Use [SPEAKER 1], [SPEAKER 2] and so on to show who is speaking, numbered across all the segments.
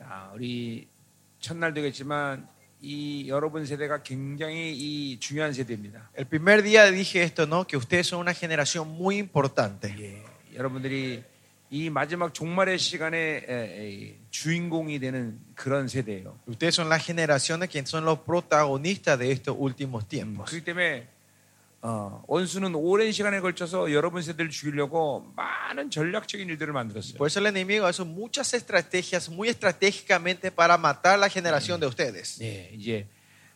[SPEAKER 1] 아, 우리 첫날 되겠지만 이 여러분 세대가 굉장히 이 중요한 세대입니다.
[SPEAKER 2] El primer día dije esto, ¿no? Que ustedes son una generación muy importante.
[SPEAKER 1] 예, 여러분들이 이 마지막 종말의 시간에 에, 에, 주인공이 되는 그런 세대예요.
[SPEAKER 2] Ustedes son la generación de quienes son los protagonistas de estos últimos tiempos.
[SPEAKER 1] 그렇기 때문에 어, 원수는 오랜 시간에 걸쳐서 여러분 세대를 죽이려고 많은 전략적인 일들을 만들었어요.
[SPEAKER 2] Por eso el enemigo hizo muchas estrategias muy estratégicamente para matar la generación de ustedes.
[SPEAKER 1] 네, 이제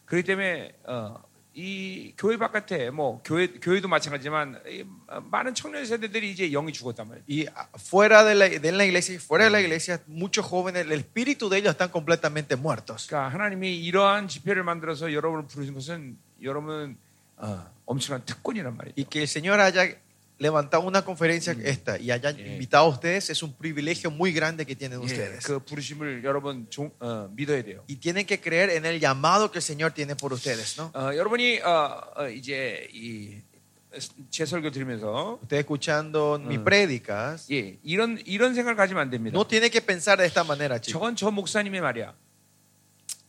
[SPEAKER 1] 그렇기 때문에 어, 이 교회 바깥에 뭐 교회 교회도 마찬가지지만 이, 어, 많은 청년 세대들이 이제 영이 죽었단 말이에요.
[SPEAKER 2] Y ah, fuera de la, de la iglesia y fuera de la iglesia, muchos jóvenes, el espíritu de ellos están completamente muertos.
[SPEAKER 1] 그러니까 하나님이 이러한 집회를 만들어서 여러분을 부르신 것은 여러분 어, 엄청난 특권이란 말이에요.
[SPEAKER 2] Y que el Señor haya levantado una conferencia esta y haya invitado a ustedes es un privilegio muy grande que tienen
[SPEAKER 1] 예,
[SPEAKER 2] ustedes.
[SPEAKER 1] 그 부르심을 여러분 종, 어, 믿어야 돼요.
[SPEAKER 2] Y tienen que creer en el llamado que el Señor tiene por ustedes, ¿no?
[SPEAKER 1] 어, 여러분이 어, 어, 이제 이제 설교 들으면서
[SPEAKER 2] Ustedes escuchando mis prédicas,
[SPEAKER 1] 예, 이런 이런 생각을 가지면 안 됩니다.
[SPEAKER 2] no tiene que pensar de esta manera, chicos.
[SPEAKER 1] 저건 저 목사님의 말이야.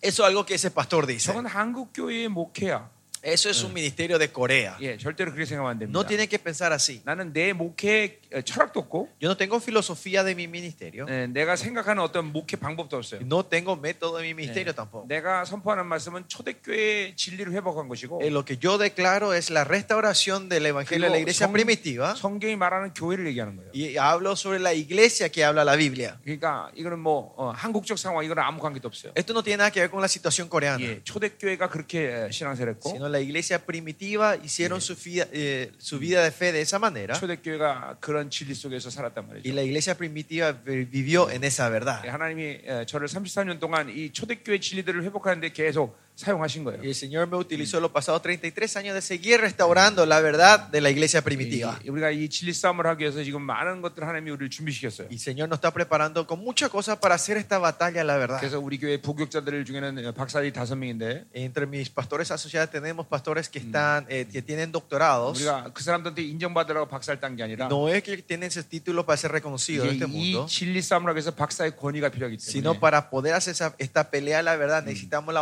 [SPEAKER 2] Eso es algo que ese pastor dice.
[SPEAKER 1] 저건 한국 교회의 목회야.
[SPEAKER 2] Eso es un ministerio de Corea.
[SPEAKER 1] 예, 절대로 그렇게 생각하면 안 됩니다.
[SPEAKER 2] No tiene que pensar así.
[SPEAKER 1] 나는 내 목회 철학도 없고,
[SPEAKER 2] Yo no tengo filosofía de mi ministerio.
[SPEAKER 1] 예, 내가 생각하는 어떤 목회 방법도 없어요.
[SPEAKER 2] No tengo método de mi ministerio tampoco.
[SPEAKER 1] 예. 내가 선포하는 말씀은 초대교회의 진리를 회복한 것이고,
[SPEAKER 2] Eh, lo que yo declaro es la restauración del evangelio de la
[SPEAKER 1] 그리고
[SPEAKER 2] iglesia
[SPEAKER 1] 성,
[SPEAKER 2] primitiva.
[SPEAKER 1] 성경이 말하는 교회를 얘기하는 거예요.
[SPEAKER 2] Y hablo sobre la iglesia que habla la Biblia.
[SPEAKER 1] 그러니까 이거는 뭐 어, 한국적 상황, 이거는 아무 관계도 없어요.
[SPEAKER 2] Esto no tiene nada que ver con la situación coreana,
[SPEAKER 1] 예, 초대교회가 그렇게 어, 신앙생활 했고,
[SPEAKER 2] sino la iglesia primitiva hicieron su, fia- eh, su vida de fe de esa manera
[SPEAKER 1] 초대교회가 그런 진리 속에서 살았단
[SPEAKER 2] y
[SPEAKER 1] 말이죠.
[SPEAKER 2] la iglesia primitiva vi- vivió en esa
[SPEAKER 1] 예,
[SPEAKER 2] verdad.
[SPEAKER 1] 하나님이 예, 저를 34년 동안 이 초대교회 진리들을 회복하는데 계속 사용하신 거예요.
[SPEAKER 2] Y el Señor me utilizó los pasados 33 años de seguir restaurando la verdad de la iglesia primitiva.
[SPEAKER 1] 이- 우리가 이 진리 싸움을 하기 위해서 지금 많은 것들 하나님이 우리를 준비시켰어요.
[SPEAKER 2] Y el Señor nos está preparando con muchas cosas para hacer esta batalla, la verdad.
[SPEAKER 1] 그래서 우리 교회 부교육자들 중에는 어, 박사들이 다섯 명인데
[SPEAKER 2] Entre mis pastores asociados tenemos pastores que, están, eh, que tienen doctorados.
[SPEAKER 1] 우리가 그 사람들한테 인정받으라고 박사를 딴 게 아니라
[SPEAKER 2] No es que tienen ese título para ser reconocidos en
[SPEAKER 1] 이게
[SPEAKER 2] este
[SPEAKER 1] 이
[SPEAKER 2] mundo.
[SPEAKER 1] 진리 싸움을 하기 위해서 박사의 권위가 필요하기 때문에
[SPEAKER 2] sino para poder hacer esa- esta pelea la verdad necesitamos la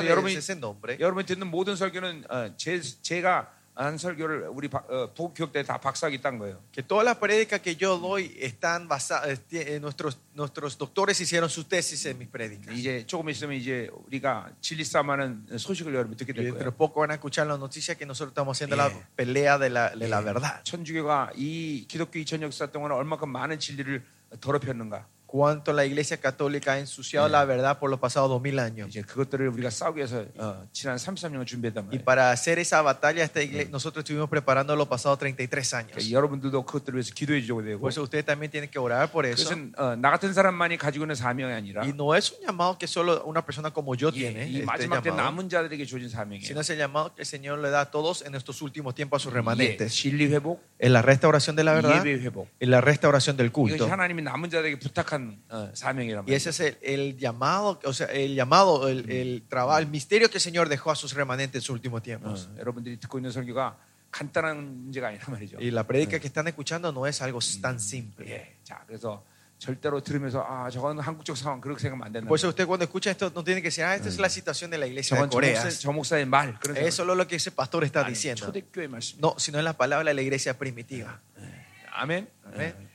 [SPEAKER 1] Entonces,
[SPEAKER 2] de
[SPEAKER 1] 여러분이-
[SPEAKER 2] ese nombre
[SPEAKER 1] 여러분이 듣는 모든 설교는 어, 제, 제가 한 설교를 우리 박- 어, 부교육대 다 박사기 딴 거예요.
[SPEAKER 2] que todas las prédicas que yo doy están basadas nuestros, nuestros doctores hicieron sus tesis en mis prédicas
[SPEAKER 1] 이제 조금 있으면 이제 우리가 진리 싸움하는 소식을 여러분이 듣게
[SPEAKER 2] y
[SPEAKER 1] 될 거예요.
[SPEAKER 2] dentro de poco van a escuchar la noticia que nosotros estamos haciendo
[SPEAKER 1] Yeah.
[SPEAKER 2] la pelea de la, de la verdad
[SPEAKER 1] 천주교가 이 기독교 2000년 역사 동안 얼마큼 많은 진리를 더럽혔는가.
[SPEAKER 2] cuánto la iglesia católica ha ensuciado la verdad por los pasados 2000 años
[SPEAKER 1] 이제 그것들을 우리가 싸우기 위해서 어, 지난 33년을 준비했단
[SPEAKER 2] y
[SPEAKER 1] 말이에요.
[SPEAKER 2] para hacer esa batalla esta igle- nosotros estuvimos preparando los pasados 33 años
[SPEAKER 1] 그러니까 여러분들도 그것들을 위해서 기도해 주셔야 되고
[SPEAKER 2] por eso ustedes también tienen que orar por eso
[SPEAKER 1] 그것은 어, 나 같은 사람만이 가지고 있는 사명이 아니라
[SPEAKER 2] y no es un llamado que solo una persona como yo
[SPEAKER 1] 예,
[SPEAKER 2] tiene
[SPEAKER 1] 이
[SPEAKER 2] este
[SPEAKER 1] 마지막 때
[SPEAKER 2] llamado.
[SPEAKER 1] 남은 자들에게 주어진 사명이에요.
[SPEAKER 2] sino es el llamado que el Señor le da a todos en estos últimos tiempos a sus
[SPEAKER 1] 예,
[SPEAKER 2] remanentes.
[SPEAKER 1] 진리 회복,
[SPEAKER 2] En la restauración de la verdad,
[SPEAKER 1] 예배 회복.
[SPEAKER 2] en la restauración del
[SPEAKER 1] 이것이
[SPEAKER 2] culto.
[SPEAKER 1] 하나님이 남은 자들에게 부탁한 어, 사명이란
[SPEAKER 2] Y
[SPEAKER 1] 말이에요.
[SPEAKER 2] ese es el, el llamado, o sea, el llamado, el, el trabajo, el misterio que el Señor dejó a sus remanentes en sus últimos
[SPEAKER 1] 어,
[SPEAKER 2] tiempos.
[SPEAKER 1] 여러분들이 듣고 있는 설교가 간단한 문제가 아니란 말이죠.
[SPEAKER 2] Y la prédica que están escuchando no es algo tan simple.
[SPEAKER 1] 예, 자 그래서 절대로 들으면서 아 저건 한국적 상황 그렇게 생각하면 안 된다.
[SPEAKER 2] Por eso usted cuando escucha esto no tiene que decir, ah, esta es la situación de la iglesia de
[SPEAKER 1] 저건 저,
[SPEAKER 2] Corea.
[SPEAKER 1] 목사, 저 목사의 말 그런 생각.
[SPEAKER 2] Es solo lo que ese pastor está
[SPEAKER 1] 아니,
[SPEAKER 2] diciendo.
[SPEAKER 1] 초대교회 말씀.
[SPEAKER 2] No, sino es la palabra de la iglesia primitiva. ¿eh?
[SPEAKER 1] 아멘.
[SPEAKER 2] Amén.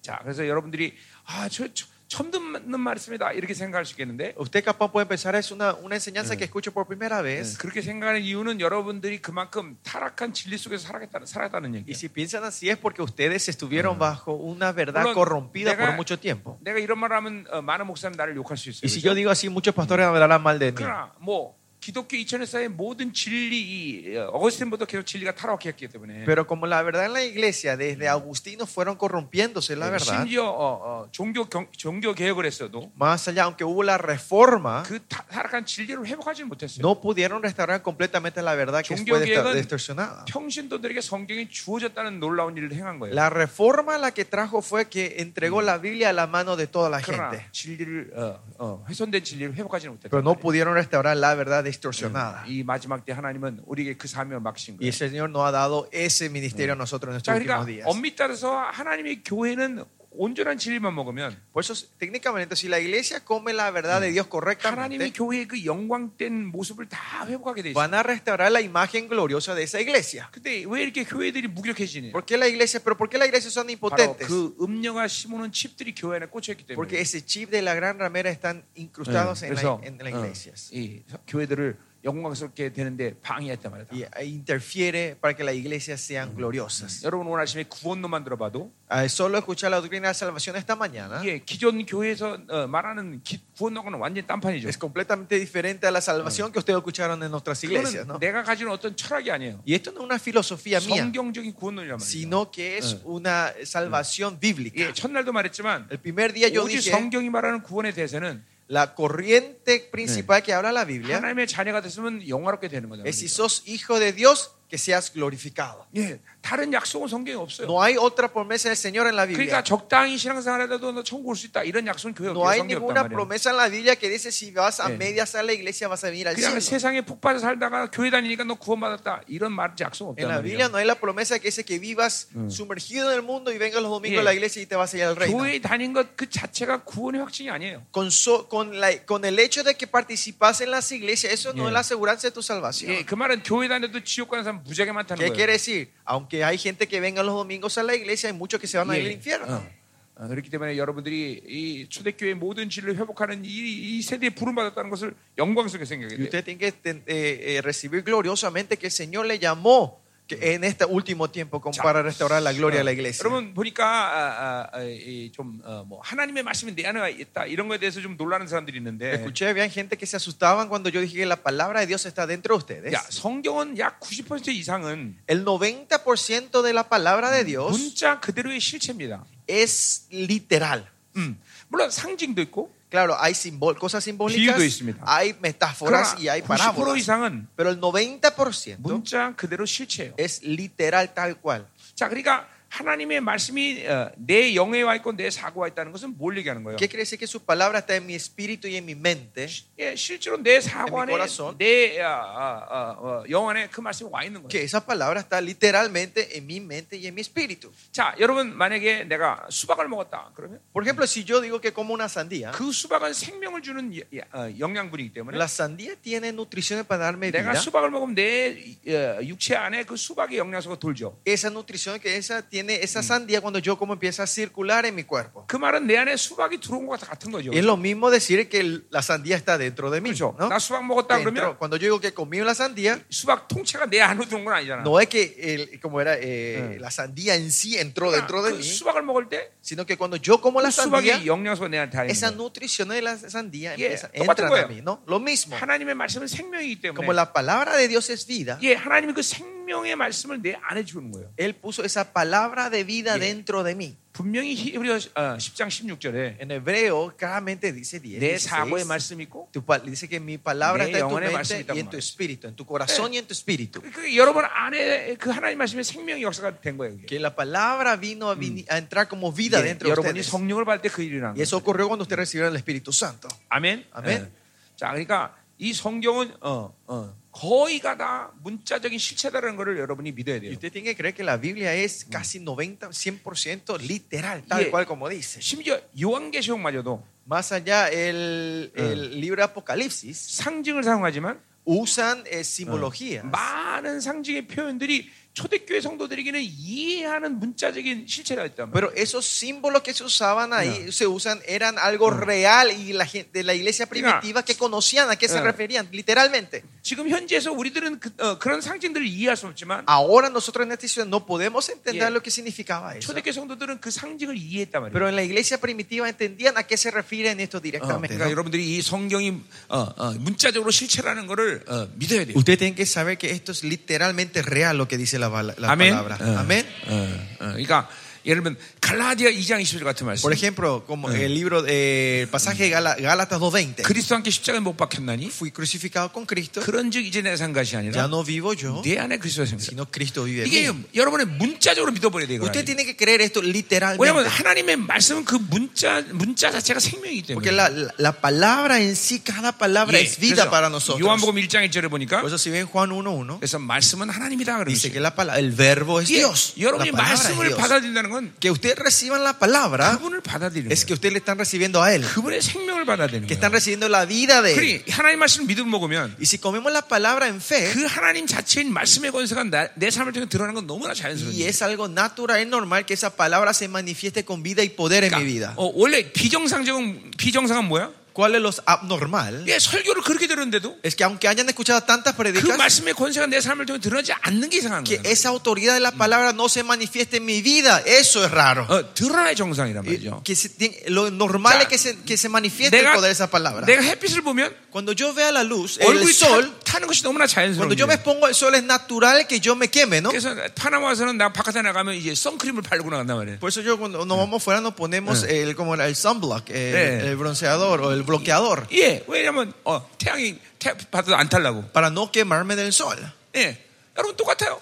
[SPEAKER 1] 자, 그래서 여러분들이 아, 저, 저 처음 듣는 말씀이다 이렇게 생각할 수 있겠는데
[SPEAKER 2] Usted capaz puede pensar, es una, una enseñanza que escucho por primera vez.
[SPEAKER 1] 그렇게 생각하는 이유는 여러분들이 그만큼 타락한 진리 속에서 살아갔다는 살아갔다는
[SPEAKER 2] Y
[SPEAKER 1] 얘기예요.
[SPEAKER 2] si piensan así es porque ustedes estuvieron bajo una verdad
[SPEAKER 1] Bueno,
[SPEAKER 2] corrompida
[SPEAKER 1] deja-
[SPEAKER 2] por mucho tiempo.
[SPEAKER 1] 내가 이런 말을 하면 어, 많은 목사님 나를 욕할 수 있어요.
[SPEAKER 2] Y si
[SPEAKER 1] 그죠?
[SPEAKER 2] yo digo así, muchos pastores hablarán mal de mí.
[SPEAKER 1] 그러나 뭐 기독교 2000년 사이의 모든 진리 이, 어, 어거스틴부터 계속 진리가 타락했기 때문에
[SPEAKER 2] Pero como la verdad en la iglesia, desde Agustino fueron corrompiéndose la verdad.
[SPEAKER 1] 심지어 어, 어, 종교 경- 종교 개혁을 했어도
[SPEAKER 2] Más allá, aunque hubo la reforma,
[SPEAKER 1] 그 타, 타락한 진리를 회복하지 못했어요.
[SPEAKER 2] no pudieron restaurar completamente la verdad que
[SPEAKER 1] Chunggyo
[SPEAKER 2] fue desta-
[SPEAKER 1] Gyeong은-
[SPEAKER 2] distorsionada.
[SPEAKER 1] 평신도들에게 성경이 주어졌다는 놀라운 일을 행한 거예요.
[SPEAKER 2] La reforma la que trajo fue que entregó la Biblia a la mano de toda la
[SPEAKER 1] 그러나
[SPEAKER 2] gente.
[SPEAKER 1] 진리를 어, 어, 훼손된 진리를 회복하지는
[SPEAKER 2] Pero
[SPEAKER 1] 못했다.
[SPEAKER 2] no pudieron restaurar la verdad distorsionada.
[SPEAKER 1] 이 마지막 때 하나님은 우리에게 그 사명을 막신
[SPEAKER 2] Y
[SPEAKER 1] 거예요.
[SPEAKER 2] el Señor nos ha dado ese ministerio a nosotros en
[SPEAKER 1] 자,
[SPEAKER 2] estos
[SPEAKER 1] 그러니까
[SPEAKER 2] últimos días.
[SPEAKER 1] 엄밀 따라서 하나님의 교회는 온전한 진리만 먹으면
[SPEAKER 2] Por eso, técnicamente, si la iglesia come la verdad de Dios
[SPEAKER 1] 하나님이
[SPEAKER 2] correctamente,
[SPEAKER 1] 교회의 그 영광된 모습을 다 회복하게 돼 있어.
[SPEAKER 2] van a restaurar la imagen gloriosa de esa iglesia.
[SPEAKER 1] 근데 왜 이렇게 교회들이 무력해지냐?
[SPEAKER 2] ¿Por qué la iglesia? Pero ¿por qué la iglesia son
[SPEAKER 1] 바로
[SPEAKER 2] impotentes?
[SPEAKER 1] 그 음녀가 심어놓은 칩들이 교회 안에 꽂혀 있기 때문에.
[SPEAKER 2] Porque ese chip de la gran ramera están
[SPEAKER 1] 예,
[SPEAKER 2] incrustados en, la,
[SPEAKER 1] 그래서
[SPEAKER 2] en las
[SPEAKER 1] 어,
[SPEAKER 2] iglesias.
[SPEAKER 1] 이 교회들을 영광스럽게 되는데 방해했단 말이다.
[SPEAKER 2] Y eh, interfiere para que las iglesias sean gloriosas.
[SPEAKER 1] 여러분 오늘 아침에 구원론만 들어봐도
[SPEAKER 2] Ah, Solo escuchar la doctrina de la salvación esta mañana
[SPEAKER 1] 이게 기존 교회에서 어, 말하는 기- 구원론과는 완전히 딴판이죠.
[SPEAKER 2] es completamente diferente a la salvación que ustedes escucharon en nuestras
[SPEAKER 1] 그거는
[SPEAKER 2] iglesias. ¿no?
[SPEAKER 1] 내가 가지는 어떤 철학이 아니에요.
[SPEAKER 2] Y esto no es una filosofía mía,
[SPEAKER 1] 성경적인 구원론이란 말이에요.
[SPEAKER 2] sino que es una salvación bíblica.
[SPEAKER 1] 예, 첫날도 말했지만
[SPEAKER 2] El primer día yo
[SPEAKER 1] 오직
[SPEAKER 2] dije,
[SPEAKER 1] 성경이 말하는 구원에 대해서는
[SPEAKER 2] la corriente principal que habla la Biblia
[SPEAKER 1] 하나님의 자녀가 됐으면 영화롭게 되는 거다.
[SPEAKER 2] es si sos hijo de Dios, que seas glorificado.
[SPEAKER 1] 예, 다른 약속은 성경에 없어요.
[SPEAKER 2] No hay otra promesa del Señor en la Biblia.
[SPEAKER 1] 그러니까 적당히 신앙생활하다도 너 천국 올 수 있다 이런 약속은 교회
[SPEAKER 2] No
[SPEAKER 1] 없어요.
[SPEAKER 2] hay
[SPEAKER 1] 성경에
[SPEAKER 2] ninguna
[SPEAKER 1] 없단 말이에요.
[SPEAKER 2] promesa en la Biblia que dice si vas a
[SPEAKER 1] Eh.
[SPEAKER 2] medias a la iglesia vas a venir al
[SPEAKER 1] 그냥
[SPEAKER 2] cielo.
[SPEAKER 1] 세상에 푹 빠져 살다가 교회 다니니까 너 구원받았다 이런 말 약속
[SPEAKER 2] En
[SPEAKER 1] 없단
[SPEAKER 2] la Biblia
[SPEAKER 1] 말이에요.
[SPEAKER 2] no hay la promesa que dice que vivas sumergido en el mundo y vengas los domingos
[SPEAKER 1] Yeah.
[SPEAKER 2] a la iglesia y te vas a ir al reino.
[SPEAKER 1] 교회 다닌 것 그 자체가 구원의 확증이 아니에요.
[SPEAKER 2] Con, so- con, la- con el hecho de que participas en las iglesias, eso no
[SPEAKER 1] Yeah.
[SPEAKER 2] es la aseguranza de tu salvación.
[SPEAKER 1] 예, 그 말은 교회 다녀도 지옥 가는 사람 무지하게 많다는
[SPEAKER 2] ¿Qué quiere
[SPEAKER 1] 거예요.
[SPEAKER 2] decir? Aunque hay gente que venga los domingos a la iglesia, hay muchos que se van a ir al
[SPEAKER 1] 예.
[SPEAKER 2] infierno.
[SPEAKER 1] 어. 어, 그렇기 때문에 여러분들이 이 초대교회 모든 진리를 회복하는 이, 이 세대에 부름받았다는 것을 영광스럽게 생각해야
[SPEAKER 2] Y
[SPEAKER 1] 돼요.
[SPEAKER 2] usted tiene que ten- eh, eh, recibir gloriosamente que el Señor le llamó que en este último tiempo como
[SPEAKER 1] Cha.
[SPEAKER 2] para restaurar la gloria de la iglesia.
[SPEAKER 1] 여러분 보니까 아, 아, 아, 이 좀 어, 뭐 하나님의 말씀이 내 안에 있다 이런 거에 대해서 좀 놀라는 사람들이 있는데
[SPEAKER 2] Eh, Escuché, había gente que se asustaban cuando yo dije que la palabra de Dios está dentro de ustedes.
[SPEAKER 1] 야, 성경은 약 90% 이상은
[SPEAKER 2] El 90% de la palabra de Dios
[SPEAKER 1] 문자 그대로의 실체입니다.
[SPEAKER 2] es literal.
[SPEAKER 1] 음, 물론 상징도 있고
[SPEAKER 2] Claro, hay simbol- cosas simbólicas,
[SPEAKER 1] Biudo 있습니다.
[SPEAKER 2] hay
[SPEAKER 1] 그러나
[SPEAKER 2] metáforas y hay
[SPEAKER 1] 90%
[SPEAKER 2] parábolas.
[SPEAKER 1] 이상은
[SPEAKER 2] Pero el 90%
[SPEAKER 1] 문자 그대로 실체예요.
[SPEAKER 2] es literal tal cual.
[SPEAKER 1] 자, 그러니까 하나님의 말씀이 어, 내 영에 와 있고 내 사고와 있다는 것은 뭘 얘기하는 거예요?
[SPEAKER 2] ¿Qué quiere decir que su palabra está en mi espíritu y en mi mente?
[SPEAKER 1] 예, 실제로 내 사고 안에
[SPEAKER 2] 내 corazón.
[SPEAKER 1] 내 아, 아, 아, 어, 영 안에 그 말씀이 와 있는 거예요.
[SPEAKER 2] Que esa palabra está literalmente en mi mente y en mi espíritu.
[SPEAKER 1] 자, 여러분 만약에 내가 수박을 먹었다 그러면
[SPEAKER 2] Por ejemplo, si yo digo que como una sandía,
[SPEAKER 1] 그 수박은 생명을 주는 예- 예- 어, 영양분이기 때문에
[SPEAKER 2] la sandía tiene nutriciones para darme
[SPEAKER 1] 내가
[SPEAKER 2] vida.
[SPEAKER 1] 수박을 먹으면 내 이- 어, 육체 안에 그 수박의 영양소가 돌죠.
[SPEAKER 2] esa nutrición que esa tiene esa sandía cuando yo como empieza a circular en mi cuerpo.
[SPEAKER 1] 그 말은 내 안에 수박이 들어온 것과 같은 거죠.
[SPEAKER 2] Es lo mismo decir que el- la sandía está dentro de mí.
[SPEAKER 1] 그렇죠.
[SPEAKER 2] ¿no?
[SPEAKER 1] 나 수박 먹었다
[SPEAKER 2] Que
[SPEAKER 1] 그러면
[SPEAKER 2] entró- cuando yo digo que comí la sandía,
[SPEAKER 1] 수박 통째가 내 안으로 들어온 건 아니잖아.
[SPEAKER 2] no es que el- como era eh,
[SPEAKER 1] Eh.
[SPEAKER 2] la sandía en sí entró
[SPEAKER 1] 그러니까
[SPEAKER 2] dentro de
[SPEAKER 1] 그
[SPEAKER 2] mí,
[SPEAKER 1] 수박을 먹을 때 그
[SPEAKER 2] sino que cuando yo como la sandía,
[SPEAKER 1] 수박의 영양소가 내 안에 다
[SPEAKER 2] esa
[SPEAKER 1] 있는 거야.
[SPEAKER 2] nutrición de la sandía
[SPEAKER 1] Yeah,
[SPEAKER 2] empieza,
[SPEAKER 1] 똑같은
[SPEAKER 2] entra
[SPEAKER 1] 거예요.
[SPEAKER 2] a mí. ¿no? Lo mismo.
[SPEAKER 1] 하나님의 말씀은 생명이기
[SPEAKER 2] Como
[SPEAKER 1] 때문에
[SPEAKER 2] la palabra de Dios es vida,
[SPEAKER 1] 예, 하나님이 그 생명의 말씀을 내 안에 주는 거예요.
[SPEAKER 2] Él puso esa palabra de vida
[SPEAKER 1] Yeah.
[SPEAKER 2] dentro de mí.
[SPEAKER 1] 분명히 히브리어 어, 10장 16절에
[SPEAKER 2] En hebreo claramente dice 10.
[SPEAKER 1] 내
[SPEAKER 2] 16.
[SPEAKER 1] 사고의 말씀이 있고
[SPEAKER 2] Tu pa- dice que mi palabra
[SPEAKER 1] 내
[SPEAKER 2] está en tu
[SPEAKER 1] 영혼의 말씀이
[SPEAKER 2] mente
[SPEAKER 1] 있다고
[SPEAKER 2] y en tu
[SPEAKER 1] 말했어요.
[SPEAKER 2] espíritu, en tu corazón y en tu espíritu.
[SPEAKER 1] 그- 그 여러분 안에 그 하나님 말씀의 생명의 역사가 된 거예요. 이게.
[SPEAKER 2] Que la palabra vino a, vin- a entrar como vida
[SPEAKER 1] 예, 그
[SPEAKER 2] dentro de
[SPEAKER 1] 여러분이
[SPEAKER 2] ustedes.
[SPEAKER 1] 성령을 받을 때 그 일이 일어난
[SPEAKER 2] Y
[SPEAKER 1] 거예요.
[SPEAKER 2] eso ocurrió cuando ustedes recibieron el Espíritu Santo.
[SPEAKER 1] 아멘.
[SPEAKER 2] 아멘.
[SPEAKER 1] 예. 자, 그러니까 이 성경은 어, 어, 거의가 다 문자적인 실체다라는 것을 여러분이 믿어야
[SPEAKER 2] Y
[SPEAKER 1] 돼요.
[SPEAKER 2] usted tiene que creer que la Biblia es casi 90, 100% literal, tal
[SPEAKER 1] Yeah.
[SPEAKER 2] cual como dice.
[SPEAKER 1] 심지어 요한계시록마저도
[SPEAKER 2] Más allá, el, el libro Apocalipsis
[SPEAKER 1] 상징을 사용하지만
[SPEAKER 2] usan eh, simbologías.
[SPEAKER 1] 많은 상징의 표현들이 초대교회 성도들에게는 이해하는 문자적인 실체가 있단 말이에요.
[SPEAKER 2] Pero esos símbolos que se usaban ahí, se usan, eran algo real y la gente de la iglesia primitiva que conocían a qué se
[SPEAKER 1] Ah.
[SPEAKER 2] referían, literalmente.
[SPEAKER 1] 지금 현지에서 우리들은 그, 런 상징들을 이해할 수 없지만
[SPEAKER 2] Ahora nosotros en esta ciudad no podemos entender
[SPEAKER 1] Yeah.
[SPEAKER 2] lo que significaba eso.
[SPEAKER 1] 초대교회 성도들은 그 상징을 이해했단 말이에요.
[SPEAKER 2] Pero en la iglesia primitiva entendían a qué se refieren esto
[SPEAKER 1] 어, 그러니까
[SPEAKER 2] directamente.
[SPEAKER 1] 여러분들이 이 성경이 어, 어, 문자적으로 실체라는 것을 어, 믿어야 돼요.
[SPEAKER 2] Ustedes tienen que saber que esto es literalmente real lo que dice la, bala- la
[SPEAKER 1] 아멘.
[SPEAKER 2] palabra.
[SPEAKER 1] 어,
[SPEAKER 2] Amén.
[SPEAKER 1] 어, 어, 그러니까 예를 들면 갈라디아 2장 20절 같은 말씀.
[SPEAKER 2] Por ejemplo, como el libro, eh, el pasaje de Gala- Gálatas 2.20.
[SPEAKER 1] 그리스도 함께 십자가에 못 박혔나니
[SPEAKER 2] Fui crucificado con Cristo,
[SPEAKER 1] 그런즉 이제 내 상가시
[SPEAKER 2] ya
[SPEAKER 1] 아니라
[SPEAKER 2] no vivo yo,
[SPEAKER 1] 내 안에 그리스도가 생겼다.
[SPEAKER 2] sino Cristo vive en
[SPEAKER 1] 이게
[SPEAKER 2] mí.
[SPEAKER 1] 여러분의 문자적으로 믿어버려야 돼요.
[SPEAKER 2] Usted
[SPEAKER 1] 이거는.
[SPEAKER 2] tiene que creer esto
[SPEAKER 1] 왜냐하면
[SPEAKER 2] literalmente.
[SPEAKER 1] 하나님의 말씀은 그 문자 문자 자체가 생명이기
[SPEAKER 2] Porque
[SPEAKER 1] 때문에.
[SPEAKER 2] la, la- la palabra en sí, cada palabra
[SPEAKER 1] 예,
[SPEAKER 2] es vida para
[SPEAKER 1] 그래서
[SPEAKER 2] nosotros.
[SPEAKER 1] 요한복음 1장 1절에 보니까
[SPEAKER 2] Por eso si ven Juan 1.1,
[SPEAKER 1] 그래서 말씀은 하나님이다
[SPEAKER 2] dice
[SPEAKER 1] 그러면서.
[SPEAKER 2] que la pala- el verbo es
[SPEAKER 1] 예,
[SPEAKER 2] Dios. La
[SPEAKER 1] 여러분이
[SPEAKER 2] palabra es
[SPEAKER 1] 말씀을
[SPEAKER 2] Dios.
[SPEAKER 1] 받아들인다는 사랑은
[SPEAKER 2] Que ustedes reciban la palabra
[SPEAKER 1] 그분을 받아들이는 거예요.
[SPEAKER 2] es que ustedes le están recibiendo a Él,
[SPEAKER 1] 그분의 생명을 받아들이는 거예요.
[SPEAKER 2] que están recibiendo la vida de Él.
[SPEAKER 1] 그러니 하나님 말씀 믿음 먹으면
[SPEAKER 2] Y si comemos la palabra en fe,
[SPEAKER 1] 그 하나님 자체인 말씀의 권세가 나- 내 삶을 통해 드러나는 건 너무나 자연스러운
[SPEAKER 2] y
[SPEAKER 1] 일이에요.
[SPEAKER 2] es algo natural, es normal que esa palabra se manifieste con vida y poder en mi
[SPEAKER 1] 그러니까,
[SPEAKER 2] vida.
[SPEAKER 1] 어, 원래 비정상적인 비정상은 뭐야?
[SPEAKER 2] ¿Cuál es lo abnormal?
[SPEAKER 1] 예, 설교를 그렇게 들었는데도
[SPEAKER 2] Es que aunque hayan escuchado tantas
[SPEAKER 1] 그
[SPEAKER 2] predicas,
[SPEAKER 1] 말씀의 권세가 내 삶을 통해 드러나지 않는 게 이상한
[SPEAKER 2] que
[SPEAKER 1] 거예요.
[SPEAKER 2] esa autoridad de la
[SPEAKER 1] Mm.
[SPEAKER 2] palabra no se manifieste en mi vida, eso es raro.
[SPEAKER 1] 어, 드러나야 정상이란
[SPEAKER 2] Y
[SPEAKER 1] 말이죠.
[SPEAKER 2] que se tiene- lo normal
[SPEAKER 1] Ah, Ya.
[SPEAKER 2] es que se, que se manifieste el
[SPEAKER 1] 내가
[SPEAKER 2] poder de esa palabra.
[SPEAKER 1] 내가 햇빛을 보면
[SPEAKER 2] Cuando yo vea la luz, el
[SPEAKER 1] 얼굴이
[SPEAKER 2] sol,
[SPEAKER 1] 타, 타는 것이 너무나 자연스러운
[SPEAKER 2] cuando yo me
[SPEAKER 1] 일이에요.
[SPEAKER 2] expongo al sol es natural que yo me queme, ¿no?
[SPEAKER 1] 그래서 파나마에서는 나 바깥에 나가면 이제 선크림을 바르고 나간단 말이에요.
[SPEAKER 2] Por eso yo cuando nos vamos fuera nos ponemos el, como era, el sunblock, el,
[SPEAKER 1] Eh.
[SPEAKER 2] el bronceador o el bloqueador,
[SPEAKER 1] 예, 왜냐면 어, 태양이 태, 바다도 안 탈라고.
[SPEAKER 2] para no quemarme del sol.
[SPEAKER 1] 예, 여러분 똑같아요.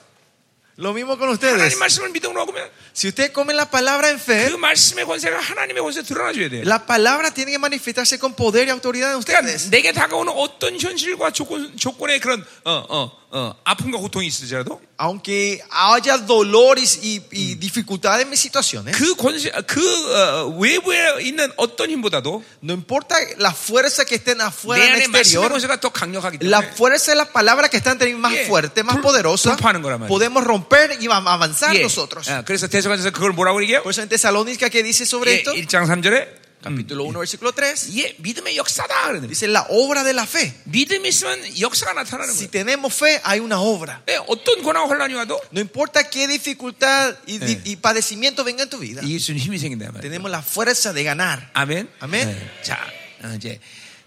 [SPEAKER 2] Lo mismo con ustedes.
[SPEAKER 1] 하나님 말씀을 믿음으로 먹으면
[SPEAKER 2] Si ustedes comen la palabra en
[SPEAKER 1] 그
[SPEAKER 2] fe,
[SPEAKER 1] 말씀의 권세가 하나님의 권세 드러나줘야 돼요.
[SPEAKER 2] la palabra tiene que manifestarse con poder y autoridad
[SPEAKER 1] 그러니까
[SPEAKER 2] en ustedes.
[SPEAKER 1] 내게 다가오는 어떤 현실과 조건 조건의 그런 어어어 아픔과 고통이 있으더라도
[SPEAKER 2] Aunque haya dolores y, y dificultades en mis situaciones,
[SPEAKER 1] 그 권세 그 어, 외부에 있는 어떤 힘보다도
[SPEAKER 2] no importa la fuerza que estén afuera
[SPEAKER 1] 내
[SPEAKER 2] en el
[SPEAKER 1] 안에 말씀의
[SPEAKER 2] exterior,
[SPEAKER 1] 권세가 더 강력하기
[SPEAKER 2] la
[SPEAKER 1] 때문에
[SPEAKER 2] fuerza de la palabra que están teniendo más
[SPEAKER 1] Yeah.
[SPEAKER 2] fuerte, más
[SPEAKER 1] Pul-
[SPEAKER 2] poderosa,
[SPEAKER 1] pulpa는 거란 말이야.
[SPEAKER 2] podemos romper y vam- avanzar
[SPEAKER 1] 예.
[SPEAKER 2] nosotros.
[SPEAKER 1] 아, 그래서 대서관에서 그걸 뭐라고 얘기해요?
[SPEAKER 2] Por eso en Tesalónica que dice sobre
[SPEAKER 1] 예,
[SPEAKER 2] esto,
[SPEAKER 1] 1장 3절에
[SPEAKER 2] capítulo 1, versículo 3,
[SPEAKER 1] 예, 믿음의 역사다 그러는데
[SPEAKER 2] dice la obra de la fe.
[SPEAKER 1] 믿음이 있으면 역사가 나타나는
[SPEAKER 2] Si
[SPEAKER 1] 거예요.
[SPEAKER 2] tenemos fe, hay una obra.
[SPEAKER 1] 예, 어떤 고난 혼란이 와도
[SPEAKER 2] No importa qué dificultad y, di-
[SPEAKER 1] Eh.
[SPEAKER 2] y padecimiento venga en tu vida,
[SPEAKER 1] 이길 수 있는 힘이 생긴다 말이에요.
[SPEAKER 2] tenemos la fuerza de ganar.
[SPEAKER 1] 아멘.
[SPEAKER 2] 아멘.
[SPEAKER 1] 네. 자, 어, 이제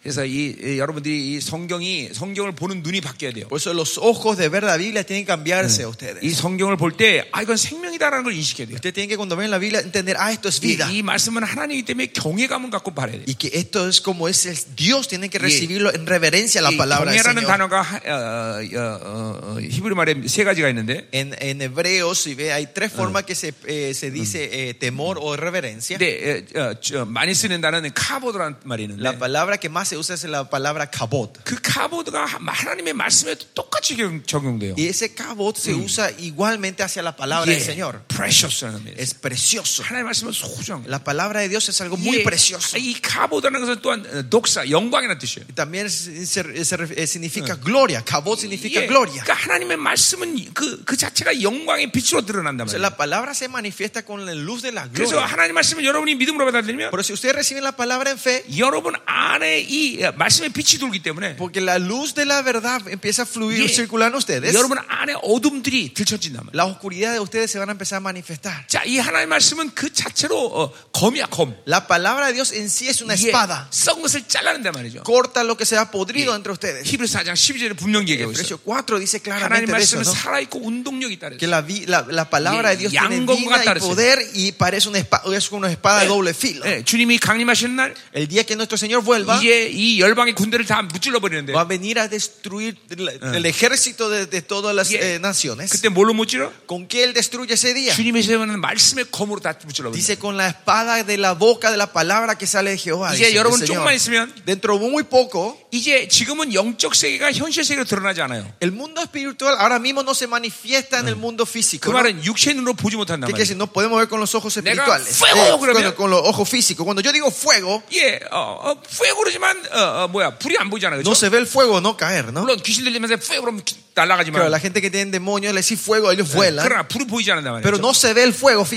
[SPEAKER 1] 그래서 이, 이 여러분들이 이 성경이 성경을 보는 눈이 바뀌어야 돼요.
[SPEAKER 2] Por eso los ojos de ver la Biblia tienen que cambiarse a ustedes.
[SPEAKER 1] 이 성경을 볼 때 아 이건 생명이다라는 걸 인식해야 돼요.
[SPEAKER 2] Ustedes tienen que cuando ven la Biblia entender, ah, esto es
[SPEAKER 1] 이,
[SPEAKER 2] vida.
[SPEAKER 1] 이 말씀은 하나님이기 때문에 경외감을 갖고 바라야 돼요.
[SPEAKER 2] Y que esto es como es el Dios, tienen que recibirlo en reverencia a la
[SPEAKER 1] 이
[SPEAKER 2] palabra del
[SPEAKER 1] 경외라는
[SPEAKER 2] Señor.
[SPEAKER 1] 단어가 하- 어, 어, 어, 어, 히브리 말에 세 가지가 있는데
[SPEAKER 2] En, en hebreo, si ve, hay tres formas que se, eh, se dice eh, temor o reverencia.
[SPEAKER 1] 근데 에, 어, 저, 많이 쓰는 단어는 카보드라는 말이
[SPEAKER 2] La
[SPEAKER 1] 있는데
[SPEAKER 2] palabra que más se usa es la palabra kabot.
[SPEAKER 1] 그 카보드가 하- 하나님의 말씀에 똑같이 경- 적용돼요.
[SPEAKER 2] Y ese kabot se usa igualmente hacia la palabra del Señor.
[SPEAKER 1] precious라는 말이에요.
[SPEAKER 2] Es precioso.
[SPEAKER 1] 하나님의 말씀은 소중한 거예요.
[SPEAKER 2] La palabra de Dios es algo muy
[SPEAKER 1] 예,
[SPEAKER 2] precioso.
[SPEAKER 1] 이 카보드라는 것은 또한 어, 독사, 영광이라는 뜻이에요.
[SPEAKER 2] Y También se- se- se ref- eh, significa gloria. Kabot significa
[SPEAKER 1] 예,
[SPEAKER 2] gloria.
[SPEAKER 1] 그러니까 하나님의 말씀은 그, 그 자체가 영광의 빛으로 드러난단
[SPEAKER 2] O sea,
[SPEAKER 1] 말이에요.
[SPEAKER 2] la palabra se manifiesta con la luz de la
[SPEAKER 1] 그래서
[SPEAKER 2] gloria.
[SPEAKER 1] 하나님 말씀을 여러분이 믿음으로 받아들이면
[SPEAKER 2] Pero si ustedes reciben la palabra en fe,
[SPEAKER 1] 여러분 안에 이 예, 말씀의 빛이 돌기 때문에
[SPEAKER 2] porque la luz de la verdad empieza a fluir,
[SPEAKER 1] Yeah.
[SPEAKER 2] circular en ustedes,
[SPEAKER 1] 여러분 안에 어둠들이 들춰진단 말이에요.
[SPEAKER 2] la oscuridad de ustedes se van a empezar a manifestar.
[SPEAKER 1] 자, 이 하나님의 말씀은 그 자체로 어, 검이야, 검.
[SPEAKER 2] La palabra de Dios en sí es una
[SPEAKER 1] 이게
[SPEAKER 2] espada.
[SPEAKER 1] 썩은 것을 잘라낸단 말이죠.
[SPEAKER 2] Corta lo que se ha podrido entre ustedes.
[SPEAKER 1] 히브리 4장 12절에 분명히 얘기하고 있어요.
[SPEAKER 2] Efesios 4 dice
[SPEAKER 1] 하나님
[SPEAKER 2] claramente de eso,
[SPEAKER 1] 말씀은
[SPEAKER 2] ¿no?
[SPEAKER 1] 살아있고 운동력이 있다
[SPEAKER 2] que
[SPEAKER 1] 그랬어요.
[SPEAKER 2] la, vi- la, la palabra de Dios
[SPEAKER 1] Yeah.
[SPEAKER 2] tiene
[SPEAKER 1] 양검과 같다
[SPEAKER 2] vida y
[SPEAKER 1] 그랬어요.
[SPEAKER 2] poder y parece una, espa- es como una espada de doble filo.
[SPEAKER 1] 예, 주님이 강림하시는 날
[SPEAKER 2] El día que nuestro Señor vuelva,
[SPEAKER 1] 이제 이 열방의 군대를 다 무찔러 버리는데
[SPEAKER 2] va a venir a destruir la- el ejército de, de todas las
[SPEAKER 1] Yeah.
[SPEAKER 2] eh, naciones.
[SPEAKER 1] 그때 뭘로 무찔러?
[SPEAKER 2] ¿Con qué Él destruye ese día?
[SPEAKER 1] 주님의 세우는 말씀의 검으로 다 무찔러 버린다.
[SPEAKER 2] Dice con la espada de la boca de la palabra que sale de Jehová.
[SPEAKER 1] 이제
[SPEAKER 2] dice el
[SPEAKER 1] 여러분
[SPEAKER 2] Señor.
[SPEAKER 1] 조금만 있으면
[SPEAKER 2] Dentro de muy poco,
[SPEAKER 1] 이제 지금은 영적 세계가 현실 세계로 드러나지 않아요. 그
[SPEAKER 2] el mundo espiritual ahora mismo no se manifiesta en el mundo
[SPEAKER 1] 그
[SPEAKER 2] físico. ¿no?
[SPEAKER 1] 말은 육체 눈으로 보지 못한단
[SPEAKER 2] ¿Qué quiere
[SPEAKER 1] 말이에요.
[SPEAKER 2] decir? No podemos ver con los ojos
[SPEAKER 1] Nega,
[SPEAKER 2] espirituales,
[SPEAKER 1] fuego,
[SPEAKER 2] con-
[SPEAKER 1] 그러면.
[SPEAKER 2] con los ojos físicos. Cuando yo digo fuego,
[SPEAKER 1] 예, 어, 어, 후에 그러지만 어, 어, 뭐야 불이 안 보이잖아요.
[SPEAKER 2] no
[SPEAKER 1] 그렇죠?
[SPEAKER 2] se ve el fuego no caer, ¿no?
[SPEAKER 1] 물론 귀신 들리면서 후에 그럼
[SPEAKER 2] Claro,
[SPEAKER 1] 날아가지만
[SPEAKER 2] la gente que tiene demonios le dice fuego, ellos vuelan,
[SPEAKER 1] 그러나 불이 보이지 않는단 말이에요. 그렇죠?
[SPEAKER 2] pero no se ve el fuego
[SPEAKER 1] 그러나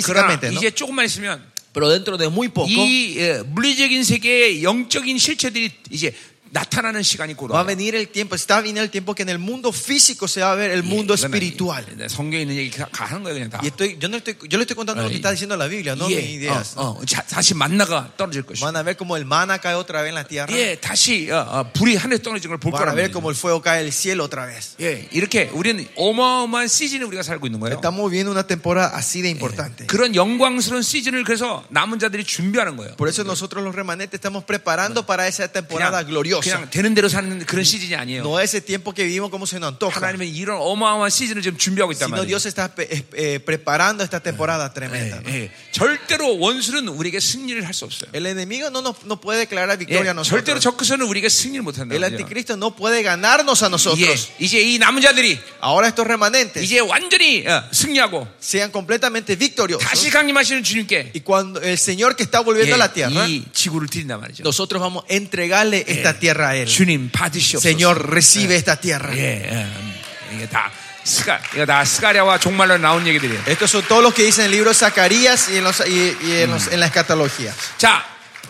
[SPEAKER 2] físicamente, ¿no?
[SPEAKER 1] 이제 조금만 있으면
[SPEAKER 2] Pero dentro de muy poco
[SPEAKER 1] 이 예, 물리적인 세계의 영적인 실체들이 이제 나타나는 시간이 곧
[SPEAKER 2] va a
[SPEAKER 1] 와요.
[SPEAKER 2] venir el tiempo, está viniendo el tiempo que en el mundo físico se va a ver el mundo
[SPEAKER 1] 이거는
[SPEAKER 2] espiritual.
[SPEAKER 1] 예, 이- 성경에 있는 얘기 가- 가- 하는 거예요 그냥 다.
[SPEAKER 2] Y estoy, yo, no estoy, yo le estoy contando lo que está diciendo la Biblia, no mis
[SPEAKER 1] 예, 어,
[SPEAKER 2] ideas.
[SPEAKER 1] 어, 자, 다시 만나가 떨어질 것이고,
[SPEAKER 2] Van a ver como el mana cae otra vez en la tierra.
[SPEAKER 1] 예, 다시 어, 어, 불이 하늘에 떨어진 걸 볼
[SPEAKER 2] Van a
[SPEAKER 1] 거라는
[SPEAKER 2] ver
[SPEAKER 1] 거예요.
[SPEAKER 2] como el fuego cae del cielo otra vez.
[SPEAKER 1] 예, 이렇게 우리는 어마어마한 시즌에 우리가 살고 있는 거예요. 예,
[SPEAKER 2] Estamos viendo una temporada así de importante.
[SPEAKER 1] 그런 영광스러운 시즌을 그래서 남은 자들이 준비하는 거예요.
[SPEAKER 2] Por eso nosotros los remanentes estamos preparando para esa temporada religiosa.
[SPEAKER 1] 그냥 되는 대로 사는 그런 시즌이 아니에요.
[SPEAKER 2] No es ese tiempo que vivimos como se nos antoja,
[SPEAKER 1] 하나님은 이런 어마어마한 시즌을 지금 준비하고 있단
[SPEAKER 2] sino
[SPEAKER 1] 말이에요.
[SPEAKER 2] Dios está eh, eh, preparando esta temporada tremenda.
[SPEAKER 1] 예,
[SPEAKER 2] ¿no?
[SPEAKER 1] 예. 절대로 원수는 우리에게 승리를 할 수 없어요.
[SPEAKER 2] El enemigo no nos no puede declarar
[SPEAKER 1] 예,
[SPEAKER 2] victoria a
[SPEAKER 1] 절대로
[SPEAKER 2] nosotros.
[SPEAKER 1] 적그선은 우리에게 승리를 못한다.
[SPEAKER 2] El anticristo no puede ganarnos a
[SPEAKER 1] 예,
[SPEAKER 2] nosotros.
[SPEAKER 1] 이제 이 남은 자들이
[SPEAKER 2] Ahora estos remanentes
[SPEAKER 1] 이제 완전히 예. 어, 승리하고
[SPEAKER 2] sean completamente victoriosos.
[SPEAKER 1] 다시 강림하시는 주님께
[SPEAKER 2] Y cuando el Señor que está
[SPEAKER 1] 예,
[SPEAKER 2] volviendo a la tierra,
[SPEAKER 1] 이 지구를 드린단 말이죠.
[SPEAKER 2] nosotros vamos a entregarle esta Eh. tierra a Él.
[SPEAKER 1] 주님 받으시옵소서.
[SPEAKER 2] Señor, recibe esta tierra.
[SPEAKER 1] 예, 예, 음, 이게 다 스가 이거 다 스가랴와 종말로 나온 얘기들이에요.
[SPEAKER 2] Estos son todos los que dicen en el libro de Zacarías y en, los- y- y en los- en la escatología.
[SPEAKER 1] 자,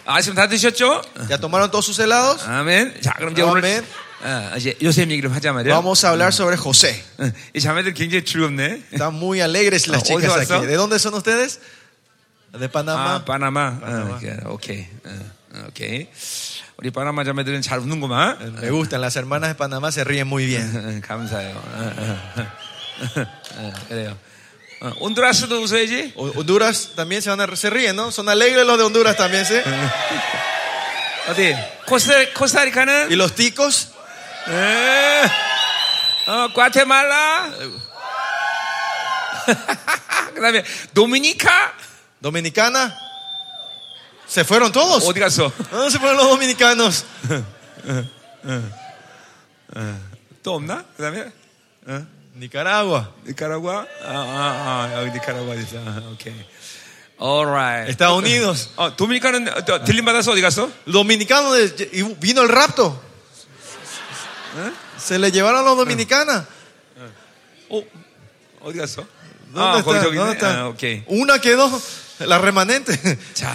[SPEAKER 1] 아침 다 드셨죠?
[SPEAKER 2] ¿Ya tomaron todos sus helados?
[SPEAKER 1] 아멘. 자, 그럼 이제 오늘
[SPEAKER 2] 아멘.
[SPEAKER 1] 어, 이제 요셉 얘기를 하자 말이야.
[SPEAKER 2] Vamos a hablar sobre José.
[SPEAKER 1] 어, 이 자매들 굉장히 즐겁네.
[SPEAKER 2] Están muy alegres las
[SPEAKER 1] Ah,
[SPEAKER 2] chicas
[SPEAKER 1] ¿dónde vas,
[SPEAKER 2] aquí.
[SPEAKER 1] no?
[SPEAKER 2] ¿De dónde son Ah, ustedes? De
[SPEAKER 1] 아,
[SPEAKER 2] Panamá.
[SPEAKER 1] 바나마. 어, 이렇게, 오케이. 어, 어, 오케이. 우리 바나마 자매들은 잘 웃는구만.
[SPEAKER 2] Me gustan, las hermanas de Panamá se ríen muy bien.
[SPEAKER 1] 어, 감사해요. 어, 어, 어, 어, 그래요. 어, 온두라스도 웃어야지.
[SPEAKER 2] O- Honduras también se, van a, se ríen, ¿no? Son alegres los de Honduras también, ¿sí?
[SPEAKER 1] 어디? 코스타, 코스타리카는?
[SPEAKER 2] ¿Y los ticos?
[SPEAKER 1] 예. 에, 어, 과테말라. 그 다음에 도미니카?
[SPEAKER 2] ¿Dominicana? ¿Se fueron todos?
[SPEAKER 1] 어디 갔어?
[SPEAKER 2] ¿Dónde se fueron los dominicanos?
[SPEAKER 1] 또 없나? 그 다음에? 어?
[SPEAKER 2] Nicaragua,
[SPEAKER 1] 니카라과? 아, 아, 아, 여기 니카라과 있어. 아, 오케이. Alright.
[SPEAKER 2] Estados Unidos.
[SPEAKER 1] 어, 도미니카는 어, 저, 들림 받아서 어디 갔어?
[SPEAKER 2] Los dominicanos de- y vino el rapto. ¿Eh? Se le llevaron a los dominicanas.
[SPEAKER 1] 어, 어디 갔어?
[SPEAKER 2] ¿Dónde
[SPEAKER 1] 아, 거기
[SPEAKER 2] están?
[SPEAKER 1] 저기 있네.
[SPEAKER 2] ¿Dónde están?
[SPEAKER 1] 아, 오케이.
[SPEAKER 2] Una quedó, la remanente.
[SPEAKER 1] 자,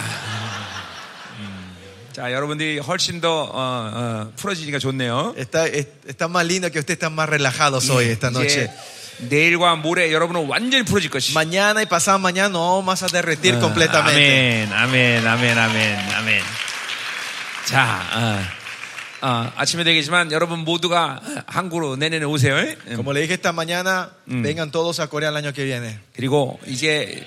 [SPEAKER 1] 음, 자 여러분들이 훨씬 더 어, 어, 풀어지니까 좋네요.
[SPEAKER 2] Está, es- está más lindo que ustedes están más relajados hoy, esta noche.
[SPEAKER 1] 이제 내일과 모레 여러분은 완전히 풀어질 것이. 어,
[SPEAKER 2] Mañana y pasado mañana no vamos a
[SPEAKER 1] Ah,
[SPEAKER 2] derretir completamente.
[SPEAKER 1] 아멘, 아멘, 아멘, 아멘, 아멘. 자, 어, 어, 아침에 되겠지만 여러분 모두가 한국으로 내년에 오세요. 예?
[SPEAKER 2] Como le dije esta mañana, vengan todos a Corea el año que viene.
[SPEAKER 1] 그리고 이제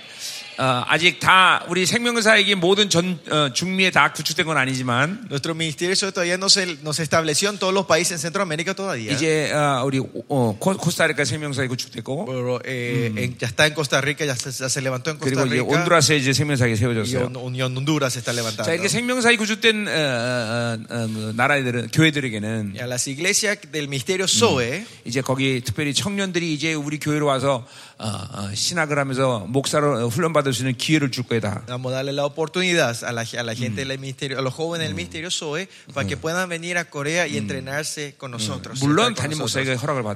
[SPEAKER 1] 어, 아직 다 우리 생명사에게 모든 전 어, 중미에 다 구축된 건 아니지만
[SPEAKER 2] Nuestro ministerio todavía no se, no se estableció en todos los países en Centroamérica todavía.
[SPEAKER 1] 이제 어, 우리 어, 코- 코스타리카 생명사에 구축됐고
[SPEAKER 2] Pero, eh, en- ya está en Costa Rica, ya se, ya se levantó en
[SPEAKER 1] 그리고
[SPEAKER 2] Costa
[SPEAKER 1] 이제
[SPEAKER 2] Rica.
[SPEAKER 1] 온두라스에 이제 생명사에
[SPEAKER 2] y
[SPEAKER 1] 세워졌어요.
[SPEAKER 2] On- Unión Honduras se está levantando.
[SPEAKER 1] 자 이렇게 생명사에 구축된 어, 어, 어, 어, 그 나라들은 교회들에게는
[SPEAKER 2] Y a las iglesias del ministerio Zoe,
[SPEAKER 1] 이제 거기 특별히 청년들이 이제 우리 교회로 와서 어, 어, 신학을 하면서 목사로 어, 훈련 받을 수 있는 기회를 줄 거다.
[SPEAKER 2] vamos a darle la oportunidad a la, a la gente del ministerio, a los jóvenes del ministerio Zoe, para que puedan venir a Corea y entrenarse con nosotros.
[SPEAKER 1] 물론
[SPEAKER 2] estar con
[SPEAKER 1] 담임
[SPEAKER 2] nosotros.
[SPEAKER 1] 목사에게 허락을 받아요. 예.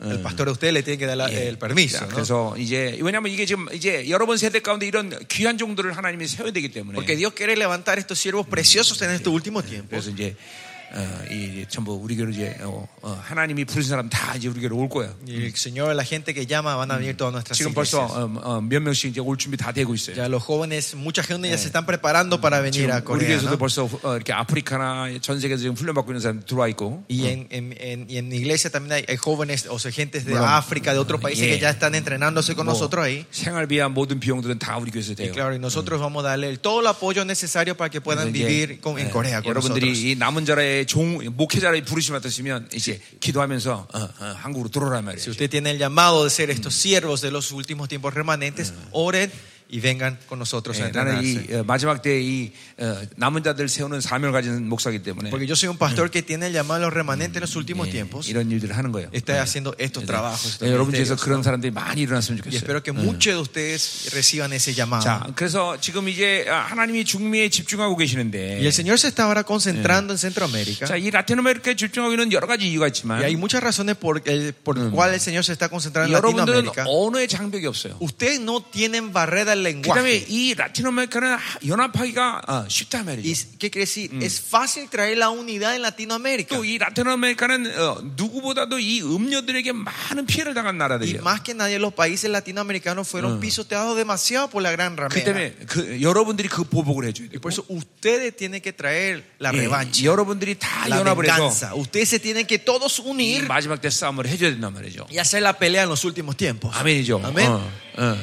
[SPEAKER 2] Claro, el pastor de ustedes le tiene que dar la- el permiso.
[SPEAKER 1] 자,
[SPEAKER 2] ¿no?
[SPEAKER 1] 그래서 이제 왜냐하면 이게 지금 이제 여러분 세대 가운데 이런 귀한 종들을 하나님이 세워야 되기 때문에
[SPEAKER 2] Porque Dios quiere levantar estos siervos preciosos en este último tiempo.
[SPEAKER 1] 그래서 이제 어, 이 전부 우리 교로 이제 어, 어, 하나님이 부른 사람 다 이제 우리 교로 올 거예요.
[SPEAKER 2] Y el Señor, la gente que llama, van a venir todas nuestras
[SPEAKER 1] 지금 벌써
[SPEAKER 2] iglesias.
[SPEAKER 1] 어, 어, 몇 명씩 이제 올 준비 다 되고 있어요.
[SPEAKER 2] Ya los jóvenes, mucha gente ya se están preparando para venir a
[SPEAKER 1] 지금 우리
[SPEAKER 2] Corea.
[SPEAKER 1] 교회에서도
[SPEAKER 2] ¿no?
[SPEAKER 1] 벌써 어, 이렇게 아프리카나 전 세계에서 지금 훈련 받고 있는 사람 들어와 있고
[SPEAKER 2] Y en, en, en- y en iglesia también hay, hay jóvenes, o sea, gentes de
[SPEAKER 1] Bueno.
[SPEAKER 2] África, de otros países
[SPEAKER 1] Yeah.
[SPEAKER 2] que ya están entrenándose con
[SPEAKER 1] 뭐
[SPEAKER 2] nosotros ahí.
[SPEAKER 1] 생활비와 모든 비용들은 다 우리 교회에서 돼요.
[SPEAKER 2] Claro, y nosotros vamos a darle el- todo el apoyo necesario para que puedan
[SPEAKER 1] 이제,
[SPEAKER 2] vivir con- en
[SPEAKER 1] 예,
[SPEAKER 2] Corea con nosotros.
[SPEAKER 1] 여러분들이 이 남은 자라의 종 목회자라의 부르심 받으시면 이제 기도하면서 어, 어, 한국으로 들어오란 말이에요.
[SPEAKER 2] Si usted tiene el llamado de ser estos siervos de los últimos tiempos remanentes, oren y vengan con nosotros a
[SPEAKER 1] 예, 나는
[SPEAKER 2] entrenarse.
[SPEAKER 1] 이 어, 마지막 때 이 어, 남은 자들 세우는 사명을 가진 목사이기 때문에
[SPEAKER 2] Porque yo soy un pastor que tiene el llamado a los remanentes en los últimos
[SPEAKER 1] 예,
[SPEAKER 2] tiempos.
[SPEAKER 1] 이런 일들을 하는 거예요.
[SPEAKER 2] Está haciendo estos trabajos. estos
[SPEAKER 1] 예, 여러분 중에서
[SPEAKER 2] ministerios.
[SPEAKER 1] 그런 사람들이 예, 많이 일어났으면
[SPEAKER 2] y
[SPEAKER 1] 좋겠어요.
[SPEAKER 2] espero que muchos de ustedes reciban ese llamado.
[SPEAKER 1] 자, 그래서 지금 이제 아, 하나님이 중미에 집중하고 계시는데
[SPEAKER 2] Y el Señor se está ahora concentrando en Centroamérica.
[SPEAKER 1] 자, 이 라틴 아메리카에 집중하고 있는 여러 가지 이유가
[SPEAKER 2] Y hay
[SPEAKER 1] 있지만
[SPEAKER 2] muchas razones por el por cual el Señor se está concentrando en
[SPEAKER 1] 여러분들은
[SPEAKER 2] Latinoamérica.
[SPEAKER 1] 언어의 장벽이 없어요.
[SPEAKER 2] Ustedes no tienen barrera
[SPEAKER 1] 그다음에
[SPEAKER 2] al lenguaje.
[SPEAKER 1] 이 라틴 아메리카는 하- 연합하기가 어, 쉽단
[SPEAKER 2] ¿Y
[SPEAKER 1] 말이죠.
[SPEAKER 2] qué quiere decir? Es fácil traer la unidad en Latinoamérica.
[SPEAKER 1] 또 이 라틴 아메리카는 어, 누구보다도 이 음녀들에게 많은 피해를 당한
[SPEAKER 2] Y
[SPEAKER 1] 나라들이에요.
[SPEAKER 2] más que nadie, los países latinoamericanos fueron pisoteados demasiado por la gran
[SPEAKER 1] 그
[SPEAKER 2] ramera.
[SPEAKER 1] 때문에 그, 여러분들이 그 보복을 해줘야
[SPEAKER 2] Y
[SPEAKER 1] 돼요.
[SPEAKER 2] por eso ustedes tienen que traer la
[SPEAKER 1] 예,
[SPEAKER 2] revancha,
[SPEAKER 1] 여러분들이 다
[SPEAKER 2] la
[SPEAKER 1] 연합을 해서
[SPEAKER 2] venganza. Ustedes se tienen que todos
[SPEAKER 1] 이
[SPEAKER 2] unir
[SPEAKER 1] 마지막 때 싸움을 해줘야 된단 말이죠.
[SPEAKER 2] y Ah. hacer la pelea en los últimos tiempos.
[SPEAKER 1] 아멘이죠.
[SPEAKER 2] 아멘.
[SPEAKER 1] 어, 어.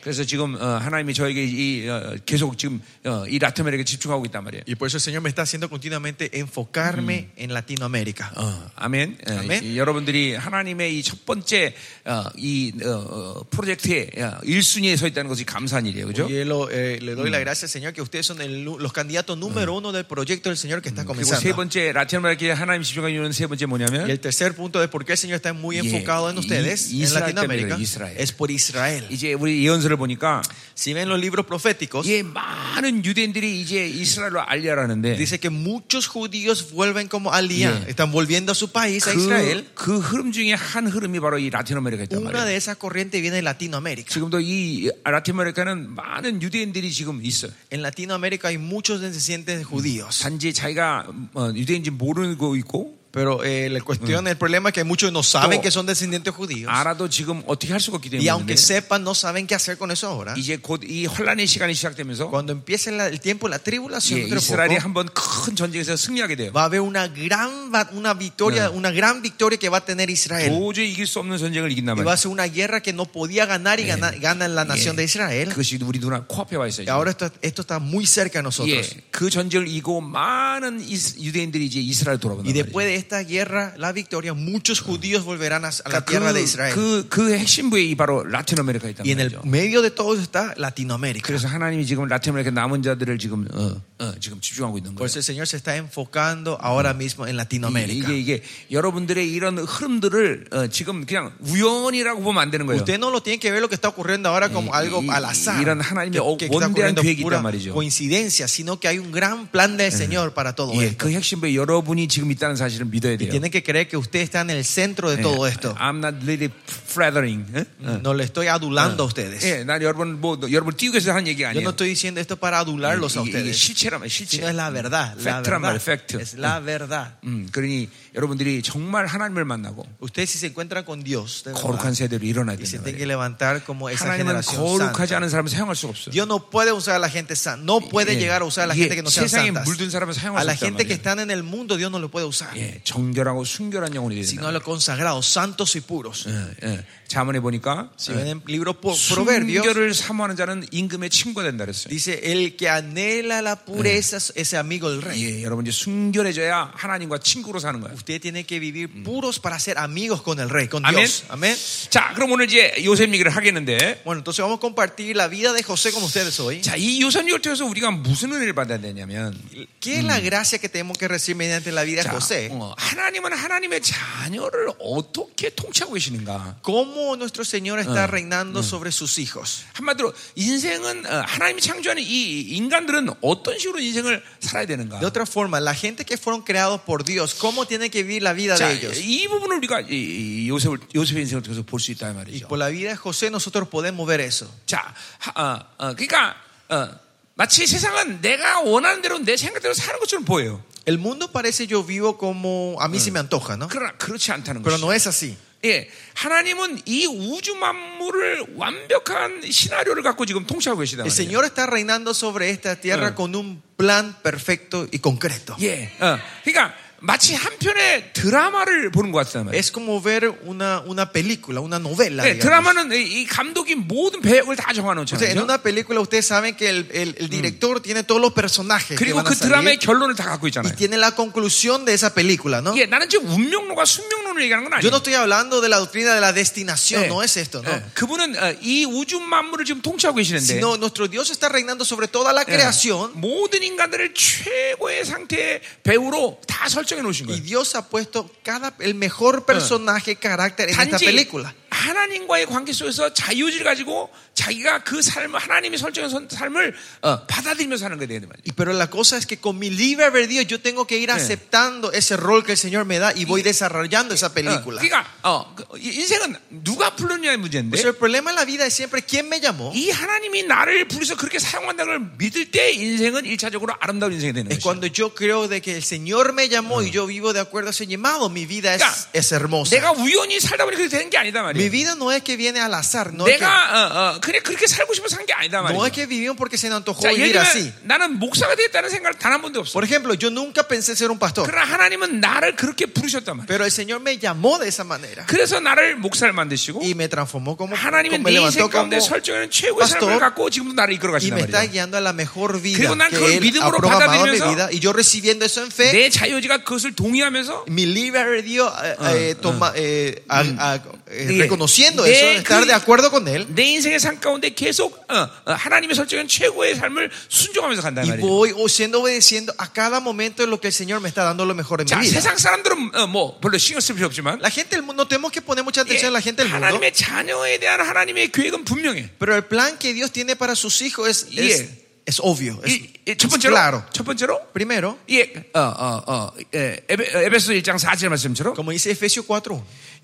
[SPEAKER 1] 그래서 지금 어, 하나님이 저에게 이, 어, 계속 지금 어, 이 라틴어에 집중하고 있단 말이에요.
[SPEAKER 2] Y por eso el Señor me está haciendo continuamente
[SPEAKER 1] Mm.
[SPEAKER 2] enfocarme en Latinoamérica.
[SPEAKER 1] 어, 아멘. 예,
[SPEAKER 2] 아멘.
[SPEAKER 1] 이- 여러분들이 하나님의 이 첫 번째 어, 이 어, 어, 프로젝트에 어, 1순위에 서 있다는 것이 감사한 일이에요. 그죠?
[SPEAKER 2] Y lo- eh, le
[SPEAKER 1] Mm.
[SPEAKER 2] doy la gracia al Señor que ustedes son el nu- los candidatos número uno del proyecto del Señor que está
[SPEAKER 1] 그리고 세
[SPEAKER 2] comenzando.
[SPEAKER 1] 번째 라틴 아메리카에 하나님 집중한 이유는 세 번째
[SPEAKER 2] Y
[SPEAKER 1] 뭐냐면
[SPEAKER 2] el tercer punto de por qué el Señor está muy
[SPEAKER 1] Yeah.
[SPEAKER 2] enfocado en
[SPEAKER 1] Y-
[SPEAKER 2] ustedes,
[SPEAKER 1] y-
[SPEAKER 2] en
[SPEAKER 1] Israel
[SPEAKER 2] Latinoamérica,
[SPEAKER 1] también, Israel.
[SPEAKER 2] es por Israel.
[SPEAKER 1] 이제 우리 예언서를 보니까
[SPEAKER 2] Si ven los libros proféticos,
[SPEAKER 1] 예, 많은 유대인들이 이제 이스라엘로 알려라는데
[SPEAKER 2] dice que muchos judíos vuelven como alía,
[SPEAKER 1] Yeah.
[SPEAKER 2] están volviendo a su país, a Israel.
[SPEAKER 1] 그, 그 흐름 중에 한 흐름이 바로 이 라틴 아메리카 있단
[SPEAKER 2] Una
[SPEAKER 1] 말이에요.
[SPEAKER 2] de esas corrientes viene de Latinoamérica.
[SPEAKER 1] 지금도 이 라틴 아메리카는 많은 유대인들이 지금 있어요.
[SPEAKER 2] En Latinoamérica hay muchos descendientes judíos.
[SPEAKER 1] 단지 자기가 어, 유대인인지 모르고 있고
[SPEAKER 2] Pero eh, la cuestión, el problema es que muchos no saben que son descendientes judíos.
[SPEAKER 1] 알아도 지금 어떻게 할 수가 없기
[SPEAKER 2] Y
[SPEAKER 1] 때문에
[SPEAKER 2] aunque sepan, no saben qué hacer con eso ahora.
[SPEAKER 1] 이제 곧 이 혼란의 시간이 시작되면서
[SPEAKER 2] Cuando empiece la- el tiempo, la tribulación,
[SPEAKER 1] 예,
[SPEAKER 2] dentro de
[SPEAKER 1] 이스라엘이
[SPEAKER 2] poco,
[SPEAKER 1] 한번 큰 전쟁에서 승리하게 돼요.
[SPEAKER 2] va a haber una gran, va- una victoria, una gran victoria que va a tener Israel.
[SPEAKER 1] 도저히 이길 수 없는 전쟁을 이긴단
[SPEAKER 2] Y va
[SPEAKER 1] 말이에요.
[SPEAKER 2] a ser una guerra que no podía ganar y gana, gana la nación de Israel.
[SPEAKER 1] 그것이 우리 눈앞 코앞에 와 있어요.
[SPEAKER 2] Y ahora esto, esto está muy cerca de
[SPEAKER 1] 지금. 예,
[SPEAKER 2] nosotros.
[SPEAKER 1] 그 전쟁을 이기고 많은 이스- 유대인들이 이제 이스라엘 돌아본단
[SPEAKER 2] Y después
[SPEAKER 1] 말이에요.
[SPEAKER 2] de esta guerra, la victoria, muchos judíos volverán a, a la tierra de
[SPEAKER 1] 그러니까
[SPEAKER 2] Israel.
[SPEAKER 1] 그, 그, 그 핵심부에 이 바로 라틴 아메리카 있단
[SPEAKER 2] Y en el
[SPEAKER 1] 말이죠.
[SPEAKER 2] medio de todo eso está Latinoamérica.
[SPEAKER 1] 그래서 하나님이 지금 라틴 아메리카 남은 자들을 지금 어, 어, 지금 집중하고 있는 거예요.
[SPEAKER 2] Por eso Pues el Señor se está enfocando ahora mismo en
[SPEAKER 1] 이-
[SPEAKER 2] Latinoamérica.
[SPEAKER 1] 이게 이게 여러분들의 이런 흐름들을 어, 지금 그냥 우연이라고 보면 안 되는 거예요.
[SPEAKER 2] Usted no lo tiene que ver lo que está ocurriendo ahora como
[SPEAKER 1] 이-
[SPEAKER 2] algo
[SPEAKER 1] 이-
[SPEAKER 2] al azar,
[SPEAKER 1] 이런 하나님의 어-
[SPEAKER 2] está
[SPEAKER 1] 원대한
[SPEAKER 2] ocurriendo
[SPEAKER 1] 계획이
[SPEAKER 2] pura
[SPEAKER 1] 있단 말이죠.
[SPEAKER 2] coincidencia, sino que hay un gran plan del Señor para todo
[SPEAKER 1] 예,
[SPEAKER 2] esto.
[SPEAKER 1] 그 핵심부에 여러분이 지금 있다는 사실을 믿어야 돼요.
[SPEAKER 2] Tienen que creer que usted está en el centro de
[SPEAKER 1] 예,
[SPEAKER 2] todo esto.
[SPEAKER 1] I'm not really flattering. 예? 어.
[SPEAKER 2] No le estoy adulando a ustedes.
[SPEAKER 1] 예, 난 여러분 뭐 여러분 띄우기 위해서 하는 얘기가
[SPEAKER 2] Yo
[SPEAKER 1] 아니에요.
[SPEAKER 2] no estoy diciendo esto para adularlos a
[SPEAKER 1] 이게, 이게
[SPEAKER 2] ustedes,
[SPEAKER 1] 실체란 말이에요. 실체.
[SPEAKER 2] sino es la verdad, la
[SPEAKER 1] Fact란 말이에요.
[SPEAKER 2] verdad.
[SPEAKER 1] Fact.
[SPEAKER 2] Es la verdad.
[SPEAKER 1] 음, 그러니 여러분들이 정말 하나님을 만나고
[SPEAKER 2] Usted si se encuentra con Dios,
[SPEAKER 1] 아.
[SPEAKER 2] de verdad,
[SPEAKER 1] 거룩한 세대로 일어나야
[SPEAKER 2] y se
[SPEAKER 1] 된다.
[SPEAKER 2] tiene que levantar como esa
[SPEAKER 1] 하나님은
[SPEAKER 2] generación santa.
[SPEAKER 1] 거룩하지 않은 사람을 사용할 수가 없어요.
[SPEAKER 2] Dios no puede usar a la gente santa, no puede
[SPEAKER 1] 예.
[SPEAKER 2] llegar a usar a la
[SPEAKER 1] 이게
[SPEAKER 2] gente que no sean
[SPEAKER 1] 세상에
[SPEAKER 2] santas.
[SPEAKER 1] 물든 사람은 사용할 수
[SPEAKER 2] A la
[SPEAKER 1] 없단
[SPEAKER 2] gente que
[SPEAKER 1] 말이에요.
[SPEAKER 2] están en el mundo, Dios no lo puede usar.
[SPEAKER 1] 예, 정결하고 순결한 영혼이 되는
[SPEAKER 2] Sino a los consagrados, santos y puros.
[SPEAKER 1] 예, 예. 자문에 보니까 그러니까.
[SPEAKER 2] Si ven en libro po- Proverbios,
[SPEAKER 1] 순결을 사모하는 자는 임금의 친구가 된다 그랬어요.
[SPEAKER 2] dice: El que anhela la pureza es amigo del rey.
[SPEAKER 1] 예, 여러분 이제 순결해져야 하나님과 친구로 사는 거예요.
[SPEAKER 2] Usted tiene que vivir puros para ser amigos con el rey, con
[SPEAKER 1] Amén.
[SPEAKER 2] Dios. Amén.
[SPEAKER 1] 자, 그럼 오늘 이제 요셉 얘기를 하겠는데,
[SPEAKER 2] Bueno, entonces vamos a compartir la vida de José con ustedes hoy.
[SPEAKER 1] 자, 이 요셉 얘기를 통해서 우리가 무슨 은혜를 받아야 되냐면,
[SPEAKER 2] ¿Qué es la gracia que tenemos que recibir mediante la vida de
[SPEAKER 1] 자,
[SPEAKER 2] José?
[SPEAKER 1] 어, 하나님은 하나님의 자녀를 어떻게 통치하고 계시는가?
[SPEAKER 2] ¿Cómo nuestro Señor está reinando sobre sus hijos?
[SPEAKER 1] 한마디로 인생은 어, 하나님이 창조하는 이 인간들은 어떤 식으로 인생을 살아야 되는가?
[SPEAKER 2] De otra forma, la gente que fueron creados por Dios, ¿cómo tiene que vivir la vida
[SPEAKER 1] 자,
[SPEAKER 2] de ellos?
[SPEAKER 1] 이 부분을 우리가 이- 이 요셉을 요셉의 인생을 통해서 볼 수 있다 는
[SPEAKER 2] Y
[SPEAKER 1] 말이죠.
[SPEAKER 2] por la vida de José nosotros podemos ver eso.
[SPEAKER 1] 자, 하- 어, 어, 그러니까 어, 마치 세상은 내가 원하는 대로 내 생각대로 사는 것처럼 보여요.
[SPEAKER 2] El mundo parece yo vivo como a mí se me antoja, ¿no?
[SPEAKER 1] 그러나 어? 그렇지 않다는
[SPEAKER 2] Pero
[SPEAKER 1] 거죠.
[SPEAKER 2] no es así.
[SPEAKER 1] 예, 하나님은 이 우주 만물을 완벽한 시나리오를 갖고 지금 통치하고 계시다
[SPEAKER 2] El
[SPEAKER 1] 말이에요.
[SPEAKER 2] Señor está reinando sobre esta
[SPEAKER 1] Ah.
[SPEAKER 2] tierra con un plan perfecto Mm. y concreto.
[SPEAKER 1] 예, 어, 그러니까 마치 한편의 드라마를 보는 것 같단 말이에요.
[SPEAKER 2] Es como ver una, una película, una novela.
[SPEAKER 1] 예,
[SPEAKER 2] digamos.
[SPEAKER 1] 드라마는 이, 이 감독이 모든 배역을 다
[SPEAKER 2] O sea, en
[SPEAKER 1] 정하놓잖아요.
[SPEAKER 2] una película ustedes saben que el, el- el director tiene todos los personajes Mm. que
[SPEAKER 1] 그리고
[SPEAKER 2] van a
[SPEAKER 1] 그
[SPEAKER 2] salir
[SPEAKER 1] 드라마의 결론을 다 갖고
[SPEAKER 2] y
[SPEAKER 1] 있잖아요.
[SPEAKER 2] tiene la conclusión de esa película, ¿no?
[SPEAKER 1] 예, 나는 지금 운명론과 숙명론을 얘기하는 건
[SPEAKER 2] Yo
[SPEAKER 1] 아니에요.
[SPEAKER 2] no estoy hablando de la doctrina de
[SPEAKER 1] 예.
[SPEAKER 2] la destinación, no es esto, ¿no?
[SPEAKER 1] 예, 그분은 어, 이 우주 만물을 지금 통치하고 계시는데
[SPEAKER 2] Sino nuestro Dios está reinando sobre toda la creación
[SPEAKER 1] 모든 인간들을 최고의 상태의 배우로 다 설정해 놓으신
[SPEAKER 2] Y
[SPEAKER 1] 거예요.
[SPEAKER 2] Dios ha puesto cada, el mejor personaje, carácter en esta
[SPEAKER 1] 단지
[SPEAKER 2] película.
[SPEAKER 1] 하나님과의 관계 속에서 자유의지를 가지고 자기가 그 삶을 하나님이 설정한 선- 삶을 어, 받아들이며 사는 거에 대해 말이죠.
[SPEAKER 2] Y, pero la cosa es que con mi libre albedrío yo tengo que ir aceptando ese rol que el Señor me da Eh. y eh, voy desarrollando esa
[SPEAKER 1] 어,
[SPEAKER 2] película.
[SPEAKER 1] 그러니까 어, 그 인생은 누가 불렀냐의 문제인데
[SPEAKER 2] O sea, el problema en la vida es siempre quién me llamó.
[SPEAKER 1] 이 하나님이 나를 부르서 그렇게 사용한다는 걸 믿을 때 인생은 일차적으로 아름다운 인생이 되는
[SPEAKER 2] Es
[SPEAKER 1] 거죠.
[SPEAKER 2] cuando yo creo de que el Señor me llamó y yo vivo de acuerdo a ese llamado, mi vida es,
[SPEAKER 1] Claro.
[SPEAKER 2] es hermosa.
[SPEAKER 1] 내가 우연히 살다 보니 그렇게 되는 게 아니다
[SPEAKER 2] Mi
[SPEAKER 1] 말이에요.
[SPEAKER 2] vida no es que viene al azar, no es que,
[SPEAKER 1] 내가 어, 어, 그래 그렇게 살고 싶어서 산 게 아니다
[SPEAKER 2] no es
[SPEAKER 1] 말이야.
[SPEAKER 2] que vivimos porque se nos antojó
[SPEAKER 1] 자, 예를
[SPEAKER 2] vivir así.
[SPEAKER 1] 들면 나는 목사가 되겠다는 생각을 단 한 번도 없어.
[SPEAKER 2] Por ejemplo, yo nunca pensé ser un pastor,
[SPEAKER 1] 그러나 하나님은 나를 그렇게 부르셨단 말이야.
[SPEAKER 2] pero el Señor me llamó de esa manera
[SPEAKER 1] 그래서 na를 목사를 만드시고
[SPEAKER 2] y me transformó como, como
[SPEAKER 1] 하나님은
[SPEAKER 2] Ah, me
[SPEAKER 1] 내 인생
[SPEAKER 2] levantó como
[SPEAKER 1] 가운데 설정하는 최고의
[SPEAKER 2] pastor,
[SPEAKER 1] 사람을 갖고 지금도 나를 이끌어
[SPEAKER 2] y me
[SPEAKER 1] 가신단
[SPEAKER 2] está
[SPEAKER 1] 말이야.
[SPEAKER 2] guiando a la mejor vida
[SPEAKER 1] 그리고 난 그걸
[SPEAKER 2] que él ha
[SPEAKER 1] 믿음으로
[SPEAKER 2] programado en mi
[SPEAKER 1] 받아들이면서
[SPEAKER 2] vida y yo recibiendo eso en fe
[SPEAKER 1] 내 자유지가 그것을 동의하면서
[SPEAKER 2] mi libre albedrío, eh, eh, toma- eh, a- a- eh,
[SPEAKER 1] Sí.
[SPEAKER 2] reconociendo
[SPEAKER 1] De-
[SPEAKER 2] eso estar
[SPEAKER 1] que-
[SPEAKER 2] de acuerdo con él
[SPEAKER 1] 내 인생의 삶 가운데 계속 어, 어, 하나님의 설정한 최고의 삶을 순종하면서 간단
[SPEAKER 2] y
[SPEAKER 1] 말이에요.
[SPEAKER 2] voy o siendo obedeciendo a cada momento en lo que el Señor me está dando lo mejor en
[SPEAKER 1] 자,
[SPEAKER 2] mi vida
[SPEAKER 1] 세상 사람들은 어, 뭐 별로 신경 쓸 필요 없지만
[SPEAKER 2] la gente del mundo no tenemos que poner mucha
[SPEAKER 1] 예,
[SPEAKER 2] atención a la gente del mundo
[SPEAKER 1] 하나님의 자녀에 대한 하나님의 계획은 분명해.
[SPEAKER 2] pero el plan que Dios tiene para sus hijos es,
[SPEAKER 1] Y-
[SPEAKER 2] es, es obvio es,
[SPEAKER 1] 이, 이, 첫
[SPEAKER 2] es
[SPEAKER 1] 번째로
[SPEAKER 2] claro
[SPEAKER 1] 첫 번째로
[SPEAKER 2] primero
[SPEAKER 1] 예, 어, 어, 어, 예, 에베, 에베소 1장 4절 말씀처럼
[SPEAKER 2] como dice Efesios 4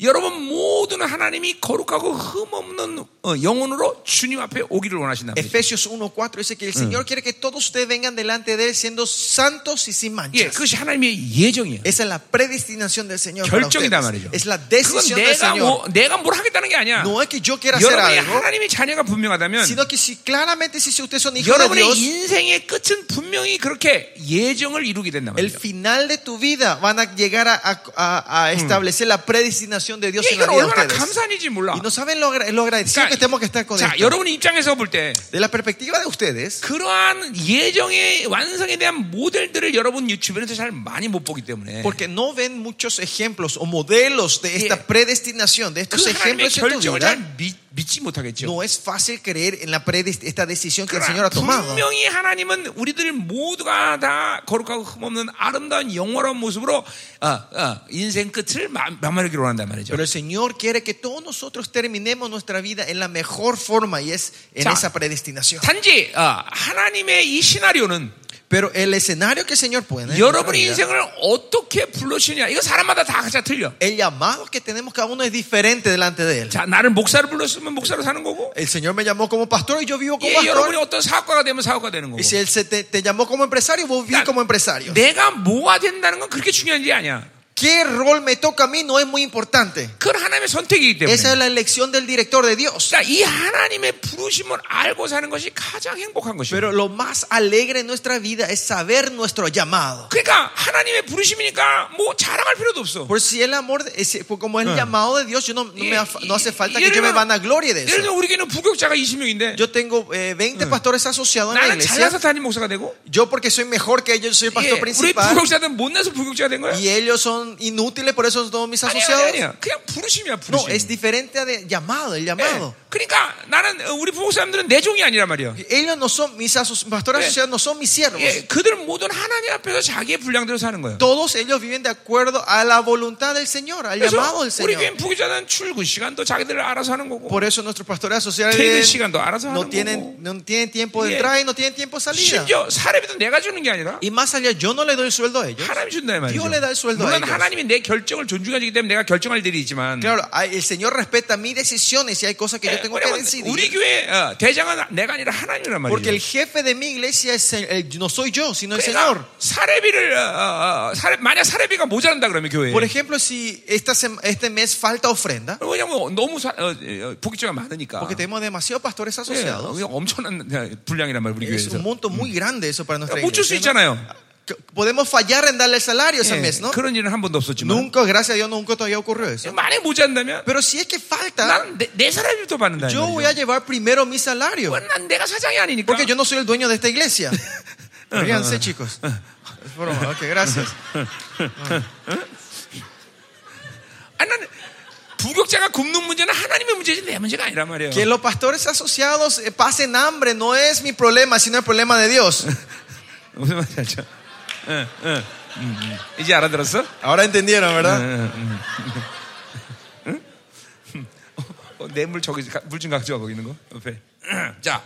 [SPEAKER 1] 여러분 모두는 하나님이 거룩하고 흠없는 어, 영혼으로 주님 앞에 오기를 원하신다.
[SPEAKER 2] Efesios 1.4 dice que el Señor quiere que todos ustedes vengan delante de Él siendo santos y sin
[SPEAKER 1] 예,
[SPEAKER 2] manchas.
[SPEAKER 1] 그것이 하나님의 예정이에요.
[SPEAKER 2] Esa es la predestinación del Señor. para
[SPEAKER 1] 결정이다
[SPEAKER 2] ustedes.
[SPEAKER 1] 말이죠.
[SPEAKER 2] Es la
[SPEAKER 1] 그건
[SPEAKER 2] decisión del
[SPEAKER 1] 내가
[SPEAKER 2] Señor.
[SPEAKER 1] 뭐, 내가 뭘 하겠다는 게 아니야.
[SPEAKER 2] No es que yo quiera hacer
[SPEAKER 1] 여러분이
[SPEAKER 2] algo,
[SPEAKER 1] 하나님의 자녀가 분명하다면
[SPEAKER 2] sino que si claramente si ustedes son hijos de
[SPEAKER 1] 여러분의
[SPEAKER 2] Dios,
[SPEAKER 1] 인생의 끝은 분명히 그렇게 예정을 이루게 된단
[SPEAKER 2] el
[SPEAKER 1] 말이에요.
[SPEAKER 2] final de tu vida van a llegar a, a- a- a establecer la predestinación de Dios
[SPEAKER 1] 예,
[SPEAKER 2] en la
[SPEAKER 1] 이건
[SPEAKER 2] vida de
[SPEAKER 1] 얼마나
[SPEAKER 2] ustedes.
[SPEAKER 1] 감사한지 몰라. 그러니까
[SPEAKER 2] Y no saben lo, agra- lo agradecido que tenemos que estar con
[SPEAKER 1] 자,
[SPEAKER 2] esto.
[SPEAKER 1] 여러분 입장에서 볼 때
[SPEAKER 2] De la perspectiva de ustedes,
[SPEAKER 1] 그러한 예정의 완성에 대한 모델들을 여러분 유튜브에서 잘 많이 못 보기 때문에
[SPEAKER 2] porque no ven muchos ejemplos o modelos de esta
[SPEAKER 1] Yeah.
[SPEAKER 2] predestinación, de estos
[SPEAKER 1] 그 하나님의
[SPEAKER 2] ejemplos en tu
[SPEAKER 1] 결정을
[SPEAKER 2] vida.
[SPEAKER 1] 잘 믿, 믿지 못하겠죠.
[SPEAKER 2] No es fácil creer en la predest- esta decisión que el
[SPEAKER 1] 그러나
[SPEAKER 2] Señor ha tomado.
[SPEAKER 1] 분명히 하나님은 우리들 모두가 다 거룩하고 흠없는 아름다운 영화로운 모습으로 어, 어, 인생 끝을 마- 마무리하기로 한단 말이죠.
[SPEAKER 2] Pero el Señor quiere que todos nosotros terminemos nuestra vida en la mejor forma y es en
[SPEAKER 1] Ya.
[SPEAKER 2] esa predestinación.
[SPEAKER 1] 단지 어, 하나님의 이 시나리오는
[SPEAKER 2] Pero el escenario que el Señor pone,
[SPEAKER 1] 여러분의 인생을 어떻게 불러주냐 이거 사람마다 다 각자 틀려.
[SPEAKER 2] el llamado que tenemos cada uno es diferente delante de Él.
[SPEAKER 1] 자, 나를 목사를 불렀으면 목사로 사는 거고,
[SPEAKER 2] El Señor me llamó como pastor y yo vivo como
[SPEAKER 1] 예, 여러분이
[SPEAKER 2] pastor.
[SPEAKER 1] 어떤 사업가가 되면 사업가 되는 거고.
[SPEAKER 2] Y si Él se te, te llamó como empresario, vos vivís
[SPEAKER 1] Ya.
[SPEAKER 2] como empresario.
[SPEAKER 1] 내가 뭐가 된다는 건 그렇게 중요한 일이 아니야.
[SPEAKER 2] ¿Qué rol me toca a mí? No es muy importante.
[SPEAKER 1] 그건 하나님의 선택이기 때문에.
[SPEAKER 2] Esa es la elección del director de Dios.
[SPEAKER 1] 자, 이 하나님의 부르심을 알고 사는 것이 가장 행복한 것이에요.
[SPEAKER 2] Pero lo más alegre en nuestra vida es saber nuestro llamado.
[SPEAKER 1] 그러니까 하나님의 부르심이니까 뭐 자랑할 필요도 없어.
[SPEAKER 2] Por si el amor, es- como el llamado de Dios, yo no, no me af- no hace falta que Ah. yo me vanaglorie de
[SPEAKER 1] 예를
[SPEAKER 2] eso.
[SPEAKER 1] 들면 우리에게는 부격자가 20명인데
[SPEAKER 2] Yo tengo eh, 20 pastores asociados en la
[SPEAKER 1] 나는 잘나서
[SPEAKER 2] iglesia.
[SPEAKER 1] 담임 목사가 되고
[SPEAKER 2] Yo porque soy mejor que ellos, soy
[SPEAKER 1] 예,
[SPEAKER 2] pastor
[SPEAKER 1] 우리
[SPEAKER 2] principal.
[SPEAKER 1] 부격자들은 못나서 부격자가 된 거야?
[SPEAKER 2] Y ellos son inútiles, por eso son todos mis
[SPEAKER 1] 아니야, 아니야,
[SPEAKER 2] asociados.
[SPEAKER 1] 아니야. 그냥 부르심이야,
[SPEAKER 2] No,
[SPEAKER 1] 부르심.
[SPEAKER 2] es diferente de llamado, el
[SPEAKER 1] 예,
[SPEAKER 2] llamado.
[SPEAKER 1] 그러니까 나는 어, 우리 부목사님들은 내 종이 아니란 말이야.
[SPEAKER 2] Ellos no son mis aso- pastores
[SPEAKER 1] Eh.
[SPEAKER 2] asociados, no son mis siervos.
[SPEAKER 1] 예, 그들 모든 하나님 앞에서 자기의 분량대로 사는 거예요.
[SPEAKER 2] Todos ellos viven de acuerdo a la voluntad del Señor, al llamado
[SPEAKER 1] 그래서
[SPEAKER 2] del
[SPEAKER 1] 우리
[SPEAKER 2] Señor.
[SPEAKER 1] 교회 부기자는 출근 시간도 자기들 알아서 하는 거고
[SPEAKER 2] Por eso nuestros pastores asociados
[SPEAKER 1] 퇴근 시간도 알아서
[SPEAKER 2] no
[SPEAKER 1] 하는
[SPEAKER 2] tienen,
[SPEAKER 1] 거고
[SPEAKER 2] no tienen tiempo
[SPEAKER 1] Yeah.
[SPEAKER 2] de entrada y no tienen tiempo de salida.
[SPEAKER 1] 심지어 사례비도 내가 주는 게 아니라
[SPEAKER 2] Y más allá, yo no le doy el sueldo a ellos.
[SPEAKER 1] 하나님이 준다 이 말이죠
[SPEAKER 2] Dios le da el sueldo a
[SPEAKER 1] 물론
[SPEAKER 2] ellos.
[SPEAKER 1] 하나님이 내 결정을 존중하기 때문에 내가 결정할 일이 있지만
[SPEAKER 2] Claro, hay- el Señor respeta mis decisiones y hay cosas que
[SPEAKER 1] 예,
[SPEAKER 2] yo tengo que
[SPEAKER 1] 왜냐면 우리
[SPEAKER 2] decidir.
[SPEAKER 1] 교회 어, 대장은 내가 아니라 하나님이란
[SPEAKER 2] Porque el
[SPEAKER 1] 말이죠
[SPEAKER 2] jefe de mi iglesia es el- el- no soy yo, sino el Señor.
[SPEAKER 1] 그러니까 사례비를 어, 어, 어, 사례- 만약 사례비가 모자란다 그러면 교회에
[SPEAKER 2] Por ejemplo, si esta sem- este mes falta ofrenda,
[SPEAKER 1] 왜냐면 너무 사- 어, 어, 복지가 많으니까
[SPEAKER 2] porque tenemos demasiados pastores
[SPEAKER 1] 예,
[SPEAKER 2] asociados,
[SPEAKER 1] 이게 엄청난 어, 분량이란 말이에요 우리
[SPEAKER 2] es
[SPEAKER 1] 교회에서
[SPEAKER 2] un monto muy grande eso para nuestra
[SPEAKER 1] 못 줄 수
[SPEAKER 2] iglesia. ¿no?
[SPEAKER 1] 있잖아요
[SPEAKER 2] Que- Podemos fallar en darle el salario ese
[SPEAKER 1] 예,
[SPEAKER 2] mes, ¿no?
[SPEAKER 1] 그런 일은 한 번도 없었지만
[SPEAKER 2] Nunca, gracias a Dios, nunca todavía ocurrió eso.
[SPEAKER 1] 만약 모자란다면
[SPEAKER 2] Pero si es que falta,
[SPEAKER 1] 나는 내, 내 사람부터 받는다.
[SPEAKER 2] yo voy a llevar primero mi salario,
[SPEAKER 1] 난 내가 사장이 아니니까.
[SPEAKER 2] porque yo no soy el dueño de esta iglesia. Ríanse, chicos. Es broma, ok, gracias.
[SPEAKER 1] 아니, 나는 부격자가 굶는 문제는 하나님의 문제지 내 문제가 아니란 말이에요.
[SPEAKER 2] Que los pastores asociados eh, pasen hambre no es mi problema, sino el problema de Dios.
[SPEAKER 1] 무슨 말인지 알죠? 예, 응, 응, 응, 응. 음. 이제 알아들었어?
[SPEAKER 2] Ahora entendieron, ¿verdad?
[SPEAKER 1] 어, 내물 저기 물 좀 가져와 보이는 거 옆에. 자,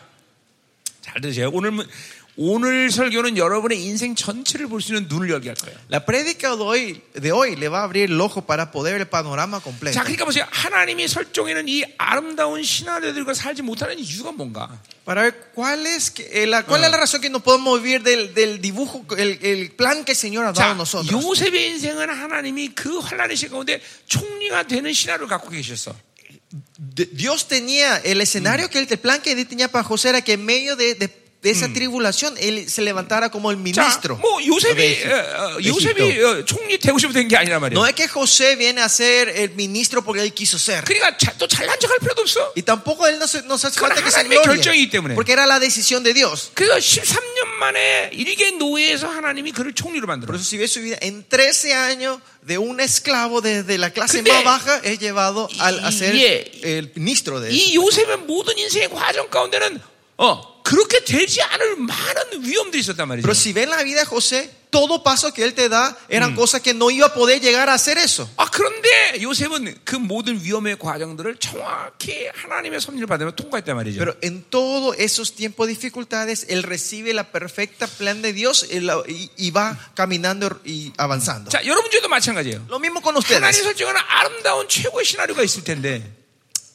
[SPEAKER 1] 잘 들으세요. 오늘 문- 오늘 설교는 여러분의 인생 전체를 볼 수 있는 눈을 열게 할 거예요.
[SPEAKER 2] La prédica de hoy, de hoy le va a abrir el ojo para poder ver el panorama completo.
[SPEAKER 1] 자, 그러니까 보세요. 하나님이 설정에는 이 아름다운 신화들과 살지 못하는 이유가 뭔가?
[SPEAKER 2] Para ver cuál es, que- eh, la, cuál es la razón que nos podemos vivir del, del dibujo, el, el plan que el Señor ha dado a
[SPEAKER 1] 자,
[SPEAKER 2] nosotros.
[SPEAKER 1] 요셉의 인생은 하나님이 그 환란의 시간 가운데 총리가 되는 신화를 갖고 계셨어.
[SPEAKER 2] de- Dios tenía el escenario que él, el plan que él tenía para José era que en medio de, de- de esa tribulación él se levantara como el
[SPEAKER 1] 자,
[SPEAKER 2] ministro.
[SPEAKER 1] 뭐 요셉이 어, 어, 요셉이 어, 총리 되고 싶어 된 게 아니란 말이에요.
[SPEAKER 2] No es que José viene a ser el ministro porque él quiso ser.
[SPEAKER 1] 그러니까 자- 또 잘난 척할 필요도 없어.
[SPEAKER 2] Y tampoco él no se, no se hace
[SPEAKER 1] 그건
[SPEAKER 2] falta que se
[SPEAKER 1] 하나님의
[SPEAKER 2] glorie,
[SPEAKER 1] 결정이기 때문에.
[SPEAKER 2] Porque era la decisión de Dios.
[SPEAKER 1] 그래서 13년 만에 일개 노예에서 하나님이 그를 총리로
[SPEAKER 2] Por
[SPEAKER 1] 만들어.
[SPEAKER 2] eso si ve su vida en 13 años de un esclavo desde la clase
[SPEAKER 1] Pero-
[SPEAKER 2] más baja es llevado al, a ser
[SPEAKER 1] Yeah.
[SPEAKER 2] el ministro de él.
[SPEAKER 1] 이 요셉의 모든 인생의 과정 가운데는 어 그렇게 되지 않을 많은 위험들이 있었단 말이죠.
[SPEAKER 2] Pero si ven la vida de José, todo paso que él te da eran cosas que no iba a poder llegar a hacer eso.
[SPEAKER 1] 아 그런데 요셉은 그 모든 위험의 과정들을 정확히 하나님의 섭리를 받으며 통과했단 말이죠.
[SPEAKER 2] Pero en todos esos tiempos de dificultades, él recibe la perfecta plan de Dios él la- y, y va caminando y avanzando.
[SPEAKER 1] 자 여러분 중에도 마찬가지예요.
[SPEAKER 2] Lo mismo con ustedes.
[SPEAKER 1] 하나님 설정하는 아름다운 최고의 시나리오가 있을 텐데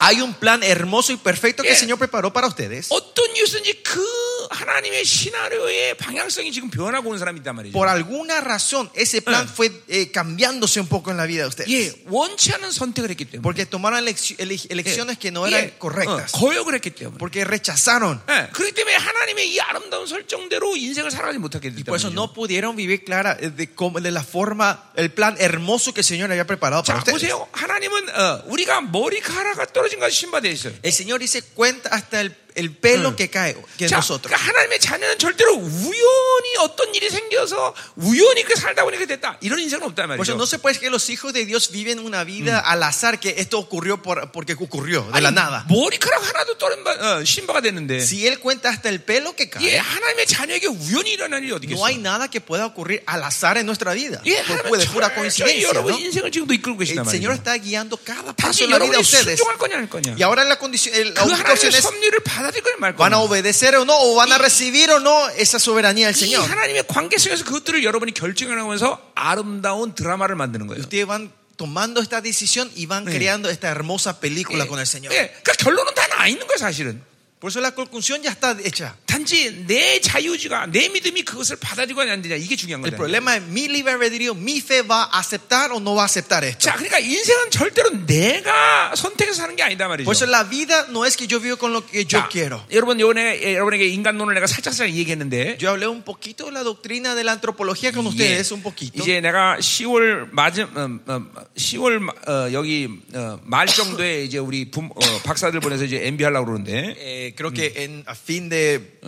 [SPEAKER 2] Hay un plan hermoso y perfecto que el
[SPEAKER 1] Yeah.
[SPEAKER 2] Señor preparó para ustedes.
[SPEAKER 1] 어떤 이유든지 그 하나님의 시나리오의 방향성이 지금 변하고 온 사람이 있단 말이죠.
[SPEAKER 2] Por alguna razón, ese plan
[SPEAKER 1] Yeah.
[SPEAKER 2] fue eh, cambiándose un poco en la vida de ustedes.
[SPEAKER 1] 예, 원치 않은 선택을 했기 때문에.
[SPEAKER 2] Porque tomaron elecci- ele-
[SPEAKER 1] 예,
[SPEAKER 2] elecciones que no eran
[SPEAKER 1] 예,
[SPEAKER 2] correctas.
[SPEAKER 1] 어, 거역을 했기 때문에.
[SPEAKER 2] Porque rechazaron.
[SPEAKER 1] 예, 그렇기 때문에 하나님의 이 아름다운 설정대로 인생을 살아가지 못하게 됐다.
[SPEAKER 2] Por eso no pudieron vivir clara eh, de, cómo- de la forma, el plan hermoso que el Señor había preparado para
[SPEAKER 1] 자,
[SPEAKER 2] ustedes.
[SPEAKER 1] 보세요. 하나님은 어, 우리가 머리카락이 떨어진 것을 신바되어 있어요.
[SPEAKER 2] El Señor dice, cuenta hasta el, el pelo que cae que en
[SPEAKER 1] 자,
[SPEAKER 2] nosotros.
[SPEAKER 1] 그러니까 하나님의 자녀는 절대로 우연히 어떤 일이 생겨서 우연히 그 살다 보니까 됐다. 이런 인생은 없단
[SPEAKER 2] Por eso
[SPEAKER 1] 말이죠.
[SPEAKER 2] no se puede decir que los hijos de Dios viven una vida al azar, que esto ocurrió por- porque ocurrió, de la nada.
[SPEAKER 1] 머리카락 하나도 떨어진 바, 어, 신바가 됐는데
[SPEAKER 2] Si Él cuenta hasta el pelo que cae,
[SPEAKER 1] 예, 하나님의 자녀에게 우연히 일어난 일이 어디
[SPEAKER 2] no hay
[SPEAKER 1] 있겠어요?
[SPEAKER 2] nada que pueda ocurrir al azar en nuestra vida.
[SPEAKER 1] 예,
[SPEAKER 2] Por-
[SPEAKER 1] 하나님은
[SPEAKER 2] puede pura
[SPEAKER 1] 철저히
[SPEAKER 2] coincidencia.
[SPEAKER 1] 여러분
[SPEAKER 2] ¿no?
[SPEAKER 1] 의 인생을 지금도 이끌고 계시단
[SPEAKER 2] El Señor
[SPEAKER 1] 말이죠.
[SPEAKER 2] está guiando cada
[SPEAKER 1] 다시
[SPEAKER 2] paso en la vida de
[SPEAKER 1] 여러분이
[SPEAKER 2] ustedes.
[SPEAKER 1] 순종할 거냐 안 할 거냐.
[SPEAKER 2] Y ahora la condición, el- la
[SPEAKER 1] 그
[SPEAKER 2] única opción
[SPEAKER 1] 하나님의
[SPEAKER 2] es
[SPEAKER 1] 섭리를 받아들일 거냐 말
[SPEAKER 2] van a
[SPEAKER 1] 거냐.
[SPEAKER 2] obedecer o no, o van a recibir o no esa soberanía del
[SPEAKER 1] 이
[SPEAKER 2] Señor.
[SPEAKER 1] 하나님의 관계 속에서 그것들을 여러분이 결정하면서 아름다운 드라마를 만드는 거예요.
[SPEAKER 2] Ustedes van tomando esta decisión y van
[SPEAKER 1] Sí.
[SPEAKER 2] creando esta hermosa
[SPEAKER 1] 예,
[SPEAKER 2] película con el Señor.
[SPEAKER 1] 예, 그러니까 결론은 다 나 있는 거예요, 사실은.
[SPEAKER 2] Por eso la conclusión ya está hecha.
[SPEAKER 1] 단지 내 자유지가 내 믿음이 그것을 받아들이고 안 되냐 이게 중요한
[SPEAKER 2] El
[SPEAKER 1] 거예요.
[SPEAKER 2] problema es mi libre albedrío, mi fe va a aceptar o no va a aceptar esto.
[SPEAKER 1] 자, 그러니까 인생은 절대로 내가 선택해서 사는 게 아니다 말이죠.
[SPEAKER 2] Por eso la vida no es que yo vivo con lo que yo
[SPEAKER 1] 자,
[SPEAKER 2] quiero.
[SPEAKER 1] 여러분 요번에 예, 여러분에게 인간론을 내가 살짝살짝 얘기했는데
[SPEAKER 2] Yo hablé un poquito de la doctrina de la antropología con ustedes, un poquito.
[SPEAKER 1] 이제 내가 10월 맞은 어, 어, 10월 마- 어, 여기 어, 말 정도에 이제 우리 분- 어, 박사들 보내서 이제 MB 하려고 그러는데 어,
[SPEAKER 2] Eh, creo que en, a fin de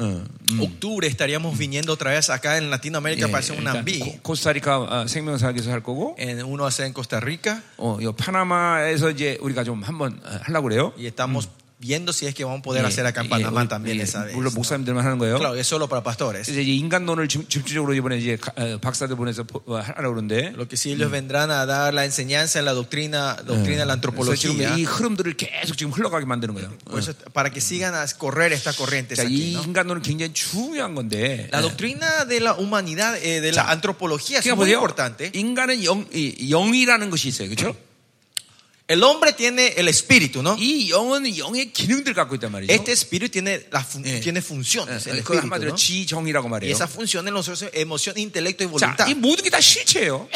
[SPEAKER 2] octubre estaríamos viniendo otra vez acá en Latinoamérica para hacer una
[SPEAKER 1] 예, 일단
[SPEAKER 2] MBA.
[SPEAKER 1] 코- 코스타리카 어, 생명사학에서 할 거고
[SPEAKER 2] En, uno hace en Costa Rica
[SPEAKER 1] 어, 요 파나마에서 이제 우리가 좀 한번 어, 하려고 그래요.
[SPEAKER 2] y estamos viendo si es que vamos a poder hacer acá en
[SPEAKER 1] 예,
[SPEAKER 2] Panamá
[SPEAKER 1] 우리-
[SPEAKER 2] también
[SPEAKER 1] 예,
[SPEAKER 2] esa vez.
[SPEAKER 1] 물론 목사님들만 하는 거예요.
[SPEAKER 2] Claro, es solo para pastores.
[SPEAKER 1] 그래서 이제 인간론을 집- 집중적으로 이번에 이제 가- 어, 박사들 보내서 보- 어, 하려고 그러는데
[SPEAKER 2] Lo que sí ellos vendrán a dar la enseñanza en la doctrina, doctrina de la
[SPEAKER 1] 그래서 지금
[SPEAKER 2] antropología.
[SPEAKER 1] 이 흐름들을 계속 지금 흘러가게 만드는 거예요.
[SPEAKER 2] Por eso, para que sigan a correr estas corrientes
[SPEAKER 1] 자,
[SPEAKER 2] aquí,
[SPEAKER 1] 이
[SPEAKER 2] ¿no?
[SPEAKER 1] 인간론은 굉장히 중요한 건데
[SPEAKER 2] La doctrina de la humanidad, eh, de la antropología es
[SPEAKER 1] 그러니까
[SPEAKER 2] muy
[SPEAKER 1] 보세요.
[SPEAKER 2] importante.
[SPEAKER 1] 인간은 영, 이, 영이라는 것이 있어요. 그렇죠?
[SPEAKER 2] El hombre tiene el espíritu, ¿no?
[SPEAKER 1] 이 영은 영의 기능들 갖고 있단 말이죠.
[SPEAKER 2] Este espíritu tiene, la fun-
[SPEAKER 1] Eh.
[SPEAKER 2] tiene funciones, el
[SPEAKER 1] 그
[SPEAKER 2] espíritu,
[SPEAKER 1] 한마디로
[SPEAKER 2] ¿no?
[SPEAKER 1] 지정이라고
[SPEAKER 2] Y
[SPEAKER 1] 말해요.
[SPEAKER 2] esas funciones nosotros emoción, intelecto y
[SPEAKER 1] 자,
[SPEAKER 2] voluntad. Ah.
[SPEAKER 1] 이 모든 게 다 실체예요.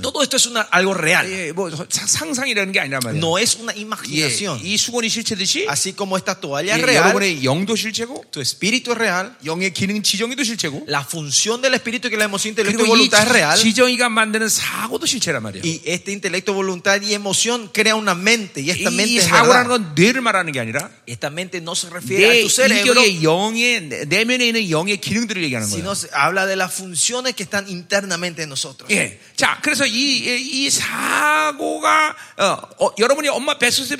[SPEAKER 2] Todo esto es una- algo real.
[SPEAKER 1] 예, 뭐 사- 상상이라는 게 아니란 말이에요.
[SPEAKER 2] Eh, No es una
[SPEAKER 1] 예,
[SPEAKER 2] imaginación.
[SPEAKER 1] 이 수건이 실체듯이
[SPEAKER 2] Así como esta toalla
[SPEAKER 1] 예,
[SPEAKER 2] es real,
[SPEAKER 1] 여러분의 영도 실체고
[SPEAKER 2] tu espíritu es real,
[SPEAKER 1] 영의 기능 지정이도 실체고
[SPEAKER 2] la función del espíritu que la emoción, intelecto
[SPEAKER 1] 그리고 이
[SPEAKER 2] y voluntad es real.
[SPEAKER 1] 지- 지정이가 만드는 사고도 실체란 말이에요.
[SPEAKER 2] Y este intelecto, voluntad y emoción crea una mente. Y esta
[SPEAKER 1] 이,
[SPEAKER 2] mente es
[SPEAKER 1] 사고라는
[SPEAKER 2] verdad.
[SPEAKER 1] 건 뇌를 말하는 게 아니라
[SPEAKER 2] Esta mente no se refiere
[SPEAKER 1] 내 아,
[SPEAKER 2] a tu cerebro,
[SPEAKER 1] 인격의 영의 내- 내면에 있는 영의 기능들을 얘기하는 거예요.
[SPEAKER 2] sino se- habla de las funciones que están internamente en nosotros.
[SPEAKER 1] 예. 자, 그래서 이, 이, 이 사고가, 어, 어, 여러분이 엄마 뱃속에서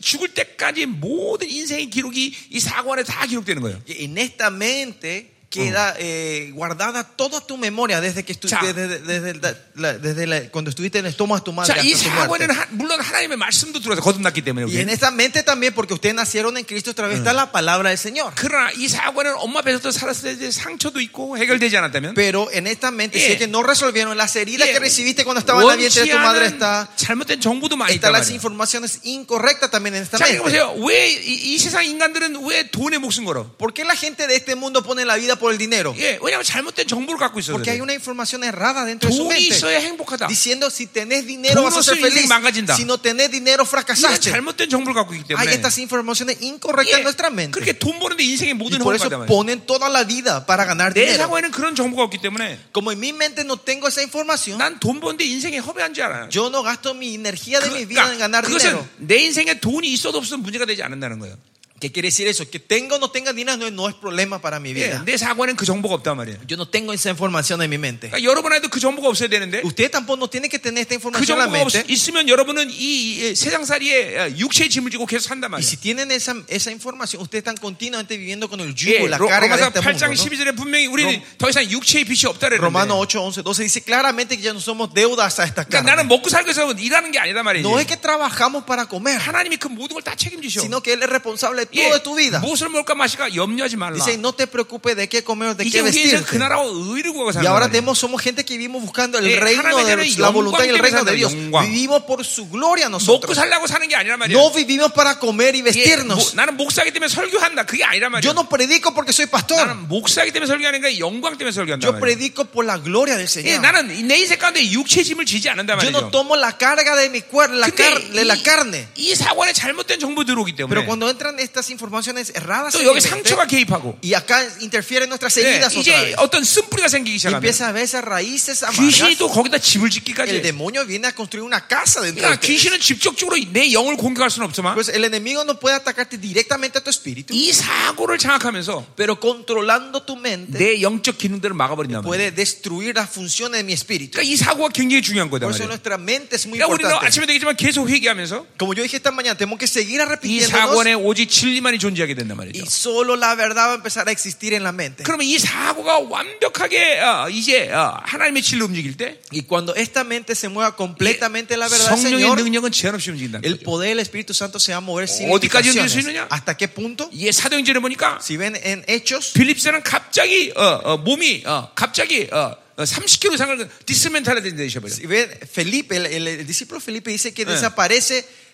[SPEAKER 1] 죽을 때까지 모든 인생의 기록이 이 사고 안에 다 기록되는 거예요.
[SPEAKER 2] Y En esta mente queda eh, guardada toda tu memoria desde que estu-
[SPEAKER 1] 자.
[SPEAKER 2] desde, desde la- la- desde la- cuando estuviste en el estómago de tu madre
[SPEAKER 1] 자, 이
[SPEAKER 2] hasta tu muerte.
[SPEAKER 1] 사고에는 하- 물론 하나님의 말씀도 들어서 거듭났기 때문에.
[SPEAKER 2] Y en
[SPEAKER 1] 우리.
[SPEAKER 2] esta mente también, porque ustedes nacieron en Cristo, otra vez está la palabra del Señor.
[SPEAKER 1] 그러나 이 사고에는 엄마 뱃속에서 살았을 때 상처도 있고 해결되지 않았다면.
[SPEAKER 2] Pero en esta mente,
[SPEAKER 1] Yeah.
[SPEAKER 2] si es que no resolvieron las heridas
[SPEAKER 1] 예,
[SPEAKER 2] que recibiste cuando estabas en la vientre de tu madre,
[SPEAKER 1] 원치 않은
[SPEAKER 2] está,
[SPEAKER 1] 잘못된 정보도 많이 있단
[SPEAKER 2] están las
[SPEAKER 1] 말이에요.
[SPEAKER 2] informaciones incorrectas también en esta
[SPEAKER 1] 자, 이거
[SPEAKER 2] mente.
[SPEAKER 1] 보세요. 왜, 이, 이 세상 인간들은 왜 돈에 목숨 걸어?
[SPEAKER 2] ¿Por qué la gente de este mundo pone la vida por el dinero.
[SPEAKER 1] 예, 왜냐하면 잘못된 정보를 갖고 있어요.
[SPEAKER 2] Porque hay una información errada dentro de su
[SPEAKER 1] 돈이
[SPEAKER 2] mente.
[SPEAKER 1] 있어야 행복하다.
[SPEAKER 2] Diciendo si tenés dinero vas a ser
[SPEAKER 1] Puros in생
[SPEAKER 2] feliz.
[SPEAKER 1] 망가진다.
[SPEAKER 2] Si no tenés dinero
[SPEAKER 1] 이게
[SPEAKER 2] fracasaste.
[SPEAKER 1] 잘못된 정보를 갖고 있기
[SPEAKER 2] Hay
[SPEAKER 1] 때문에. 예,
[SPEAKER 2] estas informaciones incorrectas en nuestra mente.
[SPEAKER 1] 그렇게 돈 버는데 인생의 모든
[SPEAKER 2] Y por eso
[SPEAKER 1] 행복하다.
[SPEAKER 2] ponen toda la vida para ganar
[SPEAKER 1] 내
[SPEAKER 2] dinero.
[SPEAKER 1] 사고에는 그런 정보가 없기 때문에
[SPEAKER 2] Como en mi mente no tengo esa información,
[SPEAKER 1] 난 돈 버는데 인생에 허비한 줄 알아요.
[SPEAKER 2] yo no gasto mi energía de mi vida
[SPEAKER 1] 그러니까
[SPEAKER 2] en ganar dinero.
[SPEAKER 1] 그것은 내 인생에 돈이 있어도 없어도 문제가 되지 않는다는 거예요.
[SPEAKER 2] ¿Qué quiere decir eso? Que tengo o no tenga dinero no, no es problema para mi
[SPEAKER 1] 예,
[SPEAKER 2] vida.
[SPEAKER 1] 내 사고에는 그 정보가 없단 말이에요.
[SPEAKER 2] Yo no tengo esa información en mi mente.
[SPEAKER 1] 그러니까 여러분에도 그 정보가 없어야 되는데
[SPEAKER 2] Usted tampoco no tiene que tener esta
[SPEAKER 1] 그
[SPEAKER 2] información en la
[SPEAKER 1] 정보가 없,
[SPEAKER 2] mente.
[SPEAKER 1] 있으면 여러분은 이, 이 세상살이에 아, 육체의 짐을 지고 계속 산단
[SPEAKER 2] Y
[SPEAKER 1] 말이에요.
[SPEAKER 2] si tienen esa, esa información, ustedes están continuamente viviendo con
[SPEAKER 1] 예,
[SPEAKER 2] el yugo, la
[SPEAKER 1] 로-
[SPEAKER 2] carga de
[SPEAKER 1] 로마서
[SPEAKER 2] este
[SPEAKER 1] 8장
[SPEAKER 2] mundo.
[SPEAKER 1] 12절에 분명히 우리는 더 이상 육체의 빛이 없다
[SPEAKER 2] ¿no? Romanos
[SPEAKER 1] 그랬는데
[SPEAKER 2] 8, 11, 12 dice claramente que ya no somos deudas a esta
[SPEAKER 1] 그러니까 나는
[SPEAKER 2] carne.
[SPEAKER 1] 먹고 살기 위해서 일하는 게 아니다 말이에요.
[SPEAKER 2] No es que trabajamos para comer,
[SPEAKER 1] 하나님이 그 모든 걸 다 책임지셔.
[SPEAKER 2] sino que Él es responsable de
[SPEAKER 1] 예,
[SPEAKER 2] todo de tu vida.
[SPEAKER 1] 무엇을 먹을까 마실까 염려하지 말라.
[SPEAKER 2] Dice, no te preocupes de qué comer, de
[SPEAKER 1] 이제
[SPEAKER 2] qué
[SPEAKER 1] 우리 인생 그
[SPEAKER 2] vestir.
[SPEAKER 1] 나라와 의를 구하고
[SPEAKER 2] Y
[SPEAKER 1] 사는
[SPEAKER 2] ahora
[SPEAKER 1] 거예요.
[SPEAKER 2] tenemos, somos gente que vivimos buscando
[SPEAKER 1] Eh,
[SPEAKER 2] el reino
[SPEAKER 1] 하나님의
[SPEAKER 2] de la
[SPEAKER 1] 영광
[SPEAKER 2] voluntad y el
[SPEAKER 1] 때문에
[SPEAKER 2] reino de
[SPEAKER 1] 살아요,
[SPEAKER 2] Dios.
[SPEAKER 1] 영광.
[SPEAKER 2] Vivimos por su gloria
[SPEAKER 1] 먹고
[SPEAKER 2] nosotros.
[SPEAKER 1] 살라고 사는 게 아니란 말이야.
[SPEAKER 2] No vivimos para comer y
[SPEAKER 1] 예, 뭐,
[SPEAKER 2] vestirnos.
[SPEAKER 1] 나는 목사기 때문에 설교한다. 그게 아니란 말이야.
[SPEAKER 2] Yo no predico porque soy pastor.
[SPEAKER 1] 나는 목사기 때문에 설교하는 거야. 영광 때문에 설교한다.
[SPEAKER 2] Yo predico por la gloria del
[SPEAKER 1] 예,
[SPEAKER 2] Señor.
[SPEAKER 1] 나는 내 인생 가운데 육체 짐을 지지 않는다 말이죠.
[SPEAKER 2] Yo no tomo la carga de mi cuerpo, la, car- de la carne.
[SPEAKER 1] 이, 이 사관에 잘못된 정보 들어오기
[SPEAKER 2] Pero
[SPEAKER 1] 때문에
[SPEAKER 2] cuando entran estas informaciones erradas,
[SPEAKER 1] 또
[SPEAKER 2] en
[SPEAKER 1] 여기
[SPEAKER 2] mi mente,
[SPEAKER 1] 상처가 개입하고
[SPEAKER 2] y acá interfieren nuestras
[SPEAKER 1] 예,
[SPEAKER 2] heridas otra
[SPEAKER 1] 이제
[SPEAKER 2] vez.
[SPEAKER 1] 어떤 쓴뿌리가 생기기
[SPEAKER 2] Y
[SPEAKER 1] 시작합니다.
[SPEAKER 2] empieza a ver esas raíces
[SPEAKER 1] 귀신이
[SPEAKER 2] amargas.
[SPEAKER 1] 또 거기다 집을
[SPEAKER 2] El
[SPEAKER 1] 짓기까지. 해.
[SPEAKER 2] demonio viene a construir una casa dentro de
[SPEAKER 1] 그러니까
[SPEAKER 2] ti.
[SPEAKER 1] 귀신은 직접적으로 내 영을 공격할 수는 없지만
[SPEAKER 2] Pues el enemigo no puede atacarte directamente a tu espíritu,
[SPEAKER 1] 이 사고를 장악하면서
[SPEAKER 2] pero controlando tu mente
[SPEAKER 1] 내 영적 기능들을 막아버린다. 말이야.
[SPEAKER 2] puede destruir las funciones de mi espíritu.
[SPEAKER 1] 그러니까 이 사고가 굉장히 중요한 거다
[SPEAKER 2] Por eso
[SPEAKER 1] 말이야.
[SPEAKER 2] nuestra mente es muy
[SPEAKER 1] 그러니까 우리는
[SPEAKER 2] importante.
[SPEAKER 1] 아침에 되겠지만 계속 회개하면서
[SPEAKER 2] Como yo dije esta mañana, tenemos que seguir
[SPEAKER 1] 이
[SPEAKER 2] arrepintiéndonos
[SPEAKER 1] 사고에 오직 진리만이 존재하게 된단 말이죠. 네.
[SPEAKER 2] y solo la verdad va a empezar a existir en la mente.
[SPEAKER 1] 그러면 이 사고가 완벽하게 어, 이제 어, 하나님의 진로 움직일 때
[SPEAKER 2] Y cuando esta mente se mueva completamente
[SPEAKER 1] Eh,
[SPEAKER 2] la verdad del
[SPEAKER 1] 성령의
[SPEAKER 2] Señor,
[SPEAKER 1] 능력은 제한 없이 움직인다는
[SPEAKER 2] el
[SPEAKER 1] 거죠.
[SPEAKER 2] poder del Espíritu Santo se va a mover sin
[SPEAKER 1] ¿어디까지 움직일 수
[SPEAKER 2] limitaciones.
[SPEAKER 1] 있느냐?
[SPEAKER 2] ¿Hasta qué punto?
[SPEAKER 1] 예, 사도행전에 보니까
[SPEAKER 2] Si ven en Hechos,
[SPEAKER 1] 빌립스는 갑자기 어, 어, 몸이 어, 갑자기 어, 30kg 이상을 디스멘탈에 되셔버려.
[SPEAKER 2] si ven Felipe, el, el- el discípulo Felipe dice que desaparece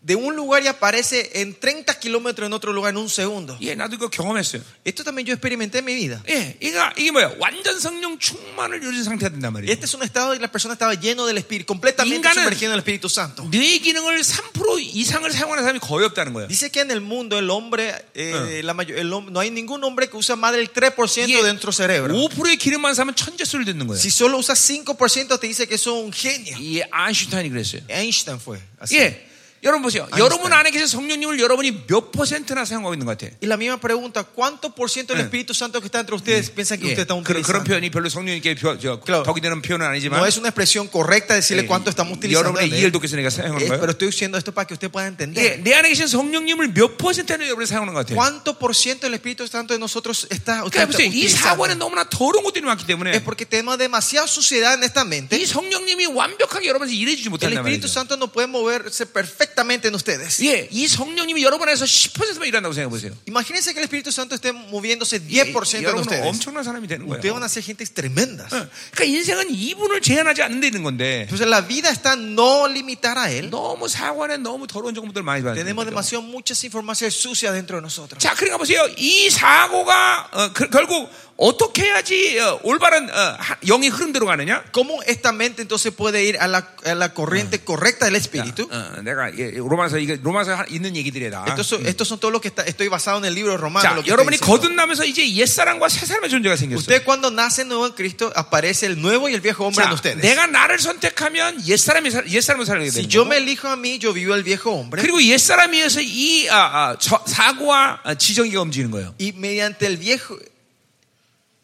[SPEAKER 2] de un lugar y aparece en 30 kilómetros en otro lugar en un segundo.
[SPEAKER 1] 예, 나도 이거 경험했어요.
[SPEAKER 2] Esto también yo experimenté en mi vida.
[SPEAKER 1] 예, 이게 이게 뭐야? 완전 성령 충만을 이루는 상태가 된단 말이에요.
[SPEAKER 2] Este es un estado y la persona estaba lleno del Espíritu, completamente
[SPEAKER 1] 인간은-
[SPEAKER 2] sumergido en el Espíritu Santo.
[SPEAKER 1] 뇌 기능을 3% 이상을 사용하는 사람이 거의 없다는 거예요.
[SPEAKER 2] Dice que en el mundo el hombre, eh, la mayo- el hom- no hay ningún hombre que usa más del 3%
[SPEAKER 1] Yeah.
[SPEAKER 2] de nuestro cerebro.
[SPEAKER 1] 5%의 기름만 사면 천재 소리 듣는 거예요.
[SPEAKER 2] Si solo usas 5% te dice que sos un genio.
[SPEAKER 1] 이 아인슈타인이 그랬어요.
[SPEAKER 2] Einstein fue así.
[SPEAKER 1] 예. 여러분 보세요.
[SPEAKER 2] 아인슈타인.
[SPEAKER 1] 여러분 안에 계신 성령님을 여러분이 몇 퍼센트나 사용하고 있는 것 같아요.
[SPEAKER 2] Y la misma pregunta, ¿cuánto por ciento del
[SPEAKER 1] Eh.
[SPEAKER 2] Espíritu Santo que está entre ustedes piensan que
[SPEAKER 1] 예.
[SPEAKER 2] usted está
[SPEAKER 1] 그런, 그런
[SPEAKER 2] utilizando?
[SPEAKER 1] 표현이 별로 성령님께 벼- 저-
[SPEAKER 2] Claro.
[SPEAKER 1] 덕이 되는 표현은 아니지만
[SPEAKER 2] No es una expresión correcta decirle
[SPEAKER 1] 예,
[SPEAKER 2] cuánto estamos utilizando.
[SPEAKER 1] 여러분의
[SPEAKER 2] de
[SPEAKER 1] 이해를
[SPEAKER 2] él.
[SPEAKER 1] 돕기 위해서 내가 사용하는
[SPEAKER 2] Eh, Pero
[SPEAKER 1] 거예요.
[SPEAKER 2] estoy diciendo esto para que usted pueda
[SPEAKER 1] 예.
[SPEAKER 2] entender.
[SPEAKER 1] 내 안에 계신 성령님을 몇 퍼센트나 여러분이 사용하는 것 같아요.
[SPEAKER 2] ¿Cuánto por ciento del Espíritu Santo de nosotros está
[SPEAKER 1] 그러니까
[SPEAKER 2] usted está
[SPEAKER 1] 보세요. 이 사고에는
[SPEAKER 2] utilizando?
[SPEAKER 1] 너무나 더러운 것들이 많기
[SPEAKER 2] Es
[SPEAKER 1] 때문에
[SPEAKER 2] porque tenemos demasiada suciedad en esta mente.
[SPEAKER 1] 이 성령님이 완벽하게 여러분을 일해주지
[SPEAKER 2] El
[SPEAKER 1] 못한단
[SPEAKER 2] Espíritu
[SPEAKER 1] 말이죠.
[SPEAKER 2] Santo no puede moverse perfectamente en ustedes.
[SPEAKER 1] 예, 이 성령님이 여러분 안에서 10%만 일한다고 생각해 보세요.
[SPEAKER 2] Imagínense que el Espíritu Santo esté moviéndose
[SPEAKER 1] 예,
[SPEAKER 2] 10% en
[SPEAKER 1] 여러분은
[SPEAKER 2] ustedes.
[SPEAKER 1] 엄청난 사람이 되는 거예요.
[SPEAKER 2] Ustedes van a ser gente tremendas.
[SPEAKER 1] 어, 그러니까 인생은 이분을 제한하지 않는 데 있는 건데
[SPEAKER 2] Entonces la vida está en no limitar a él.
[SPEAKER 1] 너무 사관에 너무 더러운 정보들 많이 받는
[SPEAKER 2] Tenemos
[SPEAKER 1] 거죠.
[SPEAKER 2] demasiado muchas informaciones sucias dentro de nosotros.
[SPEAKER 1] 자, 그러니까 보세요. 이 사고가 어, 그- 결국 어떻게 해야지 어, 올바른 어, 하- 영이 흐름대로 가느냐?
[SPEAKER 2] ¿Cómo esta mente entonces puede ir a la, a la corriente correcta del espíritu?
[SPEAKER 1] 어, 내가 예, 로마서 이게 로마서 하- 있는 얘기들이다.
[SPEAKER 2] Entonces, estos son todos los que está- estoy basado en el libro romano.
[SPEAKER 1] 자,
[SPEAKER 2] lo que estoy
[SPEAKER 1] 여러분이
[SPEAKER 2] diciendo.
[SPEAKER 1] 거듭나면서 이제 옛 사람과 새 사람의 존재가 생겼어.
[SPEAKER 2] Usted cuando nace nuevo en Cristo aparece el nuevo y el viejo hombre en
[SPEAKER 1] 자,
[SPEAKER 2] ustedes.
[SPEAKER 1] 내가 나를 선택하면 옛 사람이 옛 사람을 살게
[SPEAKER 2] Si
[SPEAKER 1] 되는
[SPEAKER 2] yo
[SPEAKER 1] 거고.
[SPEAKER 2] me elijo a mí, yo vivo el viejo hombre.
[SPEAKER 1] 그리고 옛 사람이어서 이 아, 아, 저- 사고와 아, 지정이가 움직이는 거예요.
[SPEAKER 2] Y mediante el viejo...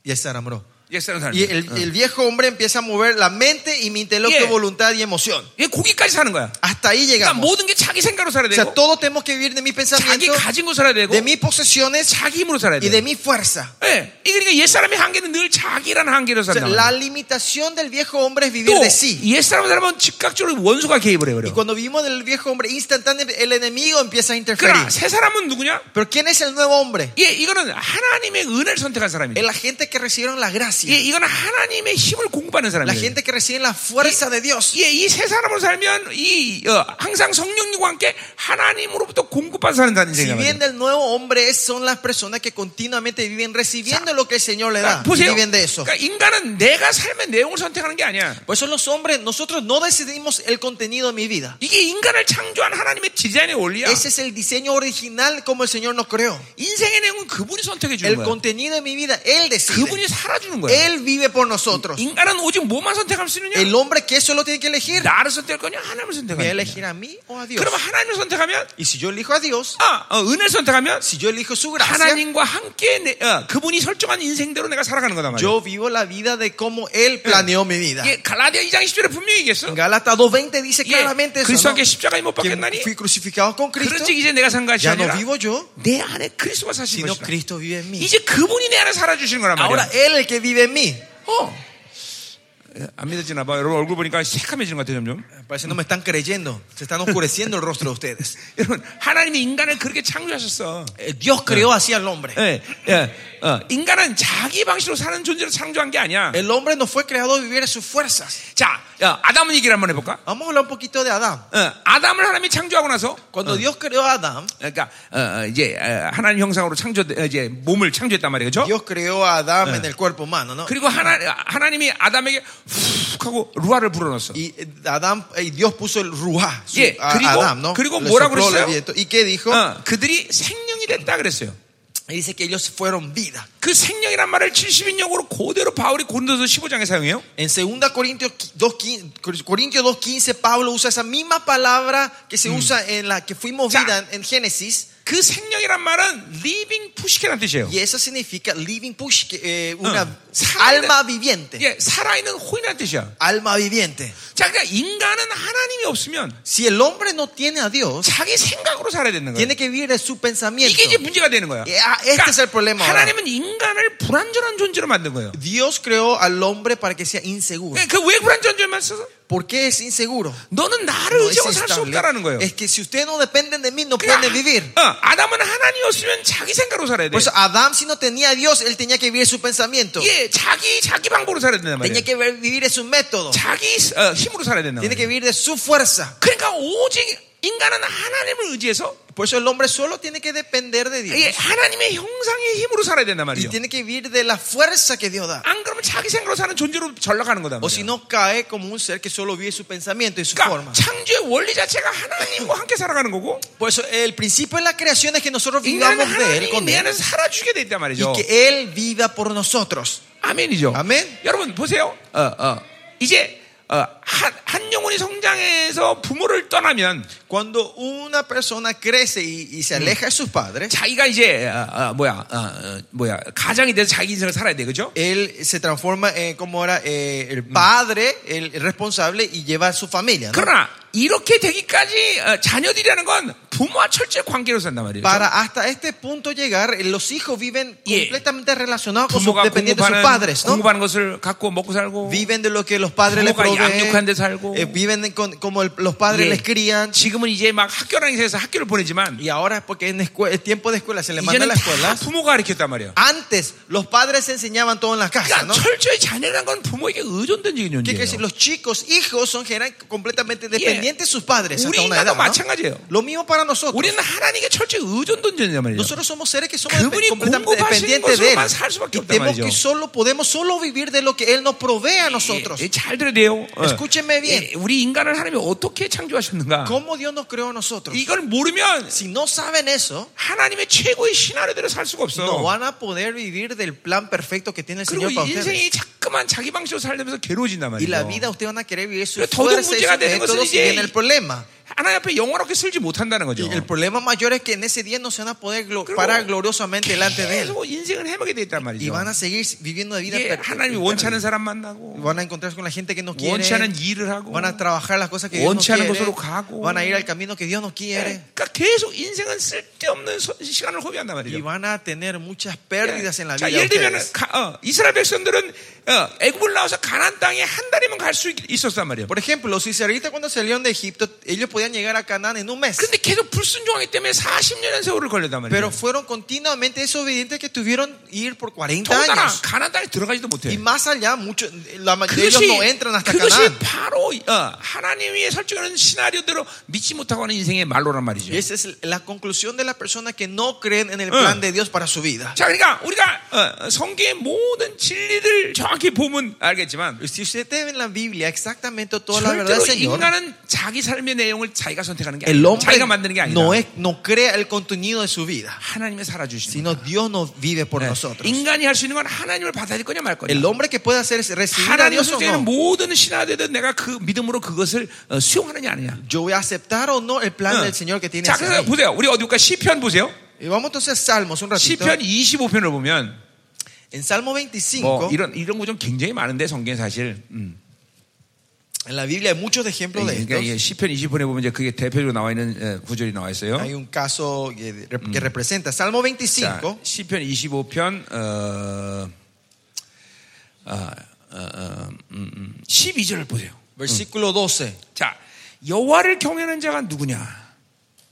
[SPEAKER 2] Y esa era, bro.
[SPEAKER 1] 옛 사람
[SPEAKER 2] Y
[SPEAKER 1] 사람이.
[SPEAKER 2] el, el viejo hombre empieza a mover la mente y mi intelecto,
[SPEAKER 1] Yeah.
[SPEAKER 2] voluntad y emoción.
[SPEAKER 1] 예, 거기까지 사는 거야.
[SPEAKER 2] Hasta ahí
[SPEAKER 1] 그러니까
[SPEAKER 2] llegamos.
[SPEAKER 1] 모든 게 자기 생각으로 살아야
[SPEAKER 2] O sea,
[SPEAKER 1] 되고,
[SPEAKER 2] todos tenemos que vivir de mi
[SPEAKER 1] 자기
[SPEAKER 2] pensamiento,
[SPEAKER 1] 가진 거 살아야 되고,
[SPEAKER 2] de mis posesiones
[SPEAKER 1] 자기 힘으로 살아야
[SPEAKER 2] y
[SPEAKER 1] 돼.
[SPEAKER 2] de mi fuerza.
[SPEAKER 1] 예, 이 그러니까 옛 사람의 한계는 늘 자기라는 한계로
[SPEAKER 2] O sea,
[SPEAKER 1] 산다.
[SPEAKER 2] la limitación del viejo hombre es vivir de sí.
[SPEAKER 1] 또옛 사람 사람은 즉각적으로 원수가 개입을
[SPEAKER 2] Y
[SPEAKER 1] 해버려.
[SPEAKER 2] cuando vivimos del viejo hombre, instantáneamente el enemigo empieza a interferir.
[SPEAKER 1] 그러나 그러니까 새 사람은 누구냐?
[SPEAKER 2] Pero ¿quién es el nuevo hombre?
[SPEAKER 1] 예, 이거는 하나님의 은혜를 선택한 사람이다.
[SPEAKER 2] Es la gente que recibieron la
[SPEAKER 1] 예,
[SPEAKER 2] gracia.
[SPEAKER 1] 이건 하나님의 힘을 공부하는
[SPEAKER 2] La
[SPEAKER 1] 사람이에요.
[SPEAKER 2] gente que recibe la fuerza de Dios.
[SPEAKER 1] 예, 이 세 사람으로 살면 이 어, 항상 성령님과 함께 하나님으로부터 공급받아 사는 사람이
[SPEAKER 2] Si bien
[SPEAKER 1] 생각합니다.
[SPEAKER 2] del nuevo hombre es- son las personas que continuamente viven recibiendo lo que el Señor le da.
[SPEAKER 1] 그러니까
[SPEAKER 2] y
[SPEAKER 1] 보세요.
[SPEAKER 2] Viven de eso.
[SPEAKER 1] 그러니까 인간은 내가 삶의 내용을 선택하는 게 아니야.
[SPEAKER 2] Por eso los hombres, nosotros no decidimos el contenido de mi vida.
[SPEAKER 1] 이게 인간을 창조한 하나님의 디자인의 원리야.
[SPEAKER 2] Ese es el diseño original como el Señor nos creó.
[SPEAKER 1] 인생의 내용은 그분이 선택해 주는
[SPEAKER 2] El
[SPEAKER 1] 거야.
[SPEAKER 2] contenido de mi vida, Él decide.
[SPEAKER 1] 그분이 살아주는 거야.
[SPEAKER 2] Él vive por nosotros.
[SPEAKER 1] 인간은 오직 뭐만 선택할 수 있느냐?
[SPEAKER 2] El hombre que solo tiene que elegir,
[SPEAKER 1] 나를 선택할 거냐? 하나님을
[SPEAKER 2] voy a
[SPEAKER 1] 선택할 거냐?
[SPEAKER 2] elegir a mí o a Dios.
[SPEAKER 1] 그러면 하나님을 선택하면
[SPEAKER 2] Y si yo elijo a Dios,
[SPEAKER 1] 아, 어, 은혜를 선택하면
[SPEAKER 2] si yo elijo su gracia,
[SPEAKER 1] 하나님과 함께 내, 어, 그분이 설정한 인생대로 내가 살아가는 거단 말이야.
[SPEAKER 2] yo vivo la vida de como Él planeó mi vida.
[SPEAKER 1] 예, 갈라디아 2장 10절에 분명히 얘기했어.
[SPEAKER 2] En Gálatas 2.20 dice claramente
[SPEAKER 1] 예,
[SPEAKER 2] eso.
[SPEAKER 1] 그리스도
[SPEAKER 2] ¿no?
[SPEAKER 1] 함께 십자가에 못
[SPEAKER 2] eh, Que
[SPEAKER 1] 박혔나니
[SPEAKER 2] fui crucificado con Cristo.
[SPEAKER 1] 그런즉 이제 내가 산 것이
[SPEAKER 2] Ya no
[SPEAKER 1] 아니라
[SPEAKER 2] vivo yo,
[SPEAKER 1] 내 안에 그리스도가 사신
[SPEAKER 2] sino
[SPEAKER 1] 것이다.
[SPEAKER 2] Cristo vive en mí.
[SPEAKER 1] 이제 그분이 내 안에 살아주시는 거란 말이야.
[SPEAKER 2] Ahora Él el que vive en mí.
[SPEAKER 1] 어. 예, 안 믿어지나 봐. 여러분 얼굴 보니까 새카매지는 것 같아 점점.
[SPEAKER 2] Parece que no me están creyendo. Se están oscureciendo el rostro de ustedes.
[SPEAKER 1] 여러분 하나님이 인간을 그렇게 창조하셨어.
[SPEAKER 2] Eh, Dios creó así al hombre.
[SPEAKER 1] 예, 예, 어. 인간은 자기 방식으로 사는 존재로 창조한 게 아니야.
[SPEAKER 2] El hombre no fue creado a vivir en sus fuerzas.
[SPEAKER 1] 자, 야, 아담 얘기를 한번 해볼까?
[SPEAKER 2] Vamos a hablar un poquito de Adán.
[SPEAKER 1] 어, 아담을 하나님이 창조하고 나서
[SPEAKER 2] Cuando Dios creó a Adán,
[SPEAKER 1] 그러니까 어, 어, 이제 어, 하나님 형상으로 창조 어, 이제 몸을 창조했단 말이죠.
[SPEAKER 2] Dios creó a Adán en el cuerpo humano, ¿no?
[SPEAKER 1] 그리고 하나 하나님이 아담에게 훅 하고 루아를 불어넣었어.
[SPEAKER 2] Y eh, Adán, eh, Dios puso el ruá su-
[SPEAKER 1] Yeah,
[SPEAKER 2] a
[SPEAKER 1] 그리고-
[SPEAKER 2] Adán, ¿no?
[SPEAKER 1] 그리고
[SPEAKER 2] Le
[SPEAKER 1] 뭐라
[SPEAKER 2] sopló el
[SPEAKER 1] 그랬어요?
[SPEAKER 2] viento. ¿Y qué dijo?
[SPEAKER 1] 어, 그들이 생명이 됐다 그랬어요.
[SPEAKER 2] Y dice que ellos fueron vida.
[SPEAKER 1] 그 생명이란 말을 70인용으로 그대로 바울이 고린도서 15장에 사용해요.
[SPEAKER 2] En 2 Corintios 2.15, Corintios 2.15, Pablo usa esa misma palabra que se usa en la que fuimos
[SPEAKER 1] Mm. Ya.
[SPEAKER 2] vida en- en Génesis.
[SPEAKER 1] 그 생명이란 말은 living pushkin란 뜻이에요.
[SPEAKER 2] Y eso significa living push, que, eh, una
[SPEAKER 1] Ah. Sale-
[SPEAKER 2] alma viviente.
[SPEAKER 1] 이게 예, 살아있는 호인란 뜻이야.
[SPEAKER 2] Alma viviente.
[SPEAKER 1] 자, 그러니까 인간은 하나님이 없으면
[SPEAKER 2] Si el hombre no tiene a Dios,
[SPEAKER 1] 자기 생각으로 살아야 되는 거예요.
[SPEAKER 2] tiene que vivir de su pensamiento.
[SPEAKER 1] 이게 이제 문제가 되는 거야.
[SPEAKER 2] 예, 아, este es el problema ahora.
[SPEAKER 1] 하나님은 인간을 불완전한 존재로 만든 거예요.
[SPEAKER 2] Dios creó al hombre para que sea inseguro.
[SPEAKER 1] 그 왜 불완전한 존재만 써서?
[SPEAKER 2] ¿Por qué es inseguro?
[SPEAKER 1] 너는 나를
[SPEAKER 2] No es,
[SPEAKER 1] 의지하고 살뭐 수
[SPEAKER 2] estable.
[SPEAKER 1] 없다라는 거예요.
[SPEAKER 2] Es que si ustedes no dependen de mí, no
[SPEAKER 1] 그러니까
[SPEAKER 2] pueden vivir.
[SPEAKER 1] 아- 어, 아담은 하나님 없으면 자기 생각으로 살아야 돼.
[SPEAKER 2] Por eso Adán, si no tenía a Dios, él tenía que vivir su pensamiento.
[SPEAKER 1] 예, 자기 자기 방법으로 살아야 된단 말이에요.
[SPEAKER 2] Tenía que ver- vivir de su método.
[SPEAKER 1] 자기 어, 힘으로 살아야 된단
[SPEAKER 2] Tiene
[SPEAKER 1] 말이에요.
[SPEAKER 2] que vivir de su fuerza.
[SPEAKER 1] 그러니까 오직 인간은 하나님을 의지해서
[SPEAKER 2] Por eso el hombre solo tiene que depender de
[SPEAKER 1] 예,
[SPEAKER 2] Dios.
[SPEAKER 1] 하나님의 형상의 힘으로 살아야 된단
[SPEAKER 2] Y
[SPEAKER 1] 말이에요.
[SPEAKER 2] tiene que vivir de la fuerza que Dios da.
[SPEAKER 1] 안 그러면 자기 생각으로 사는 존재로 전락하는 거다
[SPEAKER 2] O si
[SPEAKER 1] 말이에요.
[SPEAKER 2] no cae como un ser que solo vive su pensamiento y su
[SPEAKER 1] 그러니까
[SPEAKER 2] forma.
[SPEAKER 1] 창조의 원리 자체가 하나님과 함께 살아가는 거고
[SPEAKER 2] Por eso el principio de la creación es que nosotros
[SPEAKER 1] 인간은
[SPEAKER 2] vivamos de Él
[SPEAKER 1] 하나님이
[SPEAKER 2] con
[SPEAKER 1] 내
[SPEAKER 2] Él
[SPEAKER 1] 안에서 살아주게 돼 있단
[SPEAKER 2] y
[SPEAKER 1] 말이죠.
[SPEAKER 2] que Él viva por nosotros.
[SPEAKER 1] 아멘이죠.
[SPEAKER 2] 아멘.
[SPEAKER 1] 여러분 보세요. 어, 어. 이제 어, 한, 한 영혼이 성장해서 부모를 떠나면
[SPEAKER 2] Cuando una persona crece y, y se aleja de sus padres,
[SPEAKER 1] 자기가 이제 어, 어, 뭐야 어, 어, 뭐야 가장이 돼서 자기 인생을 살아야 돼 그죠?
[SPEAKER 2] él se transforma en como era eh, el padre, el responsable y lleva a su familia. ¿no?
[SPEAKER 1] 그러나 이렇게 되기까지 어, 자녀들이라는 건 부모와 철저히 관계로 산단 말이에요.
[SPEAKER 2] Para hasta este punto llegar, los hijos viven
[SPEAKER 1] Yeah.
[SPEAKER 2] completamente relacionados con sus,
[SPEAKER 1] 부모가
[SPEAKER 2] dependiendo de sus
[SPEAKER 1] 공급하는,
[SPEAKER 2] padres, ¿no?
[SPEAKER 1] 공급하는 것을 갖고 먹고 살고
[SPEAKER 2] Viven de lo que los padres les
[SPEAKER 1] 부모가 양육한 데
[SPEAKER 2] proveen,
[SPEAKER 1] 살고.
[SPEAKER 2] eh, viven con- como el- los padres
[SPEAKER 1] 예.
[SPEAKER 2] les crían,
[SPEAKER 1] 지금은 이제 막 학교라는 인생에서 학교를 보내지만
[SPEAKER 2] Y ahora, porque en escue- es tiempo de escuela, se le manda a
[SPEAKER 1] 이제는
[SPEAKER 2] la
[SPEAKER 1] 다
[SPEAKER 2] escuela.
[SPEAKER 1] 부모가 아, 가르쳤단 말이에요.
[SPEAKER 2] Antes, los padres enseñaban todo en la casa,
[SPEAKER 1] 그러니까
[SPEAKER 2] ¿no?
[SPEAKER 1] 철저히 자녀라는 건 부모에게 의존된 적인
[SPEAKER 2] Que
[SPEAKER 1] 존재예요.
[SPEAKER 2] decir, los chicos, hijos, son eran completamente dependientes de sus padres. Hasta
[SPEAKER 1] 우리나도
[SPEAKER 2] una edad, ¿no?
[SPEAKER 1] 마찬가지예요.
[SPEAKER 2] Lo mismo para nosotros.
[SPEAKER 1] 우리는 하나님에게 철저히 의존된 존재란 말이에요.
[SPEAKER 2] Nosotros somos seres que somos
[SPEAKER 1] 그분이
[SPEAKER 2] completamente
[SPEAKER 1] 공급하시는
[SPEAKER 2] dependientes de Él.
[SPEAKER 1] 것으로만 살 수밖에
[SPEAKER 2] Y
[SPEAKER 1] 없단
[SPEAKER 2] tenemos
[SPEAKER 1] 말이죠.
[SPEAKER 2] que solo, podemos solo vivir de lo que Él nos provee a nosotros.
[SPEAKER 1] 예, 예, 잘 들어야 돼요. 어.
[SPEAKER 2] Escúchenme bien.
[SPEAKER 1] 예, 우리 인간을 하나님이 어떻게 창조하셨는가?
[SPEAKER 2] ¿Cómo Dios nos creó a nosotros?
[SPEAKER 1] 이걸 모르면
[SPEAKER 2] Si no saben eso,
[SPEAKER 1] 하나님의 최고의 시나리오대로 살 수가 없어.
[SPEAKER 2] no van a poder vivir del plan perfecto que tiene el
[SPEAKER 1] 그리고
[SPEAKER 2] Señor para ustedes.
[SPEAKER 1] 인생이 자꾸만 자기 방식으로 살면서 괴로워진단
[SPEAKER 2] Y la
[SPEAKER 1] 말이에요.
[SPEAKER 2] vida ustedes van a querer vivir su
[SPEAKER 1] Pero todo
[SPEAKER 2] fuerza y
[SPEAKER 1] 문제가
[SPEAKER 2] su
[SPEAKER 1] 되는 것은
[SPEAKER 2] método si
[SPEAKER 1] 이제
[SPEAKER 2] viene el problema.
[SPEAKER 1] 하나님 앞에 영원하게 설지 못한다는 거죠.
[SPEAKER 2] Y el problema mayor es que en ese día no se van a poder glo-
[SPEAKER 1] Creo-
[SPEAKER 2] parar gloriosamente delante de él.
[SPEAKER 1] 계속 인생을 해먹게 돼 있단
[SPEAKER 2] Y
[SPEAKER 1] 말이죠.
[SPEAKER 2] van a seguir viviendo de vida
[SPEAKER 1] 이게
[SPEAKER 2] perfecta.
[SPEAKER 1] 하나님이 원치 않은 사람 만나고
[SPEAKER 2] Van a encontrarse con la gente que no quiere.
[SPEAKER 1] 원치 않은 일을 하고
[SPEAKER 2] Van a trabajar las cosas que Dios no
[SPEAKER 1] 원치 않은
[SPEAKER 2] quiere.
[SPEAKER 1] 곳으로 가고.
[SPEAKER 2] Van a ir al camino que Dios no quiere.
[SPEAKER 1] 그러니까 계속 인생은 쓸데없는 소- 시간을 허비한단
[SPEAKER 2] Y
[SPEAKER 1] 말이죠.
[SPEAKER 2] van a tener muchas pérdidas en la vida.
[SPEAKER 1] 자,
[SPEAKER 2] de
[SPEAKER 1] 예를 들면
[SPEAKER 2] ustedes.
[SPEAKER 1] 이스라엘 백성들은 어, 애굽을 나와서 가나안 땅에 한 달이면 갈 수 있었단 말이에요.
[SPEAKER 2] Por ejemplo, los israelitas cuando salieron de Egipto, ellos podían podían llegar a Canaán en un mes.
[SPEAKER 1] 근데 계속 불순종하기 때문에 40년의 세월을 걸렸단 말이에요.
[SPEAKER 2] Pero fueron continuamente desobedientes que tuvieron ir por 40
[SPEAKER 1] 더군다나
[SPEAKER 2] años.
[SPEAKER 1] 가나안 땅에 들어가지도 못해.
[SPEAKER 2] Y más allá, muchos la ma- de ellos
[SPEAKER 1] 그것이,
[SPEAKER 2] no entran hasta
[SPEAKER 1] 그것이
[SPEAKER 2] Canaán.
[SPEAKER 1] 바로 어, 하나님 위에 설정하는 시나리오대로 믿지 못하고 하는 인생의 말로란 말이죠.
[SPEAKER 2] Y esa es la conclusión de las personas que no creen en el plan de Dios para su vida.
[SPEAKER 1] 자, 그러니까 우리가 어, 어, 성경의 모든 진리들 정확히 보면 알겠지만
[SPEAKER 2] Si ustedes ven la Biblia, exactamente toda la verdad
[SPEAKER 1] 절대로
[SPEAKER 2] del Señor,
[SPEAKER 1] 인간은 자기 삶의 내용을 자기가 선택하는 게
[SPEAKER 2] el
[SPEAKER 1] 아니라
[SPEAKER 2] hombre
[SPEAKER 1] 자기가 만드는 게 아니라
[SPEAKER 2] no, es, no crea el contenido de su vida,
[SPEAKER 1] 하나님의 살아주시는
[SPEAKER 2] sino Dios nos vive
[SPEAKER 1] Eh,
[SPEAKER 2] por nosotros.
[SPEAKER 1] 인간이 할 수 있는 건 하나님을 받아들일 거냐 말 거냐
[SPEAKER 2] El hombre que puede hacer es recibir a
[SPEAKER 1] 하나님을
[SPEAKER 2] Dios o
[SPEAKER 1] 선택하는
[SPEAKER 2] no.
[SPEAKER 1] 모든 신화되든 내가 그 믿음으로 그것을 어, 수용하느냐 아니냐
[SPEAKER 2] Yo voy a aceptar o no el plan
[SPEAKER 1] 응.
[SPEAKER 2] del Señor que tiene
[SPEAKER 1] 자
[SPEAKER 2] hacia
[SPEAKER 1] 그래서
[SPEAKER 2] mí.
[SPEAKER 1] 보세요 우리 어디 볼까 시편 보세요
[SPEAKER 2] Y vamos entonces a Salmos un ratito.
[SPEAKER 1] 시편 25편을 보면
[SPEAKER 2] En Salmo 25,
[SPEAKER 1] 뭐 이런 이런 구절 굉장히 많은데 성경에 사실 음.
[SPEAKER 2] en la Biblia hay muchos ejemplos de
[SPEAKER 1] 그러니까 이게
[SPEAKER 2] estos.
[SPEAKER 1] 시편 20편에 보면 이제 그게 대표적으로 나와 있는 어, 구절이 나와 있어요
[SPEAKER 2] Hay un caso que, que representa Salmo
[SPEAKER 1] 자,
[SPEAKER 2] 25.
[SPEAKER 1] 시편 25편 어, 어, 어, 어, 음, 음, 12절을 보세요.
[SPEAKER 2] Versículo 12.
[SPEAKER 1] 자, 여호와를 경외하는 자가 누구냐?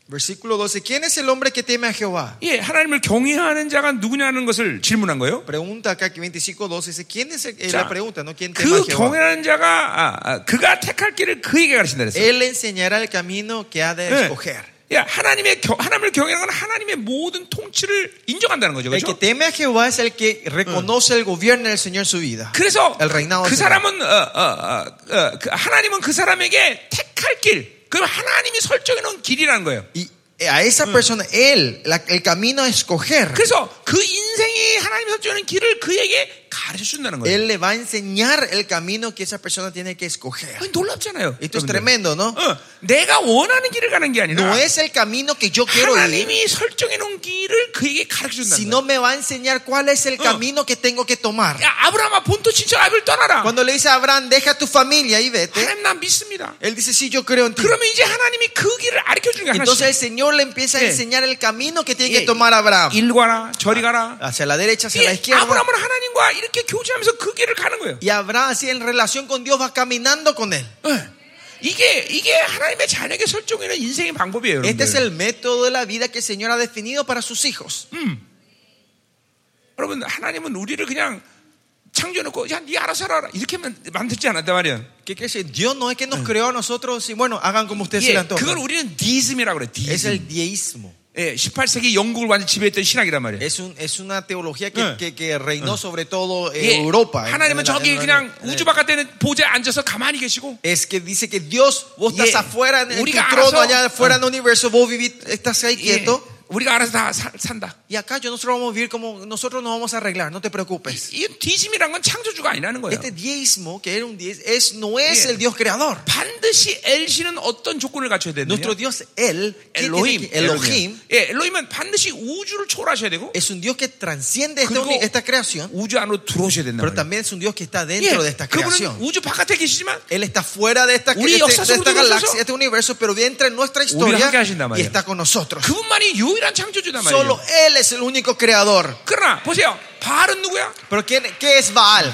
[SPEAKER 2] Versículo 12. ¿Quién es el hombre que teme a Jehová?
[SPEAKER 1] 예, 하나님을 경외하는 자가 누구냐는 것을 질문한 거예요.
[SPEAKER 2] Pregunta acá que 25, 12 dice, ¿quién es el- eh,
[SPEAKER 1] 자,
[SPEAKER 2] la pregunta, no? ¿Quién teme a
[SPEAKER 1] 그
[SPEAKER 2] Jehová?
[SPEAKER 1] 경외하는 자가 아, 아, 그가 택할 길을 그에게 가르친다 그랬어요.
[SPEAKER 2] Él enseñará el camino que ha de
[SPEAKER 1] 예.
[SPEAKER 2] escoger.
[SPEAKER 1] 야, 하나님의 겨- 하나님을 경외하는 건 하나님의 모든 통치를 인정한다는 거죠.
[SPEAKER 2] El que
[SPEAKER 1] 그렇죠?
[SPEAKER 2] teme a Jehová es el que reconoce el gobierno del Señor en su vida.
[SPEAKER 1] 그래서
[SPEAKER 2] El reinado
[SPEAKER 1] 그
[SPEAKER 2] del Señor.
[SPEAKER 1] 사람은 어, 어, 어, 어, 그 하나님은 그 사람에게 택할 길, 그럼 하나님이 설정해 놓은 길이라는 거예요.
[SPEAKER 2] Y eh, a esa persona, él, la- el camino a escoger,
[SPEAKER 1] 그래서 그 인생이 하나님이 설정하는 길을 그에게 가르쳐 준다는 거예요.
[SPEAKER 2] él le va a enseñar el camino que esa persona tiene que escoger.
[SPEAKER 1] 그건 놀랍잖아요.
[SPEAKER 2] Esto es
[SPEAKER 1] 여러분들.
[SPEAKER 2] tremendo, Ah. ¿no?
[SPEAKER 1] 어, 내가 원하는 길을 가는 게
[SPEAKER 2] No
[SPEAKER 1] 아니라
[SPEAKER 2] es el camino que yo quiero ir,
[SPEAKER 1] 하나님이 설정해 놓은 길을 그에게 가르쳐 준다는 거예요.
[SPEAKER 2] sino me va a enseñar cuál es el camino que tengo que tomar.
[SPEAKER 1] 야, 아브라함아 본토 친척 아벨 떠나라.
[SPEAKER 2] Cuando le dice a Abraham, deja tu familia y vete,
[SPEAKER 1] 하나님 난 믿습니다.
[SPEAKER 2] él dice, sí, yo creo en ti.
[SPEAKER 1] 그러면 이제 하나님이 그 길을 알려 주는 거야.
[SPEAKER 2] Entonces el Señor le empieza a
[SPEAKER 1] Sí.
[SPEAKER 2] enseñar el camino que tiene
[SPEAKER 1] Sí.
[SPEAKER 2] que tomar Abraham. 아,
[SPEAKER 1] 일 가라, 저리 가라.
[SPEAKER 2] Hacia la derecha, hacia la
[SPEAKER 1] 이
[SPEAKER 2] izquierda.
[SPEAKER 1] 아브라함은 하나님과 이렇게 교제하면서 그 길을 가는 거예요.
[SPEAKER 2] Y Abraham, así en relación con Dios, va caminando con él.
[SPEAKER 1] 예. 이게 이게 하나님의 자녀에게 설정해는 인생의 방법이에요.
[SPEAKER 2] Este es
[SPEAKER 1] 여러분들.
[SPEAKER 2] el método de la vida que el Señor ha definido para sus hijos.
[SPEAKER 1] 여러분 하나님은 우리를 그냥 창조해놓고 야네 알아서 살아라 이렇게 만- 만들지 않았단 말이야.
[SPEAKER 2] ¿Qué quiere decir? Dios no es que nos creó a nosotros y bueno, hagan como ustedes se
[SPEAKER 1] 예,
[SPEAKER 2] le
[SPEAKER 1] 그걸
[SPEAKER 2] antojan.
[SPEAKER 1] 우리는 디즘이라고 그래.
[SPEAKER 2] Es
[SPEAKER 1] 디즘.
[SPEAKER 2] el dieísmo.
[SPEAKER 1] 예, 18세기 영국을 완전 히 지배했던 신학이란 말이야.
[SPEAKER 2] Es, un, es una teología que,
[SPEAKER 1] Eh.
[SPEAKER 2] que, que reinó sobre todo en
[SPEAKER 1] 예,
[SPEAKER 2] Europa. en-
[SPEAKER 1] 하나님은
[SPEAKER 2] en la-
[SPEAKER 1] 저기
[SPEAKER 2] en-
[SPEAKER 1] 그냥
[SPEAKER 2] en-
[SPEAKER 1] 우주 바깥에는 보좌에 앉아서 가만히 계시고
[SPEAKER 2] es que dice que Dios, vos
[SPEAKER 1] 예,
[SPEAKER 2] estás afuera en el tu
[SPEAKER 1] 우리가
[SPEAKER 2] trono,
[SPEAKER 1] 알아서-
[SPEAKER 2] allá afuera en el universo, vos vivís, estás ahí
[SPEAKER 1] 예,
[SPEAKER 2] quieto.
[SPEAKER 1] 우리가 알아서 다 사- 산다.
[SPEAKER 2] Y acá yo nosotros vamos a vivir como nosotros nos vamos a arreglar, no te preocupes.
[SPEAKER 1] 이 디즘이란 건 창조주가 아니라는 거예요.
[SPEAKER 2] Este diezmo, que era un diez, es, no es
[SPEAKER 1] Yeah.
[SPEAKER 2] el Dios creador.
[SPEAKER 1] 반드시 엘시는 어떤 조건을 갖춰야 되느냐?
[SPEAKER 2] Nuestro Dios, Él, que tiene
[SPEAKER 1] 엘로힘.
[SPEAKER 2] que- Elohim,
[SPEAKER 1] 예, 엘로힘은 반드시 우주를 초월하셔야 되고
[SPEAKER 2] es un Dios que transciende este
[SPEAKER 1] 그리고
[SPEAKER 2] uni- esta creación,
[SPEAKER 1] 우주 안으로 들어오셔야 된다.
[SPEAKER 2] pero también es un Dios que está dentro de esta
[SPEAKER 1] 그분은
[SPEAKER 2] creación.
[SPEAKER 1] 우주 바깥에 계시지만
[SPEAKER 2] Él está fuera de esta,
[SPEAKER 1] 우리
[SPEAKER 2] este-
[SPEAKER 1] 역사
[SPEAKER 2] de esta
[SPEAKER 1] 속으로 들어서서
[SPEAKER 2] galaxia, este universo, pero entra en nuestra historia
[SPEAKER 1] 함께 하신단
[SPEAKER 2] y
[SPEAKER 1] 말이에요.
[SPEAKER 2] está con nosotros.
[SPEAKER 1] 그분만이 유일한 창조주단 말이에요.
[SPEAKER 2] Solo Él es el único creador.
[SPEAKER 1] 그러나 보세요. 바알은 누구야?
[SPEAKER 2] Pero ¿quién, ¿qué es Baal?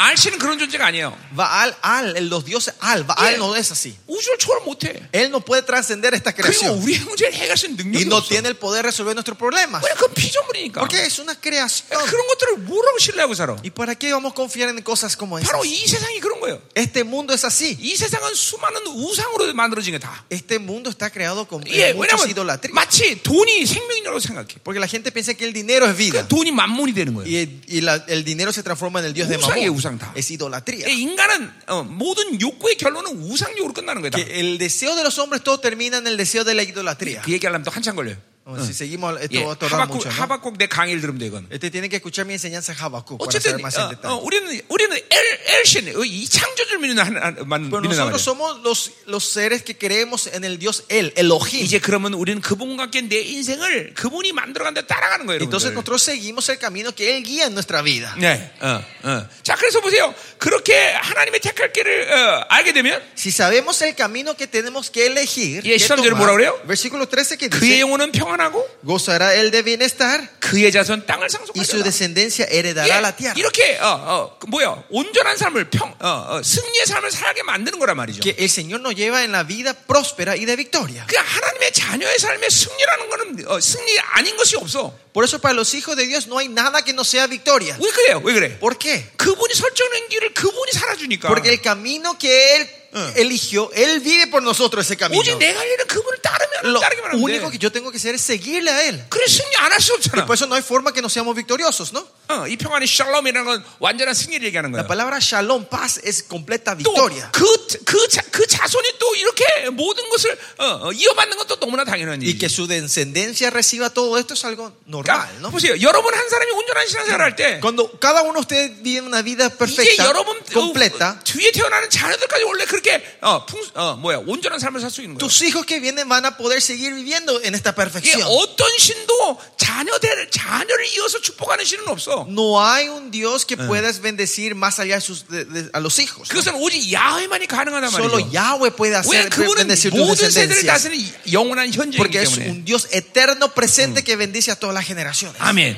[SPEAKER 1] 알씨는 그런 존재가 아니에요.
[SPEAKER 2] Baal, Al, los dioses Al, Baal
[SPEAKER 1] Yeah.
[SPEAKER 2] no es así.
[SPEAKER 1] 우주를 초월 못해.
[SPEAKER 2] Él no puede trascender esta
[SPEAKER 1] 그리고
[SPEAKER 2] creación.
[SPEAKER 1] 우리의 문제를 해결할 수 있는
[SPEAKER 2] y
[SPEAKER 1] 능력이
[SPEAKER 2] no
[SPEAKER 1] 없어.
[SPEAKER 2] tiene el poder de resolver nuestros problemas.
[SPEAKER 1] 왜냐? 그건 피조물이니까. 어.
[SPEAKER 2] Porque es una creación.
[SPEAKER 1] 그런 것들을 뭐라고 신뢰하고 살아?
[SPEAKER 2] ¿Y para qué vamos a confiar en cosas como esas?
[SPEAKER 1] 바로 이 세상이 그런 거예요.
[SPEAKER 2] Este mundo es así.
[SPEAKER 1] 이 세상은 수많은 우상으로 만들어진 게 다.
[SPEAKER 2] Este mundo está creado con
[SPEAKER 1] 예,
[SPEAKER 2] muchas
[SPEAKER 1] 왜냐면
[SPEAKER 2] idolatrías.
[SPEAKER 1] 마치 돈이 생명이라고 생각해.
[SPEAKER 2] Porque la gente piensa que el dinero es vida.
[SPEAKER 1] 그러니까 돈이 만물이 되는 거예요.
[SPEAKER 2] Y, y la- el dinero se transforma en el dios de
[SPEAKER 1] Usang es
[SPEAKER 2] Mamón.
[SPEAKER 1] usang da.
[SPEAKER 2] Es idolatría.
[SPEAKER 1] 예, 인간은 어, 모든 욕구의 결론은 우상욕으로 끝나는 거다.
[SPEAKER 2] Que el deseo de los hombres todo termina en el deseo de la idolatría.
[SPEAKER 1] 그 얘기하려면 또 한참 걸려요.
[SPEAKER 2] Bueno, si seguimos, esto
[SPEAKER 1] 예,
[SPEAKER 2] va a tardar
[SPEAKER 1] 하박국,
[SPEAKER 2] mucho. ¿no?
[SPEAKER 1] 하박국 내 강의를 들으면 돼 이건.
[SPEAKER 2] Este tiene que escuchar mi enseñanza en Habacuc para
[SPEAKER 1] 어쨌든
[SPEAKER 2] saber más en
[SPEAKER 1] 어, 어,
[SPEAKER 2] detalle.
[SPEAKER 1] 우리는 우리는 엘 엘신 어, 이 창조주를 믿는 한- 한- 만-
[SPEAKER 2] Pero
[SPEAKER 1] 믿는 나라.
[SPEAKER 2] nosotros somos los, los seres que creemos en el dios El, Elohim.
[SPEAKER 1] 이제 그러면 우리는 그분과 함께 내 인생을 그분이 만들어간 데 따라가는 거예요.
[SPEAKER 2] Entonces
[SPEAKER 1] 여러분들.
[SPEAKER 2] nosotros seguimos el camino que Él guía en nuestra vida.
[SPEAKER 1] 네, 어, 어. 자 그래서 보세요. 그렇게 하나님의 택할 길을 어, 알게 되면
[SPEAKER 2] Si sabemos el camino que tenemos que elegir,
[SPEAKER 1] Y el
[SPEAKER 2] que
[SPEAKER 1] Señor, ¿뭐라 그래요?
[SPEAKER 2] versículo 13 que
[SPEAKER 1] 그의
[SPEAKER 2] dice,
[SPEAKER 1] 영혼은 평안하고
[SPEAKER 2] Gozará él de bienestar
[SPEAKER 1] 그의 자손 땅을
[SPEAKER 2] y su
[SPEAKER 1] 상속하리라.
[SPEAKER 2] descendencia heredará la
[SPEAKER 1] 예,
[SPEAKER 2] tierra.
[SPEAKER 1] 이렇게 어, 어, 그 뭐야 온전한 삶을 평 어, 어, 승리의 삶을 살게 만드는 거란 말이죠.
[SPEAKER 2] Que el Señor nos lleva en la vida próspera y de victoria.
[SPEAKER 1] 그 하나님의 자녀의 삶의 승리라는 거는 어, 승리 아닌 것이 없어.
[SPEAKER 2] Por eso para los hijos de Dios no hay nada que no sea victoria.
[SPEAKER 1] 왜 그래요? 왜 그래?
[SPEAKER 2] ¿Por qué?
[SPEAKER 1] 그분이 설정한 길을 그분이 살아주니까.
[SPEAKER 2] Porque el camino que Él
[SPEAKER 1] Ah.
[SPEAKER 2] eligió, Él vive por nosotros ese camino.
[SPEAKER 1] 오직 내가 일는 그분을 따르면
[SPEAKER 2] Lo
[SPEAKER 1] 따르기만
[SPEAKER 2] único
[SPEAKER 1] 하면
[SPEAKER 2] que
[SPEAKER 1] 돼.
[SPEAKER 2] yo tengo que hacer es seguirle a Él.
[SPEAKER 1] 그래 승리 안 할 수 없잖아.
[SPEAKER 2] Por eso no hay forma que no seamos victoriosos, ¿no?
[SPEAKER 1] 어, 이 평안의 샬롬이라는 건 완전한 승리를 얘기하는 거야.
[SPEAKER 2] La palabra shalom, paz, es completa victoria.
[SPEAKER 1] 또그그 그, 자- 그 자손이 또 이렇게 모든 것을 어, 어, 이어받는 것도 너무나 당연한
[SPEAKER 2] Y que
[SPEAKER 1] 일이지.
[SPEAKER 2] su descendencia reciba todo esto es algo normal,
[SPEAKER 1] 그러니까
[SPEAKER 2] ¿no?
[SPEAKER 1] 보세요. 여러분 한 사람이 온전한 신앙생활 할 때
[SPEAKER 2] Cuando cada uno de ustedes vive una vida
[SPEAKER 1] 이제
[SPEAKER 2] 음, perfecta,
[SPEAKER 1] 여러분 어,
[SPEAKER 2] completa,
[SPEAKER 1] 뒤에 태어나는 자녀들까지 원래 그렇게 어, 풍, 어 뭐야 온전한 삶을 살 수 있는 거예요.
[SPEAKER 2] tus hijos que vienen van a poder seguir viviendo en esta
[SPEAKER 1] 이게
[SPEAKER 2] perfección.
[SPEAKER 1] 어떤 신도 자녀들 자녀를 이어서 축복하는 신은 없어.
[SPEAKER 2] No hay un Dios que puedas bendecir más allá de sus- de- de- a los hijos. ¿no?
[SPEAKER 1] 그것은 오직 야훼만이 가능하단
[SPEAKER 2] Solo
[SPEAKER 1] 말이죠.
[SPEAKER 2] Yahweh puede
[SPEAKER 1] 왜
[SPEAKER 2] hacer
[SPEAKER 1] 그분은
[SPEAKER 2] bendecir tus
[SPEAKER 1] 모든 세대를
[SPEAKER 2] descendencias.
[SPEAKER 1] 다스리는 영원한 현재이기
[SPEAKER 2] Porque es
[SPEAKER 1] 때문에.
[SPEAKER 2] un Dios eterno presente que bendice a todas las generaciones.
[SPEAKER 1] 아멘.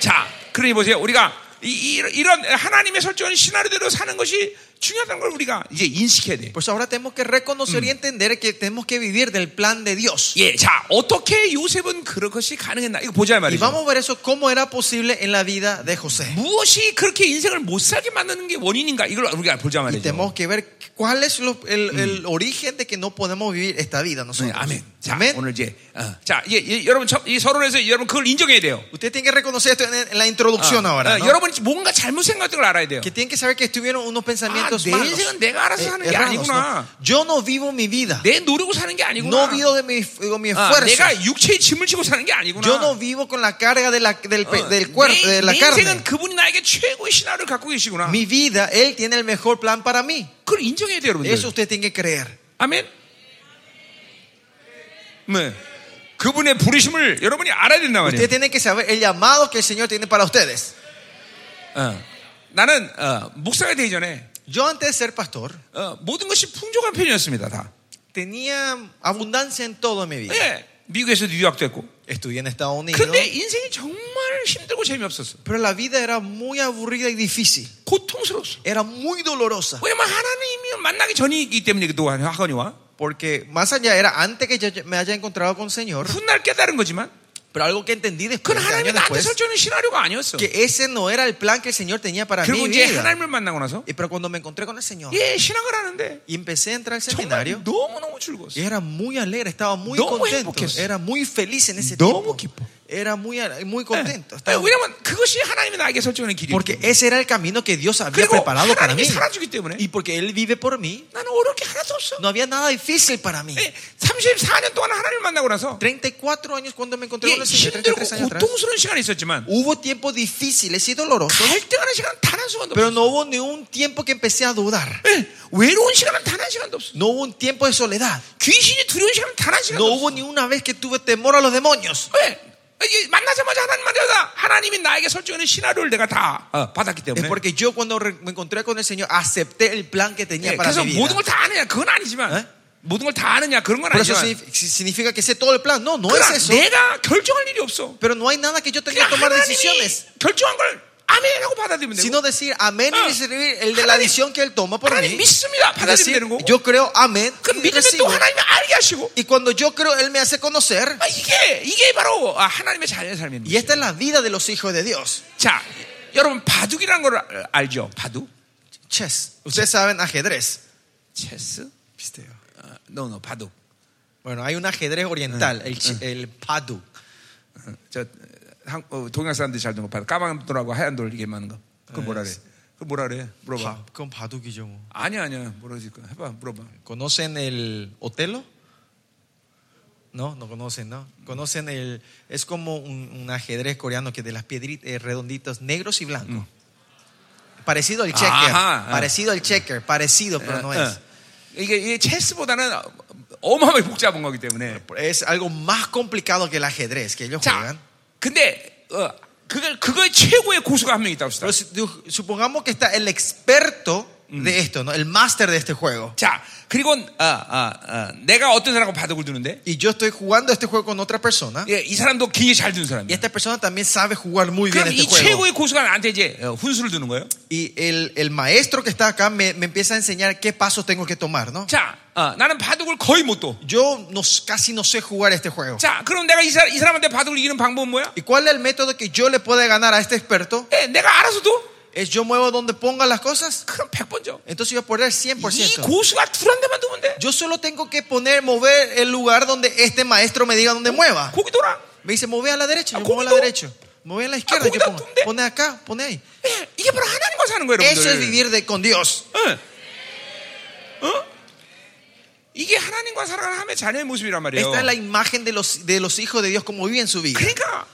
[SPEAKER 1] 자, 그러니 보세요. 우리가 이, 이, 런 하나님의 설정한 시나리오대로 사는 것이 중요하다는 걸 우리가 이제 인식해야 돼.
[SPEAKER 2] Por eso ahora tenemos que reconocer y entender que tenemos que vivir del plan de Dios.
[SPEAKER 1] 예, 자, 어떻게 요셉은 그런 것이 가능했나? 이거 보자 이
[SPEAKER 2] Y
[SPEAKER 1] 말이죠.
[SPEAKER 2] vamos a ver eso, cómo era posible en la vida de José.
[SPEAKER 1] 무엇이 그렇게 인생을 못 살게 만드는 게 원인인가? 이걸 우리가 보자
[SPEAKER 2] Y
[SPEAKER 1] 말이죠.
[SPEAKER 2] tenemos que ver cuál es lo- el, el origen de que no podemos vivir esta vida
[SPEAKER 1] 네,
[SPEAKER 2] nosotros.
[SPEAKER 1] 아멘. 자,
[SPEAKER 2] Mm. Amén.
[SPEAKER 1] 오늘 이제 어, 자, 예, 예, 여러분 첫- 이 서론에서 여러분 그걸 인정해야 돼요.
[SPEAKER 2] Usted tiene que reconocer esto en, en la
[SPEAKER 1] 어,
[SPEAKER 2] introducción
[SPEAKER 1] 어,
[SPEAKER 2] ahora. Ah, ¿no?
[SPEAKER 1] 여러분이 뭔가 잘못 생각했던 걸 알아야 돼요.
[SPEAKER 2] Que tienen que saber que estuvieron unos
[SPEAKER 1] 아,
[SPEAKER 2] pensamientos
[SPEAKER 1] 내
[SPEAKER 2] malos,
[SPEAKER 1] 인생은 내가 알아서
[SPEAKER 2] eh,
[SPEAKER 1] 사는 게
[SPEAKER 2] errados, ¿no?
[SPEAKER 1] 아니구나.
[SPEAKER 2] Yo no vivo mi vida.
[SPEAKER 1] 내 노력으로 사는 게
[SPEAKER 2] No
[SPEAKER 1] 아니구나.
[SPEAKER 2] vivo Ah, de mi, con mi
[SPEAKER 1] 아,
[SPEAKER 2] esfuerzo.
[SPEAKER 1] 내가 육체의 짐을 지고 사는 게 아니구나.
[SPEAKER 2] Yo no vivo con la carga de la, del, pe-
[SPEAKER 1] 어,
[SPEAKER 2] del cuerpo,
[SPEAKER 1] 내,
[SPEAKER 2] Ah, de la
[SPEAKER 1] 내
[SPEAKER 2] carne.
[SPEAKER 1] 인생은 그분이 나에게 최고의 신화를 갖고 계시구나.
[SPEAKER 2] Mi vida, Él tiene el mejor plan para mí.
[SPEAKER 1] 그걸 인정해야 돼요, 여러분들.
[SPEAKER 2] Eso usted tiene que creer.
[SPEAKER 1] 아멘. 네. 그분의 부르심을 여러분이 알아야 된단 말이에요.
[SPEAKER 2] Usted tiene que saber el llamado que el Señor tiene para ustedes.
[SPEAKER 1] 어. 나는 어, 목사가 되기 전에
[SPEAKER 2] Yo antes de ser pastor,
[SPEAKER 1] 어, 모든 것이 풍족한 편이었습니다, 다.
[SPEAKER 2] tenía abundancia en todo en mi vida.
[SPEAKER 1] 예. 미국에서 뉴욕도 했고.
[SPEAKER 2] Estudié en Estados Unidos,
[SPEAKER 1] 그런데 인생이 정말 힘들고 재미없었어.
[SPEAKER 2] pero la vida era muy aburrida y difícil.
[SPEAKER 1] 고통스러웠어.
[SPEAKER 2] Era muy dolorosa.
[SPEAKER 1] 왜냐면 하나님이 만나기 전이기 때문에 또 학원이와
[SPEAKER 2] Porque más allá era antes que yo me haya encontrado con el Señor,
[SPEAKER 1] 훗날 깨달은 거지만
[SPEAKER 2] pero algo que entendí después,
[SPEAKER 1] 그건 하나님이
[SPEAKER 2] años
[SPEAKER 1] 나한테
[SPEAKER 2] después,
[SPEAKER 1] 설정하는 시나리오가 아니었어.
[SPEAKER 2] que ese no era el plan que el Señor tenía para mi
[SPEAKER 1] 그리고 이제
[SPEAKER 2] vida.
[SPEAKER 1] 하나님을 만나고 나서
[SPEAKER 2] Y pero cuando me encontré con el Señor
[SPEAKER 1] 예 신앙을 하는데
[SPEAKER 2] y empecé a entrar al
[SPEAKER 1] 정말
[SPEAKER 2] seminario,
[SPEAKER 1] 너무 너무 즐거웠어.
[SPEAKER 2] era muy alegre, estaba muy
[SPEAKER 1] Domo
[SPEAKER 2] contento,
[SPEAKER 1] 행복했어.
[SPEAKER 2] era muy feliz en ese
[SPEAKER 1] Domo
[SPEAKER 2] tiempo.
[SPEAKER 1] 기뻐.
[SPEAKER 2] Era muy, muy contento.
[SPEAKER 1] 예.
[SPEAKER 2] estaba-
[SPEAKER 1] 왜냐면 그것이 하나님이 나에게 설정하는 길이야.
[SPEAKER 2] Porque ese era el camino que Dios había
[SPEAKER 1] 그리고
[SPEAKER 2] preparado para
[SPEAKER 1] 하나님이
[SPEAKER 2] mí.
[SPEAKER 1] 살아주기 때문에
[SPEAKER 2] Y porque Él vive por mí,
[SPEAKER 1] 나는 어려울 게 하나도 없어.
[SPEAKER 2] no había nada difícil para mí.
[SPEAKER 1] 예, 34년 동안 하나님을 만나고 나서
[SPEAKER 2] 34 años cuando me encontré
[SPEAKER 1] 예,
[SPEAKER 2] con el Señor,
[SPEAKER 1] 네. 힘들고
[SPEAKER 2] 33 años atrás,
[SPEAKER 1] 고통스러운 시간이 있었지만
[SPEAKER 2] hubo tiempos difíciles y dolorosos,
[SPEAKER 1] 갈등하는 시간 단한 시간도 없어.
[SPEAKER 2] pero no hubo ni un tiempo que empecé a dudar.
[SPEAKER 1] 예, 외로운 시간은 단 한 시간도 없어.
[SPEAKER 2] No hubo un tiempo de soledad.
[SPEAKER 1] 귀신이 두려운 시간은 단 한
[SPEAKER 2] No
[SPEAKER 1] 시간도 없어.
[SPEAKER 2] hubo ni una vez que tuve temor a los demonios.
[SPEAKER 1] 왜? 이게 만나자마자 하나님 만나자 하나님이 나에게 설정하는 시나리오를 내가 다 어, 받았기
[SPEAKER 2] Es
[SPEAKER 1] 때문에.
[SPEAKER 2] porque yo cuando re- me encontré con el Señor acepté el plan que tenía
[SPEAKER 1] 예,
[SPEAKER 2] para
[SPEAKER 1] 그래서
[SPEAKER 2] mi vida.
[SPEAKER 1] 모든 걸 다 아느냐 그건 아니지만
[SPEAKER 2] 에?
[SPEAKER 1] 모든 걸 다 아느냐 어? 그런 건
[SPEAKER 2] Por eso
[SPEAKER 1] 아니지만
[SPEAKER 2] signi- significa que sé todo el plan. No, no es
[SPEAKER 1] 그러나
[SPEAKER 2] eso.
[SPEAKER 1] 내가 결정할 일이 없어
[SPEAKER 2] Pero no hay nada que yo tenga
[SPEAKER 1] 그냥
[SPEAKER 2] que tomar
[SPEAKER 1] 하나님이
[SPEAKER 2] decisiones.
[SPEAKER 1] 결정한 걸 아멘 하고 받아들이면 되고
[SPEAKER 2] sino decir amén
[SPEAKER 1] Ah.
[SPEAKER 2] y recibir el de la
[SPEAKER 1] Hananim-
[SPEAKER 2] visión que él toma por
[SPEAKER 1] 하나님
[SPEAKER 2] mí.
[SPEAKER 1] 믿습니다
[SPEAKER 2] Es
[SPEAKER 1] 받아들이면
[SPEAKER 2] decir,
[SPEAKER 1] 되는 거고
[SPEAKER 2] yo creo amén
[SPEAKER 1] 그
[SPEAKER 2] y
[SPEAKER 1] 믿음에 또
[SPEAKER 2] recibo.
[SPEAKER 1] 하나님이 알게 하시고
[SPEAKER 2] Y cuando yo creo, él me hace conocer.
[SPEAKER 1] 아, 이게 이게 바로 아, 하나님의 자녀의 삶입니다
[SPEAKER 2] Y esta es la vida de los hijos de Dios.
[SPEAKER 1] 자 여러분 바둑이라는 걸 알- 알죠 바둑
[SPEAKER 2] Chess. Ustedes saben ajedrez.
[SPEAKER 1] 체스 어, no, no, 바둑
[SPEAKER 2] Bueno, hay un ajedrez oriental, el,
[SPEAKER 1] Ah.
[SPEAKER 2] chi- el padu.
[SPEAKER 1] 어, 저 어, 한- 어, 동양 사람들이 잘 두는 거 바둑 까만 돌하고 하얀 돌 이게 많은 거 그거 뭐라 그래 그거 뭐라 그래 물어봐
[SPEAKER 2] Pa- Con padu, Guillermo.
[SPEAKER 1] 아니야 아니야 모르지 해봐 물어봐
[SPEAKER 2] ¿Conocen el Otelo? No, no conocen, ¿no? Conocen el. Es como un, un ajedrez coreano que de las piedritas redonditos negros y blancos. Parecido al checker.
[SPEAKER 1] Mm. Ajá, ah.
[SPEAKER 2] parecido al checker. Parecido, pero no
[SPEAKER 1] 어,
[SPEAKER 2] es.
[SPEAKER 1] 어. 이게, 이게 체스보다는 어마어마하게 복잡한 거기 때문에
[SPEAKER 2] Es algo más complicado que el ajedrez que ellos
[SPEAKER 1] 자
[SPEAKER 2] juegan.
[SPEAKER 1] 근데 어, 그걸 그거의 최고의 고수가 한 명 있다고 합시다
[SPEAKER 2] Pero si- du- supongamos que está el experto
[SPEAKER 1] Mm.
[SPEAKER 2] de esto, ¿no? El máster de este juego.
[SPEAKER 1] 자, 그리고 아, 아, 아, 내가 어떤 사람하고 바둑을 두는데
[SPEAKER 2] Y yo estoy jugando este juego con otra persona.
[SPEAKER 1] 예, 이 사람도 굉장히 잘 두는
[SPEAKER 2] Y
[SPEAKER 1] 사람이야.
[SPEAKER 2] esta persona también sabe jugar muy bien
[SPEAKER 1] 그럼
[SPEAKER 2] este
[SPEAKER 1] 이
[SPEAKER 2] juego.
[SPEAKER 1] 최고의 고수가 나한테 이제 어, 훈수를 두는 거예요.
[SPEAKER 2] Y el, el maestro que está acá me, me empieza a enseñar qué pasos tengo que tomar, ¿no?
[SPEAKER 1] 자, 아, 나는 바둑을 거의 못 둬.
[SPEAKER 2] Yo no, casi no sé jugar este juego.
[SPEAKER 1] 자, 그럼 내가 이, 사, 이 사람한테 바둑을 이기는 방법은 뭐야?
[SPEAKER 2] ¿Y cuál es el método que yo le pueda ganar a este experto?
[SPEAKER 1] 예, 내가 알아서 둬.
[SPEAKER 2] Es yo muevo donde ponga las cosas.
[SPEAKER 1] 그럼 100번 줘.
[SPEAKER 2] Entonces yo voy a poner
[SPEAKER 1] 이
[SPEAKER 2] 100%.
[SPEAKER 1] 고수가 둘한 대만 두면 돼.
[SPEAKER 2] Yo solo tengo que poner, mover el lugar donde este maestro me diga dónde mueva.
[SPEAKER 1] 고기 돌아.
[SPEAKER 2] Me dice, mueve a la derecha.
[SPEAKER 1] Ah,
[SPEAKER 2] Yo muevo a la
[SPEAKER 1] ¿cómo?
[SPEAKER 2] derecha. Mueve a la izquierda.
[SPEAKER 1] ¿cómo
[SPEAKER 2] Yo
[SPEAKER 1] no?
[SPEAKER 2] pongo,
[SPEAKER 1] ¿Dónde?
[SPEAKER 2] pone acá, pone ahí.
[SPEAKER 1] 예, 이게 바로 하나님과 사는 거예요,
[SPEAKER 2] Eso es
[SPEAKER 1] 여러분들.
[SPEAKER 2] vivir de, con Dios.
[SPEAKER 1] 어? 어? 이게 하나님과 살아가는 하나님의 자녀의 모습이란 말이에요.
[SPEAKER 2] Esta es la imagen de los, de los hijos de Dios como viven su vida.
[SPEAKER 1] 그러니까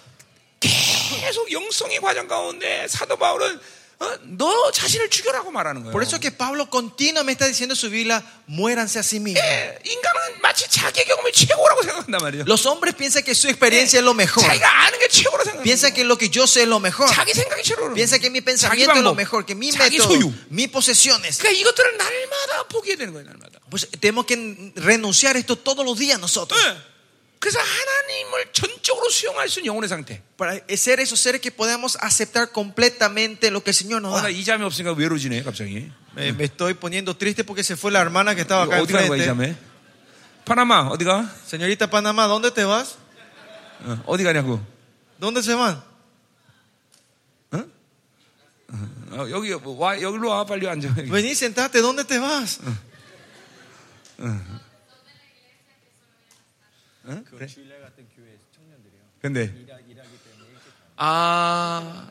[SPEAKER 1] 계속 영성의 과정 가운데 사도 바울은 어, 너 자신을 죽여라고 말하는 거예요.
[SPEAKER 2] Por eso que Pablo continuamente está diciendo en su Biblia, muéranse a sí mismos.
[SPEAKER 1] 예, 인간은 마치 자기 경험이 최고라고 생각한단 말이에요.
[SPEAKER 2] Los hombres piensan que su experiencia es lo mejor.
[SPEAKER 1] 자기가 아는 게 최고라고 생각해요.
[SPEAKER 2] Piensan que lo que yo sé es lo mejor.
[SPEAKER 1] 자기 생각이 최고라고.
[SPEAKER 2] Piensan que mi pensamiento
[SPEAKER 1] 자기
[SPEAKER 2] es lo
[SPEAKER 1] 방법,
[SPEAKER 2] mejor, que mi
[SPEAKER 1] 자기
[SPEAKER 2] método,
[SPEAKER 1] 소유.
[SPEAKER 2] mis posesiones.
[SPEAKER 1] 그러니까 이것들을 날마다 포기해야 되는 거예요, 날마다.
[SPEAKER 2] Pues tenemos que renunciar a esto todos los días nosotros.
[SPEAKER 1] 예. 그래서 하나님을 전적으로 수용할 수 있는 영혼의 상태.
[SPEAKER 2] Para ser esos seres que podamos aceptar completamente lo que el Señor nos
[SPEAKER 1] 어,
[SPEAKER 2] da.
[SPEAKER 1] 나이 잠이 없으니까 외로워지네, 갑자기.
[SPEAKER 2] Me, me estoy poniendo triste porque se fue la hermana que estaba acá
[SPEAKER 1] 어디 가는 거야, 이
[SPEAKER 2] enfrente.
[SPEAKER 1] 잠에? 파나마, 어디가?
[SPEAKER 2] Señorita Panamá, ¿dónde te vas?
[SPEAKER 1] 어, 어디 가냐고?
[SPEAKER 2] ¿Dónde se van?
[SPEAKER 1] 어, 여기 뭐, 와 여기로 와 빨리 앉아. 여기.
[SPEAKER 2] Vení, sentate, ¿dónde te vas?
[SPEAKER 1] 근데 아,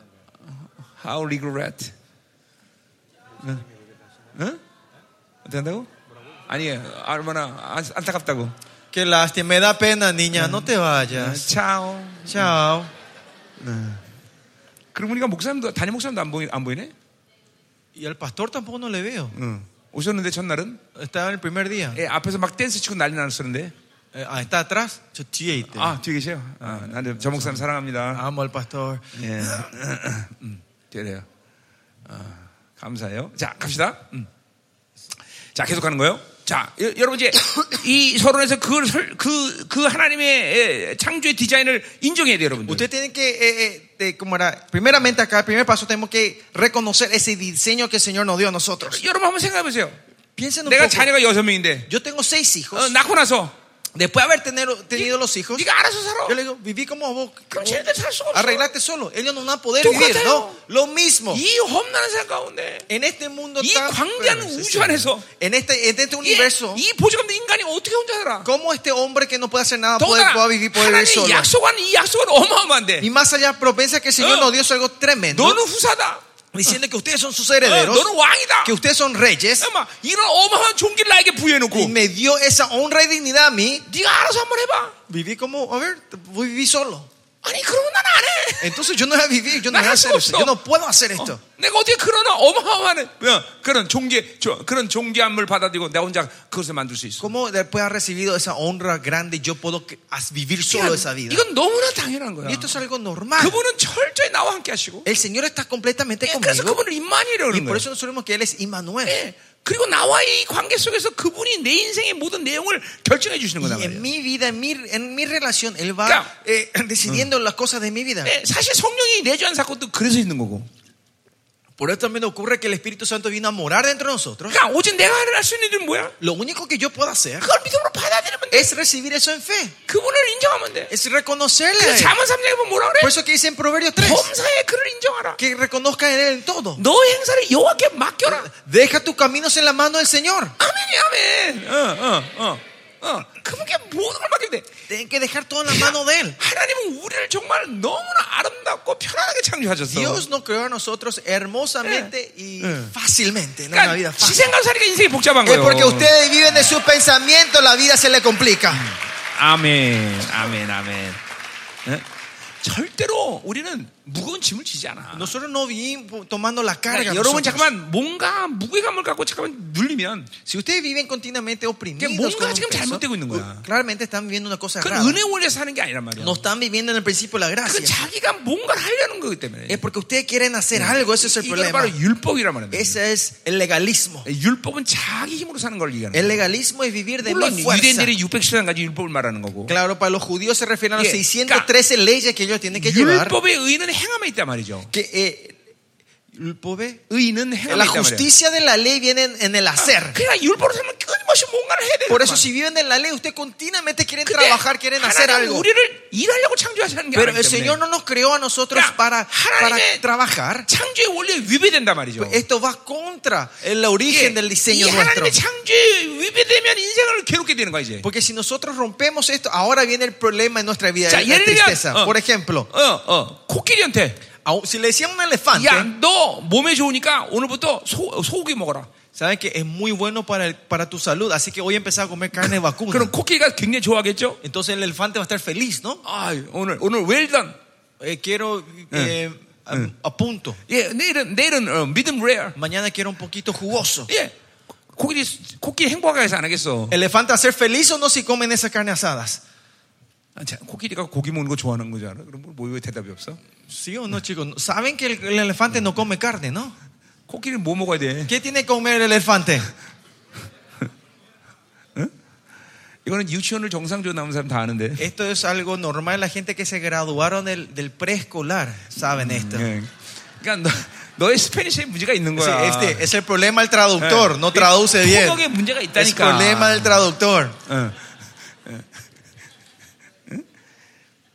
[SPEAKER 1] how regret. 응? 응? 어떻게 한다고? 아니, 얼마나 안- 안타깝다고.
[SPEAKER 2] Qué lástima, me da pena, niña, no te vayas.
[SPEAKER 1] 차오.
[SPEAKER 2] Chao.
[SPEAKER 1] 그럼 우리가 목사님도 단임 목사님도 안 보이 안 보이네?
[SPEAKER 2] Y al pastor tampoco no le veo.
[SPEAKER 1] 응. 오셨는데 첫날은
[SPEAKER 2] Estaba en el primer día.
[SPEAKER 1] 예, 앞에서 막 댄스 치고 난리 났었는데.
[SPEAKER 2] Eh, ah, está atrás. Yo estoy ahí, te-
[SPEAKER 1] 아, 뒤에 계세요. 아, 나는 저 목사님 사랑합니다.
[SPEAKER 2] Amo al pastor.
[SPEAKER 1] 예. 음, 그래요. 아, 감사해요. 자, 갑시다. 음. 자, 계속 가는 거예요. 자, 여, 러분 이제 이 서론에서 그, 설- 그, 그 하나님의 예, 창조의 디자인을 인정해야 돼요, 여러분들.
[SPEAKER 2] Usted tiene que, eh, eh, de- como era, primeramente acá, el primer paso tenemos que reconocer ese diseño que el Señor nos dio a nosotros.
[SPEAKER 1] 여러분 한번 생각해 보세요.
[SPEAKER 2] Piensen un
[SPEAKER 1] 내가
[SPEAKER 2] poco.
[SPEAKER 1] 자녀가 여섯 명인데
[SPEAKER 2] Yo tengo seis hijos.
[SPEAKER 1] 어, 낳고 나서
[SPEAKER 2] Después de haber tener- tenido los hijos,
[SPEAKER 1] 네가 알아서
[SPEAKER 2] yo
[SPEAKER 1] 살아.
[SPEAKER 2] le digo, viví como vos.
[SPEAKER 1] 그럼 쟤네들 살 수가 없어.
[SPEAKER 2] Arreglate solo. Ellos no van a poder
[SPEAKER 1] Tú
[SPEAKER 2] vivir,
[SPEAKER 1] cuéntalo.
[SPEAKER 2] ¿no? Lo mismo.
[SPEAKER 1] 이 험난한 세상 가운데
[SPEAKER 2] En este mundo
[SPEAKER 1] Y
[SPEAKER 2] tan
[SPEAKER 1] 광대한 우주 안에서.
[SPEAKER 2] en este, en este
[SPEAKER 1] 이, 그
[SPEAKER 2] universo,
[SPEAKER 1] 이 보조금 인간이 어떻게 혼자 살아?
[SPEAKER 2] ¿cómo este hombre que no puede hacer nada puede,
[SPEAKER 1] 더구나
[SPEAKER 2] pueda vivir, puede vivir
[SPEAKER 1] 하나님
[SPEAKER 2] solo?
[SPEAKER 1] 약속한 이 약속은 어마어마한데
[SPEAKER 2] Y más allá, pero piensa que el Señor
[SPEAKER 1] Oh.
[SPEAKER 2] nos dio algo tremendo.
[SPEAKER 1] 너는 후사다.
[SPEAKER 2] diciendo que ustedes son sus
[SPEAKER 1] 어,
[SPEAKER 2] herederos,
[SPEAKER 1] 너는 왕이다.
[SPEAKER 2] que ustedes son reyes,
[SPEAKER 1] 엄마, 이런 어마어마한 종기를 나에게 부여해놓고
[SPEAKER 2] y me dio esa honra y dignidad a mí.
[SPEAKER 1] 네가 알아서 한번 해봐.
[SPEAKER 2] Viví como, a ver, voy a vivir solo.
[SPEAKER 1] 아니 그러고 난 안 해.
[SPEAKER 2] Entonces yo no voy a vivir, yo no
[SPEAKER 1] Nada
[SPEAKER 2] voy a hacer
[SPEAKER 1] justo.
[SPEAKER 2] esto. Yo no puedo hacer
[SPEAKER 1] 네,
[SPEAKER 2] esto.
[SPEAKER 1] 내가 어떻게 그런 어마어마한 어, 그런 종기 저, 그런 종기함을 받아들이고 내가 혼자 그것을 만들 수 있어.
[SPEAKER 2] ¿Cómo después ha recibido esa honra grande? Yo puedo que- as- vivir solo esa vida.
[SPEAKER 1] 그 이건 너무나 당연한 거야. 아,
[SPEAKER 2] Y esto es algo normal.
[SPEAKER 1] 그분은 철저히 나와 함께 하시고 예,
[SPEAKER 2] El Señor está completamente
[SPEAKER 1] 네, 그래서
[SPEAKER 2] conmigo.
[SPEAKER 1] 그분을 임만이라고
[SPEAKER 2] Y
[SPEAKER 1] 그러는
[SPEAKER 2] por
[SPEAKER 1] 거예요.
[SPEAKER 2] eso nosotros vemos que Él es Immanuel.
[SPEAKER 1] 예. 그리고 나와의 이 관계 속에서 그분이 내 인생의 모든 내용을 결정해 주시는 거다
[SPEAKER 2] Y en
[SPEAKER 1] 말이에요.
[SPEAKER 2] mi vida, en mi, en mi relación, Él
[SPEAKER 1] Claro.
[SPEAKER 2] va eh, decidiendo las cosas de mi vida.
[SPEAKER 1] 예, 사실 성령이 내주한 사건도 그래서 있는 거고.
[SPEAKER 2] Por eso también ocurre que el Espíritu Santo vino a morar dentro de nosotros.
[SPEAKER 1] 그러니까 오직 내가 할 수 있는 일은 뭐야?
[SPEAKER 2] Lo único que yo puedo hacer
[SPEAKER 1] 그걸 믿음으로 받아들이면 돼.
[SPEAKER 2] es recibir eso en fe,
[SPEAKER 1] 그분을 인정하면 돼.
[SPEAKER 2] es reconocerle. a
[SPEAKER 1] 그
[SPEAKER 2] Él.
[SPEAKER 1] 잠언 3장에 보면 뭐라
[SPEAKER 2] Por
[SPEAKER 1] 그래?
[SPEAKER 2] eso que dice en Proverbios 3,
[SPEAKER 1] 범사에 그를 인정하라.
[SPEAKER 2] que reconozca en Él en todo.
[SPEAKER 1] 너 행사를 여호와께 맡겨라.
[SPEAKER 2] Deja tus caminos en la mano del Señor.
[SPEAKER 1] 아멘이 아멘. 어, 어, 어, 어. 그분께 모든 걸 맡기면 돼.
[SPEAKER 2] Tienen que dejar todo en la mano de Él.
[SPEAKER 1] 하나님은 우리를 정말 너무나 아름답고 편안하게 창조하셨어.
[SPEAKER 2] Dios nos creó a nosotros hermosamente y fácilmente, ¿no? una vida
[SPEAKER 1] 그러니까 지
[SPEAKER 2] fácil.
[SPEAKER 1] 생각 사니까 인생이 복잡한
[SPEAKER 2] Es
[SPEAKER 1] 거예요.
[SPEAKER 2] porque ustedes viven de sus pensamientos, la vida se le complica.
[SPEAKER 1] 아멘, 아멘, 아멘. 예? 절대로 우리는 무거운 짐을 지지 않아.
[SPEAKER 2] Nosotros no vivimos tomando la carga.
[SPEAKER 1] 그러니까 여러분
[SPEAKER 2] nosotros.
[SPEAKER 1] 잠깐만 뭔가 무게감을 갖고 잠깐만 눌리면
[SPEAKER 2] Si ustedes viven continuamente oprimidos,
[SPEAKER 1] Que 뭔가
[SPEAKER 2] con un
[SPEAKER 1] 지금
[SPEAKER 2] peso,
[SPEAKER 1] 잘못되고 있는 거야.
[SPEAKER 2] claramente están viviendo una cosa rara.
[SPEAKER 1] 그건 은혜 원리에 사는 게 아니란 말이야.
[SPEAKER 2] No están viviendo en el principio la
[SPEAKER 1] 그건
[SPEAKER 2] gracia.
[SPEAKER 1] 자기가 뭔가를 하려는 거기 때문에.
[SPEAKER 2] Es porque ustedes quieren hacer algo, ese es el
[SPEAKER 1] 이게
[SPEAKER 2] problema.
[SPEAKER 1] 바로 율법이란 말이야. 예,
[SPEAKER 2] Ese es el legalismo.
[SPEAKER 1] 율법은 자기 힘으로 사는 걸 얘기하는
[SPEAKER 2] El
[SPEAKER 1] 거야.
[SPEAKER 2] legalismo es vivir de mi
[SPEAKER 1] 물론
[SPEAKER 2] fuerza.
[SPEAKER 1] 유대인들이 600시간까지 율법을 말하는 거고.
[SPEAKER 2] Claro, para los judíos se refieren a los
[SPEAKER 1] Yeah.
[SPEAKER 2] 613 leyes que ellos tienen que llevar.
[SPEAKER 1] 율법의 의는 행함에 있단 말이죠.
[SPEAKER 2] Que, eh, 율법에-
[SPEAKER 1] 의는 행함에
[SPEAKER 2] la
[SPEAKER 1] 있단 말이야.
[SPEAKER 2] justicia de la ley viene en, en el hacer.
[SPEAKER 1] 그러니까 율법으로 살면 끊임없이 뭔가를 해야 되는
[SPEAKER 2] Por eso
[SPEAKER 1] 거야.
[SPEAKER 2] si viven en la ley, ustedes continuamente quieren
[SPEAKER 1] 근데
[SPEAKER 2] trabajar, quieren hacer
[SPEAKER 1] 하나님은
[SPEAKER 2] algo.
[SPEAKER 1] 우리를 일하려고 창조하시는 게
[SPEAKER 2] Pero
[SPEAKER 1] 아니기
[SPEAKER 2] el Señor
[SPEAKER 1] 때문에
[SPEAKER 2] no nos creó a nosotros
[SPEAKER 1] Ya,
[SPEAKER 2] para, para
[SPEAKER 1] 하나님의-
[SPEAKER 2] trabajar.
[SPEAKER 1] 창조의 원리에 위배된단 말이죠.
[SPEAKER 2] Esto va contra el origen del
[SPEAKER 1] 이
[SPEAKER 2] diseño nuestro.
[SPEAKER 1] 하나님의 창조에 위배되면 인생을 괴롭게 되는 거야 이제.
[SPEAKER 2] Porque si nosotros rompemos esto, ahora viene el problema en nuestra vida,
[SPEAKER 1] 자,
[SPEAKER 2] la
[SPEAKER 1] 예를 들면
[SPEAKER 2] tristeza.
[SPEAKER 1] 어,
[SPEAKER 2] Por ejemplo,
[SPEAKER 1] 어, 어, 코끼리한테
[SPEAKER 2] a un- si le decíamos a un elefante,
[SPEAKER 1] 야, 너 몸에 좋으니까 오늘부터 소, 소고기 먹어라.
[SPEAKER 2] saben que es muy bueno para, el- para tu salud, así que hoy empezar a comer carne
[SPEAKER 1] 그럼
[SPEAKER 2] vacuna.
[SPEAKER 1] 코끼리가 굉장히 좋아하겠죠?
[SPEAKER 2] Entonces el elefante va a estar feliz, ¿no?
[SPEAKER 1] 아, 오늘 오늘 웰던.
[SPEAKER 2] Eh, quiero eh, a, a punto.
[SPEAKER 1] 예, 내일은 내일은 어, 미듬 레어.
[SPEAKER 2] Mañana quiero un poquito jugoso.
[SPEAKER 1] 예. 코끼리 코끼리 행복하게 해서 안 하겠어.
[SPEAKER 2] ¿Elefante va a ser feliz o no si comen esas carnes asadas?
[SPEAKER 1] 아, 자, 코끼리가 고기 먹는 거 좋아하는 거잖아. 그럼 뭐, 뭐왜 대답이 없어?
[SPEAKER 2] ¿Sí o no, chicos? Saben que el, el elefante no come carne, ¿no?
[SPEAKER 1] 코끼리는 뭐 먹어야 돼?
[SPEAKER 2] ¿Qué tiene que comer el elefante?
[SPEAKER 1] 이거는 유치원을 정상적으로 나온 사람 다 아는데.
[SPEAKER 2] Esto es algo normal. La gente que se graduaron del, del preescolar saben esto.
[SPEAKER 1] 예. 그러니까 너, 너의 스페니쉬에 문제가 있는
[SPEAKER 2] Sí,
[SPEAKER 1] 거야.
[SPEAKER 2] este es el problema del traductor,
[SPEAKER 1] Eh.
[SPEAKER 2] no traduce
[SPEAKER 1] Eh,
[SPEAKER 2] bien.
[SPEAKER 1] 통역에 문제가
[SPEAKER 2] Es
[SPEAKER 1] 있다니까.
[SPEAKER 2] problema del traductor.
[SPEAKER 1] 응. 응. 응?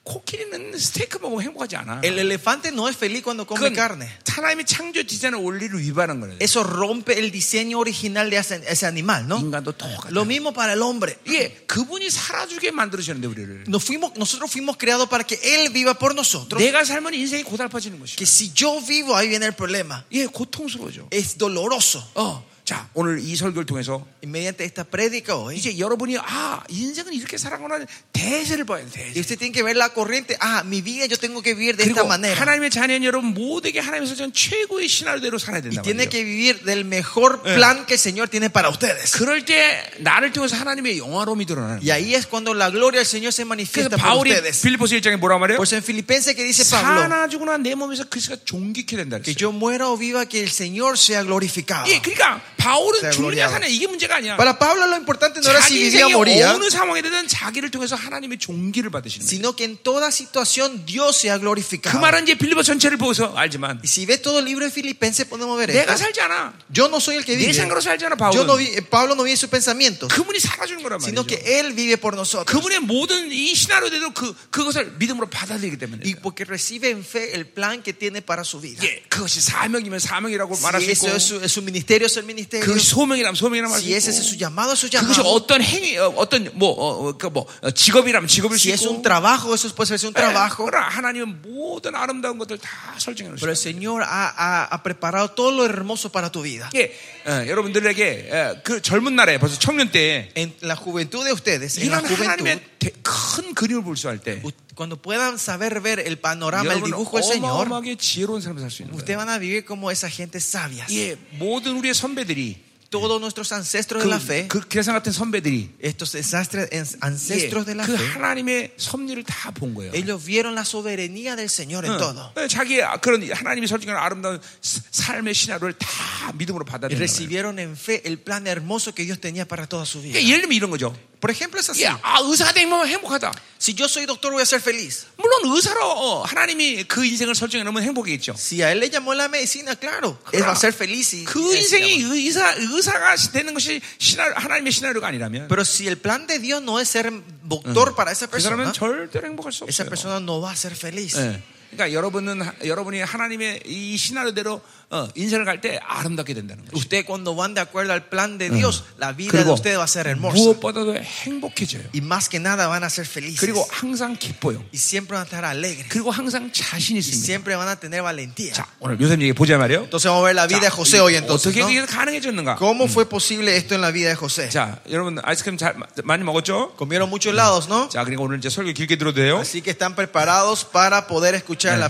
[SPEAKER 1] 코끼리는 스테이크 먹으면 행복하지 않아.
[SPEAKER 2] El elefante no es feliz cuando come
[SPEAKER 1] 그건
[SPEAKER 2] carne.
[SPEAKER 1] 하나님의 창조 디자인의 원리를 위반한 거예요.
[SPEAKER 2] Eso rompe el diseño original de ese, ese animal, ¿no?
[SPEAKER 1] 인간도 똑같아.
[SPEAKER 2] Lo mismo para el hombre.
[SPEAKER 1] 예, 그분이 살아주게 만들으셨는데 우리를.
[SPEAKER 2] Nos fuimos, nosotros fuimos creados para que Él viva por nosotros.
[SPEAKER 1] 내가 살면 인생이 고달파지는 것이야.
[SPEAKER 2] Que si yo vivo, ahí viene el problema.
[SPEAKER 1] 예, 고통스러워져.
[SPEAKER 2] Es doloroso.
[SPEAKER 1] 어, 자 오늘 이 설교를 통해서
[SPEAKER 2] Y mediante esta prédica hoy,
[SPEAKER 1] 이제 여러분이 아 인생은 이렇게 살아가는 대세를 봐야 돼.
[SPEAKER 2] y
[SPEAKER 1] 대세.
[SPEAKER 2] usted tiene que ver la corriente. Ah, mi vida yo tengo que vivir de
[SPEAKER 1] 그리고
[SPEAKER 2] esta manera.
[SPEAKER 1] 하나님의 자녀인 여러분 모두에게 하나님의 설정 최고의 신화대로 살아야
[SPEAKER 2] Y
[SPEAKER 1] 된다.
[SPEAKER 2] tiene
[SPEAKER 1] 말이에요.
[SPEAKER 2] que vivir del mejor plan que el Señor tiene para ustedes.
[SPEAKER 1] 그럴 때 나를 통해서 하나님의 영화로움이 드러나는. 거예요.
[SPEAKER 2] Y ahí es cuando la gloria del Señor se manifiesta
[SPEAKER 1] 그래서
[SPEAKER 2] para
[SPEAKER 1] 바울이
[SPEAKER 2] ustedes.
[SPEAKER 1] 빌리포스 1장에 뭐라 말해요?
[SPEAKER 2] Por eso en Filipenses que dice Pablo,
[SPEAKER 1] 사나 죽으나 내 몸에서 그리스도가 존귀케 된다
[SPEAKER 2] que
[SPEAKER 1] 그랬어요.
[SPEAKER 2] yo muera o viva, que el Señor sea glorificado.
[SPEAKER 1] 예, 그러니까 바울은
[SPEAKER 2] Sea
[SPEAKER 1] 죽느냐
[SPEAKER 2] gloriado.
[SPEAKER 1] 사냐 이게 문제가 아니야.
[SPEAKER 2] Para Pablo lo importante no era si
[SPEAKER 1] 자기
[SPEAKER 2] vivía o
[SPEAKER 1] 인생이
[SPEAKER 2] moría,
[SPEAKER 1] 어느 상황에 되든 자기를 통해서 하나님의 존귀를 받으시는 거예요.
[SPEAKER 2] sino que en toda situación Dios
[SPEAKER 1] 그
[SPEAKER 2] sea glorificado.
[SPEAKER 1] 말은 이제 빌리포스 전체를 보고서 알지만
[SPEAKER 2] Y si ves todo el libro de Filipenses podemos ver
[SPEAKER 1] 내가
[SPEAKER 2] esto.
[SPEAKER 1] 살지 않아.
[SPEAKER 2] Yo no soy el que
[SPEAKER 1] 내
[SPEAKER 2] vive.
[SPEAKER 1] 생각으로 살지 않아
[SPEAKER 2] Yo no
[SPEAKER 1] 바울은.
[SPEAKER 2] vi- eh, Pablo no vive sus pensamientos,
[SPEAKER 1] 그분이 살아주는 거란
[SPEAKER 2] sino
[SPEAKER 1] 말이죠.
[SPEAKER 2] que Él vive por nosotros.
[SPEAKER 1] 그분의 모든 이 시나리오대로 그 그것을 믿음으로 받아들이기 때문에.
[SPEAKER 2] Y porque recibe en fe el plan que tiene para su vida.
[SPEAKER 1] 예, 그것이 사명이면 사명이라고 말할 수
[SPEAKER 2] Si
[SPEAKER 1] 있고,
[SPEAKER 2] eso es su, es su ministerio, es el ministerio.
[SPEAKER 1] 그것이 소명이라면 소명이라고
[SPEAKER 2] Si
[SPEAKER 1] 말할
[SPEAKER 2] ese es
[SPEAKER 1] 수
[SPEAKER 2] su
[SPEAKER 1] 있고,
[SPEAKER 2] llamado, es su
[SPEAKER 1] 그것이
[SPEAKER 2] llamado.
[SPEAKER 1] 어떤 행위, 어, 어떤 뭐, 어, 어, 그 뭐, 어, 직업이라면 직업일 수
[SPEAKER 2] Si es un
[SPEAKER 1] 있고,
[SPEAKER 2] trabajo, eso puede
[SPEAKER 1] Eh.
[SPEAKER 2] ser un trabajo.
[SPEAKER 1] 그러나 하나님은 모든 아름다운 것들 다 설정해
[SPEAKER 2] Pero el
[SPEAKER 1] 놓으셨어요.
[SPEAKER 2] Señor ha, ha- ha preparado todo lo hermoso para tu vida.
[SPEAKER 1] 예, 어, 여러분들에게 어, 그 젊은 날에 벌써 청년 때
[SPEAKER 2] En la juventud de ustedes, en la
[SPEAKER 1] 이런
[SPEAKER 2] juventud,
[SPEAKER 1] 하나님의 대- 큰 그림을 볼 수 할 때,
[SPEAKER 2] u- cuando puedan saber ver el panorama, el
[SPEAKER 1] 여러분
[SPEAKER 2] dibujo del Señor,
[SPEAKER 1] 어마어마하게 지혜로운 사람 살수 있는
[SPEAKER 2] ustedes
[SPEAKER 1] 거예요.
[SPEAKER 2] van a vivir como esa gente sabia.
[SPEAKER 1] 예, 모든 우리의 선배들이
[SPEAKER 2] Todos nuestros ancestros de la
[SPEAKER 1] 그,
[SPEAKER 2] fe,
[SPEAKER 1] 그 계산 같은 선배들이
[SPEAKER 2] estos desastres en-
[SPEAKER 1] 예,
[SPEAKER 2] ancestros de la
[SPEAKER 1] 그
[SPEAKER 2] fe,
[SPEAKER 1] 하나님의 섭리를 다 본 거예요.
[SPEAKER 2] ellos vieron la soberanía del Señor en todo.
[SPEAKER 1] 어, 자기의 아- 그런 하나님이 설정한 아름다운 스- 삶의 신화를 다 믿음으로
[SPEAKER 2] Y
[SPEAKER 1] 받아들인 거예요.
[SPEAKER 2] recibieron en fe el plan hermoso que Dios tenía para toda su vida.
[SPEAKER 1] 그러니까 예를 들면 이런 거죠.
[SPEAKER 2] Por ejemplo, es así.
[SPEAKER 1] 예, 아 의사 되면 행복하다.
[SPEAKER 2] Si yo soy doctor, voy a ser feliz.
[SPEAKER 1] 물론 의사로 어, 하나님이 그 인생을 설정해 놓으면 행복이겠죠.
[SPEAKER 2] Si a él le llamó la medicina, claro, él va a ser feliz. y-
[SPEAKER 1] 그 인생이 의사 의사가 되는 것이 신화, 하나님의 시나리오가 아니라면
[SPEAKER 2] Pero si el plan de Dios no es ser doctor para esa
[SPEAKER 1] 그 사람은
[SPEAKER 2] persona,
[SPEAKER 1] 절대로 행복할 수
[SPEAKER 2] esa
[SPEAKER 1] 없어요.
[SPEAKER 2] persona Mm. no Eh. va a ser feliz.
[SPEAKER 1] 예. 그러니까 여러분은 하- 여러분이 하나님의 이 시나리오대로 어, 인생을 갈 때 아름답게 된다는 거죠.
[SPEAKER 2] Usted cuando van de acuerdo al plan de Dios, la vida de
[SPEAKER 1] 그리고
[SPEAKER 2] usted va a ser hermosa.
[SPEAKER 1] 무엇보다도 행복해져요.
[SPEAKER 2] Y más que nada van a ser felices.
[SPEAKER 1] 그리고 항상 기뻐요.
[SPEAKER 2] Y siempre van a estar alegres.
[SPEAKER 1] 그리고 항상 자신
[SPEAKER 2] Y
[SPEAKER 1] 있습니다.
[SPEAKER 2] siempre van a tener valentía.
[SPEAKER 1] 자, 오늘 요셉 얘기 보자 말이요.
[SPEAKER 2] Entonces vamos a ver la vida de José hoy entonces.
[SPEAKER 1] 어떻게
[SPEAKER 2] ¿no?
[SPEAKER 1] 이게 가능해졌는가?
[SPEAKER 2] ¿Cómo fue posible esto en la vida de José?
[SPEAKER 1] 자, 여러분 아이스크림 잘 마- 많이 먹었죠?
[SPEAKER 2] Comieron muchos helados, ¿no?
[SPEAKER 1] 자, 그러니까 오늘 이제 설교 길게 들어도 돼요.
[SPEAKER 2] Así que están preparados para poder escuchar la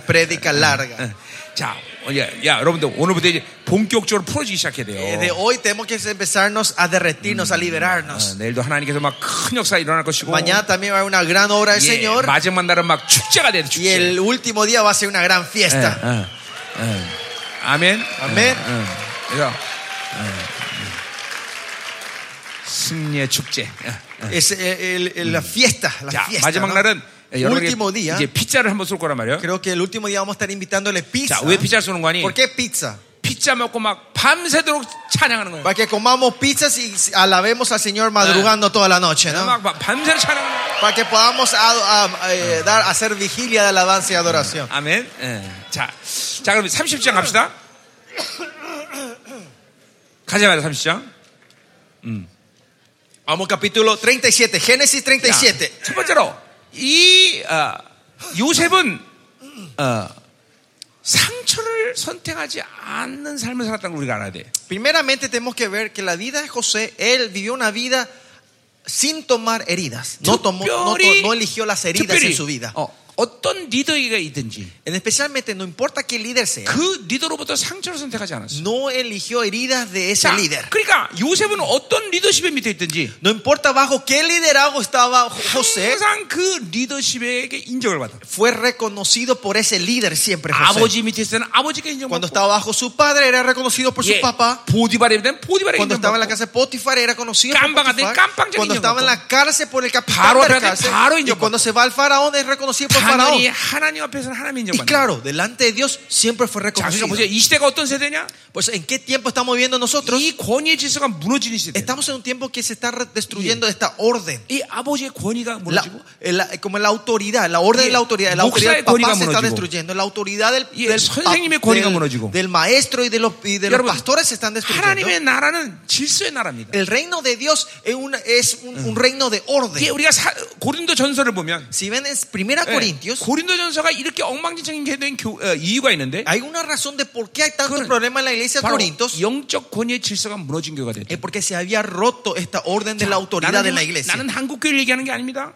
[SPEAKER 2] prédica larga.
[SPEAKER 1] 자, 어, 야, 야, 여러분들 오늘부터 이제 본격적으로 풀어지기 시작해야
[SPEAKER 2] Eh, De
[SPEAKER 1] 돼요.
[SPEAKER 2] hoy tenemos que empezarnos a derretirnos, a
[SPEAKER 1] 어,
[SPEAKER 2] liberarnos.
[SPEAKER 1] 내일도 하나님께서 막 큰 역사 일어날 것이고
[SPEAKER 2] Mañana también va a haber una gran obra del
[SPEAKER 1] 예,
[SPEAKER 2] Señor
[SPEAKER 1] 마지막 날은 막 축제가 돼
[SPEAKER 2] y
[SPEAKER 1] 축제.
[SPEAKER 2] el último día va a ser una gran
[SPEAKER 1] 예,
[SPEAKER 2] fiesta.
[SPEAKER 1] 예, 예. 아멘.
[SPEAKER 2] 아멘.
[SPEAKER 1] 예, 예. 그래서, 예, 예. 승리의 축제. 예.
[SPEAKER 2] Es eh, el- el- la fiesta, la
[SPEAKER 1] 자,
[SPEAKER 2] fiesta.
[SPEAKER 1] 마지막
[SPEAKER 2] ¿no?
[SPEAKER 1] 날은 아, 예, 여러분에게
[SPEAKER 2] Último día.
[SPEAKER 1] 이제 피자를 한번 쏠 거란 말이에요.
[SPEAKER 2] Creo que el último día vamos a estar invitándole pizza.
[SPEAKER 1] 자, 왜 피자 쏘는 거니?
[SPEAKER 2] ¿Por qué pizza?
[SPEAKER 1] 피자 먹고 막 밤새도록 찬양하는 거예요.
[SPEAKER 2] Para que comamos pizzas y alabemos al Señor madrugando toda la noche, ¿no?
[SPEAKER 1] 막, 막 밤새도록 찬양하는 거예요.
[SPEAKER 2] Para que podamos a- a- eh, dar, hacer vigilia de alabanza y adoración.
[SPEAKER 1] 아멘. 예. 자, 자 그럼 30장 갑시다. 가자 말자 30장.
[SPEAKER 2] Vamos capítulo 37, Génesis 37.
[SPEAKER 1] 첫 번째로 이 어, 요셉은 어, 상처를 선택하지 않는 삶을 살았다는 걸 우리가 알아야 돼.
[SPEAKER 2] Primeramente tenemos que ver que la vida de José, él vivió una vida sin tomar heridas. No,
[SPEAKER 1] 뭐,
[SPEAKER 2] tomó, no, to- no eligió las heridas en su vida.
[SPEAKER 1] 어, 어떤 리더가 있든지
[SPEAKER 2] En especialmente, no importa qué líder sea,
[SPEAKER 1] 그 리더로부터 상처를 선택하지 않았어.
[SPEAKER 2] no eligió heridas de ese
[SPEAKER 1] 자,
[SPEAKER 2] líder.
[SPEAKER 1] 그러니까 요셉은 어떤 리더십의 밑에 있든지
[SPEAKER 2] No importa bajo qué liderazgo estaba José,
[SPEAKER 1] 항상 그 리더십에게 인정을 받아.
[SPEAKER 2] fue reconocido por ese líder siempre. José.
[SPEAKER 1] 아버지 밑에 있을 때는 아버지가
[SPEAKER 2] Cuando
[SPEAKER 1] 인정받고 예.
[SPEAKER 2] estaba bajo su padre, era reconocido por su papá.
[SPEAKER 1] 보디발에 있을 때는 보디발에
[SPEAKER 2] Cuando estaba en la
[SPEAKER 1] 인정받고
[SPEAKER 2] casa de Potifar, era conocido por
[SPEAKER 1] Cámpang,
[SPEAKER 2] Potifar.
[SPEAKER 1] cámpang,
[SPEAKER 2] Cuando estaba en la cárcel por el capitán
[SPEAKER 1] Paro,
[SPEAKER 2] de la
[SPEAKER 1] espérate,
[SPEAKER 2] cárcel.
[SPEAKER 1] paro,
[SPEAKER 2] Y
[SPEAKER 1] indio,
[SPEAKER 2] cuando se va al faraón, es reconocido por faraón.
[SPEAKER 1] 당연히 하나님 앞에서는 하나님
[SPEAKER 2] Y
[SPEAKER 1] 인정받는 거야.
[SPEAKER 2] claro, delante de Dios siempre fue
[SPEAKER 1] 자, 그러니까
[SPEAKER 2] reconocido.
[SPEAKER 1] 보세요. 이 시대가 어떤 세대냐?
[SPEAKER 2] Pues, ¿en qué tiempo estamos viviendo nosotros?
[SPEAKER 1] 이 권위의 질서가 무너지는 시대.
[SPEAKER 2] Estamos en un tiempo que se está re- destruyendo esta orden.
[SPEAKER 1] 이 아버지의 권위가
[SPEAKER 2] La-
[SPEAKER 1] 무너지고
[SPEAKER 2] eh, la- como la autoridad, la orden
[SPEAKER 1] Yeah.
[SPEAKER 2] de la autoridad, la
[SPEAKER 1] Boxe의
[SPEAKER 2] autoridad del
[SPEAKER 1] 권위가
[SPEAKER 2] papá se está
[SPEAKER 1] 무너지고.
[SPEAKER 2] destruyendo, la autoridad del,
[SPEAKER 1] Yeah,
[SPEAKER 2] del,
[SPEAKER 1] 선생님의
[SPEAKER 2] pa-
[SPEAKER 1] 권위가
[SPEAKER 2] del-
[SPEAKER 1] 무너지고.
[SPEAKER 2] del maestro y de los,
[SPEAKER 1] 네,
[SPEAKER 2] y de los pastores se están destruyendo.
[SPEAKER 1] 하나님의 나라는 질서의 나라입니다.
[SPEAKER 2] El reino de Dios es un, es un, un reino de orden.
[SPEAKER 1] 이게 우리가 사- 고린도 전서를 보면
[SPEAKER 2] Si ven en 1
[SPEAKER 1] 예,
[SPEAKER 2] Corintios,
[SPEAKER 1] 고린도 전서가 이렇게 엉망진창인 게 된 교- 어, 이유가 있는데
[SPEAKER 2] hay una razón de por qué hay tanto
[SPEAKER 1] 그거는
[SPEAKER 2] problema en la iglesia de
[SPEAKER 1] 바로
[SPEAKER 2] Corintios.
[SPEAKER 1] 영적 권위의 질서가 무너진 교회가 됐다.
[SPEAKER 2] Es porque se había roto esta orden de la autoridad de la
[SPEAKER 1] 지금
[SPEAKER 2] iglesia.
[SPEAKER 1] 나는 한국 교회를 어. 얘기하는 게 아닙니다.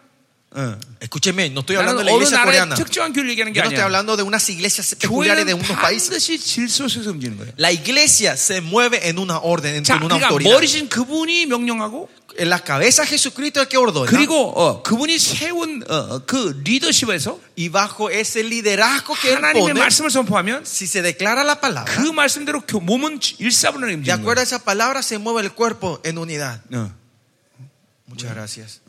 [SPEAKER 2] Escúcheme, no estoy hablando de
[SPEAKER 1] 나는
[SPEAKER 2] la
[SPEAKER 1] 어느
[SPEAKER 2] iglesia
[SPEAKER 1] 나라의
[SPEAKER 2] coreana.
[SPEAKER 1] 특정한 교회를 얘기하는 게
[SPEAKER 2] Yo no estoy
[SPEAKER 1] 아니야.
[SPEAKER 2] hablando de unas iglesias peculiares de
[SPEAKER 1] 교회는
[SPEAKER 2] unos países.
[SPEAKER 1] 반드시 질서 속에서 움직이는 거예요.
[SPEAKER 2] La iglesia se mueve en una orden, en
[SPEAKER 1] 자,
[SPEAKER 2] una
[SPEAKER 1] 그러니까
[SPEAKER 2] autoridad.
[SPEAKER 1] 머리신 그분이 명령하고
[SPEAKER 2] En la cabeza Jesucristo es el que ordena.
[SPEAKER 1] 그리고 어, 그분이 세운 어, 어, 그 리더십에서
[SPEAKER 2] y bajo ese liderazgo que él
[SPEAKER 1] 하나님의
[SPEAKER 2] pone,
[SPEAKER 1] 말씀을 선포하면
[SPEAKER 2] si se declara la
[SPEAKER 1] 그
[SPEAKER 2] palabra,
[SPEAKER 1] 말씀대로 교- 몸은 일사분을
[SPEAKER 2] de
[SPEAKER 1] 움직이는
[SPEAKER 2] acuerdo
[SPEAKER 1] 거예요.
[SPEAKER 2] a esa palabra se mueve el cuerpo en unidad.
[SPEAKER 1] 어,
[SPEAKER 2] Muchas gracias.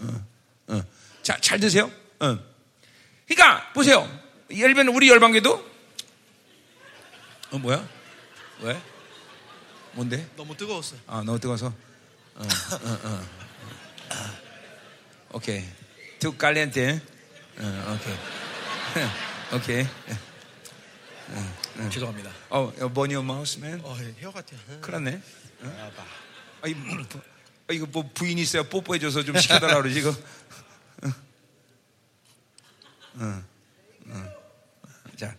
[SPEAKER 1] 어. 자, 잘 드세요. 어. 그러니까 보세요. 예를 들면 우리 열방계도 어 뭐야? 왜? 뭔데?
[SPEAKER 2] 너무 뜨거웠어요.
[SPEAKER 1] 아 너무 뜨거워서. 어, 어, 어. 오케이. 두 깔리한테. 어, 오케이. 오케이.
[SPEAKER 2] 죄송합니다.
[SPEAKER 1] 어, 버니 마우스맨.
[SPEAKER 2] 어, 혀 같아요.
[SPEAKER 1] 큰일 났네. 아, 이, 아, 이거 뭐 부인이 있어요. 뽀뽀해줘서 좀 시켜달라 그러지, 이거. 응. 응. 응. 자,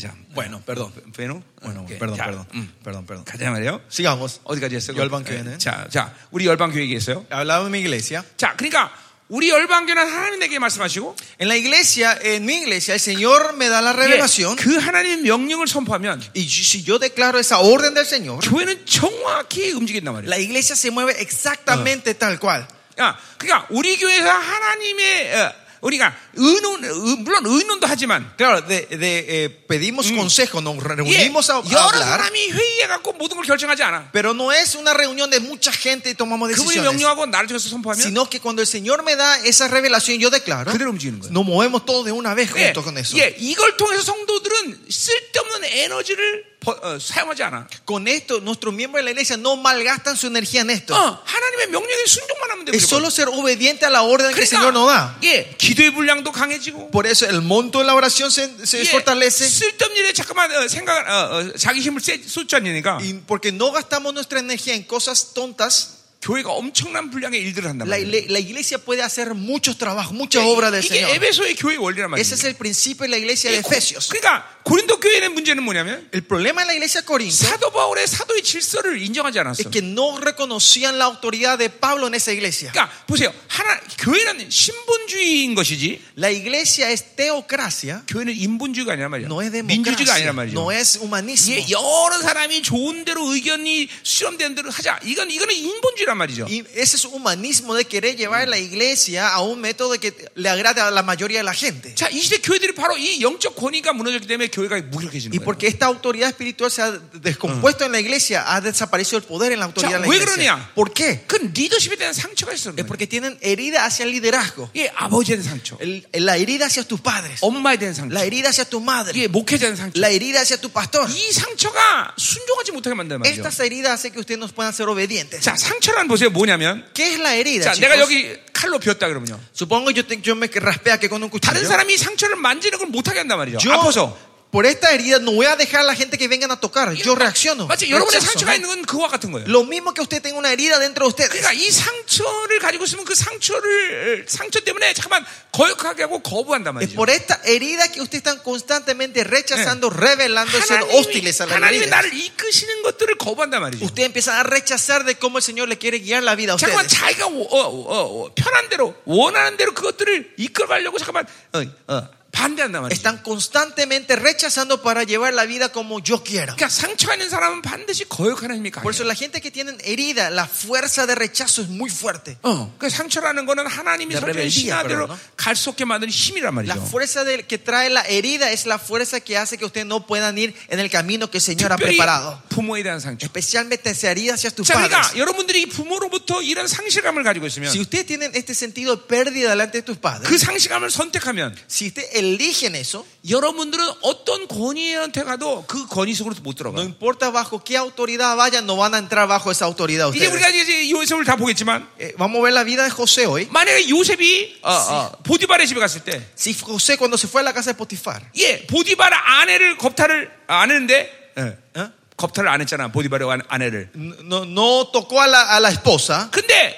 [SPEAKER 1] 자.
[SPEAKER 2] Bueno, perdón.
[SPEAKER 1] 페노?
[SPEAKER 2] Bueno,
[SPEAKER 1] 오케이.
[SPEAKER 2] perdón,
[SPEAKER 1] 자,
[SPEAKER 2] perdón,
[SPEAKER 1] 음.
[SPEAKER 2] perdón, perdón.
[SPEAKER 1] 가자 말이에요.
[SPEAKER 2] Sigamos.
[SPEAKER 1] 어디까지 했어요?
[SPEAKER 2] 열방교회는?
[SPEAKER 1] 자, 자, 우리 열방교회 얘기했어요.
[SPEAKER 2] Hablaba en mi iglesia.
[SPEAKER 1] 자, 그러니까 우리 열방교회는 하나님 내게 말씀하시고
[SPEAKER 2] En la iglesia, en mi iglesia, el Señor me da la
[SPEAKER 1] 예,
[SPEAKER 2] revelación.
[SPEAKER 1] 그 하나님의 명령을 선포하면
[SPEAKER 2] Y yo- si yo declaro esa orden del Señor,
[SPEAKER 1] 교회는 정확히 움직인단 말이에요.
[SPEAKER 2] la iglesia se mueve exactamente tal cual.
[SPEAKER 1] 야, 그러니까 우리 교회에서 하나님의 어, 우리가 의논 의- 물론 의논도 하지만
[SPEAKER 2] Claro, de, de, eh, pedimos consejo, nos
[SPEAKER 1] 예,
[SPEAKER 2] reunimos a, a
[SPEAKER 1] 여러
[SPEAKER 2] hablar,
[SPEAKER 1] 사람이 회의해 갖고 모든 걸 결정하지 않아.
[SPEAKER 2] pero no es una reunión de mucha gente y tomamos
[SPEAKER 1] 그분이
[SPEAKER 2] decisiones.
[SPEAKER 1] 명령하고 나를 통해서 선포하면
[SPEAKER 2] Sino que cuando el Señor me da esa revelación, yo declaro,
[SPEAKER 1] 그대로 움직이는 거예요.
[SPEAKER 2] nos movemos todos de una vez
[SPEAKER 1] 예,
[SPEAKER 2] junto con eso.
[SPEAKER 1] 예, 이걸 통해서 성도들은 쓸데없는 에너지를 버- 어, 사용하지 않아.
[SPEAKER 2] Con esto, nuestros miembros de la iglesia no malgastan su energía en
[SPEAKER 1] 어,
[SPEAKER 2] esto.
[SPEAKER 1] 하나님의 명령에 순종만 하면 돼.
[SPEAKER 2] Es
[SPEAKER 1] 무조건.
[SPEAKER 2] solo ser obediente a la orden que el Señor nos da.
[SPEAKER 1] 그러니까 예, 기도의 분량도 강해지고
[SPEAKER 2] Por eso el monto de la oración se, se
[SPEAKER 1] 예,
[SPEAKER 2] fortalece.
[SPEAKER 1] 쓸데없는 일에 잠깐만 어, 생각 어, 어, 자기 힘을 쎄- 쏟지 않으니까
[SPEAKER 2] Y porque no gastamos nuestra energía en cosas tontas,
[SPEAKER 1] 교회가 엄청난 분량의 일들을 한단
[SPEAKER 2] la,
[SPEAKER 1] 말이야.
[SPEAKER 2] ile- la iglesia puede hacer muchos trabajos, muchas obras del
[SPEAKER 1] 이게
[SPEAKER 2] Señor.
[SPEAKER 1] 에베소의 교회 원리란 말이에요.
[SPEAKER 2] Ese es el principio de la iglesia de
[SPEAKER 1] 예, 고-
[SPEAKER 2] Efesios.
[SPEAKER 1] 그러니까 고린도 교회의 문제는 뭐냐면
[SPEAKER 2] El problema de la iglesia de Corinto
[SPEAKER 1] 사도 바울의 사도의 질서를 인정하지 않았어.
[SPEAKER 2] es que no reconocían la autoridad de Pablo en esa iglesia.
[SPEAKER 1] 그러니까 보세요. 하나 교회는 신분주의인 것이지
[SPEAKER 2] La iglesia es teocracia,
[SPEAKER 1] 교회는 인본주의가 아니란 말이야.
[SPEAKER 2] no es
[SPEAKER 1] 민주주의가 뭐.
[SPEAKER 2] democracia,
[SPEAKER 1] 아니란 말이죠.
[SPEAKER 2] no es humanismo.
[SPEAKER 1] 이게 여러 사람이 좋은 대로 의견이 수렴된 대로 하자. 이건 이거는 인본주의란 말이죠.
[SPEAKER 2] Y ese es humanismo de querer llevar la iglesia a un método que le agrade a la mayoría de la gente.
[SPEAKER 1] 자, 이 시대 교회들이 바로 이 영적 권위가 무너졌기 때문에 교회가 무력해지는
[SPEAKER 2] Y
[SPEAKER 1] 거예요.
[SPEAKER 2] porque esta autoridad espiritual se ha descompuesto en la iglesia, ha desaparecido el poder en la autoridad
[SPEAKER 1] Ya,
[SPEAKER 2] de la
[SPEAKER 1] ¿왜
[SPEAKER 2] iglesia.
[SPEAKER 1] 그러냐?
[SPEAKER 2] ¿Por qué?
[SPEAKER 1] 그건 리더십에 대한 상처가 있어.
[SPEAKER 2] Es porque tienen herida 하cia el liderazgo,
[SPEAKER 1] 이게 아버지에 대한 상처,
[SPEAKER 2] el- la herida hacia tus padres,
[SPEAKER 1] 엄마에 대한 상처,
[SPEAKER 2] la herida hacia tu madre,
[SPEAKER 1] 이게 목회자에 대한 상처.
[SPEAKER 2] la herida hacia tu pastor.
[SPEAKER 1] 이 상처가 순종하지 못하게 만드는 말이죠.
[SPEAKER 2] Estas heridas hacen que ustedes no puedan ser obedientes.
[SPEAKER 1] 자, 상처란 보세요. 뭐냐면
[SPEAKER 2] ¿Qué es la herida?
[SPEAKER 1] 자, 내가
[SPEAKER 2] chicos?
[SPEAKER 1] 여기 칼로 비었다 그러면요.
[SPEAKER 2] Supongo yo, te- yo me raspé aquí con
[SPEAKER 1] 다른
[SPEAKER 2] un cuchillo.
[SPEAKER 1] 사람이 상처를 만지는 걸 못하게 한단 말이죠.
[SPEAKER 2] Yo,
[SPEAKER 1] 아파서.
[SPEAKER 2] por esta herida, no voy a dejar a la gente que vengan a tocar. Yo reacciono.
[SPEAKER 1] 마치 여러분의
[SPEAKER 2] rechazo,
[SPEAKER 1] 상처가
[SPEAKER 2] ¿no?
[SPEAKER 1] 있는 건 그와 같은 거예요.
[SPEAKER 2] Lo mismo que usted tenga una herida dentro de usted.
[SPEAKER 1] 그러니까 이 상처를 가지고 있으면 그 상처를 상처 때문에 잠깐 거역하게 하고 거부한단 말이죠.
[SPEAKER 2] Es por esta herida que usted están constantemente rechazando, revelando, siendo
[SPEAKER 1] 하나님이,
[SPEAKER 2] hostiles a la
[SPEAKER 1] 하나님이
[SPEAKER 2] herida.
[SPEAKER 1] 나를 이끄시는 것들을 거부한단 말이죠.
[SPEAKER 2] Usted empieza a rechazar de cómo el Señor le quiere guiar la vida a usted.
[SPEAKER 1] 잠깐만 자기가 워- 어, 어, 어, 편한 대로 원하는 대로 그것들을 이끌어가려고 잠깐만 어, 어, 반대한단 말이죠.
[SPEAKER 2] Están constantemente rechazando para llevar la vida como yo quiero.
[SPEAKER 1] 그러니까 상처가 있는 사람은 반드시 거역하는 힘이 강해요.
[SPEAKER 2] Por eso la gente que tiene herida, la fuerza de rechazo es muy fuerte.
[SPEAKER 1] 어, 그 상처라는 거는 하나님이
[SPEAKER 2] 네,
[SPEAKER 1] 설정해 주신
[SPEAKER 2] rebeldia,
[SPEAKER 1] 대로
[SPEAKER 2] 그러나?
[SPEAKER 1] 갈 수 없게 만드는 힘이란
[SPEAKER 2] La
[SPEAKER 1] 말이죠.
[SPEAKER 2] fuerza del que trae la herida es la fuerza que hace que ustedes no puedan ir en el camino que el Señor ha
[SPEAKER 1] 특별히
[SPEAKER 2] preparado.
[SPEAKER 1] 부모에 대한 상처.
[SPEAKER 2] Especialmente esa herida hacia tus
[SPEAKER 1] 자,
[SPEAKER 2] padres.
[SPEAKER 1] 그러니까 여러분들이 부모로부터 이런 상실감을 가지고 있으면
[SPEAKER 2] Si ustedes tienen este sentido de pérdida delante de tus padres,
[SPEAKER 1] 그 상실감을 선택하면
[SPEAKER 2] si ustedes eligen eso,
[SPEAKER 1] 여러분들은 어떤 권위한테 가도 그 권위 속으로 못
[SPEAKER 2] no
[SPEAKER 1] 들어가.
[SPEAKER 2] importa bajo qué autoridad vayan, no van a entrar bajo esa autoridad
[SPEAKER 1] 이제
[SPEAKER 2] ustedes.
[SPEAKER 1] 우리가 이제 요셉을 다 보겠지만
[SPEAKER 2] Eh, vamos a ver la vida de José hoy.
[SPEAKER 1] 만약에 요셉이 어, 어, 보디발의 집에 갔을 때
[SPEAKER 2] Si José cuando se fue a la casa de Potifar,
[SPEAKER 1] 예, 보디발 아내를 겁탈을 안 했는데 예,
[SPEAKER 2] ¿eh?
[SPEAKER 1] 겁탈을 안 했잖아. 보디발의 안- 아내를.
[SPEAKER 2] no, no tocó a la, a la esposa,
[SPEAKER 1] 근데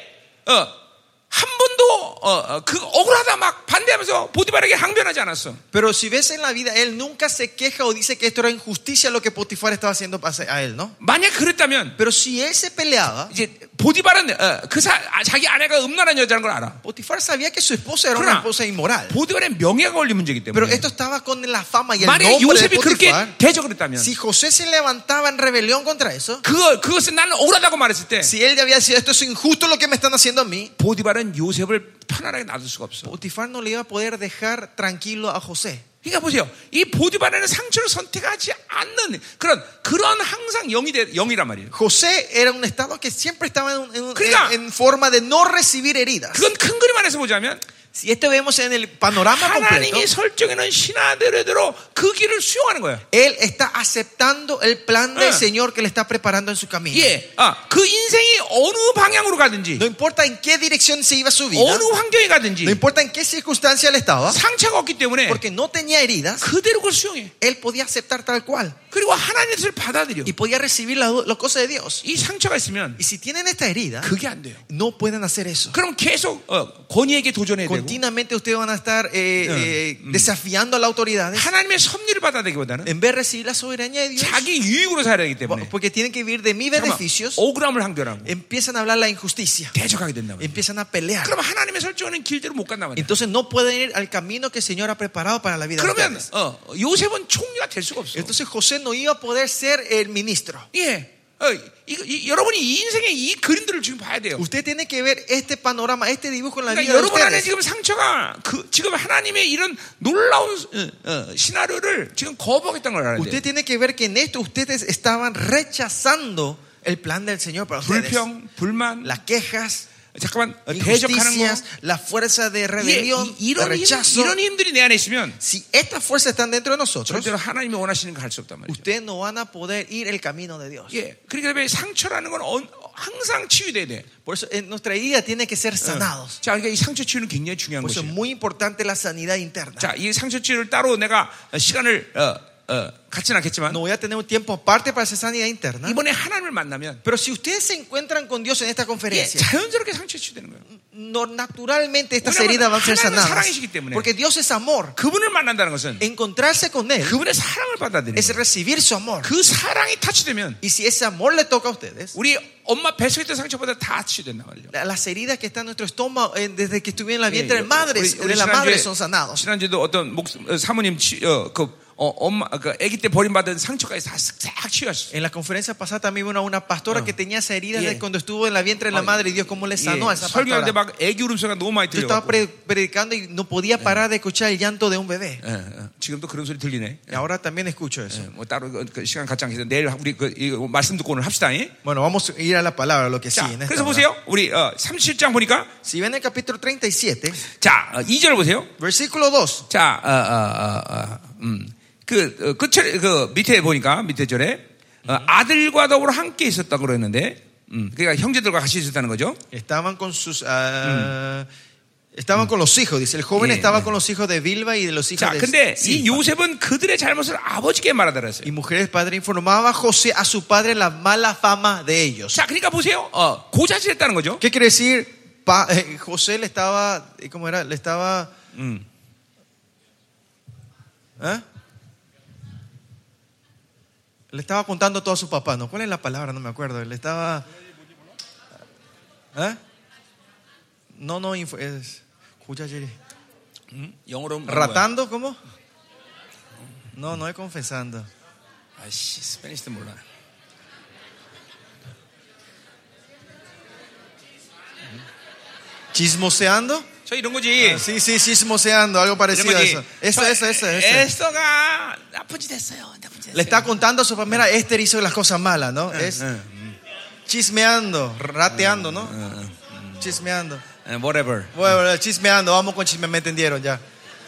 [SPEAKER 1] 어, 한 번도 어, 어, 그 억울하다 막 반대하면서 보디발에게 항변하지 않았어.
[SPEAKER 2] pero si ves en la vida, él nunca se queja o dice que esto era injusticia lo que Potifar estaba haciendo pase- a él, ¿no?
[SPEAKER 1] 만약 그랬다면
[SPEAKER 2] Pero si él se peleaba,
[SPEAKER 1] 이제 보디발은 어, 그 사, 아, 자기 아내가 음란한 여자라는 걸 알아.
[SPEAKER 2] Potifar sabía que su esposa era una
[SPEAKER 1] Claro.
[SPEAKER 2] esposa inmoral.
[SPEAKER 1] 보디발의 명예가 걸린 문제이기
[SPEAKER 2] Pero
[SPEAKER 1] 때문에.
[SPEAKER 2] esto estaba con la fama y el
[SPEAKER 1] 만약에
[SPEAKER 2] nombre de
[SPEAKER 1] 요셉이 그렇게
[SPEAKER 2] Potifar.
[SPEAKER 1] 대적을 했다면
[SPEAKER 2] Si José se levantaba en rebelión contra eso,
[SPEAKER 1] 그거 그것은 나는 억울하다고 말했을 때
[SPEAKER 2] si él ya había sido esto es injusto lo que me están haciendo a mí,
[SPEAKER 1] 보디발은 요셉을 편안하게 놔둘 수가 없어.
[SPEAKER 2] Potifar no le iba a poder dejar tranquilo a José.
[SPEAKER 1] 그러니까 보세요. 이 보디발에는 상처를 선택하지 않는 그런 그런 항상 영이 돼- 영이란 말이에요.
[SPEAKER 2] José era un estado que siempre estaba en, en-
[SPEAKER 1] Claro.
[SPEAKER 2] en- en forma de no recibir heridas.
[SPEAKER 1] 그건 큰 그림 안에서 보자면
[SPEAKER 2] Si esto vemos en el panorama completo,
[SPEAKER 1] 하나님이 설정해놓은 신하들대로 그 길을 수용하는 거야.
[SPEAKER 2] él está aceptando el plan del
[SPEAKER 1] Ah.
[SPEAKER 2] Señor que le está preparando en su camino.
[SPEAKER 1] 예, 아, 그 인생이 어느 방향으로 가든지,
[SPEAKER 2] No importa en qué dirección se iba su vida,
[SPEAKER 1] 어느 환경에
[SPEAKER 2] no
[SPEAKER 1] 가든지
[SPEAKER 2] importa en qué circunstancia él estaba,
[SPEAKER 1] 상처가 없기 때문에
[SPEAKER 2] porque no tenía heridas,
[SPEAKER 1] 그대로 그걸 수용해.
[SPEAKER 2] él podía aceptar tal cual
[SPEAKER 1] 그리고 하나님의 뜻을 받아들여.
[SPEAKER 2] y podía recibir las la cosas de Dios.
[SPEAKER 1] 이 상처가 있으면
[SPEAKER 2] Y si tienen esta herida,
[SPEAKER 1] 그게 안 돼요.
[SPEAKER 2] no pueden hacer eso.
[SPEAKER 1] 그럼 계속 어, 권위에게 도전해야 되고
[SPEAKER 2] Continuamente ustedes van a estar eh, eh, desafiando a las autoridades
[SPEAKER 1] 하나님의 섭리를 받아들기보다는
[SPEAKER 2] en vez de recibir la soberanía de Dios.
[SPEAKER 1] 자기 유익으로 살아야 되기 때문에
[SPEAKER 2] Porque tienen que vivir de mis
[SPEAKER 1] 잠깐만,
[SPEAKER 2] beneficios.
[SPEAKER 1] 억울함을 항변하고
[SPEAKER 2] Empiezan a hablar la injusticia.
[SPEAKER 1] 대적하게 된다고.
[SPEAKER 2] Empiezan a pelear.
[SPEAKER 1] 그럼 하나님의 설정하는 길대로 못 간단 말이야.
[SPEAKER 2] Entonces no pueden ir al camino que el Señor ha preparado para la vida de
[SPEAKER 1] 그러면
[SPEAKER 2] ustedes.
[SPEAKER 1] 어, 요셉은 총리가 될 수가 없어.
[SPEAKER 2] Entonces José no iba a poder ser el ministro.
[SPEAKER 1] 예. 어, 이거- 이- 여러분이 이 인생의 이 그림들을 지금 봐야 돼요.
[SPEAKER 2] Usted tiene que ver este panorama, este dibujo en la
[SPEAKER 1] 그러니까
[SPEAKER 2] vida de
[SPEAKER 1] 여러분 안에
[SPEAKER 2] ustedes.
[SPEAKER 1] 지금 상처가 그, 지금 하나님의 이런 놀라운 어, 어, 시나리오를 지금 거부하겠다는 걸 알아야 돼요.
[SPEAKER 2] Usted tiene que ver que en esto ustedes estaban rechazando el plan del Señor para ustedes.
[SPEAKER 1] 불평, 불만,
[SPEAKER 2] Las quejas,
[SPEAKER 1] 잠깐만 어, 대적하는 거.
[SPEAKER 2] injusticias, la fuerza de
[SPEAKER 1] 예, 이,
[SPEAKER 2] rebelión, de
[SPEAKER 1] 이런, 힘,
[SPEAKER 2] rechazo.
[SPEAKER 1] 이런 힘들이 내 안에 있으면
[SPEAKER 2] Si estas fuerzas están dentro de nosotros,
[SPEAKER 1] 절대로 하나님이 원하시는 걸 할 수 없단 말이죠.
[SPEAKER 2] ustedes no van a poder ir el camino de Dios.
[SPEAKER 1] 예, 그러니까 왜 상처라는 건 언- 항상 치유돼야 돼.
[SPEAKER 2] Por eso en nuestra vida tiene que ser sanados.
[SPEAKER 1] 자, 그러니까 이 상처 치유는 굉장히 중요한
[SPEAKER 2] Por eso es
[SPEAKER 1] 것이에요.
[SPEAKER 2] muy importante la sanidad interna.
[SPEAKER 1] 자, 이 상처 치유를 따로 내가 시간을 어, 어, 같진 않겠지만
[SPEAKER 2] No voy a tener un tiempo aparte para esa sanidad interna.
[SPEAKER 1] 이번에 하나님을 만나면
[SPEAKER 2] Pero si ustedes se encuentran con Dios en esta
[SPEAKER 1] 예,
[SPEAKER 2] conferencia,
[SPEAKER 1] 자연스럽게 상처 치유되는 거예요.
[SPEAKER 2] no, naturalmente estas
[SPEAKER 1] 왜냐하면
[SPEAKER 2] heridas van a ser
[SPEAKER 1] 하나님은
[SPEAKER 2] sanadas.
[SPEAKER 1] 사랑이시기 때문에.
[SPEAKER 2] Porque Dios es amor.
[SPEAKER 1] 그분을 만난다는 것은
[SPEAKER 2] Encontrarse con Él
[SPEAKER 1] 예. 그분의 사랑을 받아들이는
[SPEAKER 2] es
[SPEAKER 1] 거예요.
[SPEAKER 2] recibir su amor.
[SPEAKER 1] 그 사랑이 터치되면
[SPEAKER 2] Y si ese amor le toca a ustedes,
[SPEAKER 1] 우리 엄마 뱃속에 있던 상처보다 다 치유된다고 하죠.
[SPEAKER 2] la- las heridas que están en nuestro estómago eh, desde que estuvieron en la
[SPEAKER 1] 예,
[SPEAKER 2] vientre de, madre,
[SPEAKER 1] 우리- 우리
[SPEAKER 2] de la madre son
[SPEAKER 1] 지난주에,
[SPEAKER 2] sanados.
[SPEAKER 1] 지난주도 어떤 목, 어, 사모님 치, 어, 그, 어, 엄마 그 아기 때 버림받은 상처까지 다싹 치유하셨어요.
[SPEAKER 2] En la conferencia pasada también vino una
[SPEAKER 1] Ah,
[SPEAKER 2] pastora que tenía esa herida
[SPEAKER 1] Yeah.
[SPEAKER 2] de cuando estuvo en la vientre de la
[SPEAKER 1] Oh,
[SPEAKER 2] madre y Dios cómo le sanó a
[SPEAKER 1] 예,
[SPEAKER 2] esa
[SPEAKER 1] 설교하는데
[SPEAKER 2] pastora.
[SPEAKER 1] 막 애기 울음소리가 너무 많이
[SPEAKER 2] Yo estaba
[SPEAKER 1] 들려요.
[SPEAKER 2] pre- predicando y no podía parar de escuchar el llanto de un bebé.
[SPEAKER 1] 예, 지금도 그런 소리 들리네.
[SPEAKER 2] Y ahora también escucho eso.
[SPEAKER 1] 예, 뭐 따로 그- 그 시간 갖지 않겠는데 내일 우리 그, 이 말씀 듣고 오늘 합시다. 잉?
[SPEAKER 2] Bueno, vamos a ir a la palabra, lo que
[SPEAKER 1] 자,
[SPEAKER 2] sigue. en esta
[SPEAKER 1] 그래서
[SPEAKER 2] hora.
[SPEAKER 1] 보세요. 우리 어, 37장 보니까
[SPEAKER 2] Si ven el capítulo 37,
[SPEAKER 1] 자, 어, 2절 보세요.
[SPEAKER 2] versículo 2,
[SPEAKER 1] 자, 어, 어, 어, 어, 음. 그, 어, 끝절, 그, 밑에 보니까, 밑에 절에, 어, 아들과 더불어 함께 있었다고 그랬는데, 음, 그러니까 형제들과 같이 있었다는 거죠.
[SPEAKER 2] estaban con sus. ah, Estaban con los hijos, dice. El joven
[SPEAKER 1] Yeah,
[SPEAKER 2] estaba
[SPEAKER 1] yeah.
[SPEAKER 2] con los hijos de Bilba y de los hijos
[SPEAKER 1] 자, 네,
[SPEAKER 2] de
[SPEAKER 1] 근데 이
[SPEAKER 2] Silpa.
[SPEAKER 1] 요셉은 그들의 잘못을 아버지께 말하더라 했어요.
[SPEAKER 2] Y mujeres padre informaba a José a su padre la mala fama de ellos.
[SPEAKER 1] 자, 그러니까 보세요. 어, 고자질했다는 거죠.
[SPEAKER 2] ¿Qué quiere decir? Pa- eh, José le estaba, eh, ¿cómo era? Le estaba,
[SPEAKER 1] 음.
[SPEAKER 2] ¿eh? Le estaba contando todo a su papá, ¿no? ¿Cuál es la palabra? No me acuerdo. Le estaba, ¿eh? No, no, info- es, Huyayere.
[SPEAKER 1] 영어로 뭐라고 해요?
[SPEAKER 2] ¿Ratando? ¿Cómo? No, no es confesando.
[SPEAKER 1] 아씨, 스페니스도 몰라.
[SPEAKER 2] ¿Chismoseando?
[SPEAKER 1] 저 이런 거지.
[SPEAKER 2] Ah, Sí, sí, chismoseando, algo parecido a
[SPEAKER 1] 이런
[SPEAKER 2] eso.
[SPEAKER 1] 거지.
[SPEAKER 2] Eso,
[SPEAKER 1] 저
[SPEAKER 2] eso, eso, eso.
[SPEAKER 1] 에스더가 나쁜 짓 했어요. 나쁜 짓
[SPEAKER 2] Le
[SPEAKER 1] 했어요.
[SPEAKER 2] está contando a su primera Esther hizo las cosas malas, ¿no? Es chismeando, rateando, ¿no? Chismeando.
[SPEAKER 1] 에, 네, whatever.
[SPEAKER 2] Bueno, bueno, chismeando, vamos con chisme, me entendieron ya.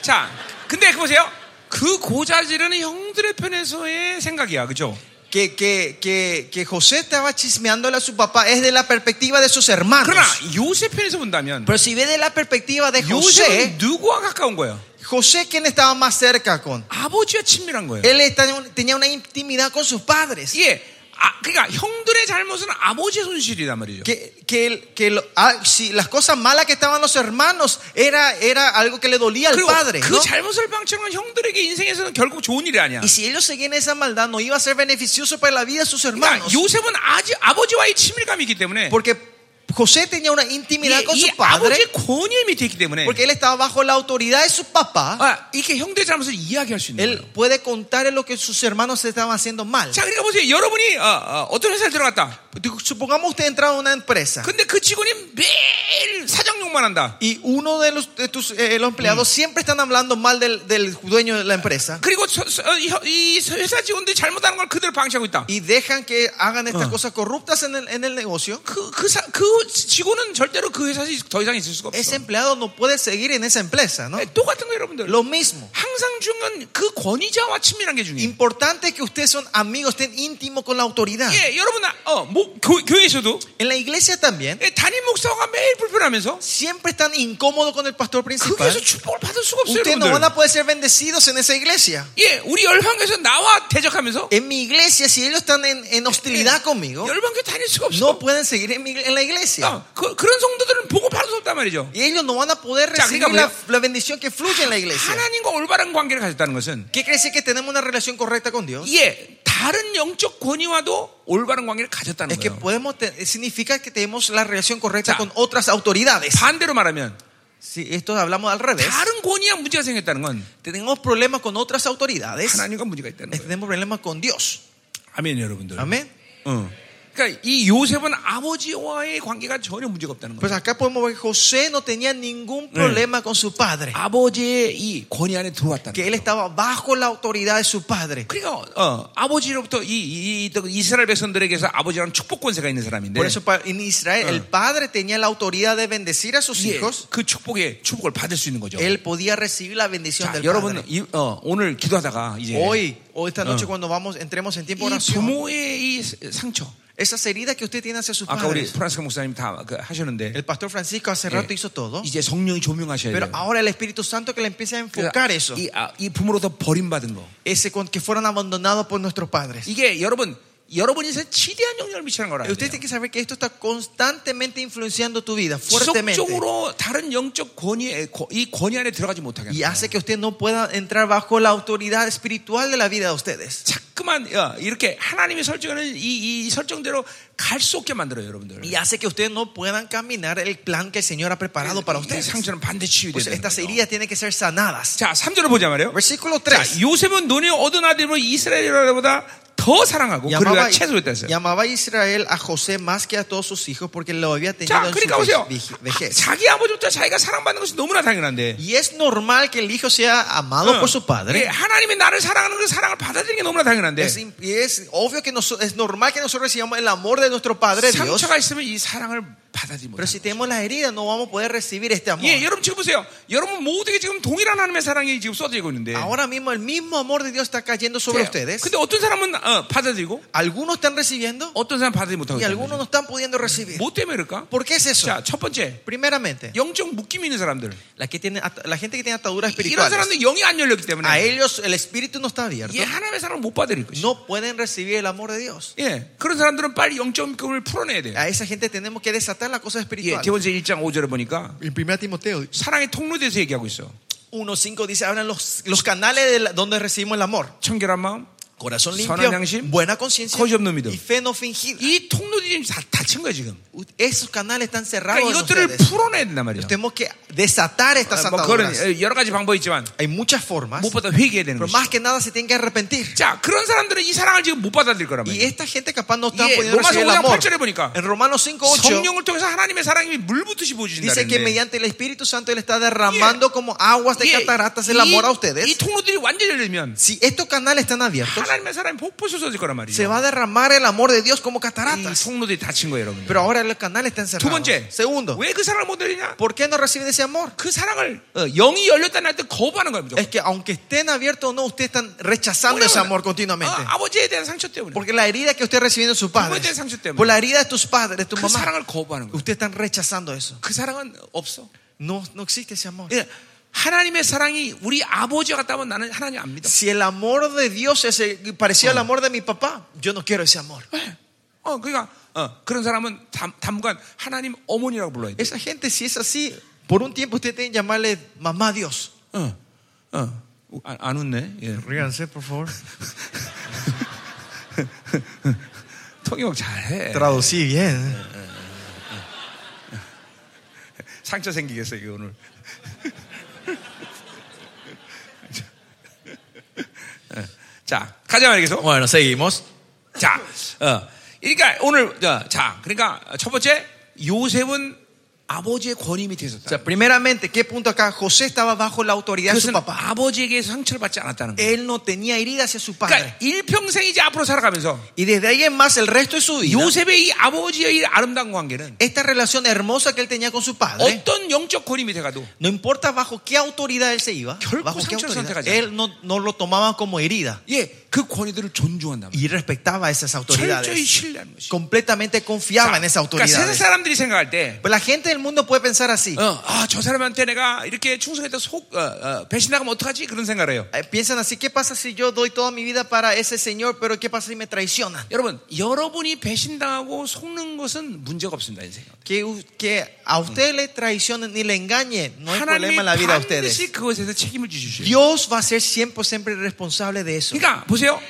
[SPEAKER 1] 자, 근데 그 보세요. 그 고자질은 형들의 편에서의 생각이야, 그죠?
[SPEAKER 2] Que, que, que, que José estaba chismeándole a su papá es de la perspectiva de sus hermanos.
[SPEAKER 1] 아, 그러나 요셉 편에서 본다면
[SPEAKER 2] Pero si ve de la perspectiva de
[SPEAKER 1] 그 요셉은
[SPEAKER 2] José,
[SPEAKER 1] 누구와 가까운 거예요?
[SPEAKER 2] José, ¿quién estaba más cerca con?
[SPEAKER 1] 아버지와 친밀한 거예요.
[SPEAKER 2] Él está- tenía una intimidad con sus padres.
[SPEAKER 1] 예, 아, 그러니까 형들의 잘못은 아버지의 손실이란 말이죠.
[SPEAKER 2] que, que, el- que lo- ah, si las cosas malas que estaban los hermanos era, era algo que le dolía al
[SPEAKER 1] 그리고
[SPEAKER 2] padre.
[SPEAKER 1] 그
[SPEAKER 2] ¿no?
[SPEAKER 1] 잘못을 방치한 형들에게 인생에서는 결국 좋은 일이 아니야.
[SPEAKER 2] Y si ellos seguían esa maldad, no iba a ser beneficioso para la vida de sus
[SPEAKER 1] 그러니까
[SPEAKER 2] hermanos.
[SPEAKER 1] 요셉은 아직 아버지와의 친밀감이 있기 때문에
[SPEAKER 2] Porque José tenía una
[SPEAKER 1] 이,
[SPEAKER 2] intimidad con su
[SPEAKER 1] 이
[SPEAKER 2] padre,
[SPEAKER 1] 아버지의 권위에 밑에 있기 때문에
[SPEAKER 2] porque él estaba bajo la autoridad de su papá.
[SPEAKER 1] 아, 이렇게 형제 잘못을 이야기할 수 있는
[SPEAKER 2] Él
[SPEAKER 1] 거예요.
[SPEAKER 2] puede contar lo que sus hermanos estaban haciendo mal.
[SPEAKER 1] 자, 그러니까 보세요. 여러분이 어, 어, 떤 회사를 들어갔다.
[SPEAKER 2] Supongamos usted entraba a una empresa
[SPEAKER 1] 근데 그 직원이 매일 사장욕만 한다.
[SPEAKER 2] y uno de los, de tus, eh, los empleados siempre están hablando mal del, del dueño de la empresa.
[SPEAKER 1] 그리고 서- 서- 이 혀- 이 회사 직원들이 잘못하는 걸 그대로 방치하고 있다.
[SPEAKER 2] y dejan que hagan estas
[SPEAKER 1] Ah.
[SPEAKER 2] cosas corruptas en el, en el negocio,
[SPEAKER 1] 그, 그, 사- 그 직원은 절대로 그 회사에 더 이상 있을 수가
[SPEAKER 2] ese
[SPEAKER 1] 없어.
[SPEAKER 2] empleado no puede seguir en esa empresa, ¿no?
[SPEAKER 1] 네, 똑같은 거 여러분들.
[SPEAKER 2] Lo mismo.
[SPEAKER 1] 항상 중요한 그 권위자와 친밀한 게 중요해요.
[SPEAKER 2] Importante es que ustedes son amigos, estén íntimos con la autoridad.
[SPEAKER 1] 예, 여러분, 어, 뭐, 교, 교회에서도
[SPEAKER 2] En la iglesia también,
[SPEAKER 1] 예, 담임 목사가 매일 불편하면서
[SPEAKER 2] siempre están incómodos con el pastor
[SPEAKER 1] 그 교회에서
[SPEAKER 2] principal.
[SPEAKER 1] 축복을 받을 수가 없어요,
[SPEAKER 2] Ustedes no van
[SPEAKER 1] 여러분들.
[SPEAKER 2] a poder ser bendecidos en esa iglesia.
[SPEAKER 1] 예, 우리 열방교에서 나와 대적하면서 예,
[SPEAKER 2] En mi iglesia, si ellos están en, en hostilidad conmigo,
[SPEAKER 1] 열방교 다닐 수가
[SPEAKER 2] no
[SPEAKER 1] 없어.
[SPEAKER 2] pueden seguir en, mi- en la iglesia.
[SPEAKER 1] 어, 그, 그런 성도들은 보고 받을 수 없단 말이죠.
[SPEAKER 2] Y ellos no van a poder
[SPEAKER 1] Ya,
[SPEAKER 2] recibir
[SPEAKER 1] diga,
[SPEAKER 2] la,
[SPEAKER 1] pues,
[SPEAKER 2] la bendición que fluye en la iglesia.
[SPEAKER 1] 하나님과 올바른 관계를 가졌다는 것은
[SPEAKER 2] ¿Qué quiere decir que tenemos una relación correcta con Dios?
[SPEAKER 1] 예 다른 영적 권위와도 올바른 관계를 가졌다는
[SPEAKER 2] Es que
[SPEAKER 1] 거예요.
[SPEAKER 2] podemos te- eh, significa que tenemos la relación correcta
[SPEAKER 1] Ya.
[SPEAKER 2] con otras autoridades.
[SPEAKER 1] 반대로 말하면
[SPEAKER 2] Si esto hablamos al revés,
[SPEAKER 1] 다른 권위와 문제가 생겼다는 건
[SPEAKER 2] tenemos problemas con otras autoridades,
[SPEAKER 1] 하나님과 문제가 있다는
[SPEAKER 2] es-
[SPEAKER 1] 거예요.
[SPEAKER 2] tenemos problemas con Dios.
[SPEAKER 1] 네. 아멘 여러분들.
[SPEAKER 2] Amén.
[SPEAKER 1] 응. 그러니까 이 요셉은 아버지와의 관계가 전혀 문제가 없다는
[SPEAKER 2] Pues
[SPEAKER 1] 거예요.
[SPEAKER 2] acá podemos ver que José no tenía ningún problema con su padre,
[SPEAKER 1] 아버지의 이 권위 안에 들어왔다는
[SPEAKER 2] que él
[SPEAKER 1] 거예요.
[SPEAKER 2] estaba bajo la autoridad de su padre.
[SPEAKER 1] 그러니까 어, 아버지로부터 이, 이, 이, 이 이스라엘 백성들에게서 아버지랑 축복 권세가 있는 사람인데
[SPEAKER 2] Por eso pa- en Israel el padre tenía la autoridad de bendecir a sus
[SPEAKER 1] 예,
[SPEAKER 2] hijos,
[SPEAKER 1] 그 축복에 축복을 받을 수 있는 거죠.
[SPEAKER 2] él podía recibir la bendición
[SPEAKER 1] 자,
[SPEAKER 2] del
[SPEAKER 1] 여러분
[SPEAKER 2] padre.
[SPEAKER 1] 이- 어, 오늘 기도하다가 이제
[SPEAKER 2] Hoy o esta noche cuando vamos, entremos en tiempo de
[SPEAKER 1] 이
[SPEAKER 2] oración.
[SPEAKER 1] 부모의 이 상처.
[SPEAKER 2] Esas heridas que usted tiene hacia sus
[SPEAKER 1] 아까 우리
[SPEAKER 2] padres.
[SPEAKER 1] 프란스카 목사님 다그 하셨는데
[SPEAKER 2] El pastor Francisco
[SPEAKER 1] Eh,
[SPEAKER 2] hace rato hizo todo,
[SPEAKER 1] 이제 성령이 조명하셔야
[SPEAKER 2] pero
[SPEAKER 1] 돼요.
[SPEAKER 2] ahora el Espíritu Santo que le empieza a enfocar eso.
[SPEAKER 1] 이, 아, 이 부모로부터 버림받은 거.
[SPEAKER 2] Ese con que fueron abandonados por nuestros padres.
[SPEAKER 1] 이게 여러분 여러분 인생 지대한 영향을 미치는 거라.
[SPEAKER 2] Eh, Usted tiene que saber que esto está constantemente influenciando tu vida, fuertemente.
[SPEAKER 1] 지속적으로 다른 영적 권위 에, 고- 이 권위 안에 들어가지 못하게.
[SPEAKER 2] Y
[SPEAKER 1] 하는
[SPEAKER 2] hace que usted no pueda entrar bajo la autoridad espiritual de la vida de ustedes.
[SPEAKER 1] 자꾸만 어, 이렇게 하나님이 설정하는 이, 이 설정대로 갈 수 없게 만들어요, 여러분들.
[SPEAKER 2] Y hace que ustedes no puedan caminar el plan que el Señor ha preparado para
[SPEAKER 1] 이
[SPEAKER 2] ustedes.
[SPEAKER 1] 상처는 반대 치유돼야
[SPEAKER 2] Pues
[SPEAKER 1] 되는
[SPEAKER 2] estas
[SPEAKER 1] 거죠.
[SPEAKER 2] heridas tienen que ser sanadas.
[SPEAKER 1] 자, 3절을 보자 말이에요.
[SPEAKER 2] Versículo
[SPEAKER 1] 자, 그러니까
[SPEAKER 2] 3.
[SPEAKER 1] 요셉은 눈이 얻은 아들로 이스라엘보다 더 사랑하고 그를
[SPEAKER 2] Llamaba,
[SPEAKER 1] 채소했다 했어요.
[SPEAKER 2] llamaba a Israel a José más que a todos sus hijos porque lo había tenido
[SPEAKER 1] 자,
[SPEAKER 2] en su
[SPEAKER 1] 그러니까 보세요.
[SPEAKER 2] vej- vej-
[SPEAKER 1] 아,
[SPEAKER 2] vejez.
[SPEAKER 1] 자기 아버지부터 자기가 사랑받는 것이 너무나 당연한데.
[SPEAKER 2] Y es normal que el hijo sea amado por su
[SPEAKER 1] 예,
[SPEAKER 2] padre.
[SPEAKER 1] 하나님이 나를 사랑하는 그 사랑을 받아들이는 게 너무나 당연한데.
[SPEAKER 2] Es, im- y es obvio que noso- es normal que nosotros recibamos el amor de nuestro padre Dios.
[SPEAKER 1] 상처가 있으면 이 사랑을 받아들이지
[SPEAKER 2] Pero
[SPEAKER 1] 못해.
[SPEAKER 2] si tenemos la herida, no vamos a poder recibir este amor.
[SPEAKER 1] 예, 여러분 지금 보세요. 여러분 모두에게 지금 동일한 하나님의 사랑이 지금 쏟아지고 있는데. 예,
[SPEAKER 2] Ahora mismo el mismo amor de Dios está cayendo sobre ustedes.
[SPEAKER 1] 근데 어떤 사람은 어, 받아들이고
[SPEAKER 2] Algunos están recibiendo
[SPEAKER 1] 어떤 사람 받아들이지 못하고 있다는
[SPEAKER 2] y
[SPEAKER 1] 거죠.
[SPEAKER 2] algunos no están pudiendo recibir.
[SPEAKER 1] 뭐 때문에 네. 그럴까?
[SPEAKER 2] ¿Por qué es eso?
[SPEAKER 1] 자, 첫 번째.
[SPEAKER 2] Primeramente,
[SPEAKER 1] 영적 묶임 있는 사람들.
[SPEAKER 2] la, que tiene, ata- la gente que tiene ataduras
[SPEAKER 1] 이런
[SPEAKER 2] espirituales,
[SPEAKER 1] 사람들 영이 안 열렸기
[SPEAKER 2] a
[SPEAKER 1] 때문에
[SPEAKER 2] ellos el espíritu no está abierto.
[SPEAKER 1] 예, 하나님의 사랑을 못 받아들일 것이.
[SPEAKER 2] No pueden recibir el amor de Dios.
[SPEAKER 1] 예. 그런 사람들은 빨리 영적 묶임을 풀어내야 돼요.
[SPEAKER 2] A esa gente tenemos que desatar la cosa
[SPEAKER 1] 예,
[SPEAKER 2] espiritual.
[SPEAKER 1] 대원세 1장 5절에 보니ca
[SPEAKER 2] En 1 Timoteo
[SPEAKER 1] 사랑의 통로에 대해서 얘기하고 있어.
[SPEAKER 2] 1.5 dice, hablan los, los canales de la- donde recibimos el amor.
[SPEAKER 1] 청결한 마음.
[SPEAKER 2] Corazón
[SPEAKER 1] 선한
[SPEAKER 2] limpio,
[SPEAKER 1] 양심,
[SPEAKER 2] buena conciencia
[SPEAKER 1] 거짓 없는 믿음.
[SPEAKER 2] y fe no fingida.
[SPEAKER 1] 이 통로들이 지금 다 닫힌 거야 지금.
[SPEAKER 2] U- Esos canales están cerrados.
[SPEAKER 1] 그러니까
[SPEAKER 2] en
[SPEAKER 1] 이것들을
[SPEAKER 2] ustedes.
[SPEAKER 1] 풀어내야 된단 말이야.
[SPEAKER 2] Tenemos que desatar estas
[SPEAKER 1] 뭐 그런
[SPEAKER 2] ataduras.
[SPEAKER 1] 여러 가지 방법이 있지만
[SPEAKER 2] Hay muchas formas,
[SPEAKER 1] 무엇보다 회개해야 되는
[SPEAKER 2] pero
[SPEAKER 1] 거죠.
[SPEAKER 2] más que nada se tienen que arrepentir.
[SPEAKER 1] 자, 그런 사람들은 이 사랑을 지금 못 받아들일 거란
[SPEAKER 2] Y
[SPEAKER 1] 말이야.
[SPEAKER 2] esta gente capaz no está
[SPEAKER 1] Y, eh,
[SPEAKER 2] pudiendo
[SPEAKER 1] Romanos
[SPEAKER 2] recibir
[SPEAKER 1] 5,
[SPEAKER 2] el amor.
[SPEAKER 1] 8 보니까
[SPEAKER 2] En Romanos 5.8
[SPEAKER 1] 성령을 통해서 하나님의 사랑이 물붓듯이 보여진다.
[SPEAKER 2] dice que mediante el Espíritu Santo Él está derramando como aguas de cataratas el amor a
[SPEAKER 1] 이, 이
[SPEAKER 2] ustedes.
[SPEAKER 1] 통로들이 완전히 열리면
[SPEAKER 2] Si estos canales están abiertos,
[SPEAKER 1] 하나님의 사랑이 폭포 쏟아질 거란 말이야.
[SPEAKER 2] se va a derramar el amor de Dios como
[SPEAKER 1] 이
[SPEAKER 2] cataratas.
[SPEAKER 1] 통로들이 닫힌 거예요, 여러분.
[SPEAKER 2] Pero ahora el canal
[SPEAKER 1] 두
[SPEAKER 2] está encerrado.
[SPEAKER 1] 번째,
[SPEAKER 2] Segundo,
[SPEAKER 1] 왜 그 사랑을 못 드리냐?
[SPEAKER 2] ¿por qué no reciben ese amor?
[SPEAKER 1] 그 사랑을 어, 영이 열렸다는 할때 거부하는 거예요. 무조건.
[SPEAKER 2] Es que aunque estén abiertos o no, ustedes están rechazando ese amor continuamente.
[SPEAKER 1] 어, 아버지에 대한 상처 때문에
[SPEAKER 2] Porque la herida que usted recibiendo de sus padres,
[SPEAKER 1] Buena sanción 때문에.
[SPEAKER 2] por la herida de tus padres, de tu
[SPEAKER 1] 그
[SPEAKER 2] mamá,
[SPEAKER 1] 사랑을 거부하는 거예요.
[SPEAKER 2] ustedes están rechazando eso.
[SPEAKER 1] 그 사랑은 없어.
[SPEAKER 2] No, no existe ese amor.
[SPEAKER 1] 예, 하나님의 사랑이 우리 아버지와 같다면 나는 하나님 안 믿어.
[SPEAKER 2] Si el amor de Dios es el- parecido al amor de mi papá, yo no quiero ese amor.
[SPEAKER 1] 어, 그러니까 어, 그런 사람은 담, 당분간 하나님 어머니라고 불러야 돼.
[SPEAKER 2] Esa gente, si es así, por un tiempo usted tiene que llamarle mamá Dios.
[SPEAKER 1] 어, 어, 안, 안 웃네. 예.
[SPEAKER 2] Ríganse, por favor.
[SPEAKER 1] 통역 잘해.
[SPEAKER 2] Traducí bien. ¿eh?
[SPEAKER 1] 상처 생기겠어 이거 오늘. 자, 어, 자, 가자 말이겠어.
[SPEAKER 2] Bueno, seguimos.
[SPEAKER 1] 자, 어, 그러니까 오늘 어, 자, 그러니까 첫 번째 요셉은 아버지의 권위 밑에
[SPEAKER 2] O
[SPEAKER 1] 있었다.
[SPEAKER 2] sea, primeramente, ¿qué punto acá? José estaba bajo la autoridad de su
[SPEAKER 1] 그것은
[SPEAKER 2] papá.
[SPEAKER 1] 아버지에게 상처를 받지 않았다는 거예요.
[SPEAKER 2] Él no tenía herida hacia su
[SPEAKER 1] 그러니까
[SPEAKER 2] padre.
[SPEAKER 1] 일평생 이제 앞으로 살아가면서
[SPEAKER 2] Y desde ahí en más, el resto de su vida,
[SPEAKER 1] 요셉의 이 아버지의 이 아름다운 관계는
[SPEAKER 2] esta relación hermosa que él tenía con su padre,
[SPEAKER 1] 어떤 영적 권위 밑에 가도
[SPEAKER 2] no importa bajo qué autoridad él se iba,
[SPEAKER 1] 결코
[SPEAKER 2] bajo qué
[SPEAKER 1] 상처를
[SPEAKER 2] autoridad,
[SPEAKER 1] 선택하지
[SPEAKER 2] él no, no lo tomaba como herida
[SPEAKER 1] 예, 그 권위들을 존중한다.
[SPEAKER 2] y respetaba esas
[SPEAKER 1] 철저히
[SPEAKER 2] autoridades.
[SPEAKER 1] 신뢰하는 것이.
[SPEAKER 2] Completamente confiaba en esas
[SPEAKER 1] 그러니까 세상
[SPEAKER 2] autoridades.
[SPEAKER 1] 사람들이 생각할 때,
[SPEAKER 2] Pero la gente del mundo puede pensar así.
[SPEAKER 1] 어, 아, 저 사람한테 내가 이렇게 충성했다 속, 어, 어, 배신나가면 어떡하지? 그런 생각을 해요.
[SPEAKER 2] Eh, Piensan así, ¿qué pasa si yo doy toda mi vida para ese señor, pero qué pasa si me traicionan?
[SPEAKER 1] 여러분, 여러분이 배신당하고 속는 것은 문제가 없습니다, 인생.
[SPEAKER 2] Que, u- que a usted le traicionen ni le engañen, no hay
[SPEAKER 1] 하나님이
[SPEAKER 2] problema en la vida de ustedes.
[SPEAKER 1] 반드시 그것에서 책임을 지주셔요.
[SPEAKER 2] Dios va a ser siempre, siempre responsable de eso.
[SPEAKER 1] 그러니까 보세요.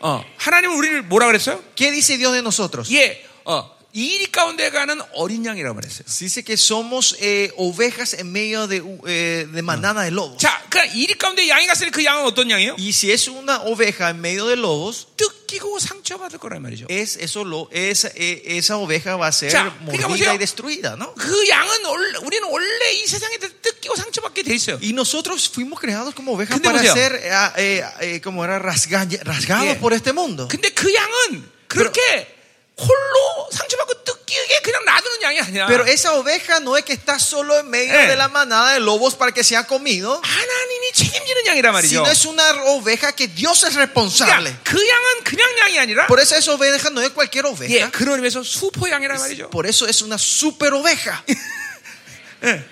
[SPEAKER 1] 어, 하나님은 우리를 뭐라 그랬어요?
[SPEAKER 2] ¿Qué dice Dios de nosotros?
[SPEAKER 1] 예, 어, 이리 가운데 가는 어린 양이라고 그랬어요.
[SPEAKER 2] Dice que somos eh, ovejas en medio de, u- eh, de manada de lobos.
[SPEAKER 1] 자, 그러니까 이리 가운데 양이 갔을 때 그 양은 어떤 양이에요?
[SPEAKER 2] Y si es una oveja en medio de lobos,
[SPEAKER 1] 뜯기고 상처받을 거란 말이죠.
[SPEAKER 2] es eso lo, esa, eh, esa oveja va a ser
[SPEAKER 1] 자, 그러니까
[SPEAKER 2] mordida
[SPEAKER 1] 보세요.
[SPEAKER 2] y destruida, ¿no?
[SPEAKER 1] 그 양은 원래, 우리는 원래 이 세상에 대해서 뜯기고 상처받게 돼 있어요.
[SPEAKER 2] Y nosotros fuimos creados como ovejas
[SPEAKER 1] 근데
[SPEAKER 2] para
[SPEAKER 1] 보세요.
[SPEAKER 2] ser eh, eh, eh, como era rasga- rasgados
[SPEAKER 1] 예.
[SPEAKER 2] por este mundo.
[SPEAKER 1] 근데 그 양은 그렇게 홀로 상처받고 뜯기게 그냥 놔두는 양이 아니야.
[SPEAKER 2] Pero esa oveja no es que está solo en medio
[SPEAKER 1] Eh.
[SPEAKER 2] de la manada de lobos para que sea comido.
[SPEAKER 1] 하나님이 책임지는 하나님은 양이란
[SPEAKER 2] Si
[SPEAKER 1] 말이죠.
[SPEAKER 2] no es una oveja que Dios es responsable.
[SPEAKER 1] 그러니까 그 양은 그냥 양이 아니라
[SPEAKER 2] Por eso esa oveja no es cualquier
[SPEAKER 1] 예,
[SPEAKER 2] oveja.
[SPEAKER 1] 그런 의미에서 수포 양이란 말이죠.
[SPEAKER 2] Por eso es una super oveja.
[SPEAKER 1] 예.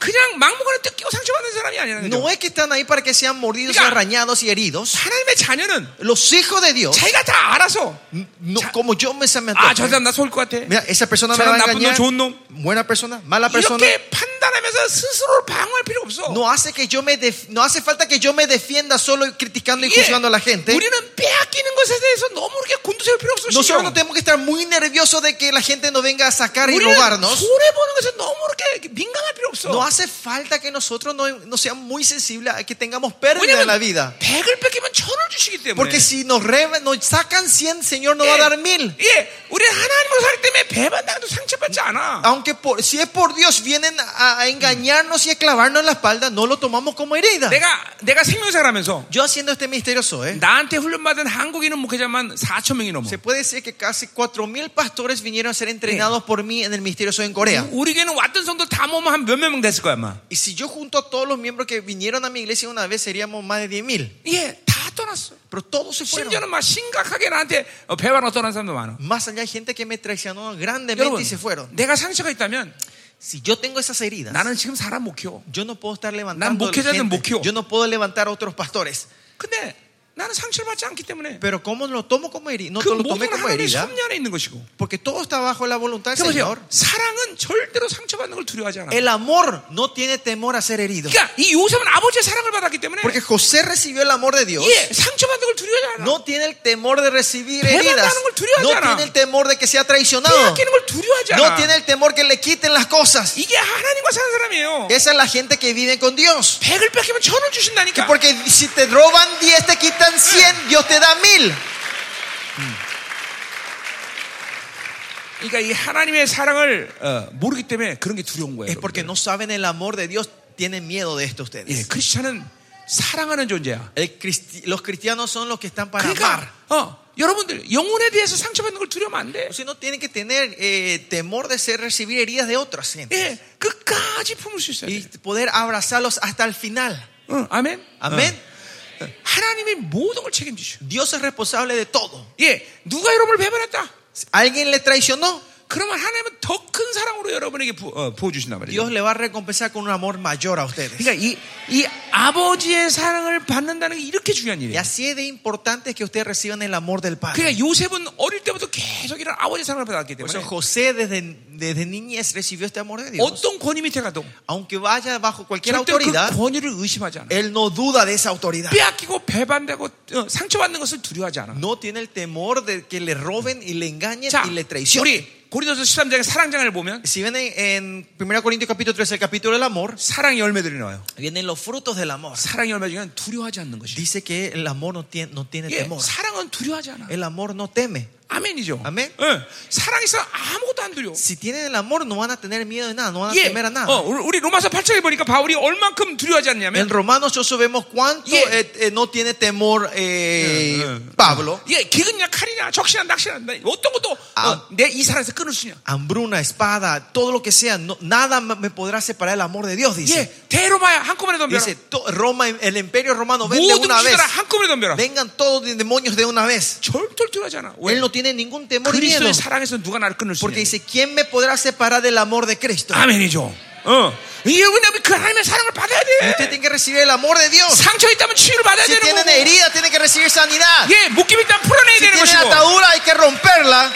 [SPEAKER 1] 그냥 막무가내 뜯기고 상처받는 사람이 아니라는 거죠.
[SPEAKER 2] No es que están ahí para que sean mordidos y
[SPEAKER 1] Mira.
[SPEAKER 2] arañados y heridos.
[SPEAKER 1] 하나님의 자녀는
[SPEAKER 2] Los hijos de Dios,
[SPEAKER 1] 자기가 다 알아서
[SPEAKER 2] no, como Ah, yo me se me
[SPEAKER 1] 아,
[SPEAKER 2] antoja.
[SPEAKER 1] 저 사람 나 속을 것 같아.
[SPEAKER 2] Mira, esa persona me
[SPEAKER 1] Será
[SPEAKER 2] va a
[SPEAKER 1] napuno,
[SPEAKER 2] engañar.
[SPEAKER 1] chon nom.
[SPEAKER 2] Buena persona, mala persona.
[SPEAKER 1] 이렇게 판단하면서 스스로를 방어할 필요가 없어.
[SPEAKER 2] No hace, que yo me def- no hace falta que yo me defienda solo criticando y
[SPEAKER 1] 예,
[SPEAKER 2] juzgando a la gente.
[SPEAKER 1] 우리는 빼앗기는 것에 대해서 너무 이렇게 곤두세울 필요 없어. 신경.
[SPEAKER 2] Nosotros no tenemos que estar muy nerviosos de que la gente nos venga a sacar y
[SPEAKER 1] 우리는
[SPEAKER 2] robarnos.
[SPEAKER 1] 손해 보는 것에 너무 이렇게 민감할 필요 없어.
[SPEAKER 2] No hace falta que nosotros no, no seamos muy sensibles a que tengamos pérdida en la vida.
[SPEAKER 1] 왜냐면 백을 뺏기면 천을 주시기 때문에.
[SPEAKER 2] Porque si nos, re- nos sacan 100, Señor nos va a
[SPEAKER 1] Eh.
[SPEAKER 2] dar mil.
[SPEAKER 1] 예, 예, 우리 하나님으로 살기 때문에 배반당도 상처받지 않아.
[SPEAKER 2] Aunque por- si es por Dios vienen a, a engañarnos y a clavarnos en la espalda, no lo tomamos como herida.
[SPEAKER 1] 내가 내가 생명사라면서
[SPEAKER 2] Yo haciendo este misterioso, ¿eh?
[SPEAKER 1] 나한테 훈련받은 한국인은 목회자만 4천 명이 넘어.
[SPEAKER 2] Se puede decir que casi 4.000 pastores vinieron a ser entrenados por mí en el misterioso en Corea.
[SPEAKER 1] 우리에게는 왔던 성도 다 모으면 한 몇몇 명 됐을 거야 아마.
[SPEAKER 2] Y si yo junto a todos los miembros que vinieron a mi iglesia una vez, seríamos más de 10.000.
[SPEAKER 1] 예, 다 떠났어.
[SPEAKER 2] Pero todos se fueron.
[SPEAKER 1] 심지어는 막 심각하게 나한테 어, 배반으로 떠난 사람도 많아.
[SPEAKER 2] Más allá hay gente que me traicionó grandemente
[SPEAKER 1] 여러분,
[SPEAKER 2] y se 네, fueron.
[SPEAKER 1] 내가 상처가 있다면
[SPEAKER 2] Si yo tengo esas heridas,
[SPEAKER 1] 나는 지금 사람 못 키워.
[SPEAKER 2] yo no puedo estar
[SPEAKER 1] Nan
[SPEAKER 2] levantando
[SPEAKER 1] 목회자는
[SPEAKER 2] gente.
[SPEAKER 1] 못 키워.
[SPEAKER 2] Yo no puedo levantar a otros pastores.
[SPEAKER 1] 근데 나는 상처를 받지 않기 때문에
[SPEAKER 2] Pero ¿cómo lo tomo como herida? No
[SPEAKER 1] 그
[SPEAKER 2] lo
[SPEAKER 1] 모든
[SPEAKER 2] tomé como
[SPEAKER 1] 하나님의
[SPEAKER 2] herida.
[SPEAKER 1] 섭리 안에 있는 것이고.
[SPEAKER 2] Porque todo está bajo la voluntad del
[SPEAKER 1] 아, 보세요.
[SPEAKER 2] Señor.
[SPEAKER 1] 사랑은 절대로 상처받는 걸 두려워하지 않아.
[SPEAKER 2] El amor no tiene temor a ser herido.
[SPEAKER 1] 그러니까 이 요셉은 아버지의 사랑을 받았기 때문에
[SPEAKER 2] Porque José recibió el amor de Dios.
[SPEAKER 1] 예, 상처받는 걸 두려워하지 않아.
[SPEAKER 2] No tiene el temor de recibir
[SPEAKER 1] Pero
[SPEAKER 2] heridas.
[SPEAKER 1] no tiene
[SPEAKER 2] No tiene el temor de que sea traicionado.
[SPEAKER 1] 빼앗기는 걸 두려워하지 않아.
[SPEAKER 2] No tiene el temor que le quiten las cosas.
[SPEAKER 1] 이게 하나님과 사는 사람이에요.
[SPEAKER 2] Esa es la gente que vive con Dios.
[SPEAKER 1] 백을 뺏기면 천을
[SPEAKER 2] Que
[SPEAKER 1] 주신다니까.
[SPEAKER 2] porque si te roban 10, te quitan 100, Dios te da 1000.
[SPEAKER 1] 그러니까 이 하나님의 사랑을 어, 모르기 때문에 그런 게 두려운 거예요.
[SPEAKER 2] Es porque no saben el amor de Dios, tienen miedo de esto
[SPEAKER 1] 예,
[SPEAKER 2] ustedes.
[SPEAKER 1] 크리스찬은 사랑하는 존재야.
[SPEAKER 2] El cristi- los cristianos son los que están para amar.
[SPEAKER 1] 그러니까 어, 여러분들 영혼에 대해서 상처받는 걸 두려면 안 돼.
[SPEAKER 2] Pues Si no tienen que tener eh, temor de ser, recibir heridas de otras gente.
[SPEAKER 1] 예, 끝까지 품을 수 있어야
[SPEAKER 2] Y
[SPEAKER 1] 돼.
[SPEAKER 2] poder abrazarlos hasta el final.
[SPEAKER 1] 응, 아멘.
[SPEAKER 2] Amén.
[SPEAKER 1] 어, 하나님이 모든 걸 책임지셔.
[SPEAKER 2] Dios es responsable de todo.
[SPEAKER 1] 예, 누가 여러분을 배반했다.
[SPEAKER 2] ¿Alguien le traicionó?
[SPEAKER 1] 그러면 하나님은 더 큰 사랑으로 여러분에게 부, 어, 부어주신단 말이에요.
[SPEAKER 2] Dios le va a recompensar con un amor mayor a ustedes.
[SPEAKER 1] 그러니까 이, 이 아버지의 사랑을 받는다는 게 이렇게 중요한
[SPEAKER 2] Y
[SPEAKER 1] 일이에요.
[SPEAKER 2] así es de importante que ustedes reciban el amor del Padre.
[SPEAKER 1] 그러니까 요셉은 어릴 때부터 계속 이런 아버지 의 사랑을 받았기
[SPEAKER 2] Por
[SPEAKER 1] 때문에
[SPEAKER 2] eso José desde, desde niñez recibió este amor de Dios.
[SPEAKER 1] 어떤 권위 밑에 가도
[SPEAKER 2] Aunque vaya bajo cualquier
[SPEAKER 1] 절대 그
[SPEAKER 2] autoridad,
[SPEAKER 1] 권위를 의심하지 않아.
[SPEAKER 2] él no duda de esa autoridad.
[SPEAKER 1] 빼앗기고 배반되고 어, 상처받는 것을 두려워하지 않아.
[SPEAKER 2] No tiene el temor de que le roben y le engañen
[SPEAKER 1] 자,
[SPEAKER 2] y le traicionen.
[SPEAKER 1] 우리 고린도서 13장의 사랑장을 보면
[SPEAKER 2] Si ven en, en 1 Corintios capítulo 13, el capítulo del amor,
[SPEAKER 1] 사랑의 열매들이 나와요.
[SPEAKER 2] vienen los frutos del amor.
[SPEAKER 1] 사랑의 열매 중에는 두려워하지 않는 것이.
[SPEAKER 2] Dice que el amor no tiene, no tiene
[SPEAKER 1] 예,
[SPEAKER 2] temor.
[SPEAKER 1] 사랑은 두려워하지 않아.
[SPEAKER 2] El amor no teme.
[SPEAKER 1] 아멘이죠.
[SPEAKER 2] 아멘.
[SPEAKER 1] 예, 사랑 있어 아무것도 안 두려워.
[SPEAKER 2] Si tienen el amor, no van a tener miedo de nada, no van a
[SPEAKER 1] 예,
[SPEAKER 2] temer a nada.
[SPEAKER 1] 어, 우리 우리 로마서 8장에 보니까 바울이 얼만큼 두려워하지
[SPEAKER 2] En
[SPEAKER 1] 않냐면
[SPEAKER 2] Romanos 8 vemos cuánto
[SPEAKER 1] Yeah.
[SPEAKER 2] eh, eh, no tiene temor eh,
[SPEAKER 1] Yeah, yeah.
[SPEAKER 2] Pablo.
[SPEAKER 1] 예, 기근이나 칼이나 적시나 낙시나 뭐 어떤 것도
[SPEAKER 2] 아.
[SPEAKER 1] 내 이 사랑에서 끊을 수냐.
[SPEAKER 2] Hambruna, espada, todo lo que sea, no- nada me me podrá separar el amor de Dios, dice.
[SPEAKER 1] 예, 대로마야 한꺼번에 덤벼라.
[SPEAKER 2] Dice, to- Roma, el imperio romano, ven de
[SPEAKER 1] 모든
[SPEAKER 2] una vez.
[SPEAKER 1] 나라 한꺼번에 덤벼라.
[SPEAKER 2] Vengan todos los demonios de una vez.
[SPEAKER 1] 절대로 두려워하잖아.
[SPEAKER 2] Él
[SPEAKER 1] 왜?
[SPEAKER 2] no tiene ningún temor y miedo.
[SPEAKER 1] 그리스도의 사랑에서 누가 나를 끊을 수
[SPEAKER 2] Porque
[SPEAKER 1] 있냐.
[SPEAKER 2] dice, ¿quién me podrá separar del amor de Cristo?
[SPEAKER 1] 아멘이죠. 어. 이게 왜냐면 그 하나님의 사랑을 받아야
[SPEAKER 2] Usted
[SPEAKER 1] 돼.
[SPEAKER 2] tiene que recibir el amor de Dios.
[SPEAKER 1] 상처 있다면 치유를 받아야
[SPEAKER 2] Si
[SPEAKER 1] 되는
[SPEAKER 2] tienen
[SPEAKER 1] 거고.
[SPEAKER 2] herida, tiene que recibir sanidad.
[SPEAKER 1] 예, 묶임 있다면 풀어내야
[SPEAKER 2] Si
[SPEAKER 1] 되는
[SPEAKER 2] tienen
[SPEAKER 1] 것이고.
[SPEAKER 2] atadura, hay que romperla.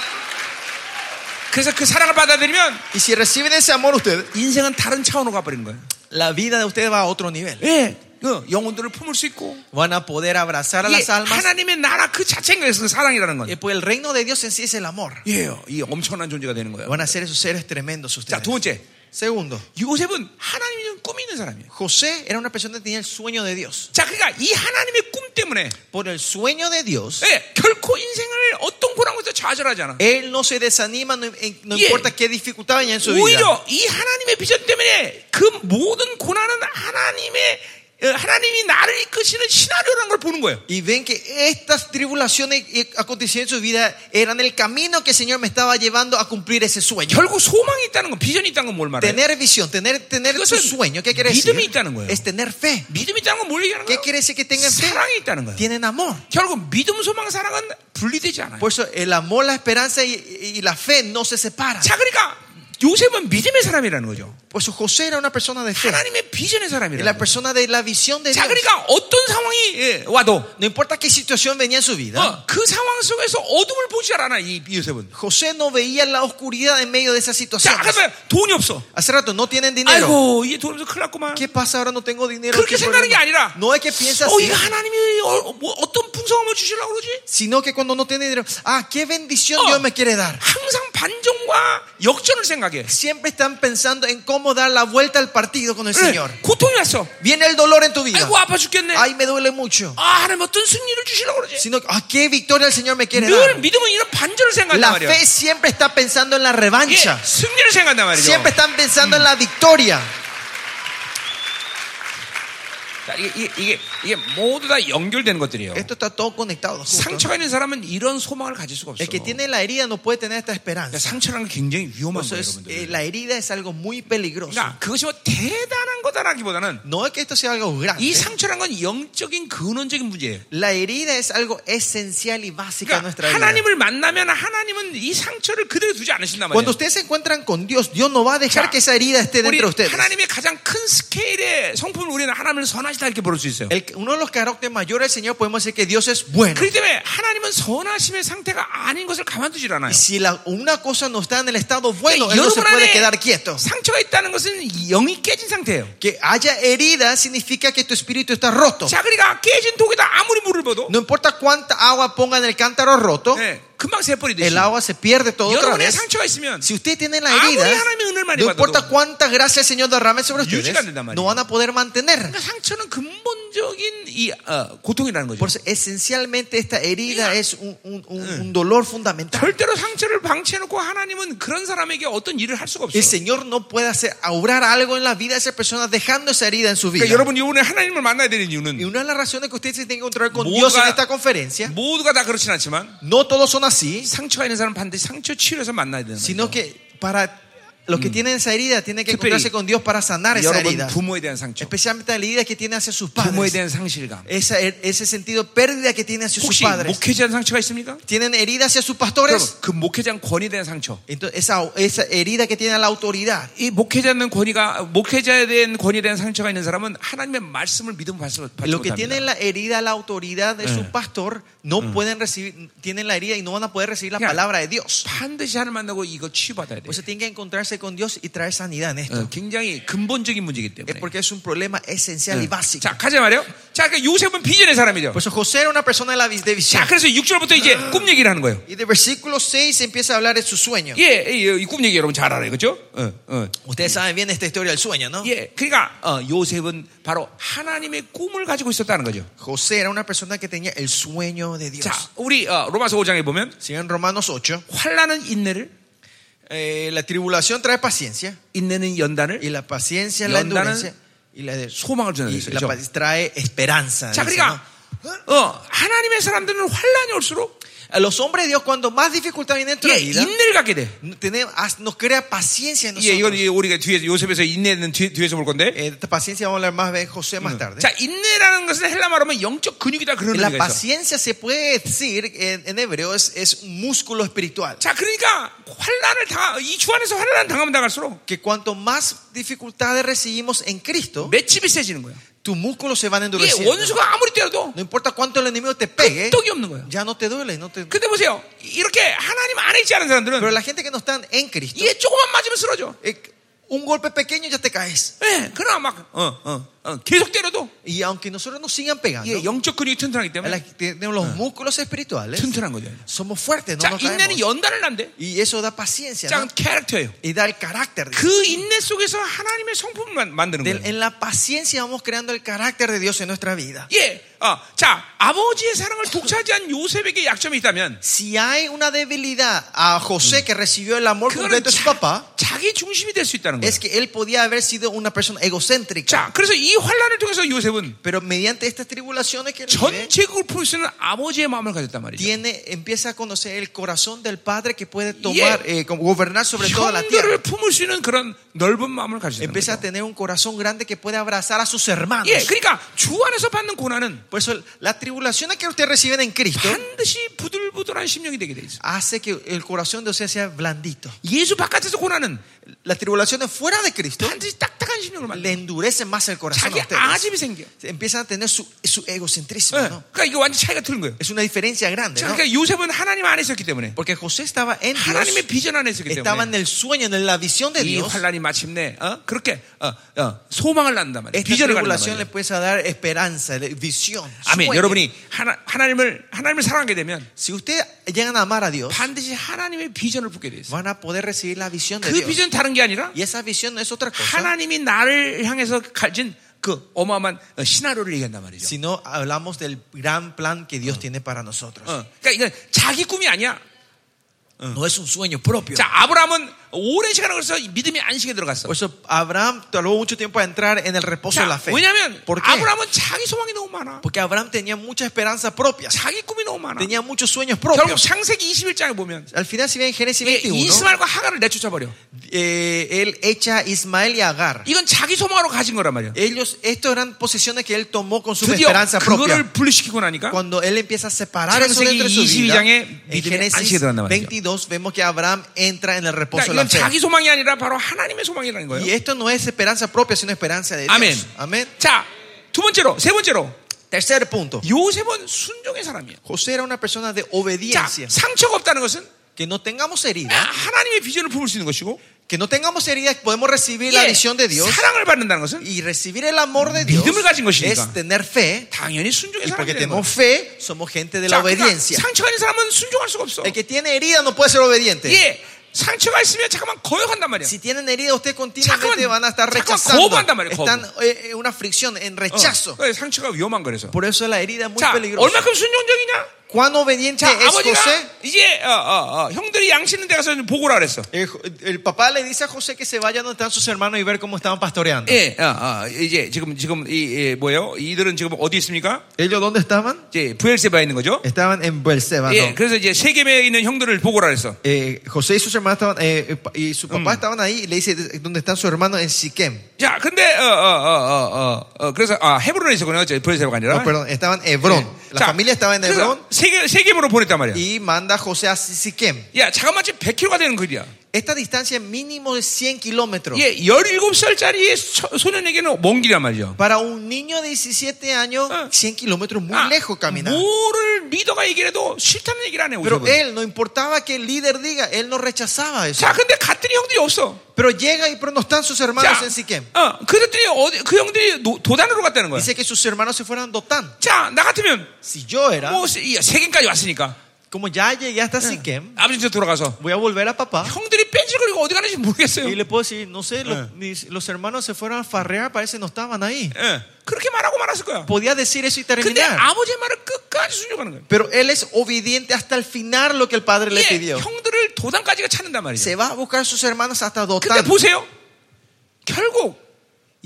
[SPEAKER 1] 그래서 그 사랑을 받아들이면
[SPEAKER 2] Y si reciben ese amor ustedes,
[SPEAKER 1] 인생은 다른 차원으로 가버리는 거예요.
[SPEAKER 2] la vida de ustedes va a otro nivel.
[SPEAKER 1] 예. 어, 영혼들을 품을 수 있고.
[SPEAKER 2] Van a poder abrazar a
[SPEAKER 1] 예,
[SPEAKER 2] las almas.
[SPEAKER 1] 하나님의 나라 그 자체인 거예요. 그 사랑이라는 건.
[SPEAKER 2] Eh, Pues el reino de Dios en sí es el amor.
[SPEAKER 1] 예, 이 엄청난 존재가 되는 거예요.
[SPEAKER 2] Van a ser esos seres tremendos
[SPEAKER 1] 자,
[SPEAKER 2] ustedes.
[SPEAKER 1] 두 번째.
[SPEAKER 2] Segundo,
[SPEAKER 1] 요셉은 하나님이 좀 꿈이 있는 사람이에요.
[SPEAKER 2] José era una persona que tenía el sueño de Dios.
[SPEAKER 1] 자, 그러니까 이 하나님의 꿈 때문에
[SPEAKER 2] Por el sueño de Dios,
[SPEAKER 1] 예, 결코 인생을 어떤 고난에서 좌절하지 않아.
[SPEAKER 2] él no se desanima, no, en- no
[SPEAKER 1] Yeah.
[SPEAKER 2] importa qué dificultad
[SPEAKER 1] 그렇죠,
[SPEAKER 2] haya en su vida.
[SPEAKER 1] 오히려 이 하나님의 비전 때문에 그 모든 고난은 하나님의 어, 하나님이 나를 이끄시는 시나리오라는 걸 보는 거예요.
[SPEAKER 2] Y ven que estas tribulaciones y acontecimientos de su vida eran el camino que el Señor me estaba llevando a cumplir ese sueño.
[SPEAKER 1] 결국 소망이 있다는 건 비전이 있다는 건 뭘 말해요?
[SPEAKER 2] Tener visión, tener, tener
[SPEAKER 1] Eso
[SPEAKER 2] tu
[SPEAKER 1] es
[SPEAKER 2] sueño, ¿qué quiere decir?
[SPEAKER 1] 믿음이 있다는 거예요.
[SPEAKER 2] Es tener fe.
[SPEAKER 1] 믿음이 있다는 건 뭘 얘기하는
[SPEAKER 2] ¿Qué
[SPEAKER 1] 거예요?
[SPEAKER 2] quiere decir que tengan fe?
[SPEAKER 1] 사랑이 있다는 거예요.
[SPEAKER 2] Tienen amor.
[SPEAKER 1] 결국 믿음, 소망, 사랑은 분리되지 않아요.
[SPEAKER 2] Por eso el amor, la esperanza y, y la fe no se separan.
[SPEAKER 1] 자, 그러니까 요셉은 믿음의 사람이라는 거죠.
[SPEAKER 2] Por eso José era una persona de fe.
[SPEAKER 1] 하나님의 비전의
[SPEAKER 2] Y
[SPEAKER 1] 사람이라는
[SPEAKER 2] la
[SPEAKER 1] 거죠.
[SPEAKER 2] persona de la visión de Dios.
[SPEAKER 1] 자, 그러니까 어떤 상황이 예, 와도
[SPEAKER 2] No importa qué situación venía en su vida,
[SPEAKER 1] 어, 그 상황 속에서 어둠을 보지 않아 이 요셉은.
[SPEAKER 2] José no veía la oscuridad en medio de esa situación.
[SPEAKER 1] 자, 그러면 돈이 없어.
[SPEAKER 2] Hace rato no tienen dinero.
[SPEAKER 1] 아이고, 이게 돈 없어 큰일 났구만.
[SPEAKER 2] ¿Qué pasa ahora? No tengo dinero.
[SPEAKER 1] 그렇게
[SPEAKER 2] ¿Qué
[SPEAKER 1] 생각하는 게
[SPEAKER 2] problema?
[SPEAKER 1] 아니라
[SPEAKER 2] No es que piensas
[SPEAKER 1] 어,
[SPEAKER 2] así,
[SPEAKER 1] 이거 하나님이 어, 뭐, 어떤 풍성함을 주시려고 그러지?
[SPEAKER 2] sino que cuando no tiene dinero, ah, qué bendición
[SPEAKER 1] Oh.
[SPEAKER 2] Dios me quiere dar.
[SPEAKER 1] 항상 반전과 역전을 생각해. 예,
[SPEAKER 2] Siempre están pensando en cómo dar la vuelta al partido con el
[SPEAKER 1] 그래,
[SPEAKER 2] Señor.
[SPEAKER 1] 고통이 왔어.
[SPEAKER 2] Viene el dolor en tu vida.
[SPEAKER 1] 아이고, 아파 죽겠네.
[SPEAKER 2] Eh. Ay, me duele mucho.
[SPEAKER 1] 아, 하나님 어떤 승리를 주시려고 그러지?
[SPEAKER 2] Sino que, ah, qué victoria el Señor me quiere
[SPEAKER 1] 늘
[SPEAKER 2] dar.
[SPEAKER 1] 믿음은 이런 반전을 생각한단
[SPEAKER 2] La
[SPEAKER 1] 말이야.
[SPEAKER 2] fe siempre está pensando en la
[SPEAKER 1] 예,
[SPEAKER 2] revancha.
[SPEAKER 1] 승리를 생각한단 말이죠.
[SPEAKER 2] Siempre están pensando en la victoria.
[SPEAKER 1] 자, 이게, 이게, 이게, 이게 모두 다 연결되는 것들이에요.
[SPEAKER 2] Esto está todo conectado. justo.
[SPEAKER 1] 상처가 있는 사람은 이런 소망을 가질 수가 없어. 그러니까
[SPEAKER 2] El que tiene la herida no puede tener esta esperanza.
[SPEAKER 1] 상처라는 게 굉장히 위험한
[SPEAKER 2] Eso
[SPEAKER 1] 거예요,
[SPEAKER 2] es, eh,
[SPEAKER 1] 여러분들.
[SPEAKER 2] la herida es algo muy peligroso.
[SPEAKER 1] 그러니까 그것이 뭐 대단한 거다라기보다는
[SPEAKER 2] No es que esto sea algo grande.
[SPEAKER 1] 이 상처란 건 영적인 근원적인 문제예요.
[SPEAKER 2] La herida es algo esencial y básica
[SPEAKER 1] 그러니까
[SPEAKER 2] en nuestra vida.
[SPEAKER 1] 하나님을 만나면 하나님은 이 상처를 그대로 두지 않으신단 말이에요.
[SPEAKER 2] Cuando ustedes se encuentran con Dios, Dios no va a
[SPEAKER 1] Ya.
[SPEAKER 2] dejar que esa herida esté
[SPEAKER 1] 우리
[SPEAKER 2] dentro de ustedes.
[SPEAKER 1] 하나님의 가장 큰 스케일의 성품을 우리는 하나님을 선하시다 이렇게 부를 수 있어요.
[SPEAKER 2] El- uno de los caracteres mayores del Señor podemos decir que Dios es bueno.
[SPEAKER 1] 그렇기 때문에 하나님은 선하심의 상태가 아닌 것을 가만두질 않아요.
[SPEAKER 2] Y si la- una cosa no está en el estado bueno,
[SPEAKER 1] 그러니까
[SPEAKER 2] Él no se
[SPEAKER 1] 여러분
[SPEAKER 2] puede
[SPEAKER 1] 안에
[SPEAKER 2] quedar quieto.
[SPEAKER 1] 상처가 있다는 것은 영이 깨진 상태예요.
[SPEAKER 2] Que haya herida significa que tu espíritu está roto.
[SPEAKER 1] 자, 그러니까 깨진 독에다 아무리 물을 부어도
[SPEAKER 2] No importa cuánta agua ponga en el cántaro roto,
[SPEAKER 1] 네, 금방 새뿌리듯이
[SPEAKER 2] el agua se pierde todo otra
[SPEAKER 1] 여러분의
[SPEAKER 2] vez.
[SPEAKER 1] 상처가 있으면
[SPEAKER 2] Si usted tiene la
[SPEAKER 1] Aunque
[SPEAKER 2] herida,
[SPEAKER 1] 하나님의 은혜를 많이
[SPEAKER 2] no importa
[SPEAKER 1] 받아도
[SPEAKER 2] cuánta gracia el Señor derrame sobre
[SPEAKER 1] 유지가
[SPEAKER 2] ustedes,
[SPEAKER 1] 안 된단 말이에요.
[SPEAKER 2] no van a poder mantener.
[SPEAKER 1] 그러니까 상처는 근본적인 이 어, 고통이라는 거죠.
[SPEAKER 2] Por eso, esencialmente, esta herida
[SPEAKER 1] Mira.
[SPEAKER 2] es un, un- un- un dolor fundamental.
[SPEAKER 1] 절대로 상처를 방치해놓고 하나님은 그런 사람에게 어떤 일을 할 수가
[SPEAKER 2] El
[SPEAKER 1] 없어요.
[SPEAKER 2] Señor no puede hacer obrar algo en la vida de esa persona dejando esa herida en su vida.
[SPEAKER 1] 그러니까 여러분 이번에 하나님을 만나야 되는
[SPEAKER 2] Y
[SPEAKER 1] 이유는
[SPEAKER 2] una de las razones que ustedes se tienen que encontrar con
[SPEAKER 1] Moga-
[SPEAKER 2] Dios en esta conferencia,
[SPEAKER 1] 모두가 다 그렇진 않지만
[SPEAKER 2] no todos son así,
[SPEAKER 1] 상처가 있는 사람 반드시 상처 치료해서 만나야 되는 거예요.
[SPEAKER 2] sino que para los que tienen esa herida, tienen que
[SPEAKER 1] 특별히
[SPEAKER 2] encontrarse con Dios para sanar esa
[SPEAKER 1] 여러분
[SPEAKER 2] herida.
[SPEAKER 1] 부모에 대한 상처,
[SPEAKER 2] Especialmente la herida que tiene hacia sus
[SPEAKER 1] 부모에
[SPEAKER 2] padres.
[SPEAKER 1] 대한 상실감.
[SPEAKER 2] Esa- ese sentido de pérdida que tiene hacia sus
[SPEAKER 1] 혹시
[SPEAKER 2] padres.
[SPEAKER 1] 목회자한 상처가 있습니까?
[SPEAKER 2] tienen heridas hacia sus
[SPEAKER 1] 여러분
[SPEAKER 2] pastores,
[SPEAKER 1] 그 목회자한 권위에 대한 상처.
[SPEAKER 2] entonces esa, esa herida que tiene a la autoridad.
[SPEAKER 1] 이 목회자는 권위가 목회자에 대한 권위에 대한 상처가 있는 사람은 하나님의 말씀을 믿음 받지
[SPEAKER 2] Lo que tienen
[SPEAKER 1] 못합니다.
[SPEAKER 2] la herida a la autoridad de su pastor, no pueden recibir, tienen la herida y no van a poder recibir la
[SPEAKER 1] Ya.
[SPEAKER 2] palabra de Dios.
[SPEAKER 1] 반드시 하나님 만나고 이거 치유받아야 돼요.
[SPEAKER 2] Por eso tienen que encontrarse con Dios y traer sanidad en esto.
[SPEAKER 1] 어, 굉장히 근본적인 문제이기 때문에.
[SPEAKER 2] Es porque es un problema esencial y básico.
[SPEAKER 1] 자, 가자 말이요. 자, 그러니까 요셉은 비전의 사람이죠.
[SPEAKER 2] Por eso José era una persona de la vis- de
[SPEAKER 1] 자,
[SPEAKER 2] visión.
[SPEAKER 1] 그래서 6절부터 이제 꿈 얘기를 하는 거예요.
[SPEAKER 2] Y de versículo 6 empieza a hablar de su sueño.
[SPEAKER 1] 예, 이꿈 얘기 여러분 잘 알아요. 그죠? 어, 어.
[SPEAKER 2] Ustedes saben bien esta historia del sueño, ¿no?
[SPEAKER 1] 예, 그러니까 어, 요셉은 바로 하나님의 꿈을 가지고 있었다는 거죠.
[SPEAKER 2] José era una persona que tenía el sueño de Dios.
[SPEAKER 1] 자, 우리 어, 로마서 5장에 보면
[SPEAKER 2] Si en Romanos 8,
[SPEAKER 1] 환란은 인내를,
[SPEAKER 2] eh, la tribulación trae paciencia.
[SPEAKER 1] 인내는 연단을,
[SPEAKER 2] Y la paciencia, la
[SPEAKER 1] Yonda는
[SPEAKER 2] endurencia y la,
[SPEAKER 1] 소망을 준다고
[SPEAKER 2] y
[SPEAKER 1] 했어요.
[SPEAKER 2] la
[SPEAKER 1] 그죠?
[SPEAKER 2] pa- trae esperanza.
[SPEAKER 1] 자,
[SPEAKER 2] dice,
[SPEAKER 1] 그러니까 어, 하나님의 사람들은 환란이 올수록
[SPEAKER 2] ¿no? A Los hombres de Dios, cuando más dificultad viene en nuestra
[SPEAKER 1] 예,
[SPEAKER 2] vida,
[SPEAKER 1] 인내를 갖게 돼.
[SPEAKER 2] tenemos- as- nos crea paciencia en
[SPEAKER 1] 예,
[SPEAKER 2] nosotros.
[SPEAKER 1] 이건 이제 우리가 뒤에 요셉에서 인내는 뒤, 뒤에서 볼 건데.
[SPEAKER 2] Eh, Esta paciencia vamos a hablar más de José más tarde.
[SPEAKER 1] 자, 인내라는 것은 헬라 말하면 영적 근육이다 그런
[SPEAKER 2] La
[SPEAKER 1] 의미가 있어.
[SPEAKER 2] paciencia se puede decir en, en hebreo es, es un músculo espiritual.
[SPEAKER 1] 자, 그러니까 환란을 당, 이 주안에서 환란 당하면 당할수록
[SPEAKER 2] Que cuanto más dificultades recibimos en Cristo,
[SPEAKER 1] 맷집이 세지는 거야.
[SPEAKER 2] tus músculos se van
[SPEAKER 1] 이게
[SPEAKER 2] endureciendo.
[SPEAKER 1] 원수가 아무리 때려도
[SPEAKER 2] No importa cuánto el enemigo te pegue,
[SPEAKER 1] 끄떡이 없는 거야.
[SPEAKER 2] ya no te duele. No te...
[SPEAKER 1] 근데 보세요, 이렇게 하나님 안에 있지 않은
[SPEAKER 2] Pero
[SPEAKER 1] 사람들은
[SPEAKER 2] la gente que no está en Cristo,
[SPEAKER 1] 이게 조금만 맞으면 쓰러져.
[SPEAKER 2] Eh, un golpe pequeño ya te caes.
[SPEAKER 1] 예, 그러나 막 어, 어, 어, 계속 때려도
[SPEAKER 2] Y aunque nosotros nos sigan pegando,
[SPEAKER 1] 이게 영적 근육이 튼튼하기
[SPEAKER 2] a la
[SPEAKER 1] 때문에
[SPEAKER 2] que tenemos los músculos espirituales,
[SPEAKER 1] 튼튼한 거죠.
[SPEAKER 2] somos fuertes, no
[SPEAKER 1] 자,
[SPEAKER 2] nos
[SPEAKER 1] 인내는
[SPEAKER 2] caemos.
[SPEAKER 1] 연단을 난대.
[SPEAKER 2] Y eso da paciencia
[SPEAKER 1] 자,
[SPEAKER 2] ¿no?
[SPEAKER 1] 캐릭터예요.
[SPEAKER 2] y da el carácter. de-
[SPEAKER 1] 그 인내 속에서 하나님의 성품을 만- 만드는
[SPEAKER 2] del-
[SPEAKER 1] 거예요.
[SPEAKER 2] en la paciencia vamos creando el carácter de Dios en nuestra vida.
[SPEAKER 1] 예, 어, 자, 아버지의 사랑을 독차지한 요셉에게 약점이 있다면
[SPEAKER 2] Si hay una debilidad a José que recibió el amor
[SPEAKER 1] 그거는
[SPEAKER 2] completo de su papá,
[SPEAKER 1] 자, 자기 중심이 될 수 있다는 거예요.
[SPEAKER 2] es que él podía haber sido una persona egocéntrica.
[SPEAKER 1] 자, 그래서 이 환란을 통해서 요셉은
[SPEAKER 2] Pero mediante estas tribulaciones que él vive,
[SPEAKER 1] 전체국을 풀 수 있는 아버지의 마음을 가졌단 말이죠.
[SPEAKER 2] tiene, empieza a conocer el corazón del Padre que puede tomar, eh, como gobernar sobre toda la tierra.
[SPEAKER 1] 형들을 품을 수 있는 그런 넓은 마음을 가졌다는
[SPEAKER 2] Empieza a
[SPEAKER 1] 거죠.
[SPEAKER 2] tener un corazón grande que puede abrazar a sus hermanos.
[SPEAKER 1] 예, 그러니까 주 안에서 받는 고난은
[SPEAKER 2] Por eso las tribulaciones que ustedes reciben en Cristo
[SPEAKER 1] 반드시 부들부들한 심령이 되게 돼 있어요.
[SPEAKER 2] hace que el corazón de ustedes sea blandito.
[SPEAKER 1] 예수 바깥에서 고난은
[SPEAKER 2] Las tribulaciones fuera de Cristo
[SPEAKER 1] 반드시 딱딱한 심령을 만들어.
[SPEAKER 2] le endurecen más el corazón
[SPEAKER 1] 자기
[SPEAKER 2] a ustedes.
[SPEAKER 1] 아집이 생겨.
[SPEAKER 2] Empiezan a tener su, su egocentrismo.
[SPEAKER 1] 예,
[SPEAKER 2] ¿no?
[SPEAKER 1] 그러니까 이거 완전 차이가 틀린 거예요.
[SPEAKER 2] Es una diferencia grande.
[SPEAKER 1] 자,
[SPEAKER 2] ¿no?
[SPEAKER 1] 그러니까 요셉은 하나님 안에 있었기 때문에
[SPEAKER 2] Porque José estaba en
[SPEAKER 1] 하나님의
[SPEAKER 2] Dios,
[SPEAKER 1] 비전 안에 있었기
[SPEAKER 2] estaba en
[SPEAKER 1] 때문에
[SPEAKER 2] el sueño, en la visión de
[SPEAKER 1] 이
[SPEAKER 2] Dios.
[SPEAKER 1] 환란이 마침내 어? 그렇게 어, 어, 소망을 낳는단 말이에요.
[SPEAKER 2] Esta
[SPEAKER 1] 비전을 갖는단
[SPEAKER 2] tribulación le
[SPEAKER 1] 말이에요.
[SPEAKER 2] empieza a dar esperanza, le- visión.
[SPEAKER 1] 아멘.
[SPEAKER 2] sueño.
[SPEAKER 1] 여러분이 하나, 하나님을 하나님을 사랑하게 되면
[SPEAKER 2] Si ustedes llegan a amar a
[SPEAKER 1] 어?
[SPEAKER 2] Dios,
[SPEAKER 1] 반드시 하나님의 비전을 붙게 돼 있어요.
[SPEAKER 2] van a poder recibir la visión de
[SPEAKER 1] 그
[SPEAKER 2] Dios.
[SPEAKER 1] 비전 다른 게 아니라
[SPEAKER 2] Y esa visión no es otra cosa,
[SPEAKER 1] 하나님이 나를 향해서 가진 그 어마어마한 어, 시나리오를 얘기한단 말이죠.
[SPEAKER 2] sino hablamos del gran plan que Dios tiene para nosotros.
[SPEAKER 1] 어, 그러니까 이건 자기 꿈이 아니야.
[SPEAKER 2] No es un sueño propio.
[SPEAKER 1] 자, 아브라함은 오랜 시간을 걸어서 믿음의 안식에 들어갔어.
[SPEAKER 2] Por eso Abraham tardó mucho tiempo a entrar en el reposo de la
[SPEAKER 1] 자,
[SPEAKER 2] fe.
[SPEAKER 1] 왜냐하면
[SPEAKER 2] ¿Por qué?
[SPEAKER 1] 아브라함은 자기 소망이 너무 많아.
[SPEAKER 2] Porque Abraham tenía mucha esperanza propia,
[SPEAKER 1] 자기 꿈이 너무 많아.
[SPEAKER 2] tenía muchos sueños
[SPEAKER 1] 결국
[SPEAKER 2] propios.
[SPEAKER 1] 창세기 21장에 보면
[SPEAKER 2] Al final, si ven Génesis
[SPEAKER 1] 이-
[SPEAKER 2] 21,
[SPEAKER 1] 이스마엘과 하가를 내쫓아 버려.
[SPEAKER 2] eh, él echa a Ismael y a Agar.
[SPEAKER 1] 이건 자기 소망으로 가진 거란 말이야.
[SPEAKER 2] Ellos, estas eran posesiones que él tomó con su
[SPEAKER 1] 드디어
[SPEAKER 2] esperanza propia.
[SPEAKER 1] 그거를 분리시키고 나니까
[SPEAKER 2] Cuando él empieza a separar eso
[SPEAKER 1] Génesis
[SPEAKER 2] dentro de su
[SPEAKER 1] 22
[SPEAKER 2] vida,
[SPEAKER 1] 장에
[SPEAKER 2] en
[SPEAKER 1] 믿음의
[SPEAKER 2] Génesis
[SPEAKER 1] 안식에 들어간단 말이죠.
[SPEAKER 2] 22 vemos que Abraham entra en el reposo
[SPEAKER 1] 그러니까
[SPEAKER 2] de la
[SPEAKER 1] 이건
[SPEAKER 2] fe.
[SPEAKER 1] 자기 소망이 아니라 바로 하나님의 소망이라는
[SPEAKER 2] Y
[SPEAKER 1] 거예요.
[SPEAKER 2] esto no es esperanza propia, sino esperanza de Dios.
[SPEAKER 1] 아멘.
[SPEAKER 2] Amén.
[SPEAKER 1] 자, 두 번째로, 세 번째로
[SPEAKER 2] Tercer punto.
[SPEAKER 1] 요셉은 순종의 사람이야.
[SPEAKER 2] José era una persona de
[SPEAKER 1] 자,
[SPEAKER 2] obediencia.
[SPEAKER 1] 상처가 없다는 것은
[SPEAKER 2] Que no tengamos
[SPEAKER 1] 아,
[SPEAKER 2] heridas.
[SPEAKER 1] 하나님의 비전을 품을 수 있는 것이고
[SPEAKER 2] Que no tengamos heridas, podemos recibir la
[SPEAKER 1] 예,
[SPEAKER 2] visión de Dios.
[SPEAKER 1] 사랑을 받는다는 것은
[SPEAKER 2] Y recibir el amor de Dios
[SPEAKER 1] 믿음을 가진 것이니까.
[SPEAKER 2] es tener fe.
[SPEAKER 1] 당연히 순종의
[SPEAKER 2] Y porque
[SPEAKER 1] 사람이라는 거예요.
[SPEAKER 2] tenemos fe, somos gente de la
[SPEAKER 1] 자, 그러니까
[SPEAKER 2] obediencia.
[SPEAKER 1] 상처가 있는 사람은 순종할 수가 없어.
[SPEAKER 2] El que tiene herida no puede ser obediente.
[SPEAKER 1] 예, 상처가 있으면 잠깐만 거역한단 말이야.
[SPEAKER 2] Si tienen herida, ustedes continuamente
[SPEAKER 1] Chacan-
[SPEAKER 2] van a estar
[SPEAKER 1] chacan
[SPEAKER 2] rechazando.
[SPEAKER 1] cobo한단 말이에요,
[SPEAKER 2] Están eh, eh, una fricción, en
[SPEAKER 1] 어,
[SPEAKER 2] rechazo.
[SPEAKER 1] 예, 상처가 위험한 거라서.
[SPEAKER 2] Por eso la herida es muy
[SPEAKER 1] 자,
[SPEAKER 2] peligrosa.
[SPEAKER 1] 얼마큼 순종적이냐?
[SPEAKER 2] ¿Cuán obediente
[SPEAKER 1] 자,
[SPEAKER 2] es
[SPEAKER 1] 아버지가
[SPEAKER 2] José?
[SPEAKER 1] 이제 어, 어, 어, 형들이 양치는 데 가서 좀 보고 오라 그랬어.
[SPEAKER 2] El, jo- el papá le dice a José que se vaya donde están sus hermanos y ver cómo estaban pastoreando.
[SPEAKER 1] 예, 어, 어, 이제 지금 지금 이 예, 뭐예요? 이들은 지금 어디 있습니까?
[SPEAKER 2] ¿Ellos dónde estaban?
[SPEAKER 1] 이제 부엘세바에 있는 거죠.
[SPEAKER 2] Estaban en Berseba. ¿no?
[SPEAKER 1] 예, 그래서 이제 세겜에 있는 형들을 보고 오라 그랬어.
[SPEAKER 2] Eh, José y sus hermanos estaban, eh, eh, pa- y su papá
[SPEAKER 1] Mm.
[SPEAKER 2] estaban ahí y le dice dónde están sus hermanos en Siquem.
[SPEAKER 1] 자, 근데 어, 어, 어, 어, 어, 어, 그래서 아 헤브론에 있었군요. 저 부엘세바가 아니라. 예.
[SPEAKER 2] No, Oh, perdón, estaban en Hebrón. La
[SPEAKER 1] 자,
[SPEAKER 2] familia estaba en
[SPEAKER 1] 그래서
[SPEAKER 2] Hebrón
[SPEAKER 1] 세계 세계으로 보냈단 말이야.
[SPEAKER 2] y manda a José a Siquem.
[SPEAKER 1] 야, 자그마치 100km가 되는 거리야.
[SPEAKER 2] Esta distancia es mínimo de 100 kilómetros.
[SPEAKER 1] 예, 17살짜리 소년에게는 먼 길이란 말이죠.
[SPEAKER 2] Para un niño de 17 años,
[SPEAKER 1] Ah.
[SPEAKER 2] 100 kilómetros muy
[SPEAKER 1] 아,
[SPEAKER 2] lejos caminar.
[SPEAKER 1] 뭐를 리더가 얘기를 해도 싫다는 얘기를 안 해.
[SPEAKER 2] Pero
[SPEAKER 1] 우섭은.
[SPEAKER 2] él, no importaba que el líder diga, él no rechazaba eso.
[SPEAKER 1] 자, 근데 갔더니 형들이 없어.
[SPEAKER 2] Pero llega y pero no están sus hermanos
[SPEAKER 1] 자,
[SPEAKER 2] en Siquem.
[SPEAKER 1] 어, 그랬더니 어디, 그 형들이 노- 도단으로 갔다는 거야.
[SPEAKER 2] Dice que sus hermanos se fueron a Dotán.
[SPEAKER 1] 자, 나 같으면
[SPEAKER 2] Si yo era,
[SPEAKER 1] 뭐 세- 이 세계까지 왔으니까
[SPEAKER 2] como ya llegué hasta Siquem,
[SPEAKER 1] 아버지한테 돌아가서
[SPEAKER 2] voy a volver a papá
[SPEAKER 1] 형들이 뺀질거리고 어디 가는지 모르겠어요.
[SPEAKER 2] y le puedo decir, no sé, los, mis- los hermanos se fueron a farrear, parece no estaban ahí.
[SPEAKER 1] 예, 그렇게 말하고 말았을 거야.
[SPEAKER 2] Podía decir eso y
[SPEAKER 1] 근데
[SPEAKER 2] terminar.
[SPEAKER 1] 아버지의 말을 끝까지 순종하는 거야.
[SPEAKER 2] Pero él es obediente hasta el final lo que el padre le
[SPEAKER 1] 예,
[SPEAKER 2] pidió.
[SPEAKER 1] 형들을 도단까지가 찾는단 말이죠.
[SPEAKER 2] Se va a buscar a sus hermanos hasta
[SPEAKER 1] 근데
[SPEAKER 2] Dotán.
[SPEAKER 1] 보세요. 결국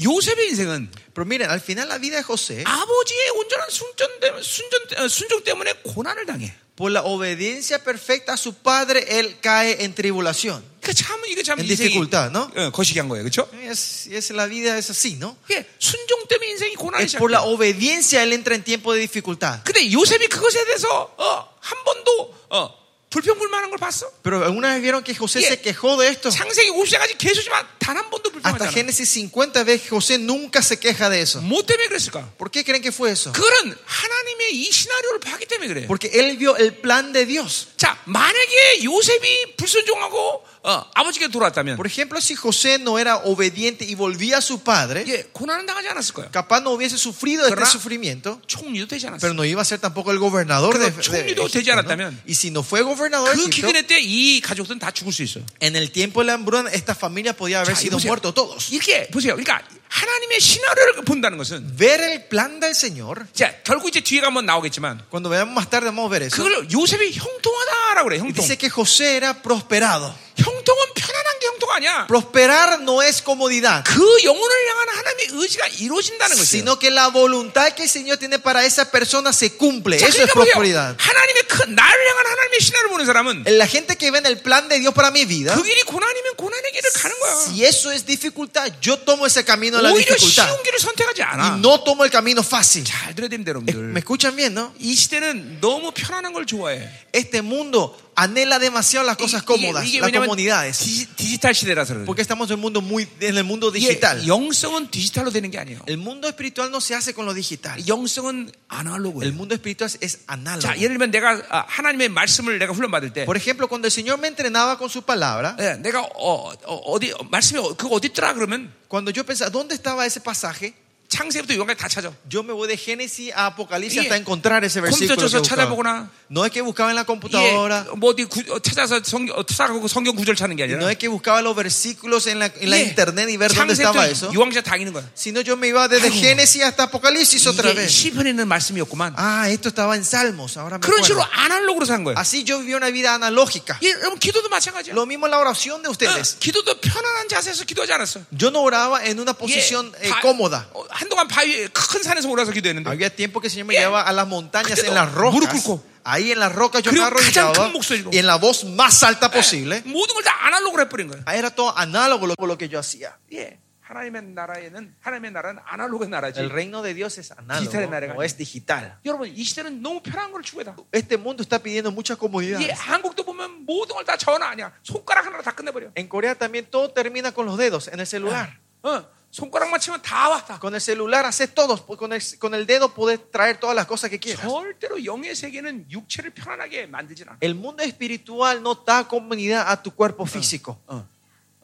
[SPEAKER 1] 요셉의 인생은
[SPEAKER 2] Pero miren, al final la vida de José,
[SPEAKER 1] 아버지의 온전한 순전, 때- 순전, 어, 순종 때문에 고난을 당해.
[SPEAKER 2] por la obediencia perfecta a su padre, él cae en tribulación.
[SPEAKER 1] 그 참, 이거 참
[SPEAKER 2] En
[SPEAKER 1] 인생이
[SPEAKER 2] dificultad, ¿no?
[SPEAKER 1] 어, 거시기한 거예요. 그렇죠?
[SPEAKER 2] Es, es la vida es así, ¿no?
[SPEAKER 1] 예, 순종 때문에 인생이 고난이
[SPEAKER 2] Es por la
[SPEAKER 1] 시작돼.
[SPEAKER 2] obediencia él entra en tiempo de dificultad.
[SPEAKER 1] 근데 요셉이 그것에 대해서 어, 한 번도 어, 불평불만한 걸 봤어?
[SPEAKER 2] Pero alguna vez vieron que José
[SPEAKER 1] Yeah.
[SPEAKER 2] se quejó de esto.
[SPEAKER 1] 창세기 50장까지 계속지만 단 한 번도
[SPEAKER 2] Hasta
[SPEAKER 1] 불평하지 않아.
[SPEAKER 2] Génesis 50 ves José nunca se queja de eso.
[SPEAKER 1] 뭐 때문에 그랬을까?
[SPEAKER 2] ¿Por qué creen que fue eso?
[SPEAKER 1] 그거는 하나님의 이 시나리오를 파기 때문에 그래.
[SPEAKER 2] Porque él vio el plan de Dios.
[SPEAKER 1] 자, 만약에 요셉이 불순종하고 어, 아버지께 돌아왔다면
[SPEAKER 2] Por ejemplo, si José no era obediente y volvía a su padre,
[SPEAKER 1] 예, 고난은 당하지 않았을 거야.
[SPEAKER 2] capaz no hubiese sufrido este
[SPEAKER 1] ¿Verdad?
[SPEAKER 2] sufrimiento,
[SPEAKER 1] 총리도 되지
[SPEAKER 2] pero
[SPEAKER 1] 않았어.
[SPEAKER 2] no iba a ser tampoco el gobernador de,
[SPEAKER 1] Pero
[SPEAKER 2] de
[SPEAKER 1] 총리도
[SPEAKER 2] Egipto,
[SPEAKER 1] 되지
[SPEAKER 2] ¿no?
[SPEAKER 1] 않았다면
[SPEAKER 2] Y si no fue gobernador de
[SPEAKER 1] 그
[SPEAKER 2] Egipto,
[SPEAKER 1] 기근의 때 이 가족들은 다 죽을 수 있어.
[SPEAKER 2] en el tiempo de la hambruna, esta familia podía haber
[SPEAKER 1] 자,
[SPEAKER 2] sido
[SPEAKER 1] 보세요.
[SPEAKER 2] muertos todos.
[SPEAKER 1] 이렇게 보세요. 그러니까 하나님의 시나리오를 본다는 것은
[SPEAKER 2] Ver el plan del Señor,
[SPEAKER 1] 자, 결국 이제 뒤에 가면 나오겠지만
[SPEAKER 2] cuando veamos más tarde, vamos a ver eso.
[SPEAKER 1] 그걸 요셉이 형통하다라고 그래.
[SPEAKER 2] Y
[SPEAKER 1] 형통.
[SPEAKER 2] dice que José era prosperado.
[SPEAKER 1] 형통은 편안한 게 형통 아니야.
[SPEAKER 2] Prosperar no es comodidad,
[SPEAKER 1] 그 영혼을 향한 하나님의 의지가 이루어진다는 것이에요.
[SPEAKER 2] sino que la voluntad que el Señor tiene para esa persona se cumple.
[SPEAKER 1] 자,
[SPEAKER 2] Eso es
[SPEAKER 1] 그러니까 보세요.
[SPEAKER 2] prosperidad.
[SPEAKER 1] 하나님의 큰 나를 향한 하나님의 신화를 보는 사람은
[SPEAKER 2] La gente que ve en el plan de Dios para mi vida,
[SPEAKER 1] 그 길이 고난이면 고난의 길을 가는 거야.
[SPEAKER 2] si eso es dificultad, yo tomo ese camino de la
[SPEAKER 1] 오히려
[SPEAKER 2] dificultad
[SPEAKER 1] 쉬운 길을 선택하지 않아.
[SPEAKER 2] y no tomo el camino fácil.
[SPEAKER 1] 잘 들어야 됩니다,
[SPEAKER 2] Eh, ¿Me
[SPEAKER 1] 여러분들.
[SPEAKER 2] escuchan bien, no?
[SPEAKER 1] 이 시대는 너무 편안한 걸 좋아해.
[SPEAKER 2] Este mundo anhela demasiado las cosas cómodas, las
[SPEAKER 1] 왜냐면
[SPEAKER 2] comodidades.
[SPEAKER 1] 디지, 디지털 시대라서 그래.
[SPEAKER 2] Porque estamos en el mundo muy en el mundo
[SPEAKER 1] 이게
[SPEAKER 2] digital.
[SPEAKER 1] 영성은 디지털로 되는 게 아니에요.
[SPEAKER 2] El mundo espiritual no se hace con lo digital.
[SPEAKER 1] 영성은 아날로그.
[SPEAKER 2] El mundo espiritual es- es análogo.
[SPEAKER 1] 자, 예를 들면 내가 아, 하나님의 말씀을 내가 훈련받을 때
[SPEAKER 2] Por ejemplo, cuando el Señor me entrenaba con su palabra,
[SPEAKER 1] 예, 내가 어, 디 말씀이 어- 그거 어디 있더라 그러면
[SPEAKER 2] cuando yo pensaba, ¿dónde estaba ese pasaje?
[SPEAKER 1] 창세부터 요한까지 다 찾아.
[SPEAKER 2] Yo me voy de Génesis a Apocalipsis
[SPEAKER 1] Y-
[SPEAKER 2] hasta encontrar ese versículo.
[SPEAKER 1] 컴퓨터 쳐서
[SPEAKER 2] que buscaba.
[SPEAKER 1] 찾아보거나.
[SPEAKER 2] No es que buscaba en la
[SPEAKER 1] 이게
[SPEAKER 2] computadora,
[SPEAKER 1] 뭐 어디 구- 어, 찾아서 성, 어, 찾아가고 성경 구절 찾는 게
[SPEAKER 2] no
[SPEAKER 1] 아니라
[SPEAKER 2] es que buscaba los versículos en la, en la
[SPEAKER 1] 예,
[SPEAKER 2] internet y ver dónde estaba eso,
[SPEAKER 1] 창세부터 유황자 당기는 거야.
[SPEAKER 2] sino yo me iba desde
[SPEAKER 1] Ay.
[SPEAKER 2] Génesis hasta Apocalipsis otra
[SPEAKER 1] 이게
[SPEAKER 2] vez.
[SPEAKER 1] 시편에 있는 말씀이었구만.
[SPEAKER 2] Ah, esto estaba en Salmos, ahora me
[SPEAKER 1] 그런 식으로
[SPEAKER 2] acuerdo. Ah.
[SPEAKER 1] 아날로그로 산 거예요.
[SPEAKER 2] Así yo viví una vida analógica.
[SPEAKER 1] 예, 여러분 기도도 마찬가지야.
[SPEAKER 2] Lo mismo la oración de
[SPEAKER 1] 어,
[SPEAKER 2] ustedes.
[SPEAKER 1] 기도도 편안한 자세에서 기도하지 않았어.
[SPEAKER 2] Yo no oraba en una
[SPEAKER 1] 예,
[SPEAKER 2] posición eh,
[SPEAKER 1] 바-
[SPEAKER 2] cómoda.
[SPEAKER 1] 어, 한동안 바위 큰 산에서 올라서 기도했는데.
[SPEAKER 2] Había tiempo que el Señor me
[SPEAKER 1] Yeah.
[SPEAKER 2] llevaba a las montañas,
[SPEAKER 1] Pero,
[SPEAKER 2] en las
[SPEAKER 1] 무릎
[SPEAKER 2] rocas.
[SPEAKER 1] 꿇고.
[SPEAKER 2] Ahí en las rocas yo me
[SPEAKER 1] 그리고 가장
[SPEAKER 2] arrodillaba
[SPEAKER 1] 큰 목소리로.
[SPEAKER 2] y en la voz más alta posible.
[SPEAKER 1] 예, 모든 걸 다 아날로그로 해버린 거예요.
[SPEAKER 2] Ahí Era todo análogo lo, lo que yo hacía.
[SPEAKER 1] 예, 하나님의 나라에는 하나님의 나라는 아날로그의
[SPEAKER 2] El
[SPEAKER 1] 나라지.
[SPEAKER 2] reino de Dios es
[SPEAKER 1] Digital en la
[SPEAKER 2] análogo, no
[SPEAKER 1] regla.
[SPEAKER 2] es digital.
[SPEAKER 1] 여러분 이 시대는 너무 편한 걸 추구해다.
[SPEAKER 2] Este mundo está pidiendo mucha comodidad.
[SPEAKER 1] 예, 한국도 보면 모든 걸 다 전화 아니야. 손가락 하나로 다 끝내버려.
[SPEAKER 2] En Corea también todo termina con los dedos, en el celular.
[SPEAKER 1] 어, 손가락만 치면 다 와. 다.
[SPEAKER 2] Con el celular haces todos, con el, con el dedo puedes traer todas las cosas que quieras.
[SPEAKER 1] 절대로 영의 세계는 육체를 편안하게 만들진 않아.
[SPEAKER 2] El mundo espiritual no da comodidad a tu cuerpo físico.
[SPEAKER 1] 어,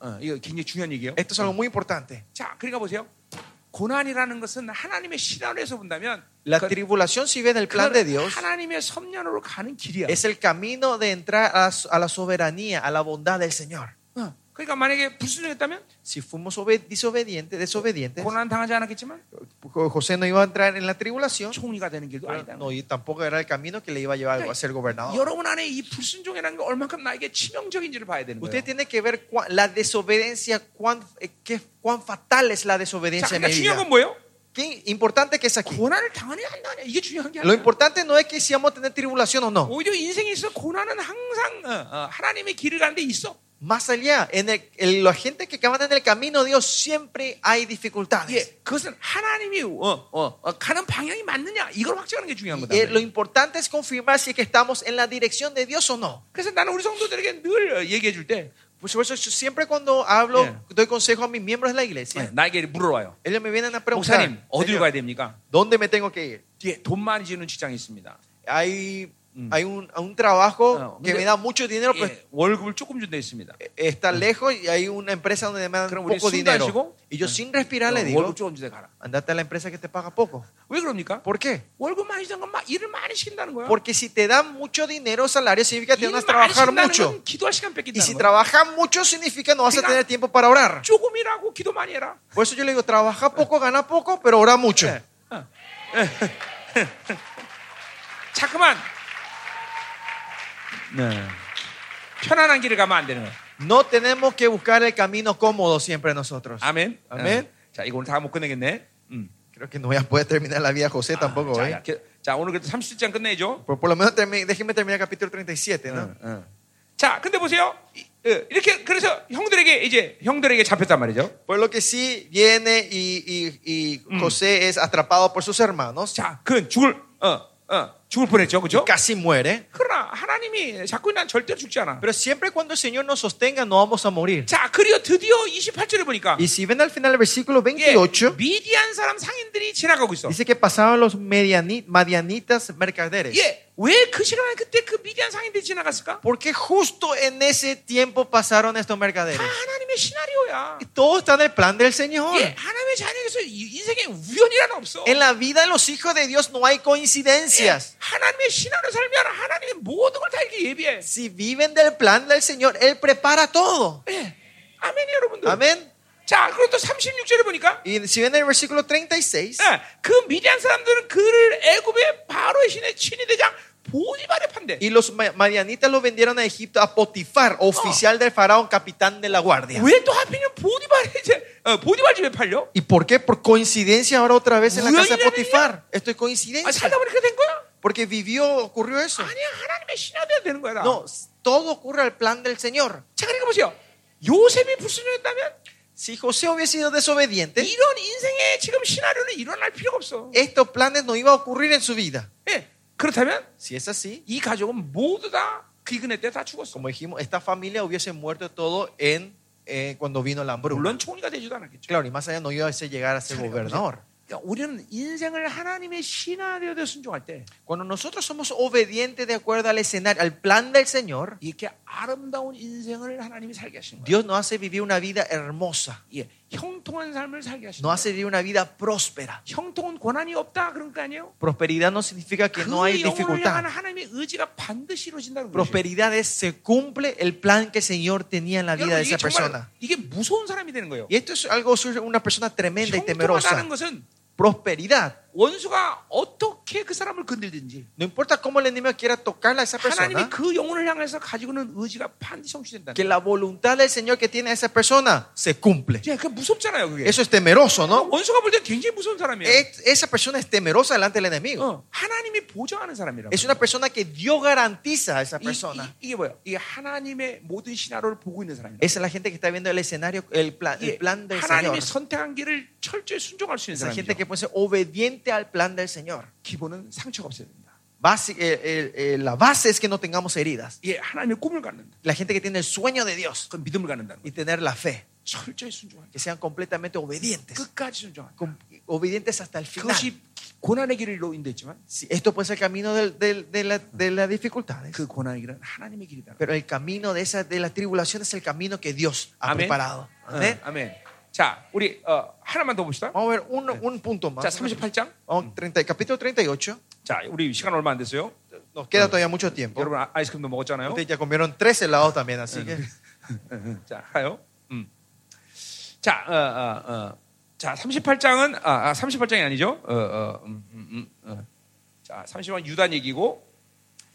[SPEAKER 1] 어, 이거 굉장히 중요한 얘기예요.
[SPEAKER 2] Esto es algo muy importante.
[SPEAKER 1] 자, 그러니까 보세요. 고난이라는 것은 하나님의 시련에서 본다면
[SPEAKER 2] La
[SPEAKER 1] 그-
[SPEAKER 2] tribulación, si bien el plan
[SPEAKER 1] 그건
[SPEAKER 2] de Dios,
[SPEAKER 1] 하나님의 섭년으로 가는 길이야.
[SPEAKER 2] es el camino de entrar a, su- a la soberanía, a la bondad del Señor.
[SPEAKER 1] 어, 그러니까 만약에 불순종했다면
[SPEAKER 2] Si fuimos obe- disobedientes, desobedientes,
[SPEAKER 1] 고난 당하지 않았겠지만
[SPEAKER 2] Jo- José no iba a entrar en la tribulación,
[SPEAKER 1] 총리가 되는 길도 아니다.
[SPEAKER 2] no, y tampoco era el camino que le iba a llevar a ser gobernador.
[SPEAKER 1] 여러분 안에 이 불순종이라는 게 얼만큼 나에게 치명적인지를 봐야 되는
[SPEAKER 2] Usted
[SPEAKER 1] 거예요.
[SPEAKER 2] tiene que ver cuán- la desobediencia, cuán, eh, qué- cuán fatal es la
[SPEAKER 1] 자,
[SPEAKER 2] desobediencia en
[SPEAKER 1] 그러니까
[SPEAKER 2] mi
[SPEAKER 1] 중요한
[SPEAKER 2] vida.
[SPEAKER 1] 건 뭐예요?
[SPEAKER 2] Qué importante que es aquí.
[SPEAKER 1] 고난을 당하냐 안 당하냐 이게 중요한 게
[SPEAKER 2] Lo
[SPEAKER 1] 아니야.
[SPEAKER 2] importante no es que si vamos a tener tribulación o no.
[SPEAKER 1] 오히려 인생에 있어 고난은 항상 어, 어, 하나님의 길을 가는데 있어.
[SPEAKER 2] Más allá, en el, en la gente que van en el camino de Dios siempre hay dificultades.
[SPEAKER 1] 예, 그것은 하나님이 어, 어, 어, 가는 방향이 맞느냐 이걸 확정하는 게 중요한 거다.
[SPEAKER 2] Eh, lo importante es confirmar si es que estamos en la dirección de Dios o no.
[SPEAKER 1] 그래서 나는 우리 성도들에게 늘 어, 얘기해 줄 때
[SPEAKER 2] Pues por eso yo siempre cuando hablo,
[SPEAKER 1] Yeah.
[SPEAKER 2] doy consejo a mis miembros de la iglesia.
[SPEAKER 1] 예, 나에게 물어와요.
[SPEAKER 2] Ellos me vienen a preguntar,
[SPEAKER 1] 네. 목사님 어디로
[SPEAKER 2] "Señor,
[SPEAKER 1] 가야 됩니까?
[SPEAKER 2] ¿dón데 me tengo que ir?
[SPEAKER 1] 예, 돈 많이 지는 직장이 있습니다.
[SPEAKER 2] Hay, hay un, un trabajo
[SPEAKER 1] Ah,
[SPEAKER 2] que
[SPEAKER 1] mire-
[SPEAKER 2] me da mucho dinero, pero
[SPEAKER 1] 예, 월급을 조금 준데 있습니다.
[SPEAKER 2] está lejos y hay una empresa donde me dan
[SPEAKER 1] Creo que
[SPEAKER 2] poco
[SPEAKER 1] sin
[SPEAKER 2] dinero.
[SPEAKER 1] dárselo,
[SPEAKER 2] Y yo
[SPEAKER 1] eh,
[SPEAKER 2] sin respirar le
[SPEAKER 1] 어,
[SPEAKER 2] digo,
[SPEAKER 1] 월급 조금 준데 가라.
[SPEAKER 2] andate a la empresa que te paga poco.
[SPEAKER 1] 왜 그럽니까?
[SPEAKER 2] ¿Por qué?
[SPEAKER 1] 월급 많이 주는 건막 일을 많이 시킨다는 거야.
[SPEAKER 2] Porque si te dan mucho dinero, salario, significa que
[SPEAKER 1] 일을
[SPEAKER 2] te vas a
[SPEAKER 1] 많이
[SPEAKER 2] trabajar
[SPEAKER 1] 시킨다는
[SPEAKER 2] mucho.
[SPEAKER 1] 건 기도할 시간
[SPEAKER 2] Y si
[SPEAKER 1] 뺏긴다는 거야.
[SPEAKER 2] trabajas mucho, significa no vas a
[SPEAKER 1] Diga-
[SPEAKER 2] tener tiempo para orar.
[SPEAKER 1] 조금이라고 기도 많이 해라.
[SPEAKER 2] Por eso yo le digo, trabaja poco, gana poco, pero ora mucho.
[SPEAKER 1] 자, 그만. 네. 편안한 길을 가면 안 되는 거야.
[SPEAKER 2] No tenemos que buscar el camino cómodo siempre nosotros.
[SPEAKER 1] 아멘.
[SPEAKER 2] 아멘.
[SPEAKER 1] 어. 자, 이거 오늘 다 못 끝내겠네. 음.
[SPEAKER 2] Creo que no voy a poder terminar la vida de José tampoco,
[SPEAKER 1] 자,
[SPEAKER 2] ¿eh?
[SPEAKER 1] 야, 게- 자, 오늘 그래도 37장 끝내죠.
[SPEAKER 2] Por, por lo menos termi- déjeme terminar el capítulo 37, ¿no?
[SPEAKER 1] 응, 응. 자, 근데 보세요. 이- 어, 이렇게 그래서 형들에게 이제 형들에게 잡혔단 말이죠.
[SPEAKER 2] Por lo que sí viene y, y- y José es atrapado por sus hermanos,
[SPEAKER 1] 자, 그 죽을 어, 어, 죽을 뻔했죠. 그죠?
[SPEAKER 2] casi muere.
[SPEAKER 1] 그러나 하나님이 자꾸 난 절대로 죽지 않아.
[SPEAKER 2] Pero siempre cuando el Señor nos sostenga, no vamos a morir.
[SPEAKER 1] 자, 그리고 드디어 28절에 보니까
[SPEAKER 2] Y si ven al final del versículo
[SPEAKER 1] 예,
[SPEAKER 2] 28,
[SPEAKER 1] 미디안 사람 상인들이 지나가고 있어.
[SPEAKER 2] dice que pasaban los mediani- madianitas mercaderes.
[SPEAKER 1] 예, 왜 그 시간에 그때 그 미디안 상인들이 지나갔을까?
[SPEAKER 2] ¿Por qué justo en ese tiempo pasaron estos mercaderes?
[SPEAKER 1] 다 하나님의 시나리오야.
[SPEAKER 2] Y Todo está en el plan del Señor.
[SPEAKER 1] 예, 하나님의 자녀에게서 이- 인생에 우연이란 없어.
[SPEAKER 2] En la vida de los hijos de Dios no hay
[SPEAKER 1] 예,
[SPEAKER 2] coincidencias.
[SPEAKER 1] 하나님의 신앙을 살면 하나님의 모든 걸 다 이렇게 예비해.
[SPEAKER 2] Si viven del plan del Señor, Él prepara todo.
[SPEAKER 1] 예. 아멘 여러분들.
[SPEAKER 2] Amén.
[SPEAKER 1] 자, 그리고 또 36절에 보니까
[SPEAKER 2] Y si ven el versículo 36,
[SPEAKER 1] 예, 그 미디안 사람들은 그를 애굽의 바로의 신의 친위대장 보디발의 판대.
[SPEAKER 2] Y los ma- madianitas lo vendieron a Egipto a Potifar, oficial del faraón, capitán de la guardia.
[SPEAKER 1] 왜 또 하필이면 보디발의 이제 어, 보디발 집에 팔려?
[SPEAKER 2] ¿Y por qué? Por coincidencia ahora otra vez en la casa de Potifar. Esto es
[SPEAKER 1] 아,
[SPEAKER 2] coincidencia.
[SPEAKER 1] 살다 보니까 된 거야?
[SPEAKER 2] Porque vivió, ocurrió eso.
[SPEAKER 1] 아니야 하나님의 신하돼야 되는 거야. 나.
[SPEAKER 2] No, todo ocurre al plan del Señor.
[SPEAKER 1] 자 그러니까 보세요. 요셉이 불순했다면
[SPEAKER 2] Si José hubiese sido desobediente,
[SPEAKER 1] 이런 인생의 지금 시나리오는 일어날 필요가 없어.
[SPEAKER 2] estos planes no iban a ocurrir en su vida.
[SPEAKER 1] 예. 그렇다면
[SPEAKER 2] Si es así,
[SPEAKER 1] 이 가족은 모두 다 기근에 때다 죽었어.
[SPEAKER 2] como dijimos, esta familia hubiese muerto todo en, eh, cuando vino la hambruna.
[SPEAKER 1] 물론 총리가 되지도 않았겠죠.
[SPEAKER 2] Claro, y más allá no iba a llegar a ser gobernador.
[SPEAKER 1] 그러니까 우리는 인생을 하나님의 시나리오에 순종할 때
[SPEAKER 2] Cuando nosotros somos obedientes de acuerdo al escenario, al plan del Señor,
[SPEAKER 1] 이렇게 아름다운 인생을 하나님이 살게 하시는 거예요.
[SPEAKER 2] Dios nos hace vivir una vida hermosa,
[SPEAKER 1] 예, 형통한 삶을 살게 하시는
[SPEAKER 2] nos
[SPEAKER 1] 거예요.
[SPEAKER 2] hace vivir una vida próspera.
[SPEAKER 1] 형통은 고난이 없다 그런 거 아니에요?
[SPEAKER 2] Prosperidad no significa que
[SPEAKER 1] 그
[SPEAKER 2] no hay
[SPEAKER 1] 영혼을 향한
[SPEAKER 2] dificultad.
[SPEAKER 1] 하나님의 의지가 반드시 이루어진다는 거죠.
[SPEAKER 2] Prosperidad es se cumple el plan que el Señor tenía en la vida
[SPEAKER 1] 여러분,
[SPEAKER 2] de
[SPEAKER 1] 이게
[SPEAKER 2] esa
[SPEAKER 1] 정말
[SPEAKER 2] persona.
[SPEAKER 1] 이게 무서운 사람이 되는 거예요.
[SPEAKER 2] Y esto es algo sobre una persona tremenda y temerosa.
[SPEAKER 1] 형통하다는 것은
[SPEAKER 2] Prosperidad.
[SPEAKER 1] 원수가 어떻게 그 사람을 건들든지
[SPEAKER 2] No importa cómo el enemigo quiera tocarla a esa
[SPEAKER 1] 하나님이
[SPEAKER 2] persona,
[SPEAKER 1] 그 영혼을 향해서 가지고 있는 의지가 반드시 성취된다.
[SPEAKER 2] que la voluntad del Señor que tiene a esa persona se cumple.
[SPEAKER 1] 예, 그 무섭잖아요, 그게.
[SPEAKER 2] Eso es temeroso, ¿no?
[SPEAKER 1] 원수가 볼 때 굉장히 무서운 어? 사람이에요.
[SPEAKER 2] Es- esa persona es temerosa delante del enemigo.
[SPEAKER 1] 어, 하나님이 보장하는 사람이라고.
[SPEAKER 2] Es una persona que Dios garantiza a esa
[SPEAKER 1] 이,
[SPEAKER 2] persona.
[SPEAKER 1] 게 뭐야? 이게 하나님의 모든 시나리오를 보고 있는 사람이에요.
[SPEAKER 2] Esa es la gente que está viendo el escenario, el plan, el
[SPEAKER 1] 이게
[SPEAKER 2] plan del Señor.
[SPEAKER 1] 하나님이 선택한 길을 철저히 순종할 수 있는
[SPEAKER 2] Esa gente
[SPEAKER 1] 사람이죠.
[SPEAKER 2] que puede ser obediente al plan del Señor.
[SPEAKER 1] 기본은 상처가 없어야 된다.
[SPEAKER 2] Basi- eh, eh, eh, la base es que no tengamos heridas.
[SPEAKER 1] 예, 하나님의 꿈을 갖는다.
[SPEAKER 2] La gente que tiene el sueño de Dios
[SPEAKER 1] 그 믿음을 갖는다는
[SPEAKER 2] y
[SPEAKER 1] 거예요.
[SPEAKER 2] tener la fe,
[SPEAKER 1] 철저히 순종할 게
[SPEAKER 2] que sean completamente obedientes,
[SPEAKER 1] 끝까지 순종할 게
[SPEAKER 2] Com- obedientes hasta el final.
[SPEAKER 1] 그것이 고난의 길로 인도했지만
[SPEAKER 2] Sí, esto puede ser el camino del- del- de, la- de las dificultades,
[SPEAKER 1] 그 고난의 길은 하나님의 길이다.
[SPEAKER 2] pero el camino de, esa, de la tribulación es el camino que Dios ha preparado. Amén.
[SPEAKER 1] 아멘.
[SPEAKER 2] Ah.
[SPEAKER 1] 아멘. 자, 우리 어, 뭐 하나만 더 봅시다.
[SPEAKER 2] Vamos a ver un, un punto más.
[SPEAKER 1] 자, 38장.
[SPEAKER 2] Vamos, 30, capítulo 38.
[SPEAKER 1] 자, 우리 시간 얼마 안 됐어요.
[SPEAKER 2] Nos queda todavía mucho tiempo.
[SPEAKER 1] 여러분 아- 아이스크림도 먹었잖아요.
[SPEAKER 2] Ustedes ya comieron tres helados también, así que.
[SPEAKER 1] 자, 가요. 음. 자, 어, 어, 어. 자, 38장은 아, 아 38장이 아니죠. 어, 어, 음, 음, 음, 어. 자, 30장 유단 얘기고.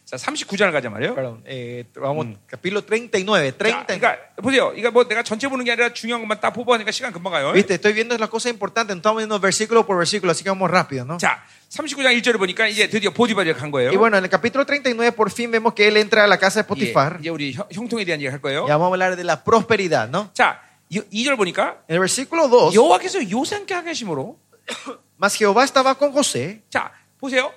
[SPEAKER 1] 자, 39장을 가자 말이에요.
[SPEAKER 2] Perdón, eh, vamos, capítulo 39.
[SPEAKER 1] 자,
[SPEAKER 2] 30.
[SPEAKER 1] 그러니까 보세요. 이거 뭐 내가 전체 보는 게 아니라 중요한 것만 딱 뽑아내니까 시간 금방 가요.
[SPEAKER 2] Viste, estoy viendo las cosas importantes, no estamos viendo versículo por versículo, así que vamos rápido, ¿no?
[SPEAKER 1] 자, 39장 1절을 보니까 이제 드디어 보디발이 간 거예요.
[SPEAKER 2] Y bueno, en el capítulo 39 por fin vemos que él entra a la casa de
[SPEAKER 1] 예,
[SPEAKER 2] Potifar.
[SPEAKER 1] 이제 우리 형- 형통에 대한 얘기 할 거예요.
[SPEAKER 2] Ya vamos a hablar de la prosperidad, ¿no?
[SPEAKER 1] 자, 2절 보니까
[SPEAKER 2] En el versículo 2,
[SPEAKER 1] 여호와께서 요상케 하게 하심으로
[SPEAKER 2] más Jehová estaba con José.
[SPEAKER 1] 자, 보세요.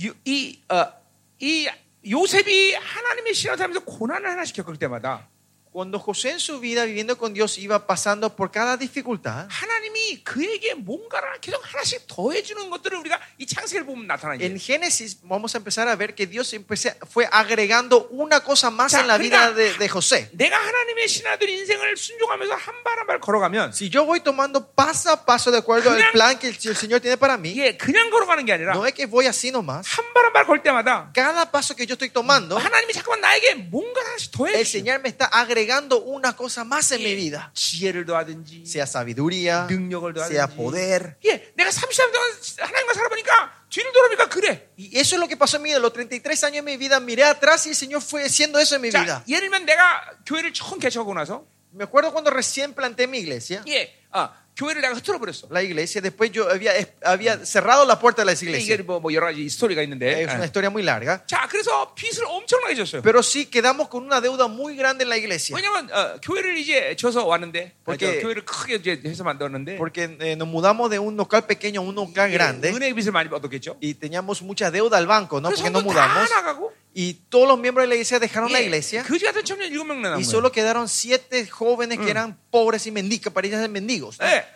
[SPEAKER 1] 유- 이, 어, 이 요셉이 하나님의 신하하면서 고난을 하나씩 겪을 때마다
[SPEAKER 2] Cuando José en su vida viviendo con Dios iba pasando por cada dificultad,
[SPEAKER 1] 하나님이 그에게 뭔가를 계속 하나씩 더해주는 것들을 우리가 이 창세를 보면 나타나요.
[SPEAKER 2] en Génesis vamos a empezar a ver que Dios empecé- fue agregando una cosa más
[SPEAKER 1] Ya,
[SPEAKER 2] en la vida
[SPEAKER 1] 그러니까-
[SPEAKER 2] de, de José.
[SPEAKER 1] 내가 하나님의 신하들 인생을 순종하면서 한 발 한 발 걸어가면
[SPEAKER 2] Si yo voy tomando paso a paso de acuerdo al
[SPEAKER 1] 그냥-
[SPEAKER 2] plan que el, el Señor tiene para mí,
[SPEAKER 1] 이게 그냥 걸어가는 게 아니라
[SPEAKER 2] no es que voy así nomás.
[SPEAKER 1] 한 발 한 발 걸 때마다
[SPEAKER 2] Cada paso que yo estoy tomando,
[SPEAKER 1] 하나님이 자꾸만 나에게 뭔가를 하나씩
[SPEAKER 2] el
[SPEAKER 1] 더해주세요.
[SPEAKER 2] Señor me está agregando una cosa más en mi vida.
[SPEAKER 1] 지혜를 더하든지
[SPEAKER 2] Sea sabiduría,
[SPEAKER 1] 능력을
[SPEAKER 2] sea
[SPEAKER 1] 더하든지
[SPEAKER 2] poder.
[SPEAKER 1] 예, 내가 33년 동안 하나님과 살아보니까 뒤를 돌아보니까 그래.
[SPEAKER 2] Y eso es lo que pasó en mi vida. Los 33 años de mi vida miré atrás y el Señor fue haciendo eso en mi
[SPEAKER 1] 자,
[SPEAKER 2] vida.
[SPEAKER 1] 예를 들면 내가 교회를 처음 개척하고 나서
[SPEAKER 2] Me acuerdo cuando recién planté mi iglesia,
[SPEAKER 1] 예, 아, 교회를 내가 흐트러 버렸어.
[SPEAKER 2] la iglesia, después yo había, había cerrado la puerta de la
[SPEAKER 1] 이게
[SPEAKER 2] iglesia.
[SPEAKER 1] 뭐, 뭐 여러 가지 스토리가 있는데.
[SPEAKER 2] Es una
[SPEAKER 1] 예.
[SPEAKER 2] historia muy larga.
[SPEAKER 1] 자, 그래서 빚을 엄청나게 졌어요.
[SPEAKER 2] Pero sí quedamos con una deuda muy grande en la iglesia.
[SPEAKER 1] 왜냐면 어, 교회를 이제 져서 왔는데, 아, 저
[SPEAKER 2] 이렇게-
[SPEAKER 1] 교회를 크게 이제 해서 만들었는데,
[SPEAKER 2] Porque eh, nos mudamos de un local pequeño a un local
[SPEAKER 1] 예,
[SPEAKER 2] grande
[SPEAKER 1] 은혜 빚을 많이 얻었겠죠.
[SPEAKER 2] y teníamos mucha deuda al banco, ¿no?
[SPEAKER 1] 그래서
[SPEAKER 2] Porque nos
[SPEAKER 1] 성도 다
[SPEAKER 2] mudamos.
[SPEAKER 1] 나가고,
[SPEAKER 2] Y todos los miembros de la iglesia dejaron la
[SPEAKER 1] 예,
[SPEAKER 2] iglesia.
[SPEAKER 1] 그지 같은 청년 일곱 명 남은
[SPEAKER 2] Y
[SPEAKER 1] 거예요.
[SPEAKER 2] solo quedaron siete jóvenes que eran pobres y mendigos, parecían ser mendigos. ¿no?
[SPEAKER 1] 예,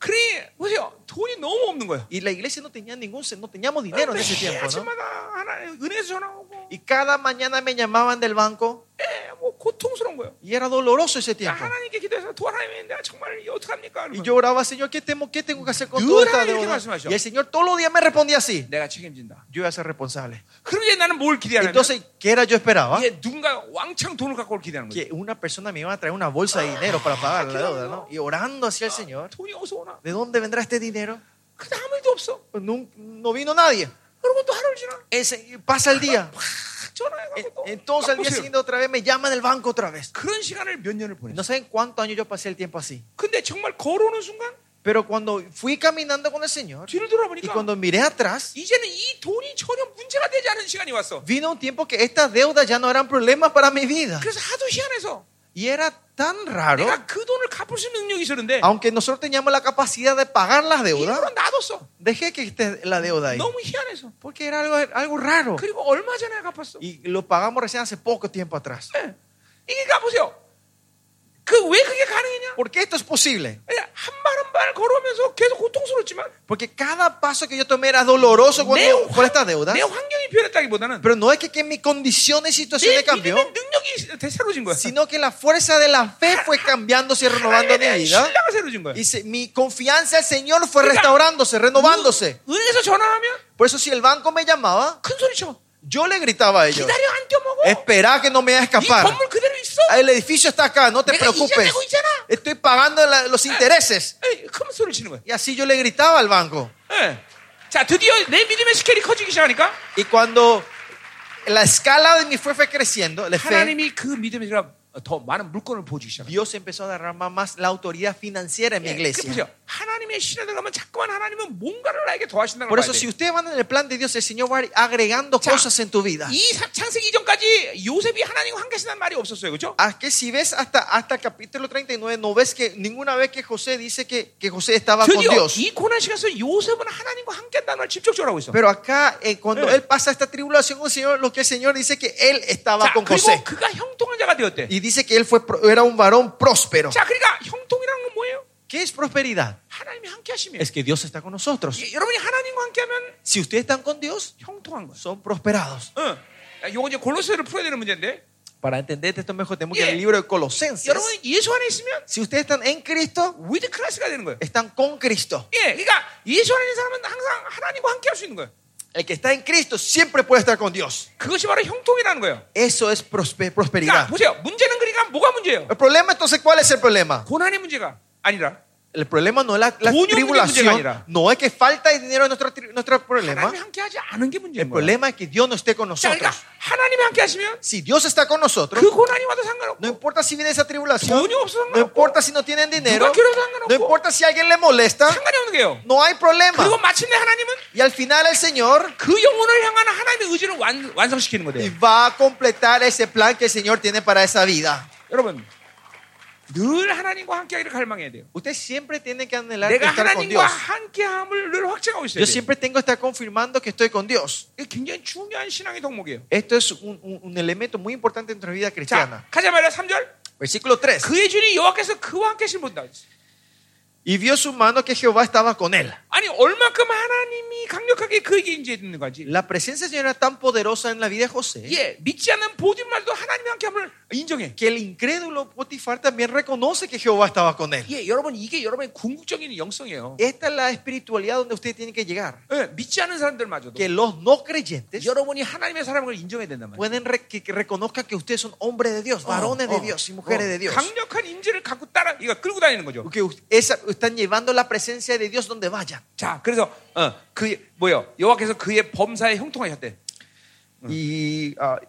[SPEAKER 1] 그래 보세요, 돈이 너무 없는 거예요.
[SPEAKER 2] Y la iglesia no tenía ningún, no teníamos dinero en ese tiempo,
[SPEAKER 1] 어?
[SPEAKER 2] ¿no?
[SPEAKER 1] 아침마다 하나 은혜에서 전화 오고,
[SPEAKER 2] Y cada mañana me llamaban del banco
[SPEAKER 1] 예, 뭐 고통스러운 거예요.
[SPEAKER 2] y era doloroso ese
[SPEAKER 1] 야,
[SPEAKER 2] tiempo.
[SPEAKER 1] 그러니까 하나님께 기도해서 도하나님 내가 정말 이거 어떡합니까?
[SPEAKER 2] Y
[SPEAKER 1] 그러면
[SPEAKER 2] yo oraba, Señor, ¿qué, temo, qué tengo que hacer con toda esta deuda? Y el Señor todos los días me respondía así.
[SPEAKER 1] 내가 책임진다.
[SPEAKER 2] Yo iba a ser responsable.
[SPEAKER 1] 그럼 이제 나는 뭘 기대하냐면
[SPEAKER 2] Entonces, ¿qué era yo esperaba?
[SPEAKER 1] 이제 누군가 왕창 돈을 갖고 올 기대하는 거지.
[SPEAKER 2] Que una persona me iba a traer una bolsa de dinero para pagar la deuda, ¿no? Y orando hacia el Señor,
[SPEAKER 1] 돈이 어디서 오나?
[SPEAKER 2] ¿de dón데 vendrá este dinero?
[SPEAKER 1] 근데 아무 일도 없어.
[SPEAKER 2] Pues nun- no vino nadie.
[SPEAKER 1] 그럼 그러고 또 하루 지나
[SPEAKER 2] Ese- pasa el día.
[SPEAKER 1] 팍 전화해가지고 또
[SPEAKER 2] Entonces al día
[SPEAKER 1] 깜빡이를.
[SPEAKER 2] siguiente otra vez me llaman del banco otra vez.
[SPEAKER 1] 그런 시간을 몇 년을 보냈어.
[SPEAKER 2] No saben cuántos años yo pasé el tiempo así.
[SPEAKER 1] 근데 정말 걸어오는 순간
[SPEAKER 2] Pero cuando fui caminando con el Señor
[SPEAKER 1] 뒤를
[SPEAKER 2] y
[SPEAKER 1] 돌아보니까
[SPEAKER 2] cuando miré atrás,
[SPEAKER 1] 이제는 이 돈이 전혀 문제가 되지 않은 시간이 왔어.
[SPEAKER 2] vino un tiempo que estas deudas ya no eran problemas para mi vida.
[SPEAKER 1] 그래서 하도 희한해서
[SPEAKER 2] Y era tan raro,
[SPEAKER 1] 내가 그 돈을 갚을 수 있는 능력이 있었는데
[SPEAKER 2] aunque nosotros teníamos la capacidad de pagar las deudas,
[SPEAKER 1] 일부러 놔뒀어.
[SPEAKER 2] dejé que esté la deuda ahí.
[SPEAKER 1] 너무 희한해서.
[SPEAKER 2] Porque era algo, algo raro.
[SPEAKER 1] 그리고 얼마 전에 갚았어.
[SPEAKER 2] Y lo pagamos recién hace poco tiempo atrás.
[SPEAKER 1] 예. 이게 가보세요. 그 왜 그게 가능했냐? 예,
[SPEAKER 2] ¿Por qué esto es posible?
[SPEAKER 1] 한발 한 발 걸어오면서 계속 고통스럽지만
[SPEAKER 2] Porque cada paso que yo tomé era doloroso cuando-
[SPEAKER 1] 뭐 내, 환-
[SPEAKER 2] por esta deuda.
[SPEAKER 1] 내 환경이 변했다기보다는
[SPEAKER 2] Pero no es que, que mi condición y situación
[SPEAKER 1] 내
[SPEAKER 2] le cambió,
[SPEAKER 1] 믿음의 능력이 되- 새로워진 거야.
[SPEAKER 2] sino que la fuerza de la fe fue cambiándose y
[SPEAKER 1] 하나님에
[SPEAKER 2] renovando en mi
[SPEAKER 1] 대한
[SPEAKER 2] vida.
[SPEAKER 1] 신뢰가 새로워진 거야.
[SPEAKER 2] Y se- mi confianza al Señor fue
[SPEAKER 1] Mira.
[SPEAKER 2] restaurándose, renovándose.
[SPEAKER 1] 은- 은행에서 전화하면
[SPEAKER 2] Por eso si el banco me llamaba,
[SPEAKER 1] 큰 소리 쳐.
[SPEAKER 2] yo le gritaba a ellos,
[SPEAKER 1] 기다려 안 껴먹어.
[SPEAKER 2] espera que no me voy
[SPEAKER 1] 이
[SPEAKER 2] a escapar.
[SPEAKER 1] 건물 그대로 있어.
[SPEAKER 2] El edificio está acá, no te
[SPEAKER 1] 내가 이자
[SPEAKER 2] preocupes.
[SPEAKER 1] 내고 있잖아.
[SPEAKER 2] Estoy pagando la- los intereses.
[SPEAKER 1] 에이, 큰 소리 치는 거야.
[SPEAKER 2] Y así yo le gritaba al banco.
[SPEAKER 1] 예. 자, 드디어 내 믿음의 스케일이 커지기 시작하니까
[SPEAKER 2] Y cuando la escala de mi fe fue creciendo, la fe,
[SPEAKER 1] 하나님이 그 믿음에 따라 더 많은 물건을 보여주기 시작해.
[SPEAKER 2] Dios empezó a derramar más la autoridad financiera en mi
[SPEAKER 1] 예, 그
[SPEAKER 2] iglesia.
[SPEAKER 1] 보세요. 하나님의 신에 들어가면 자꾸만 하나님은 뭔가를 나에게 더하신다는
[SPEAKER 2] Por
[SPEAKER 1] 거예요.
[SPEAKER 2] eso, si ustedes van en el plan de Dios, el Señor va agregando
[SPEAKER 1] 자,
[SPEAKER 2] cosas en tu vida.
[SPEAKER 1] 이 사- 창세기 이전까지 요셉이 하나님과 함께 하신다는 말이 없었어요. 그렇죠?
[SPEAKER 2] Ah, que si ves hasta, hasta el capítulo 39, no ves que ninguna vez que José dice que, que José estaba con
[SPEAKER 1] 드디어
[SPEAKER 2] Dios.
[SPEAKER 1] 이 고난 시간에서 요셉은 하나님과 함께 한다는 걸 직접적으로 하고 있어.
[SPEAKER 2] Pero acá, eh, cuando
[SPEAKER 1] Eh.
[SPEAKER 2] él pasa esta tribulación con el Señor, lo que el Señor dice que él estaba
[SPEAKER 1] 자,
[SPEAKER 2] con
[SPEAKER 1] 그리고
[SPEAKER 2] José.
[SPEAKER 1] 그가 형통한 자가 되었대.
[SPEAKER 2] Y dice que él fue, pro- era un varón próspero.
[SPEAKER 1] 자, 그러니까 형통이라는 건 뭐예요?
[SPEAKER 2] ¿Qué es prosperidad?
[SPEAKER 1] 하나님이 함께 하심이에요.
[SPEAKER 2] Es que Dios está con nosotros.
[SPEAKER 1] 예, 여러분이 하나님과 함께하면
[SPEAKER 2] Si ustedes están con Dios,
[SPEAKER 1] 형통한 거예요.
[SPEAKER 2] son prosperados.
[SPEAKER 1] 응. 요거 이제 골로새를 풀어야 되는 문제인데
[SPEAKER 2] Para entender esto mejor, tenemos que
[SPEAKER 1] Yeah.
[SPEAKER 2] ir al libro de Colosenses.
[SPEAKER 1] 여러분 예수 안에 있으면
[SPEAKER 2] Si ustedes están en Cristo,
[SPEAKER 1] 위드 클래스가 되는 거예요.
[SPEAKER 2] están con Cristo.
[SPEAKER 1] 예, 그러니까 예수 안에 있는 사람은 항상 하나님과 함께할 수 있는 거예요.
[SPEAKER 2] El que está en Cristo siempre puede estar con Dios.
[SPEAKER 1] 그것이 바로 형통이라는 거예요.
[SPEAKER 2] Eso es prospe-
[SPEAKER 1] 그러니까
[SPEAKER 2] prosperidad.
[SPEAKER 1] 보세요. 문제는 그러니까 뭐가 문제예요?
[SPEAKER 2] El problema entonces, ¿cuál es el problema?
[SPEAKER 1] 고난의 문제가 아니라
[SPEAKER 2] El problema no es la, la
[SPEAKER 1] Puño de
[SPEAKER 2] tribulación,
[SPEAKER 1] muñeca.
[SPEAKER 2] no es que falta de dinero es nuestro, tri- nuestro problema.
[SPEAKER 1] 하나님이 함께하지 않은 게 문제인
[SPEAKER 2] El
[SPEAKER 1] 거예요.
[SPEAKER 2] problema es que Dios no esté con
[SPEAKER 1] 자, 그러니까
[SPEAKER 2] nosotros.
[SPEAKER 1] 하나님이 함께하시면
[SPEAKER 2] Si Dios está con nosotros,
[SPEAKER 1] 그 고난이 와도 상관없고
[SPEAKER 2] no importa si viene esa tribulación,
[SPEAKER 1] Puño 없어
[SPEAKER 2] no
[SPEAKER 1] 상관없고,
[SPEAKER 2] importa si no tienen dinero,
[SPEAKER 1] 누가 괴로워서 상관없고,
[SPEAKER 2] no importa si alguien le molesta,
[SPEAKER 1] 상관이 없는 게요.
[SPEAKER 2] no hay
[SPEAKER 1] 그리고
[SPEAKER 2] problema.
[SPEAKER 1] 마침내 하나님은
[SPEAKER 2] Y al final el Señor
[SPEAKER 1] 그 영혼을 향한 하나님의 의지를 완, 완성시키는
[SPEAKER 2] y
[SPEAKER 1] 거예요.
[SPEAKER 2] va a completar ese plan que el Señor tiene para esa vida.
[SPEAKER 1] 여러분 늘 하나님과 함께하기를 갈망해야 돼요.
[SPEAKER 2] Usted siempre tiene que anhelar
[SPEAKER 1] 내가
[SPEAKER 2] estar con
[SPEAKER 1] 하나님과
[SPEAKER 2] Dios.
[SPEAKER 1] 함께함을 늘 확증하고 있어요.
[SPEAKER 2] Yo siempre tengo que estar confirmando que estoy con Dios.
[SPEAKER 1] 이게 굉장히 중요한 신앙의 덕목이에요.
[SPEAKER 2] Esto es un, un- un elemento muy importante en nuestra vida
[SPEAKER 1] 자,
[SPEAKER 2] cristiana.
[SPEAKER 1] 가자 말이야 3절.
[SPEAKER 2] Versículo 3.
[SPEAKER 1] 그의 주이 여호와께서 그와 함께 신본다.
[SPEAKER 2] Y vio su mano que Jehová estaba con él.
[SPEAKER 1] 아니 얼마큼 하나님이 강력하게 그에게 인지했는 건지.
[SPEAKER 2] La presencia del Señor era tan poderosa en la vida de José
[SPEAKER 1] 예, 믿지 않는 모든 말도 하나님의 함께함을 인정해.
[SPEAKER 2] que el incrédulo Potifar también reconoce que Jehová estaba con él.
[SPEAKER 1] 예, 여러분 이게 여러분의 궁극적인 영성이에요.
[SPEAKER 2] Esta es la espiritualidad donde usted tiene que llegar.
[SPEAKER 1] 예, 믿지 않는 사람들마저도
[SPEAKER 2] Que los no creyentes
[SPEAKER 1] 여러분이 하나님의 사람을 인정해야 된단 말이에요.
[SPEAKER 2] pueden re- que, que reconozcan que ustedes son hombres de
[SPEAKER 1] Oh,
[SPEAKER 2] Dios, varones de
[SPEAKER 1] 어,
[SPEAKER 2] Dios y
[SPEAKER 1] 어,
[SPEAKER 2] mujeres de Dios.
[SPEAKER 1] 강력한 인지를 갖고 따라 이거 끌고 다니는 거죠.
[SPEAKER 2] Que us- esa- están llevando la presencia de Dios donde vayan.
[SPEAKER 1] 자, 그래서 어, 그 뭐요? 여호와께서 그의 범사에 형통하셨대.
[SPEAKER 2] Y, ah,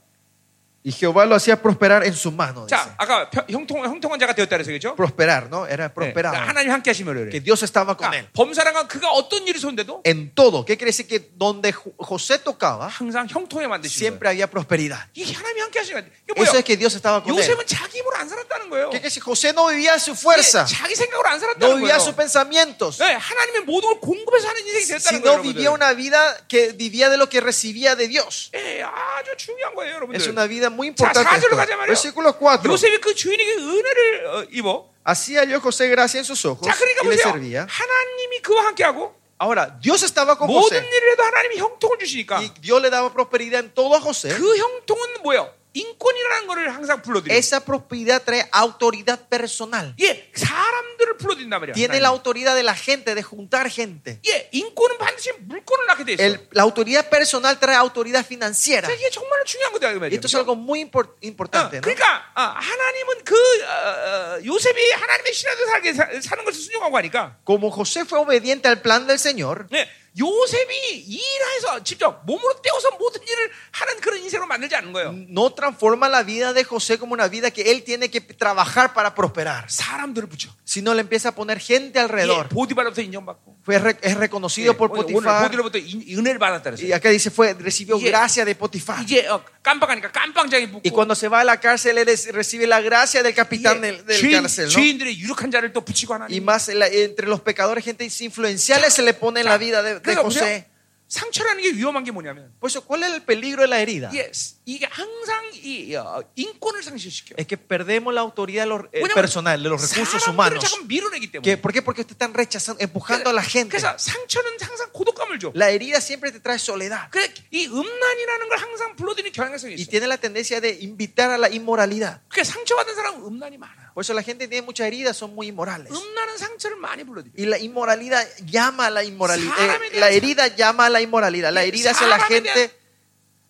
[SPEAKER 2] y Jehová lo hacía prosperar en su mano.
[SPEAKER 1] 자,
[SPEAKER 2] dice.
[SPEAKER 1] 아까 펴- 형통 형통한 자가 되었다 그래서 그죠? 예,
[SPEAKER 2] Prosperar, ¿no? Era prosperado.
[SPEAKER 1] 하나님 함께 하시면 그래.
[SPEAKER 2] Que Dios estaba con él.
[SPEAKER 1] 그러니까 범사란 건 그가 어떤 일이 손대도
[SPEAKER 2] En todo. ¿Qué quiere decir? Que donde Jo- José tocaba,
[SPEAKER 1] 항상 형통에 만드시는 거예요.
[SPEAKER 2] siempre había prosperidad.
[SPEAKER 1] 이게 하나님이 함께 하시는 거예요. 이게
[SPEAKER 2] Eso
[SPEAKER 1] 뭐예요?
[SPEAKER 2] es que Dios estaba con él.
[SPEAKER 1] 요셉은 자기 힘으로 안 살았다는 거예요.
[SPEAKER 2] ¿Qué quiere decir? José no vivía a su
[SPEAKER 1] 이게
[SPEAKER 2] fuerza,
[SPEAKER 1] 자기 생각으로 안
[SPEAKER 2] no
[SPEAKER 1] 살았다는
[SPEAKER 2] vivía a
[SPEAKER 1] 거예요.
[SPEAKER 2] sus pensamientos,
[SPEAKER 1] 네, 하나님의 모든 걸 공급해서 하는 인생이 됐다는 거예요.
[SPEAKER 2] sino vivía
[SPEAKER 1] 여러분들.
[SPEAKER 2] una vida que vivía de lo que recibía de Dios.
[SPEAKER 1] 예, 아주 중요한 거예요, 여러분들.
[SPEAKER 2] Es una vida muy
[SPEAKER 1] 자,
[SPEAKER 2] importante.
[SPEAKER 1] 4절로
[SPEAKER 2] esto.
[SPEAKER 1] 가자 말이에요.
[SPEAKER 2] Versículo 4.
[SPEAKER 1] 요셉이 그 주인에게 은혜를 어, 입어.
[SPEAKER 2] Así halló José gracia en sus ojos
[SPEAKER 1] 자, 그러니까
[SPEAKER 2] y le
[SPEAKER 1] 보세요.
[SPEAKER 2] servía.
[SPEAKER 1] 하나님이 그와 함께하고
[SPEAKER 2] Ahora, Dios estaba con
[SPEAKER 1] 모든
[SPEAKER 2] José
[SPEAKER 1] 일에도 하나님이 형통을 주시니까
[SPEAKER 2] y Dios le daba prosperidad en todo a José.
[SPEAKER 1] 그 형통은 뭐예요? 인권이라는 거를 항상 불러드려요.
[SPEAKER 2] Esa prosperidad trae autoridad personal.
[SPEAKER 1] 예, 사람들을 불러드린단 말이야.
[SPEAKER 2] Tiene
[SPEAKER 1] 하나님이.
[SPEAKER 2] la autoridad de la gente, de juntar gente.
[SPEAKER 1] 예, 인권은 반드시 물건을 낳게 돼 있어. 요
[SPEAKER 2] El- la autoridad personal trae autoridad financiera.
[SPEAKER 1] 이게 정말 중요한 거다 이
[SPEAKER 2] Y
[SPEAKER 1] 말이야.
[SPEAKER 2] esto es algo muy impor-
[SPEAKER 1] Ah,
[SPEAKER 2] importante. ¿no?
[SPEAKER 1] 그러니까 아, 하나님은 그 어, 어, 요셉이 하나님의 신하도 살게 사, 사는 것을 순종하고 하니까
[SPEAKER 2] Como José fue obediente al plan del Señor,
[SPEAKER 1] 예, 요셉이 일해서 직접 몸으로 떼어서 모든 일을 하는 그런 인생으로 만들지 않는 거예요.
[SPEAKER 2] No transforma la vida de José como una vida que él tiene que trabajar para prosperar,
[SPEAKER 1] 사람들을 붙여.
[SPEAKER 2] sino le empieza a poner gente
[SPEAKER 1] 예,
[SPEAKER 2] alrededor.
[SPEAKER 1] 보디발로부터 인정받고.
[SPEAKER 2] Fue re- es
[SPEAKER 1] 예,
[SPEAKER 2] reconocido por
[SPEAKER 1] 오늘
[SPEAKER 2] Potifar.
[SPEAKER 1] 보디발로부터 인- 은혜를 받았다
[SPEAKER 2] Y
[SPEAKER 1] 그랬어요.
[SPEAKER 2] acá dice, fue, recibió
[SPEAKER 1] Yeah.
[SPEAKER 2] gracia de Potifar.
[SPEAKER 1] 이제 어, 깜빡하니까 깜빵장에
[SPEAKER 2] Y
[SPEAKER 1] 붙고.
[SPEAKER 2] cuando se va a la cárcel, él es- recibe la gracia del capitán
[SPEAKER 1] 예,
[SPEAKER 2] del, del
[SPEAKER 1] 죄인,
[SPEAKER 2] cárcel. ¿no?
[SPEAKER 1] 죄인들의 유력한 자를 또 붙이고
[SPEAKER 2] Y
[SPEAKER 1] 하나님.
[SPEAKER 2] más la- entre los pecadores, gente influencial se le pone en la vida de, de
[SPEAKER 1] 그러니까 보세요.
[SPEAKER 2] José.
[SPEAKER 1] 상처라는 게 위험한 게 뭐냐면
[SPEAKER 2] Por eso, ¿cuál es el peligro de la herida?
[SPEAKER 1] 이게, 이게 항상 이 어, 인권을 상실시켜.
[SPEAKER 2] Es que perdemos la autoridad de los, eh,
[SPEAKER 1] 왜냐면
[SPEAKER 2] personal, de los recursos
[SPEAKER 1] 사람들을
[SPEAKER 2] humanos.
[SPEAKER 1] 자꾸 밀어내기 때문에. 그러니까
[SPEAKER 2] ¿Qué? ¿Por qué? Porque te están rechazando, empujando a la gente.
[SPEAKER 1] 그래서 상처는 항상 고독감을 줘.
[SPEAKER 2] La herida siempre te trae soledad
[SPEAKER 1] 그래 이 음란이라는 걸 항상 불러들이는 경향성이
[SPEAKER 2] y
[SPEAKER 1] 있어.
[SPEAKER 2] tiene la tendencia de invitar a la inmoralidad.
[SPEAKER 1] 그러니까 상처받은 사람은 음란이 많아.
[SPEAKER 2] Por eso la gente tiene muchas heridas, son muy inmorales.
[SPEAKER 1] 음란은 상처를 많이 불러들여.
[SPEAKER 2] Y la inmoralidad llama a la inmoralidad.
[SPEAKER 1] Sácame
[SPEAKER 2] Eh,
[SPEAKER 1] de
[SPEAKER 2] la
[SPEAKER 1] esa-
[SPEAKER 2] herida llama a la inmoralidad. La herida hacia la
[SPEAKER 1] Sácame de-
[SPEAKER 2] gente.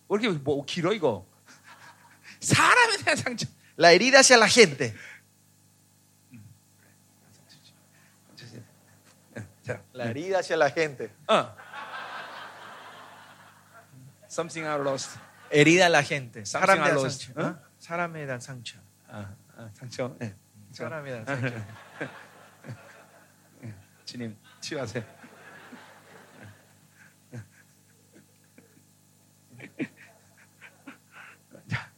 [SPEAKER 1] 왜 이렇게 뭐 길어 이거? 사람에 대한 상처.
[SPEAKER 2] La herida hacia la gente.
[SPEAKER 1] 네, 자,
[SPEAKER 2] La herida hacia la gente.
[SPEAKER 1] 어. Something I lost.
[SPEAKER 2] Herida a la gente.
[SPEAKER 1] Sácame
[SPEAKER 2] Sárame
[SPEAKER 1] a
[SPEAKER 2] de
[SPEAKER 1] los-
[SPEAKER 2] Sancho.
[SPEAKER 1] ¿Eh?
[SPEAKER 2] Sárame de Sancho.
[SPEAKER 1] 아, 아, 상처. 예. 상처.
[SPEAKER 2] Sárame de Sancho.
[SPEAKER 1] 예. 주님 치유하세요. 자,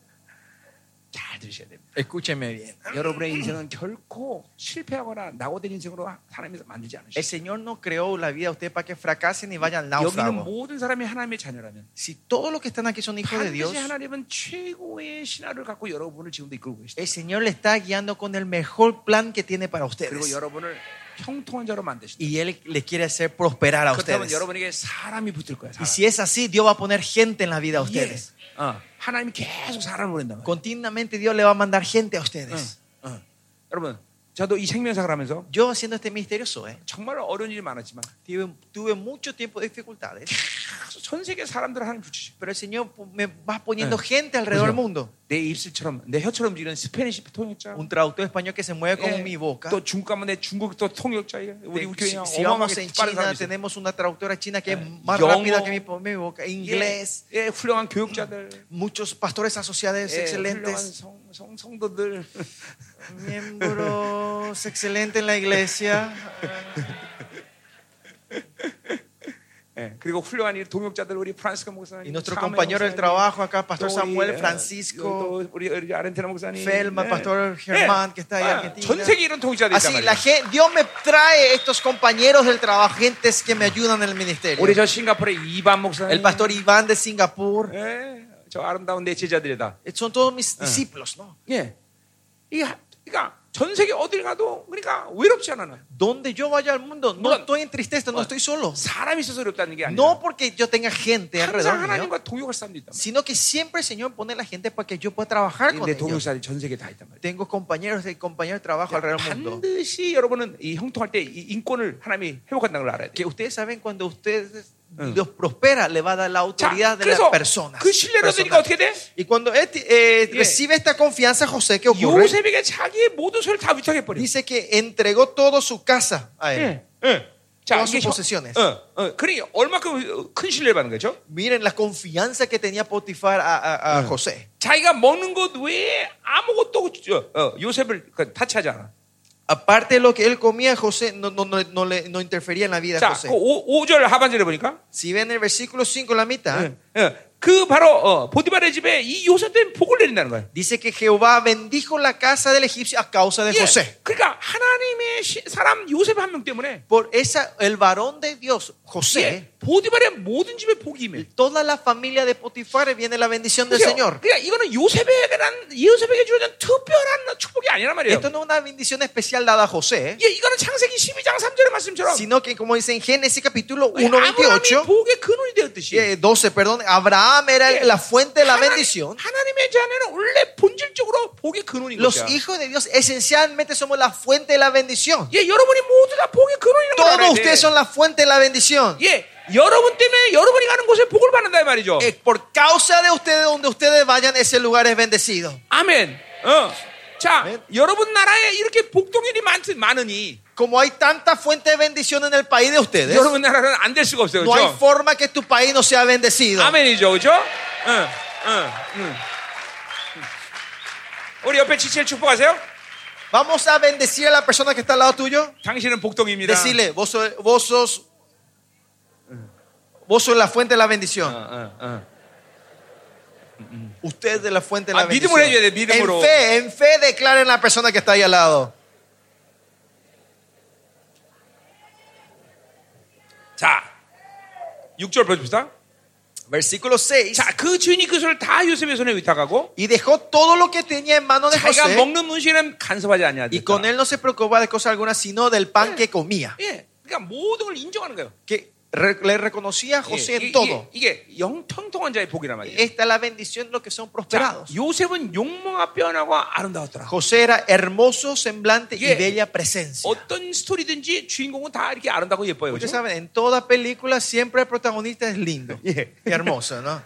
[SPEAKER 1] 잘 들으셔야 됩니다.
[SPEAKER 2] Escúcheme bien.
[SPEAKER 1] 여러분의 인생은 결코 실패하거나 낙오된 인생으로 사람이 만들지
[SPEAKER 2] El
[SPEAKER 1] 않으십니다.
[SPEAKER 2] Señor no creó la vida a usted para que fracasen y vayan al
[SPEAKER 1] 여기는
[SPEAKER 2] náufrago.
[SPEAKER 1] 모든 사람이 하나님의 자녀라면
[SPEAKER 2] Si todos los que están aquí son hijos de Dios,
[SPEAKER 1] 반드시 하나님은 최고의 신화를 갖고 여러분을 지금도 이끌고 계십니다.
[SPEAKER 2] el Señor le está guiando con el mejor plan que tiene para
[SPEAKER 1] 그리고
[SPEAKER 2] ustedes.
[SPEAKER 1] 여러분을 형통한 자로 만드신다.
[SPEAKER 2] Y Él les quiere hacer prosperar a
[SPEAKER 1] 그렇다면
[SPEAKER 2] ustedes.
[SPEAKER 1] 여러분에게 사람이 붙을 거야.
[SPEAKER 2] Y
[SPEAKER 1] 사람.
[SPEAKER 2] si es así, Dios va a poner gente en la vida a
[SPEAKER 1] 예.
[SPEAKER 2] ustedes.
[SPEAKER 1] 어, 하나님이 계속 사람을 보낸다.
[SPEAKER 2] Continuamente Dios le va a mandar gente a ustedes.
[SPEAKER 1] 어, 어. 여러분, 저도 이 생명사를 하면서
[SPEAKER 2] Yo haciendo este misterioso, ¿eh?
[SPEAKER 1] 정말 어려운 일이 많았지만
[SPEAKER 2] tuve, tuve mucho tiempo de dificultades,
[SPEAKER 1] 계속 전 세계 사람들을 하나님 붙이시.
[SPEAKER 2] pero el Señor pu- me va poniendo
[SPEAKER 1] Eh.
[SPEAKER 2] gente alrededor
[SPEAKER 1] Pues
[SPEAKER 2] del
[SPEAKER 1] yo.
[SPEAKER 2] mundo.
[SPEAKER 1] 내 입술처럼 내 혀처럼 움직이는 스페니시 통역자.
[SPEAKER 2] Un traductor español que se mueve con
[SPEAKER 1] 예,
[SPEAKER 2] mi boca.
[SPEAKER 1] 또 중국하면 내 중국 또 통역자 이게 우리
[SPEAKER 2] De- si,
[SPEAKER 1] 교회랑
[SPEAKER 2] si vamos
[SPEAKER 1] 어마어마하게
[SPEAKER 2] en
[SPEAKER 1] 빠른
[SPEAKER 2] China,
[SPEAKER 1] 사람이 있어요.
[SPEAKER 2] tenemos una traductora china que es
[SPEAKER 1] Eh,
[SPEAKER 2] más
[SPEAKER 1] Yongo.
[SPEAKER 2] rápida que mi, mi boca.
[SPEAKER 1] 예,
[SPEAKER 2] Inglés,
[SPEAKER 1] 예, 훌륭한 교육자들,
[SPEAKER 2] muchos pastores asociados
[SPEAKER 1] 예, 훌륭한
[SPEAKER 2] excelentes,
[SPEAKER 1] 성, 성, 성도들,
[SPEAKER 2] miembros excelentes en la iglesia,
[SPEAKER 1] 예, 그리고 훌륭한 이 동역자들 우리 프란스코 목사님,
[SPEAKER 2] Y nuestro
[SPEAKER 1] 차메
[SPEAKER 2] compañero del
[SPEAKER 1] 목사님,
[SPEAKER 2] trabajo acá,
[SPEAKER 1] 또
[SPEAKER 2] pastor
[SPEAKER 1] 우리,
[SPEAKER 2] Samuel
[SPEAKER 1] 예,
[SPEAKER 2] Francisco,
[SPEAKER 1] 또 우리 우리 아르헨티나 목사님,
[SPEAKER 2] Felma,
[SPEAKER 1] 예.
[SPEAKER 2] pastor
[SPEAKER 1] 예.
[SPEAKER 2] Germán, que está ahí en
[SPEAKER 1] 아,
[SPEAKER 2] Argentina.
[SPEAKER 1] 전 세계 이런 통역자들 있단
[SPEAKER 2] Así,
[SPEAKER 1] 말이야.
[SPEAKER 2] la gen- Dios me trae estos compañeros del trabajo, gentes que me ayudan en el ministerio.
[SPEAKER 1] 우리 저 싱가포르의 이반 목사님,
[SPEAKER 2] El pastor Iván de Singapur.
[SPEAKER 1] 예, 저 아름다운 내 제자들이다.
[SPEAKER 2] Son todos mis
[SPEAKER 1] Ah.
[SPEAKER 2] discípulos, ¿no?
[SPEAKER 1] 예, 이 하- 그러니까 전 세계 어딜 가도 그러니까 외롭지 않아. 나.
[SPEAKER 2] Donde yo vaya al mundo, no
[SPEAKER 1] Bueno.
[SPEAKER 2] estoy en tristeza,
[SPEAKER 1] Bueno.
[SPEAKER 2] no estoy solo.
[SPEAKER 1] 사람이 있어서 어렵다는 게 아니라
[SPEAKER 2] No porque yo tenga gente
[SPEAKER 1] 항상
[SPEAKER 2] alrededor mío,
[SPEAKER 1] 하나님과 동역할 사람도 있단 말이야.
[SPEAKER 2] sino que siempre el Señor pone la gente para que yo pueda trabajar con
[SPEAKER 1] 내
[SPEAKER 2] ellos.
[SPEAKER 1] 동역자들이 전 세계 다 있단 말이야.
[SPEAKER 2] Tengo compañeros de compañeros de trabajo alrededor del mundo.
[SPEAKER 1] 반드시 여러분은 이 형통할 때 이 인권을 하나님이 회복한다는 걸 알아야 돼.
[SPEAKER 2] Que ustedes saben, cuando ustedes
[SPEAKER 1] Mm.
[SPEAKER 2] los prospera, le va a dar la
[SPEAKER 1] 자,
[SPEAKER 2] autoridad de las
[SPEAKER 1] 그래서
[SPEAKER 2] personas.
[SPEAKER 1] 그 신뢰를 얻으니까
[SPEAKER 2] personal.
[SPEAKER 1] 어떻게 돼?
[SPEAKER 2] Y cuando este, eh,
[SPEAKER 1] Yeah.
[SPEAKER 2] recibe esta confianza José, ¿qué ocurre?
[SPEAKER 1] 요셉에게 자기의 모든 소유를 다 위탁해 버려.
[SPEAKER 2] Dice que entregó toda su casa a él.
[SPEAKER 1] 예, 예. 자,
[SPEAKER 2] Todas
[SPEAKER 1] 이게
[SPEAKER 2] sus posesiones.
[SPEAKER 1] 어, 어, 그러니 얼마큼 큰 신뢰를 받는 거죠?
[SPEAKER 2] Miren la confianza que tenía Potifar a, a- a José.
[SPEAKER 1] 자기가 먹는 것 외에 아무것도 어, 어, 요셉을 그, 타치하지 않아.
[SPEAKER 2] Aparte de lo que él comía, José no, no, no, no le, no interfería en la vida de
[SPEAKER 1] 자,
[SPEAKER 2] José.
[SPEAKER 1] 5, 절 하반절에 보니까
[SPEAKER 2] Si ven el versículo 5, la mitad,
[SPEAKER 1] 예, 예. 그 바로 어, 보디발의 집에 이 요셉 때문에 복을 내린다는 거야.
[SPEAKER 2] dice que Jehová bendijo la casa del egipcio a causa de
[SPEAKER 1] 예,
[SPEAKER 2] José.
[SPEAKER 1] 그러니까 하나님의 시- 사람 요셉 한 명 때문에
[SPEAKER 2] Por esa, el varón de Dios, José,
[SPEAKER 1] 예, 보디발의 모든 집에 복이 임해.
[SPEAKER 2] toda la familia de Potifar viene la bendición del
[SPEAKER 1] 그죠?
[SPEAKER 2] 네, Señor.
[SPEAKER 1] 그러니까 이거는 요셉에게 난 요셉에게 주어진 특별한 축복이 아니란 말이에요.
[SPEAKER 2] Esto no es una bendición especial dada a José, ¿eh?
[SPEAKER 1] 예, 이거는 창세기 12장 3절의 말씀처럼
[SPEAKER 2] sino que como dice en Génesis capítulo
[SPEAKER 1] 예, 아브라함이
[SPEAKER 2] 1.28,
[SPEAKER 1] 복의 근원이 되었듯이
[SPEAKER 2] eh, 12, perdón, Abraham era
[SPEAKER 1] 예,
[SPEAKER 2] la fuente de la
[SPEAKER 1] 하나님-
[SPEAKER 2] bendición.
[SPEAKER 1] 하나님의 자녀는 원래 본질적으로 복의 근원인
[SPEAKER 2] Los
[SPEAKER 1] 거죠.
[SPEAKER 2] hijos de Dios esencialmente somos la fuente de la bendición.
[SPEAKER 1] 예, 여러분이 모두 다 복의 근원이라는 걸
[SPEAKER 2] Todos
[SPEAKER 1] 알아야 돼.
[SPEAKER 2] ustedes son la fuente de la bendición.
[SPEAKER 1] 예, 여러분 때문에 여러분이 가는 곳에 복을 받는다 이 말이죠.
[SPEAKER 2] Eh, Por causa de ustedes, donde ustedes vayan, ese lugar es bendecido.
[SPEAKER 1] 아멘. 어. 자,
[SPEAKER 2] 아멘.
[SPEAKER 1] 여러분 나라에 이렇게 복동일이 많, 많으니
[SPEAKER 2] Como hay tanta fuente de bendición en el país de ustedes,
[SPEAKER 1] 여러분 나라는 안 될 수가 없어요.
[SPEAKER 2] 네. no hay
[SPEAKER 1] 그렇죠?
[SPEAKER 2] forma que tu país no sea bendecido.
[SPEAKER 1] 아멘이죠. 그렇죠? 응, 응, 응. 우리 옆에 지체를 축복하세요.
[SPEAKER 2] Vamos a bendecir a la persona que está al lado tuyo.
[SPEAKER 1] 당신은 복덩이입니다.
[SPEAKER 2] Decirle, vos, so- vos sos. Vos sos la fuente de la bendición.
[SPEAKER 1] 응, 응, 응.
[SPEAKER 2] Usted es la fuente de la
[SPEAKER 1] Ah,
[SPEAKER 2] bendición.
[SPEAKER 1] 믿음으로 해줘야 돼, 믿음으로.
[SPEAKER 2] En fe, en fe declaren a la persona que está ahí al lado.
[SPEAKER 1] 자, 6절 보십시다.
[SPEAKER 2] Versículo 6.
[SPEAKER 1] 자, 그 주인이 그 손을 다 요셉의 손에 위탁하고
[SPEAKER 2] Y dejó todo lo que tenía en manos de
[SPEAKER 1] 자기가
[SPEAKER 2] José.
[SPEAKER 1] 먹는 문신은 간섭하지
[SPEAKER 2] Y con
[SPEAKER 1] 아니하더라.
[SPEAKER 2] él no se preocupaba de cosa alguna, sino del pan que comía.
[SPEAKER 1] 예, 그러니까 모든 걸 인정하는 거예요.
[SPEAKER 2] Que re- le reconocía a José
[SPEAKER 1] 이-
[SPEAKER 2] en
[SPEAKER 1] 이-
[SPEAKER 2] todo.
[SPEAKER 1] 이게 영통통한 자의 복이란 말이에요.
[SPEAKER 2] Esta es la bendición de los que son
[SPEAKER 1] 자,
[SPEAKER 2] prosperados.
[SPEAKER 1] 요셉은 용모가 변하고 아름다웠더라.
[SPEAKER 2] José era hermoso semblante y
[SPEAKER 1] Yeah.
[SPEAKER 2] bella presencia.
[SPEAKER 1] 어떤 스토리든지 주인공은 다 이렇게 아름답고 예뻐요.
[SPEAKER 2] Ustedes
[SPEAKER 1] 그렇죠?
[SPEAKER 2] saben, en toda película siempre el protagonista es lindo
[SPEAKER 1] Yeah.
[SPEAKER 2] y hermoso, ¿no?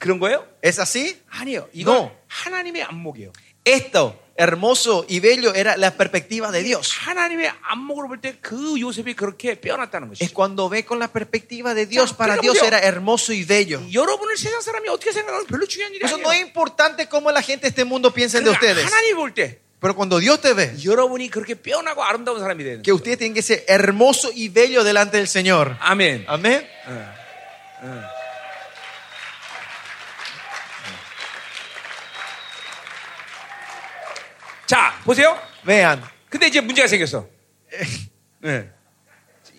[SPEAKER 1] 그런 거예요?
[SPEAKER 2] ¿Es así?
[SPEAKER 1] 아니에요. 이건
[SPEAKER 2] No.
[SPEAKER 1] 하나님의 안목이에요.
[SPEAKER 2] Esto, hermoso y bello, era la perspectiva de Dios.
[SPEAKER 1] 하나님의 안목으로 볼 때 그 요셉이 그렇게 빼어났다는 것이죠.
[SPEAKER 2] Es cuando ve con la perspectiva de Dios,
[SPEAKER 1] Ya,
[SPEAKER 2] para
[SPEAKER 1] pero
[SPEAKER 2] Dios
[SPEAKER 1] yo-
[SPEAKER 2] era hermoso y bello.
[SPEAKER 1] 여러분을 세상 사람이 어떻게 생각하는 별로 중요한 일이
[SPEAKER 2] Por eso no es
[SPEAKER 1] 아니에요.
[SPEAKER 2] importante cómo la gente de este mundo piensa de
[SPEAKER 1] 그러니까
[SPEAKER 2] ustedes.
[SPEAKER 1] 하나님 볼때
[SPEAKER 2] Pero cuando Dios te ve,
[SPEAKER 1] 여러분이 그렇게 빼어나고 아름다운 사람이 되는
[SPEAKER 2] que
[SPEAKER 1] 거예요.
[SPEAKER 2] ustedes tienen que ser hermoso y bello delante del Señor.
[SPEAKER 1] 아멘. 어.
[SPEAKER 2] Amén.
[SPEAKER 1] 응. 응. 자, 보세요.
[SPEAKER 2] Vean,
[SPEAKER 1] 근데 이제 문제가 생겼어. 네.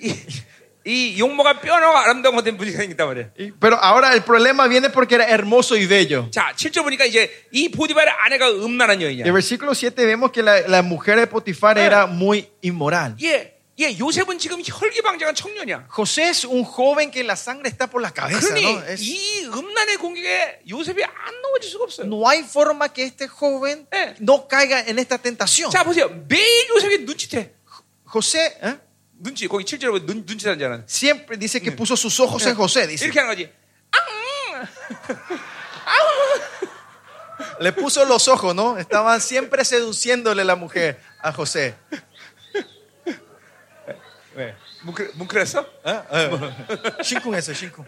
[SPEAKER 1] 이, 이 용모가 뼈나고 아름다운 것에 문제가 생겼단 말이야.
[SPEAKER 2] y- pero ahora el problema viene porque era hermoso y bello.
[SPEAKER 1] 자, 7절 보니까 이제 이 보디발의 아내가 음란한
[SPEAKER 2] En el
[SPEAKER 1] 여인이야.
[SPEAKER 2] versículo 7 vemos que la, la mujer de Potifar
[SPEAKER 1] Eh.
[SPEAKER 2] era muy inmoral.
[SPEAKER 1] 예, 예, 요셉은 지금 혈기방장한 청년이야.
[SPEAKER 2] José es un joven que la sangre está por la cabeza.
[SPEAKER 1] 그러니
[SPEAKER 2] ¿no? Es-
[SPEAKER 1] 이 음란의 공격에 요셉이 안 넘어질 수가 없어요.
[SPEAKER 2] no hay forma que este joven
[SPEAKER 1] Eh.
[SPEAKER 2] no caiga en esta tentación.
[SPEAKER 1] 자, 보세요. 매일 요셉이 눈치태.
[SPEAKER 2] José ¿eh?
[SPEAKER 1] 눈치, 거기 7절에 보면 눈, 눈치라는 자는.
[SPEAKER 2] siempre dice que puso sus ojos en José. Dice,
[SPEAKER 1] 이렇게 하는 거지.
[SPEAKER 2] le puso los ojos, ¿no? Estaban siempre seduciéndole la mujer a José.
[SPEAKER 1] 왜? 뭉클, 뭉클했어?
[SPEAKER 2] ¿Eh? Eh. Shinkun eso, Shinkun.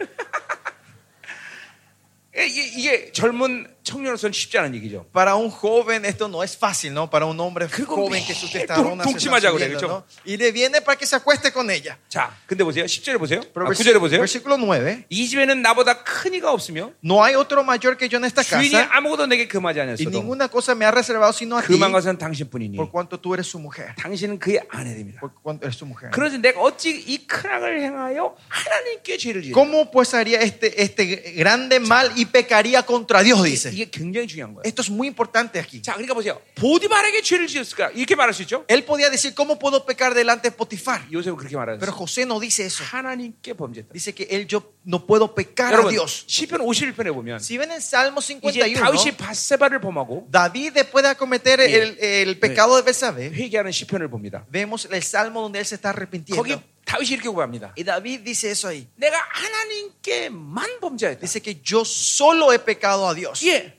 [SPEAKER 1] 예, 이게, 이게 젊은 청년으로서는 쉽지 않은 얘기죠.
[SPEAKER 2] Para un joven esto no es fácil, ¿no? Para un hombre
[SPEAKER 1] 그리고
[SPEAKER 2] joven que
[SPEAKER 1] 매일
[SPEAKER 2] su testosterona
[SPEAKER 1] 동-
[SPEAKER 2] se está
[SPEAKER 1] 동침하자 그래,
[SPEAKER 2] subiendo,
[SPEAKER 1] 그렇죠?
[SPEAKER 2] ¿no? Y le viene para que se acueste con ella.
[SPEAKER 1] 자, 근데 보세요. 10절에 보세요. 아,
[SPEAKER 2] Pero vers-
[SPEAKER 1] 9절에 보세요.
[SPEAKER 2] versículo 9.
[SPEAKER 1] 이 집에는 나보다 큰 이가 없으며
[SPEAKER 2] No hay otro mayor que yo en esta
[SPEAKER 1] 주인이
[SPEAKER 2] casa
[SPEAKER 1] 아무것도 내게 금하지
[SPEAKER 2] y
[SPEAKER 1] 않았어도
[SPEAKER 2] ninguna cosa me ha reservado sino a ti
[SPEAKER 1] 금한 것은 당신뿐이니
[SPEAKER 2] por cuanto tú eres su mujer.
[SPEAKER 1] 당신은 그의 아내입니다.
[SPEAKER 2] Por cuanto eres su mujer.
[SPEAKER 1] 그러지 내가 어찌 이 큰 악을 행하여 하나님께 죄를 지르
[SPEAKER 2] ¿Cómo pues haría este, este grande mal y pecaría contra Dios? Dice.
[SPEAKER 1] 이게 굉장히 중요한 거예요.
[SPEAKER 2] Esto es muy importante aquí.
[SPEAKER 1] 자, 그러니까 보세요. 보디발에게 죄를 지었을까? 이렇게 말할 수 있죠?
[SPEAKER 2] Él podía decir, ¿cómo puedo pecar delante de Potifar?
[SPEAKER 1] 요셉은 그렇게
[SPEAKER 2] Pero
[SPEAKER 1] 말하죠.
[SPEAKER 2] José no dice eso.
[SPEAKER 1] 하나님께 범죄했다.
[SPEAKER 2] Dice que él yo no puedo pecar a
[SPEAKER 1] 여러분
[SPEAKER 2] Dios.
[SPEAKER 1] 시편 51편에 보면
[SPEAKER 2] Si ven en Salmo
[SPEAKER 1] 이제
[SPEAKER 2] 51,
[SPEAKER 1] 다윗이 바세바를 범하고
[SPEAKER 2] David después de acometer el, el pecado de Betsabé,
[SPEAKER 1] 회개하는 시편을 봅니다.
[SPEAKER 2] vemos el Salmo donde él se está
[SPEAKER 1] 거기
[SPEAKER 2] arrepintiendo.
[SPEAKER 1] 다윗이 이렇게 고백합니다.
[SPEAKER 2] Y David dice eso ahí.
[SPEAKER 1] 내가 하나님께만 범죄했다.
[SPEAKER 2] Dice que yo solo he pecado a Dios.
[SPEAKER 1] 예,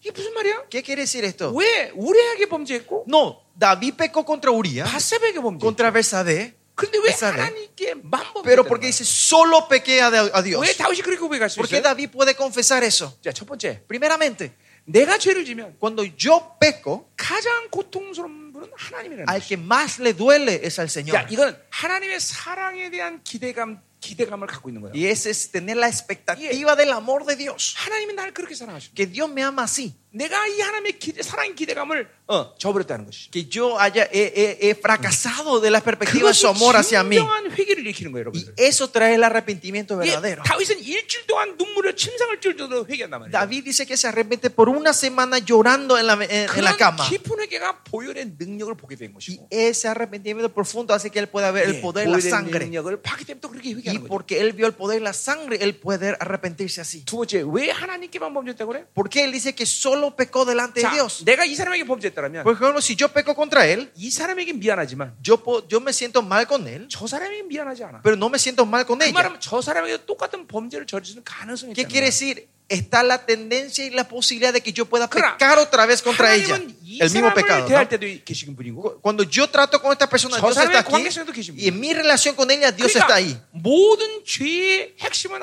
[SPEAKER 1] 이게 무슨 말이야?
[SPEAKER 2] ¿Qué quiere decir esto?
[SPEAKER 1] 왜 우리에게 범죄했고
[SPEAKER 2] No, David pecó contra Uría,
[SPEAKER 1] 바세바에게 범죄?
[SPEAKER 2] contra Betsabé,
[SPEAKER 1] 그런데 왜
[SPEAKER 2] Betsabé.
[SPEAKER 1] 하나님께만
[SPEAKER 2] pero
[SPEAKER 1] 범죄했다?
[SPEAKER 2] porque dice solo pequé a, a Dios.
[SPEAKER 1] 왜 다윗이 그렇게 고백할 수
[SPEAKER 2] ¿Por qué
[SPEAKER 1] 있어요?
[SPEAKER 2] David puede confesar eso?
[SPEAKER 1] 자, 첫 번째,
[SPEAKER 2] Primeramente,
[SPEAKER 1] 내가 죄를 지면
[SPEAKER 2] cuando yo peco,
[SPEAKER 1] 가장 고통스러운 분은 하나님이라는
[SPEAKER 2] al
[SPEAKER 1] 거죠.
[SPEAKER 2] que más le duele es al Señor.
[SPEAKER 1] 자, 이건 하나님의 사랑에 대한 기대감, 기대감을 갖고 있는 거예요.
[SPEAKER 2] Y ese es tener la expectativa del amor de Dios.
[SPEAKER 1] 하나님이 나를 그렇게 사랑하셨다.
[SPEAKER 2] Que Dios me ama así.
[SPEAKER 1] 내가 이 하나님의 기대, 사랑 기대감을 어, 저버렸다는 것이.
[SPEAKER 2] Que yo haya he, he- he fracasado de la perspectiva de
[SPEAKER 1] 그것이
[SPEAKER 2] su amor hacia mí.
[SPEAKER 1] 진정한 회개를 일으키는 거예요,
[SPEAKER 2] Y
[SPEAKER 1] 여러분들.
[SPEAKER 2] eso trae el arrepentimiento
[SPEAKER 1] 예,
[SPEAKER 2] verdadero.
[SPEAKER 1] 다윗은 일주일 동안 눈물을 침상을 찔 정도로 회개한단 말이에요.
[SPEAKER 2] David dice que se arrepiente por una semana llorando en la, en- en la
[SPEAKER 1] 그런
[SPEAKER 2] cama.
[SPEAKER 1] 깊은 회개가 보혈의 능력을 보게 된
[SPEAKER 2] Y
[SPEAKER 1] 것이고
[SPEAKER 2] ese arrepentimiento profundo hace que él pueda ver el
[SPEAKER 1] 예,
[SPEAKER 2] poder de la
[SPEAKER 1] 보혈의
[SPEAKER 2] sangre.
[SPEAKER 1] 능력을 봤기 때문에 또 그렇게
[SPEAKER 2] Y
[SPEAKER 1] 회개하는 거죠.
[SPEAKER 2] porque él vio el poder de la sangre, él puede arrepentirse así.
[SPEAKER 1] 두 번째, 왜 하나님께만 범죄했다고 그래?
[SPEAKER 2] Porque él dice que solo pecó delante de
[SPEAKER 1] 자,
[SPEAKER 2] Dios.
[SPEAKER 1] 내가 이 사람에게 범죄했다면
[SPEAKER 2] Por ejemplo, si yo peco contra él,
[SPEAKER 1] 이 사람에게 미안하지만
[SPEAKER 2] yo, po- yo me siento mal con él,
[SPEAKER 1] 저 사람에게 미안하지 않아.
[SPEAKER 2] pero no me siento mal con
[SPEAKER 1] 그
[SPEAKER 2] ella.
[SPEAKER 1] 말하면 저 사람에게 똑같은 범죄를 저지르는 가능성이
[SPEAKER 2] ¿Qué
[SPEAKER 1] 있다.
[SPEAKER 2] quiere decir? está la tendencia y la posibilidad de que yo pueda
[SPEAKER 1] Claro.
[SPEAKER 2] pecar otra vez contra ella.
[SPEAKER 1] 하나님은 그, 이
[SPEAKER 2] El mismo
[SPEAKER 1] 사람을
[SPEAKER 2] pecado.
[SPEAKER 1] 대할
[SPEAKER 2] ¿no?
[SPEAKER 1] 때도 계시는 분이고
[SPEAKER 2] Cu- Cuando yo trato con esta persona,
[SPEAKER 1] 저
[SPEAKER 2] Dios está
[SPEAKER 1] 사람의
[SPEAKER 2] aquí.
[SPEAKER 1] 관계성도 계십니다.
[SPEAKER 2] Y en mi relación con ella, Dios está ahí.
[SPEAKER 1] 그러니까 모든 죄의 핵심은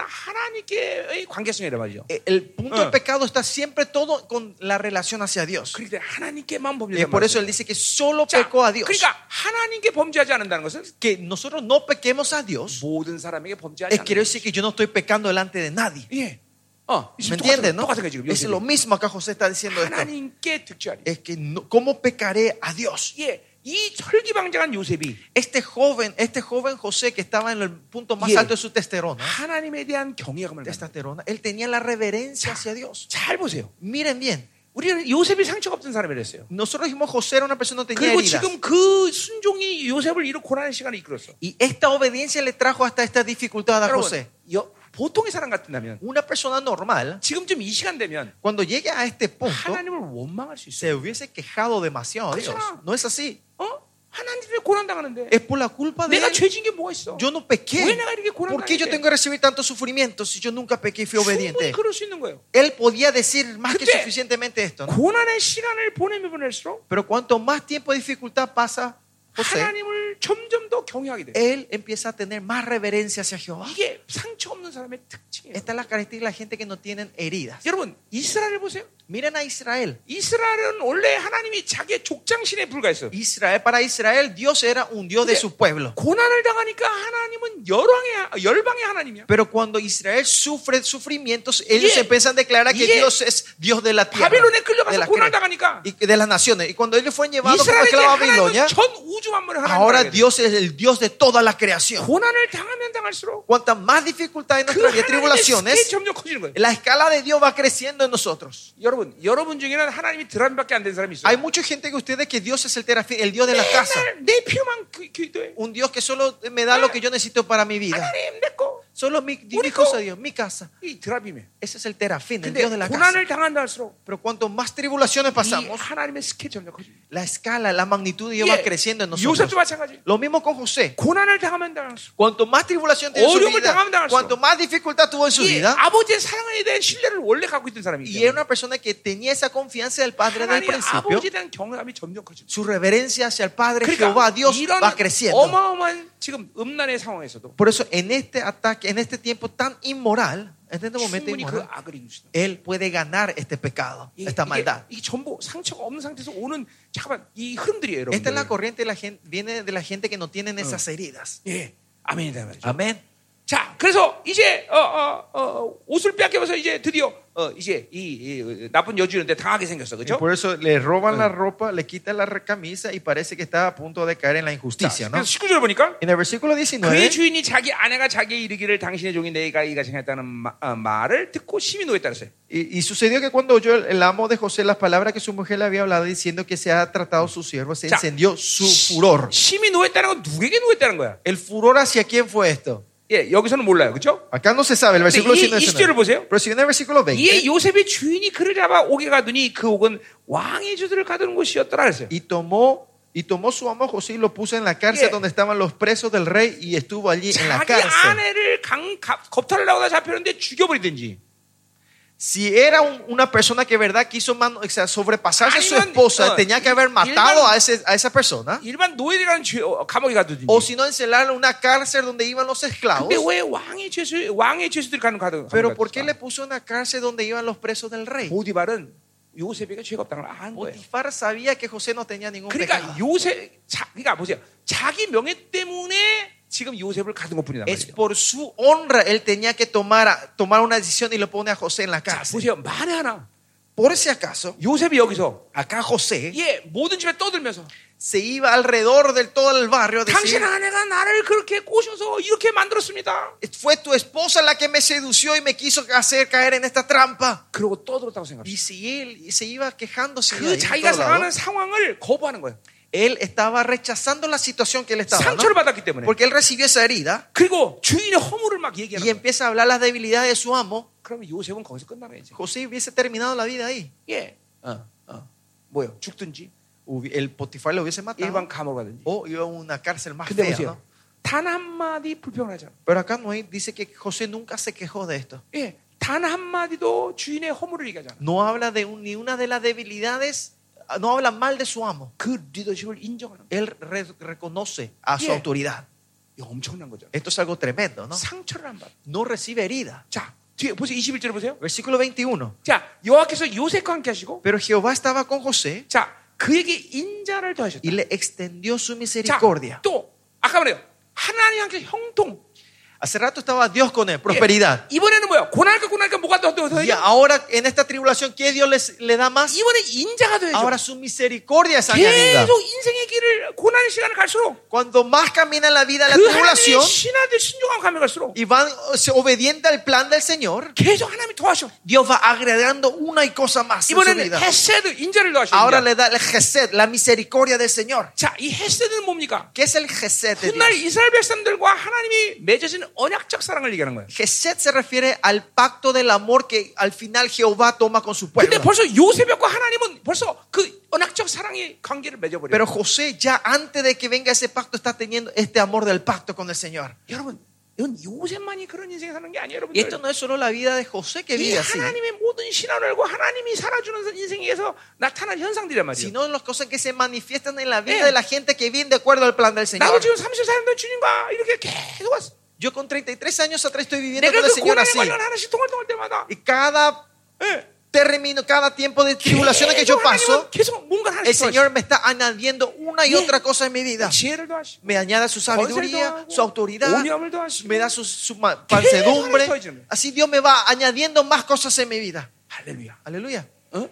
[SPEAKER 1] 하나님께의 관계성이란 말이죠.
[SPEAKER 2] E- El punto del
[SPEAKER 1] Ah.
[SPEAKER 2] pecado está siempre todo con la relación hacia Dios.
[SPEAKER 1] 그렇기 때문에 하나님께만
[SPEAKER 2] Y
[SPEAKER 1] 범죄한
[SPEAKER 2] por eso Él
[SPEAKER 1] 말이죠.
[SPEAKER 2] dice que solo
[SPEAKER 1] 자,
[SPEAKER 2] pecó a Dios.
[SPEAKER 1] 그러니까 하나님께 범죄하지 않는다는 것은
[SPEAKER 2] Que nosotros no pequemos a Dios,
[SPEAKER 1] 모든 사람에게 범죄하지
[SPEAKER 2] eh,
[SPEAKER 1] 않는
[SPEAKER 2] quiere
[SPEAKER 1] 거예요.
[SPEAKER 2] decir que yo no estoy pecando delante de nadie.
[SPEAKER 1] 예. 어,
[SPEAKER 2] ¿Me
[SPEAKER 1] 지금
[SPEAKER 2] entiendes?
[SPEAKER 1] 똑같은,
[SPEAKER 2] No?
[SPEAKER 1] 똑같은 거 지금
[SPEAKER 2] Es lo
[SPEAKER 1] 요셉이.
[SPEAKER 2] mismo acá José está diciendo esto.
[SPEAKER 1] 하나님께 득죄하리.
[SPEAKER 2] Es que no- ¿cómo pecaré a Dios?
[SPEAKER 1] 예. 이 철기방장한 요셉이
[SPEAKER 2] Este joven, este joven José que estaba en el punto más
[SPEAKER 1] Yeah.
[SPEAKER 2] alto de su testosterona,
[SPEAKER 1] Ah, 하나님에 대한 경외감을 갖는
[SPEAKER 2] testosterona, él tenía la reverencia hacia Dios.
[SPEAKER 1] 잘 보세요.
[SPEAKER 2] Miren bien,
[SPEAKER 1] 우리는 요셉이 상처가 없던 사람이 됐어요.
[SPEAKER 2] nosotros dijimos José era una persona que no tenía
[SPEAKER 1] 그리고
[SPEAKER 2] heridas.
[SPEAKER 1] 지금 그 순종이 요셉을 이루 고난의 시간을 이끌었어.
[SPEAKER 2] Y esta obediencia le trajo hasta esta dificultad a
[SPEAKER 1] 여러분,
[SPEAKER 2] José.
[SPEAKER 1] 여- 보통의 사람 같다면
[SPEAKER 2] Una persona normal,
[SPEAKER 1] 지금쯤 이 시간 되면
[SPEAKER 2] cuando llegue a este
[SPEAKER 1] 어,
[SPEAKER 2] punto,
[SPEAKER 1] 하나님을 원망할 수 있어요.
[SPEAKER 2] se hubiese quejado demasiado a Dios.
[SPEAKER 1] Claro.
[SPEAKER 2] No es así.
[SPEAKER 1] 어? 하나님을 고난 당하는데
[SPEAKER 2] Es por la culpa de
[SPEAKER 1] 내가
[SPEAKER 2] él.
[SPEAKER 1] 죄진 게 뭐가 있어?
[SPEAKER 2] Yo no pequé.
[SPEAKER 1] Bueno, a ver, ¿qué cura
[SPEAKER 2] ¿Por qué yo
[SPEAKER 1] nadie?
[SPEAKER 2] tengo que recibir tanto sufrimiento si yo nunca pequé y fui
[SPEAKER 1] 충분히
[SPEAKER 2] obediente?
[SPEAKER 1] 그럴 수 있는 거예요.
[SPEAKER 2] Él podía decir más que
[SPEAKER 1] Pero-
[SPEAKER 2] suficientemente
[SPEAKER 1] 어?
[SPEAKER 2] esto. ¿no?
[SPEAKER 1] 고난의 시간을 보내면 보낼수록
[SPEAKER 2] Pero cuanto más tiempo de dificultad pasa José,
[SPEAKER 1] 하나님을 점점 더 경외하게 돼.
[SPEAKER 2] él empieza a tener más reverencia hacia Jehová.
[SPEAKER 1] 이게 상처 없는 사람의 특징이에요.
[SPEAKER 2] Esta es la característica de la gente que no tienen heridas.
[SPEAKER 1] 여러분 이스라엘 보세요.
[SPEAKER 2] Miren a Israel.
[SPEAKER 1] 이스라엘은 원래 하나님이 자기의 족장신에 불과했어요.
[SPEAKER 2] Israel para Israel, Dios era un Dios de
[SPEAKER 1] Mire.
[SPEAKER 2] su pueblo.
[SPEAKER 1] 고난을 당하니까 하나님은 열왕의 열방의 하나님이야.
[SPEAKER 2] Pero cuando Israel sufre sufrimientos, ellos
[SPEAKER 1] Yeah.
[SPEAKER 2] empiezan a declarar que
[SPEAKER 1] Yeah.
[SPEAKER 2] Dios es Dios de la tierra,
[SPEAKER 1] 바빌론에
[SPEAKER 2] de,
[SPEAKER 1] 끌려가서
[SPEAKER 2] las
[SPEAKER 1] 고난
[SPEAKER 2] cre-
[SPEAKER 1] 당하니까
[SPEAKER 2] y de las naciones. Y cuando ellos fueron llevados como
[SPEAKER 1] 이스라엘이
[SPEAKER 2] esclavos a
[SPEAKER 1] 하나님은
[SPEAKER 2] Babilonia,
[SPEAKER 1] 전 우주 만물의
[SPEAKER 2] ahora
[SPEAKER 1] 하나님.
[SPEAKER 2] Dios es el Dios de toda la creación.
[SPEAKER 1] 고난을 당하면 당할수록
[SPEAKER 2] Cuantas más dificultades en
[SPEAKER 1] 그
[SPEAKER 2] nuestra vida,
[SPEAKER 1] 하나님의 스케일이
[SPEAKER 2] tribulaciones,
[SPEAKER 1] 점점 커지는 거예요.
[SPEAKER 2] la escala de Dios va creciendo en nosotros.
[SPEAKER 1] 여러분, 여러분 중에는 하나님이 드럼밖에 안 된 사람이
[SPEAKER 2] Hay
[SPEAKER 1] 있어요.
[SPEAKER 2] mucha gente que ustedes que Dios es el, terafín, el Dios de la casa.
[SPEAKER 1] 맨날 내 필요만 기- 기도해.
[SPEAKER 2] Un Dios que solo me da lo que yo necesito para mi vida.
[SPEAKER 1] 하나님 내 거.
[SPEAKER 2] Solo mi, di mi
[SPEAKER 1] Único.
[SPEAKER 2] cosa, Dios, mi casa.
[SPEAKER 1] 이 드랍이면.
[SPEAKER 2] Ese es el terafín, el
[SPEAKER 1] 근데
[SPEAKER 2] Dios de la casa.
[SPEAKER 1] 고난을 당한다 할수록
[SPEAKER 2] Pero cuanto más tribulaciones
[SPEAKER 1] 이
[SPEAKER 2] pasamos,
[SPEAKER 1] 하나님의 스케일이 점점 커지는
[SPEAKER 2] la escala, la magnitud de Dios va creciendo en
[SPEAKER 1] 거예요. 예,
[SPEAKER 2] nosotros.
[SPEAKER 1] 요셉도 마찬가지.
[SPEAKER 2] Lo mismo con José.
[SPEAKER 1] 고난을 당하면 당할수록
[SPEAKER 2] Cuanto más tribulación tuvo en su
[SPEAKER 1] Odio que
[SPEAKER 2] vida,
[SPEAKER 1] tengamos de nosotros.
[SPEAKER 2] cuanto más dificultad tuvo en su
[SPEAKER 1] 이
[SPEAKER 2] vida,
[SPEAKER 1] 아버지의 사랑에 대한 신뢰를 원래 갖고 있던 사람이기
[SPEAKER 2] y era
[SPEAKER 1] 때문에
[SPEAKER 2] una persona que tenía esa confianza del Padre del
[SPEAKER 1] 하나님
[SPEAKER 2] principio,
[SPEAKER 1] 아버지에 대한 경험이 점점 커지는
[SPEAKER 2] su reverencia hacia el Padre
[SPEAKER 1] 거예요.
[SPEAKER 2] Jehová 그러니까 Dios
[SPEAKER 1] 이런
[SPEAKER 2] va
[SPEAKER 1] Oh,
[SPEAKER 2] creciendo.
[SPEAKER 1] 어마어마한 지금 음란의 상황에서도
[SPEAKER 2] Por eso en este ataque, en este tiempo tan inmoral, en este momento
[SPEAKER 1] 충분히 그
[SPEAKER 2] inmoral,
[SPEAKER 1] 악을 이길 수 있는
[SPEAKER 2] él puede ganar este pecado,
[SPEAKER 1] 이게,
[SPEAKER 2] esta maldad.
[SPEAKER 1] 이게 전부 상처가 없는 상태에서 오는 잠깐만 이 흐름들이에요 여러분
[SPEAKER 2] Esta es la corriente de la gente, viene de la gente que no tienen esas heridas.
[SPEAKER 1] 예, 아멘이다 말이죠
[SPEAKER 2] Amén.
[SPEAKER 1] 자 그래서 이제 어, 어, 어, 옷을 빼앗겨서 이제 드디어 어, 이제 이, 이, 어, 나쁜 여주인한테 당하게 생겼어
[SPEAKER 2] Y
[SPEAKER 1] 그죠?
[SPEAKER 2] por eso le roban
[SPEAKER 1] Ah.
[SPEAKER 2] la ropa, le quitan la camisa y parece que está a punto de caer en la
[SPEAKER 1] 자,
[SPEAKER 2] injusticia, ¿no?
[SPEAKER 1] 그래서 19절 보니까
[SPEAKER 2] En el versículo
[SPEAKER 1] 그의
[SPEAKER 2] 19,
[SPEAKER 1] 주인이 자기 아내가 자기 이르기를 당신의 종이 내가 이가 생했다는 마- 어, 말을 듣고 심히 노했다 그랬어요
[SPEAKER 2] y, y sucedió que cuando oyó el, el amo de José las palabras que su mujer le había hablado diciendo que se ha tratado su siervo, se
[SPEAKER 1] Ya.
[SPEAKER 2] encendió su furor.
[SPEAKER 1] 심히 노했다는 건 누구에게 노했다는 거야?
[SPEAKER 2] ¿El furor hacia quién fue esto?
[SPEAKER 1] 예, 여기서는 몰라요 그죠?
[SPEAKER 2] Acá no se sabe, el versículo
[SPEAKER 1] y-
[SPEAKER 2] 19.
[SPEAKER 1] y sitio를 보세요.
[SPEAKER 2] Pero si en el versículo
[SPEAKER 1] 이에
[SPEAKER 2] 20,
[SPEAKER 1] 요셉의 주인이 그를 잡아 옥에 가두니 그 옥은 왕의 주들을 가두는 곳이었더라 그랬어요
[SPEAKER 2] y tomó, y tomó su amo José y lo puso en la cárcel
[SPEAKER 1] Yeah.
[SPEAKER 2] donde estaban los presos del rey y estuvo allí en la
[SPEAKER 1] 자기
[SPEAKER 2] cárcel.
[SPEAKER 1] 아내를 강, 갑- 겁탈하려고 잡혔는데 죽여버리든지
[SPEAKER 2] Si era un- una persona que verdad quiso man- o sea, sobrepasarse a su
[SPEAKER 1] Aníbal-
[SPEAKER 2] esposa,
[SPEAKER 1] no,
[SPEAKER 2] tenía que haber
[SPEAKER 1] y-
[SPEAKER 2] matado
[SPEAKER 1] Irman-
[SPEAKER 2] a, ese- a esa persona,
[SPEAKER 1] 일반 노예들이라는 죄, 어, 아, 어, 감옥에 가두든지
[SPEAKER 2] o si no, encerrarla en una cárcel donde iban los esclavos.
[SPEAKER 1] 근데 왜 왕의 죄수 왕의 죄수들 가는 가도
[SPEAKER 2] Pero ¿por qué le puso en la cárcel donde iban los presos del rey?
[SPEAKER 1] 보디발은 요셉에게 죄가 없다는 걸 아는 거예요.
[SPEAKER 2] Potifar sabía que José no tenía ningún
[SPEAKER 1] 그러니까
[SPEAKER 2] pecado.
[SPEAKER 1] 요셉 자, 그러니까 보세요. 자기 명예 때문에 지금 요셉을 가둔 것뿐이란
[SPEAKER 2] Es
[SPEAKER 1] 말이에요.
[SPEAKER 2] por su honra él tenía que tomar, a- tomar una decisión y lo pone a José en la
[SPEAKER 1] 자,
[SPEAKER 2] cárcel.
[SPEAKER 1] 보세요. 만에 하나
[SPEAKER 2] Por si acaso,
[SPEAKER 1] 요셉이 여기서
[SPEAKER 2] acá José
[SPEAKER 1] 예, 모든 집에 떠들면서
[SPEAKER 2] se iba alrededor del todo el barrio a decir,
[SPEAKER 1] 당신 아내가 나를 그렇게 꼬셔서 이렇게 만들었습니다.
[SPEAKER 2] fue tu esposa la que me sedució y me quiso hacer caer en esta trampa.
[SPEAKER 1] 그러고 떠들었다고 생각해요.
[SPEAKER 2] Y si él se iba quejándose, de ahí
[SPEAKER 1] 그
[SPEAKER 2] en
[SPEAKER 1] 자기가
[SPEAKER 2] todo lado,
[SPEAKER 1] 상하는 상황을 거부하는 거예요.
[SPEAKER 2] él estaba rechazando la situación que él estaba, ¿no?
[SPEAKER 1] 상처를 받았기 때문에.
[SPEAKER 2] porque él recibió esa herida
[SPEAKER 1] 그리고 주인의 허물을 막
[SPEAKER 2] y
[SPEAKER 1] 얘기하는 거예요.
[SPEAKER 2] empieza a hablar las debilidades de su amo.
[SPEAKER 1] 그러면 요셉은 거기서 끝나는 거지.
[SPEAKER 2] José hubiese terminado la vida ahí.
[SPEAKER 1] 예. 어, 어. 뭐요? 죽든지
[SPEAKER 2] Hubi- El Potifar lo hubiese matado
[SPEAKER 1] 일반 감옥 가든지.
[SPEAKER 2] o iba a una cárcel más
[SPEAKER 1] 근데
[SPEAKER 2] fea.
[SPEAKER 1] 보세요.
[SPEAKER 2] ¿no?
[SPEAKER 1] 단 한마디 불평을 하지 않아.
[SPEAKER 2] Pero acá no hay, dice que José nunca se quejó de esto.
[SPEAKER 1] 예. 단 한마디도 주인의 허물을 얘기하지 않아.
[SPEAKER 2] No habla de un- ni una de las debilidades, no habla mal de su amo.
[SPEAKER 1] 그 리더십을 인정하는
[SPEAKER 2] Él re- reconoce a su
[SPEAKER 1] Yeah.
[SPEAKER 2] autoridad.
[SPEAKER 1] 게 엄청난 거죠.
[SPEAKER 2] Esto es algo tremendo, ¿no?
[SPEAKER 1] 상처를 안 받아.
[SPEAKER 2] No recibe herida.
[SPEAKER 1] 자, 뒤에 보세요. 21절 보세요.
[SPEAKER 2] Versículo 21.
[SPEAKER 1] 자, 여호와께서 요셉과 함께 하시고
[SPEAKER 2] Pero Jehová estaba con José
[SPEAKER 1] 자, 그에게 인자를 더하셨다.
[SPEAKER 2] y le extendió su
[SPEAKER 1] 자,
[SPEAKER 2] misericordia.
[SPEAKER 1] 또 아까 말해요. 하나님 함께 형통.
[SPEAKER 2] Hace rato estaba Dios con él, prosperidad.
[SPEAKER 1] 예, 이번에는 뭐야? 고난과 고난과 뭐가 더 더-
[SPEAKER 2] Y
[SPEAKER 1] 더해져?
[SPEAKER 2] ahora en esta tribulación, ¿qué Dios les- le da más?
[SPEAKER 1] 이번에 인자가
[SPEAKER 2] Ahora
[SPEAKER 1] 더해져.
[SPEAKER 2] su misericordia es añadida.
[SPEAKER 1] 계속 인생의 길을 고난의 시간을 갈수록
[SPEAKER 2] Cuando más camina la vida la
[SPEAKER 1] 그 하나님의
[SPEAKER 2] tribulación
[SPEAKER 1] 신하들 신중하고 가면 갈수록
[SPEAKER 2] y van se obediente al plan del Señor,
[SPEAKER 1] 계속 하나님이 더하셔.
[SPEAKER 2] Dios va agregando una y cosa más. en su
[SPEAKER 1] 이번에는
[SPEAKER 2] vida.
[SPEAKER 1] 헤세드 인자를 더하시는
[SPEAKER 2] Ahora le da el gesed, la misericordia del Señor.
[SPEAKER 1] 자, 이 헤세드는 뭡니까?
[SPEAKER 2] ¿Qué es el gesed de
[SPEAKER 1] 훗날
[SPEAKER 2] Dios?
[SPEAKER 1] 이스라엘 백성들과 하나님이 맺으신 언약적 사랑을 얘기하는 거예요.
[SPEAKER 2] Gesed se refiere al pacto del amor que al final Jehová toma con su
[SPEAKER 1] 근데
[SPEAKER 2] pueblo.
[SPEAKER 1] 벌써 요셉과 하나님은 벌써 그 언약적 사랑의 관계를 맺어버려요.
[SPEAKER 2] Pero José ya antes de que venga ese pacto está teniendo este amor del pacto con el Señor.
[SPEAKER 1] 여러분, 이건 요셉만이 그런 인생 사는 게 아니에요, 여러분들.
[SPEAKER 2] Y esto no es solo la vida de José que
[SPEAKER 1] 이
[SPEAKER 2] vive así,
[SPEAKER 1] 하나님의 모든 신화를 알고 하나님이 살아주는 인생에서 나타난 현상들이란 말이에요.
[SPEAKER 2] sino las cosas que se manifiestan en la
[SPEAKER 1] Eh.
[SPEAKER 2] vida de la gente que viene de acuerdo al plan del
[SPEAKER 1] 나도
[SPEAKER 2] Señor.
[SPEAKER 1] 지금 34년 된 주님과 이렇게 계속 왔어.
[SPEAKER 2] Yo con 33 años atrás estoy viviendo
[SPEAKER 1] 내가
[SPEAKER 2] con el
[SPEAKER 1] 그
[SPEAKER 2] Señor
[SPEAKER 1] 고난의
[SPEAKER 2] así.
[SPEAKER 1] 관련 하나씩 통할통할 때마다
[SPEAKER 2] Y cada
[SPEAKER 1] 예,
[SPEAKER 2] término, cada tiempo de tribulaciones que yo
[SPEAKER 1] 계속
[SPEAKER 2] paso,
[SPEAKER 1] 하나님은 계속 뭔가
[SPEAKER 2] el
[SPEAKER 1] 하나씩
[SPEAKER 2] Señor me está añadiendo una y
[SPEAKER 1] Yeah.
[SPEAKER 2] otra cosa en mi vida.
[SPEAKER 1] 더하시고 지혜를 더하시고
[SPEAKER 2] Me añade su sabiduría,
[SPEAKER 1] 권세를
[SPEAKER 2] su autoridad,
[SPEAKER 1] 온유함을 더하시고
[SPEAKER 2] me da su, su ma- mansedumbre.
[SPEAKER 1] 더해지는.
[SPEAKER 2] Así Dios me va añadiendo más cosas en mi vida.
[SPEAKER 1] 할렐루야.
[SPEAKER 2] Aleluya.
[SPEAKER 1] 어?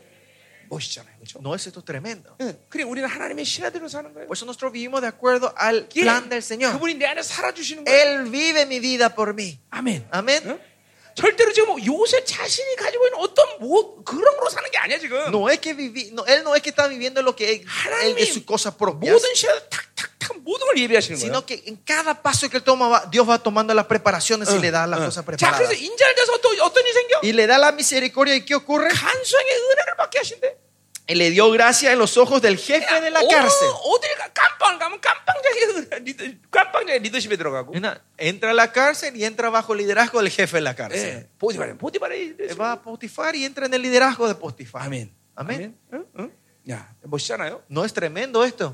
[SPEAKER 1] 멋있잖아요. 그렇죠?
[SPEAKER 2] No es esto tremendo.
[SPEAKER 1] 예, 그래 우리는 하나님의 신하대로 사는 거예요.
[SPEAKER 2] Por eso nosotros vivimos de acuerdo al
[SPEAKER 1] 예,
[SPEAKER 2] plan del Señor.
[SPEAKER 1] 그분이 내 안에 살아주시는 거예요.
[SPEAKER 2] Él vive mi vida por mí.
[SPEAKER 1] 아멘.
[SPEAKER 2] 아멘.
[SPEAKER 1] 어? 절대로 지금 뭐 요새 자신이 가지고 있는 어떤 뭐 그런 거로 사는 게 아니야 지금.
[SPEAKER 2] No es que vivi- no, él no es que está viviendo lo que él, él de
[SPEAKER 1] 하나님이
[SPEAKER 2] sus cosas propias,
[SPEAKER 1] 모든 시간 탁탁탁 모든 걸 예배하시는 거예요.
[SPEAKER 2] sino que en cada paso que él toma, va- Dios va tomando las preparaciones
[SPEAKER 1] Eh,
[SPEAKER 2] y le da las
[SPEAKER 1] 어.
[SPEAKER 2] cosas
[SPEAKER 1] 자,
[SPEAKER 2] preparadas.
[SPEAKER 1] 그래서 인자를 돼서 또 어떤 일이 생겨?
[SPEAKER 2] Y le da la misericordia. ¿Y qué ocurre?
[SPEAKER 1] 간수왕의 은혜를 받게 하신대.
[SPEAKER 2] Él le dio gracia en los ojos del jefe de la
[SPEAKER 1] 어,
[SPEAKER 2] cárcel.
[SPEAKER 1] 어딜 가 깜빵 가면 깜빵장의 은혜, 리더, 깜빵장의 리더십에 들어가고.
[SPEAKER 2] Mira, Entra a la cárcel y entra bajo el liderazgo del jefe de la
[SPEAKER 1] 예,
[SPEAKER 2] cárcel.
[SPEAKER 1] 보디바레, 보디바레.
[SPEAKER 2] Él Va a Potifar y entra en el liderazgo de Potifar.
[SPEAKER 1] 아멘.
[SPEAKER 2] 아멘.
[SPEAKER 1] 응? 응? 야, 예. 멋있잖아요.
[SPEAKER 2] ¿No es tremendo esto?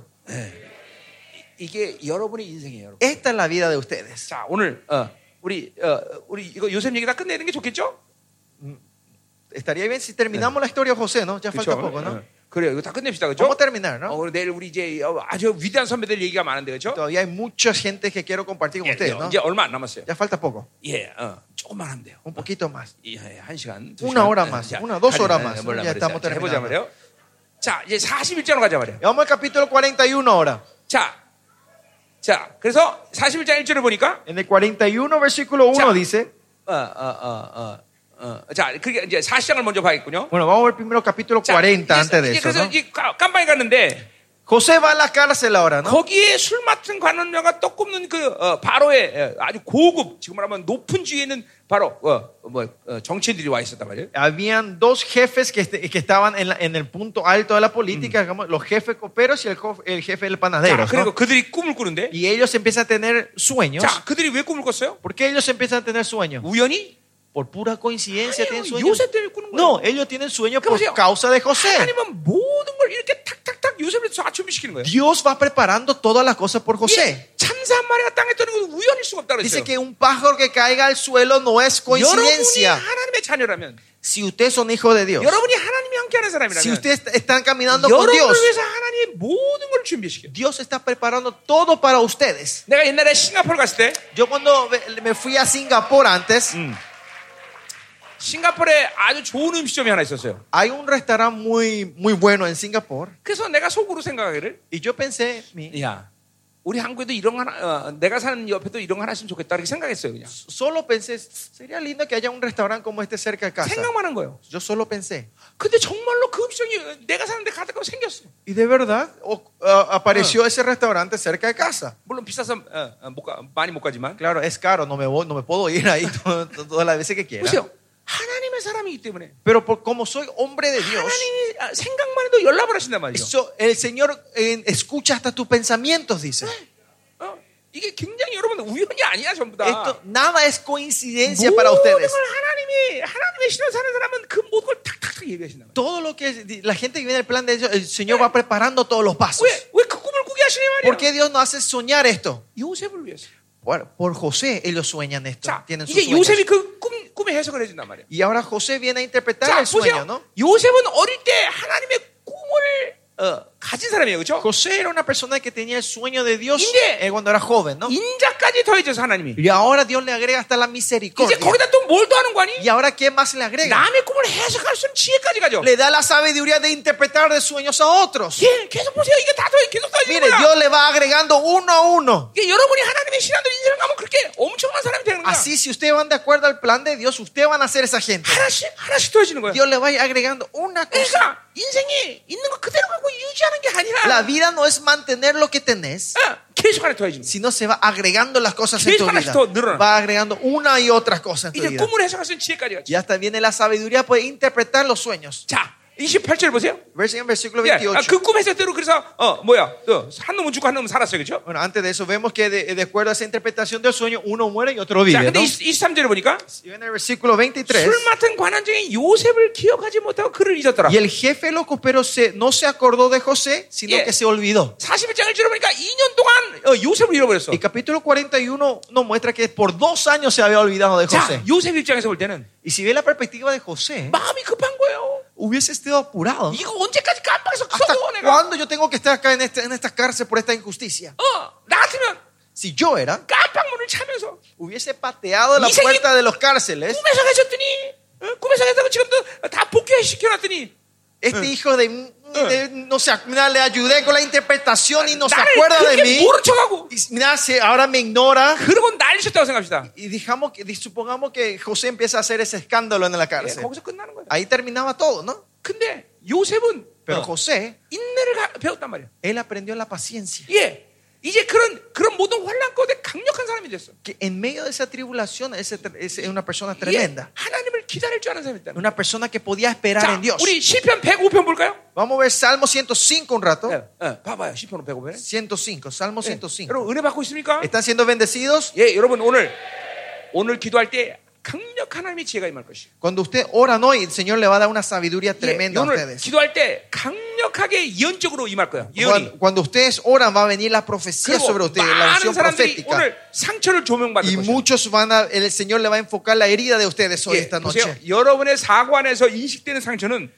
[SPEAKER 1] 이게 여러분의 인생이에요, 여러분.
[SPEAKER 2] Esta es la vida de ustedes.
[SPEAKER 1] 예. 자, 오늘 어, 우리 어, 우리 이거 요셉 얘기 다 끝내는 게 좋겠죠?
[SPEAKER 2] Estaría bien si terminamos la historia de José, ¿no? Ya falta
[SPEAKER 1] 그렇죠?
[SPEAKER 2] poco, ¿no?
[SPEAKER 1] 어, 그래요. 이거 다 끝냅시다. 그렇죠?
[SPEAKER 2] Vamos a terminar,
[SPEAKER 1] 어,
[SPEAKER 2] ¿no?
[SPEAKER 1] 오늘 내일 우리 이제 어, 아주 위대한 선배들 얘기가 많은데 그렇죠?
[SPEAKER 2] Todavía hay mucha gente que quiero compartir con
[SPEAKER 1] 예,
[SPEAKER 2] ustedes,
[SPEAKER 1] 이제-
[SPEAKER 2] ¿no?
[SPEAKER 1] 이제 얼마 안 남았어요.
[SPEAKER 2] Ya falta poco,
[SPEAKER 1] 예, 어, 조금만 하면 돼요.
[SPEAKER 2] un poquito más.
[SPEAKER 1] 예, 예, 한 시간, 두
[SPEAKER 2] Una
[SPEAKER 1] 시간.
[SPEAKER 2] hora
[SPEAKER 1] 예,
[SPEAKER 2] más,
[SPEAKER 1] 자,
[SPEAKER 2] una, dos
[SPEAKER 1] 가자,
[SPEAKER 2] horas
[SPEAKER 1] 예,
[SPEAKER 2] más.
[SPEAKER 1] 몰라, 몰라.
[SPEAKER 2] Ya estamos
[SPEAKER 1] 자, 해보자
[SPEAKER 2] terminando.
[SPEAKER 1] 말이에요. 자, 이제 41장으로 가자 말이에요.
[SPEAKER 2] Y Vamos al capítulo 41 ahora.
[SPEAKER 1] 자, 자, 그래서 41장 1절을 보니까,
[SPEAKER 2] En el 41, versículo 1
[SPEAKER 1] Ya.
[SPEAKER 2] dice.
[SPEAKER 1] 어, 어, 어, 어, 어, 자, 그게 이제 40장을 먼저 봐야겠군요.
[SPEAKER 2] Bueno, vamos a ver primero capítulo
[SPEAKER 1] 자,
[SPEAKER 2] 40 antes de
[SPEAKER 1] 이제
[SPEAKER 2] eso.
[SPEAKER 1] 그래서
[SPEAKER 2] ¿no?
[SPEAKER 1] 이제 깜- 깜빵에 갔는데
[SPEAKER 2] José va a la cárcel ahora, ¿no?
[SPEAKER 1] 거기에 술 맡은 관원녀가 떡 굽는 그 어, 바로의 어, 아주 고급 지금 말하면 높은 지위에 있는 바로 어, 뭐, 어, 정치인들이 와 있었단 말이에요.
[SPEAKER 2] Habían dos jefes que, est- que estaban en, la- en el punto alto de la política, digamos, los jefes coperos y el, jo- el jefe del panadero.
[SPEAKER 1] 자, 그리고 네, 그들이 꿈을 꾸는데
[SPEAKER 2] Y ellos empiezan a tener sueños.
[SPEAKER 1] 자, 그들이 왜 꿈을 꿨어요?
[SPEAKER 2] ¿Por qué ellos empiezan a tener sueños?
[SPEAKER 1] 우연히?
[SPEAKER 2] Por pura coincidencia
[SPEAKER 1] Ay,
[SPEAKER 2] tienen
[SPEAKER 1] yo-
[SPEAKER 2] sueños.
[SPEAKER 1] Yosef tiene culo,
[SPEAKER 2] No,
[SPEAKER 1] güey.
[SPEAKER 2] ellos tienen sueños
[SPEAKER 1] ¿Qué
[SPEAKER 2] por
[SPEAKER 1] pasó?
[SPEAKER 2] causa de José.
[SPEAKER 1] 하나님은 모든 걸 이렇게 탁탁탁 요셉을 좌초시키는 거예요.
[SPEAKER 2] Dios va preparando todas las cosas por José.
[SPEAKER 1] 예, 참사 한 마리가 땅에 뜨는 건 우연일 수가 없다 그랬어요.
[SPEAKER 2] Dice que un pájaro que caiga al suelo no es
[SPEAKER 1] 여러분이
[SPEAKER 2] coincidencia.
[SPEAKER 1] 하나님의 자녀라면,
[SPEAKER 2] Si ustedes son hijos de Dios,
[SPEAKER 1] 여러분이 하나님이 함께하는
[SPEAKER 2] si
[SPEAKER 1] 사람이라면,
[SPEAKER 2] ustedes están caminando con
[SPEAKER 1] 여러분을
[SPEAKER 2] Dios,
[SPEAKER 1] 위해서 하나님의 모든 걸 준비시켜.
[SPEAKER 2] Dios está preparando todo para ustedes.
[SPEAKER 1] 내가 옛날에 싱가포르 갔을 때,
[SPEAKER 2] Yo cuando me- me fui a Singapur antes,
[SPEAKER 1] Mm. 싱가포르에 아주 좋은 음식점이 하나 있었어요.
[SPEAKER 2] hay un restaurante muy, muy bueno en Singapur.
[SPEAKER 1] 그래서 내가 속으로 생각하기를,
[SPEAKER 2] Y yo pensé, mi-
[SPEAKER 1] 야, 우리 한국에도 이런 거 하나, 어, 내가 사는 옆에도 이런 거 하나 있으면 좋겠다 이렇게 생각했어요. 그냥.
[SPEAKER 2] solo pensé, sería lindo que haya un restaurante como este cerca de casa.
[SPEAKER 1] 생각만 한 거예요.
[SPEAKER 2] Yo solo pensé.
[SPEAKER 1] 근데 정말로 그 음식점이 내가 사는데 가다가 생겼어.
[SPEAKER 2] Y de verdad o- a- apareció ese restaurante cerca de casa.
[SPEAKER 1] 물론 비싸서 어, 어, 못 가- 많이 못 가지만.
[SPEAKER 2] Claro, es caro, no me, voy- no me puedo ir ahí todo- todo- todas las veces que quiera.
[SPEAKER 1] 보세요. 하나님의 사람이기 때문에
[SPEAKER 2] Pero por- como soy hombre de Dios,
[SPEAKER 1] 하나님이 아, 생각만 해도 연락을 하신단 말이죠.
[SPEAKER 2] eso- el Señor eh, escucha hasta tus pensamientos, dice.
[SPEAKER 1] 어? 이게 굉장히 여러분 우연이 아니야 전부 다. Ah.
[SPEAKER 2] Esto, nada es coincidencia
[SPEAKER 1] 모든 걸
[SPEAKER 2] para ustedes.
[SPEAKER 1] 하나님이 하나님이 하나님의 신을 사는 사람은 그 모든 걸 탁탁탁 얘기하신다. 말이야.
[SPEAKER 2] Todo lo que la gente que viene al plan de Dios, el Señor va preparando todos los pasos.
[SPEAKER 1] 왜, 왜 그 꿈을 꾸게 하시냐
[SPEAKER 2] ¿Por
[SPEAKER 1] 말이야.
[SPEAKER 2] qué Dios no hace soñar esto?
[SPEAKER 1] 요셉을 위해서.
[SPEAKER 2] Por, por José ellos sueñan esto.
[SPEAKER 1] 자,
[SPEAKER 2] Tienen sus
[SPEAKER 1] 이제
[SPEAKER 2] sueños.
[SPEAKER 1] 요셉이 그 꿈, 꿈의 해석을 해준단 말이야.
[SPEAKER 2] Y ahora José viene a interpretar
[SPEAKER 1] 자,
[SPEAKER 2] el sueño,
[SPEAKER 1] 보세요.
[SPEAKER 2] ¿no?
[SPEAKER 1] 요셉은 어릴 때 하나님의 꿈을 어, 가진 사람이에요. 그렇죠?
[SPEAKER 2] José era una persona que tenía el sueño de Dios
[SPEAKER 1] Inge-
[SPEAKER 2] eh, cuando era joven, ¿no?
[SPEAKER 1] 인자까지 더해져서 하나님이.
[SPEAKER 2] Y ahora Dios le agrega hasta la
[SPEAKER 1] 이제
[SPEAKER 2] misericordia.
[SPEAKER 1] 거기다 또 뭘 더 하는 거 아니?
[SPEAKER 2] ¿Y ahora qué más le agrega?
[SPEAKER 1] 남의 꿈을 해석할 수 있는 지혜까지 가져.
[SPEAKER 2] Le da la sabiduría de interpretar de sueños a otros.
[SPEAKER 1] 예, 계속 보세요. 이게 다 더, 계속 더해지는
[SPEAKER 2] Mire,
[SPEAKER 1] 거야.
[SPEAKER 2] Dios le va agregando uno a uno.
[SPEAKER 1] 이게 여러분이 하나님의 신앙들 인생을 가면 그렇게 엄청난 사람이 되는 거야.
[SPEAKER 2] Así, si ustedes van de acuerdo al plan de Dios, ustedes van a ser esa gente.
[SPEAKER 1] 하나씩, 하나씩 더해지는 거야.
[SPEAKER 2] Dios le va agregando una cosa.
[SPEAKER 1] 그러니까 인생이 있는 거 그대로 갖고 유지하는 게
[SPEAKER 2] La
[SPEAKER 1] 아니라
[SPEAKER 2] vida no es mantener lo que tenés,
[SPEAKER 1] 어, 계속 하나 더해지는 거야.
[SPEAKER 2] sino se va agregando las cosas en tu vida. Va agregando una y otra cosa en tu
[SPEAKER 1] 이제
[SPEAKER 2] vida.
[SPEAKER 1] 꿈을 해석할 수 있는 지혜까지 가져.
[SPEAKER 2] Y hasta viene la sabiduría para interpretar los sueños.
[SPEAKER 1] 자, 28절 보세요.
[SPEAKER 2] Verse- En versículo
[SPEAKER 1] 예, 아,
[SPEAKER 2] 28.
[SPEAKER 1] 그 꿈에서대로 그래서 어 뭐야 어, 한 놈은 죽고 한 놈은 살았어요 그렇죠?
[SPEAKER 2] Bueno, antes de eso vemos que de, de acuerdo a esa interpretación del sueño, uno muere y otro
[SPEAKER 1] 자
[SPEAKER 2] vive.
[SPEAKER 1] 근데
[SPEAKER 2] ¿no?
[SPEAKER 1] 23절에 보니까
[SPEAKER 2] Y en el versículo 23.
[SPEAKER 1] 술 맡은 관한증이 요셉을 기억하지 못하고 그를 잊었더라
[SPEAKER 2] Y el jefe de los coperos se- no se acordó de José, sino
[SPEAKER 1] Yeah.
[SPEAKER 2] que se olvidó.
[SPEAKER 1] 41장을 줄여보니까 2년 동안 어, 요셉을 잃어버렸어
[SPEAKER 2] El capítulo 41 nos muestra que por dos años se había olvidado de José.
[SPEAKER 1] 자 요셉 입장에서 볼 때는
[SPEAKER 2] Y si ve la perspectiva de José,
[SPEAKER 1] 마음이 급한 거예요
[SPEAKER 2] hubiese estado apurado.
[SPEAKER 1] 이거 언제까지 깜빡해서
[SPEAKER 2] ¿Hasta
[SPEAKER 1] 써먹어 내가
[SPEAKER 2] cuándo yo tengo que estar acá en, este- en esta cárcel por esta injusticia?
[SPEAKER 1] 어, 나 같으면
[SPEAKER 2] Si yo era,
[SPEAKER 1] 깜빡 문을 차면서
[SPEAKER 2] hubiese pateado la
[SPEAKER 1] Y seguí-
[SPEAKER 2] puerta de los cárceles.
[SPEAKER 1] 꿈에서 가셨더니 어, 꿈에서 가셨다고 지금도 다 복귀시켜놨더니
[SPEAKER 2] Este hijo de, de- no se, mira, le ayudé con la interpretación y no se
[SPEAKER 1] 나를
[SPEAKER 2] acuerda de mí.
[SPEAKER 1] 그렇게 모른 척하고
[SPEAKER 2] Y mira, se- ahora me ignora.
[SPEAKER 1] 그러고 날리셨다고 생각합시다
[SPEAKER 2] Y dijamos que, supongamos que José empieza a hacer ese escándalo en la
[SPEAKER 1] 예,
[SPEAKER 2] cárcel.
[SPEAKER 1] 거기서 끝나는 거야
[SPEAKER 2] Ahí terminaba todo, ¿no?
[SPEAKER 1] 근데 요셉은
[SPEAKER 2] Pero
[SPEAKER 1] 어,
[SPEAKER 2] José,
[SPEAKER 1] 인내를 가- 배웠단 말이야.
[SPEAKER 2] él aprendió la paciencia.
[SPEAKER 1] 예. 이제 그런 그런 모든 환란 가운데 강력한 사람이 됐어.
[SPEAKER 2] Que en medio de esa tribulación ese tre- ese es una persona
[SPEAKER 1] 예,
[SPEAKER 2] tremenda.
[SPEAKER 1] 하나님을 기다릴 줄 아는 사람이 있다.
[SPEAKER 2] Una persona que podía esperar
[SPEAKER 1] 자,
[SPEAKER 2] en Dios.
[SPEAKER 1] 우리 시편 105편 볼까요?
[SPEAKER 2] Vamos a ver Salmo 105 un rato.
[SPEAKER 1] 예, 예, 봐봐요. 시편 105편.
[SPEAKER 2] 105, Salmo
[SPEAKER 1] 예.
[SPEAKER 2] 105.
[SPEAKER 1] 여러분 은혜 받고 있습니까?
[SPEAKER 2] ¿Están siendo bendecidos?
[SPEAKER 1] 예, 여러분 오늘 오늘 기도할 때 강력한 하나님의 지혜가 임할 것이.
[SPEAKER 2] Cuando usted oran hoy, el Señor le va a dar una sabiduría
[SPEAKER 1] 예,
[SPEAKER 2] tremenda a
[SPEAKER 1] 오늘
[SPEAKER 2] ustedes.
[SPEAKER 1] 기도할 때 강력하게 예언적으로 임할 거야. 예언이.
[SPEAKER 2] Cuando, cuando ustedes oran, va a venir la profecía sobre
[SPEAKER 1] 뭐 그리고
[SPEAKER 2] ustedes, la
[SPEAKER 1] 많은
[SPEAKER 2] unción
[SPEAKER 1] 사람들이
[SPEAKER 2] profética.
[SPEAKER 1] 오늘 상처를 조명받을
[SPEAKER 2] Y
[SPEAKER 1] 것이야.
[SPEAKER 2] muchos van a, el Señor le va a enfocar la herida de ustedes hoy,
[SPEAKER 1] 예,
[SPEAKER 2] esta
[SPEAKER 1] 보세요.
[SPEAKER 2] noche.
[SPEAKER 1] 여러분의 사관에서 인식되는 상처는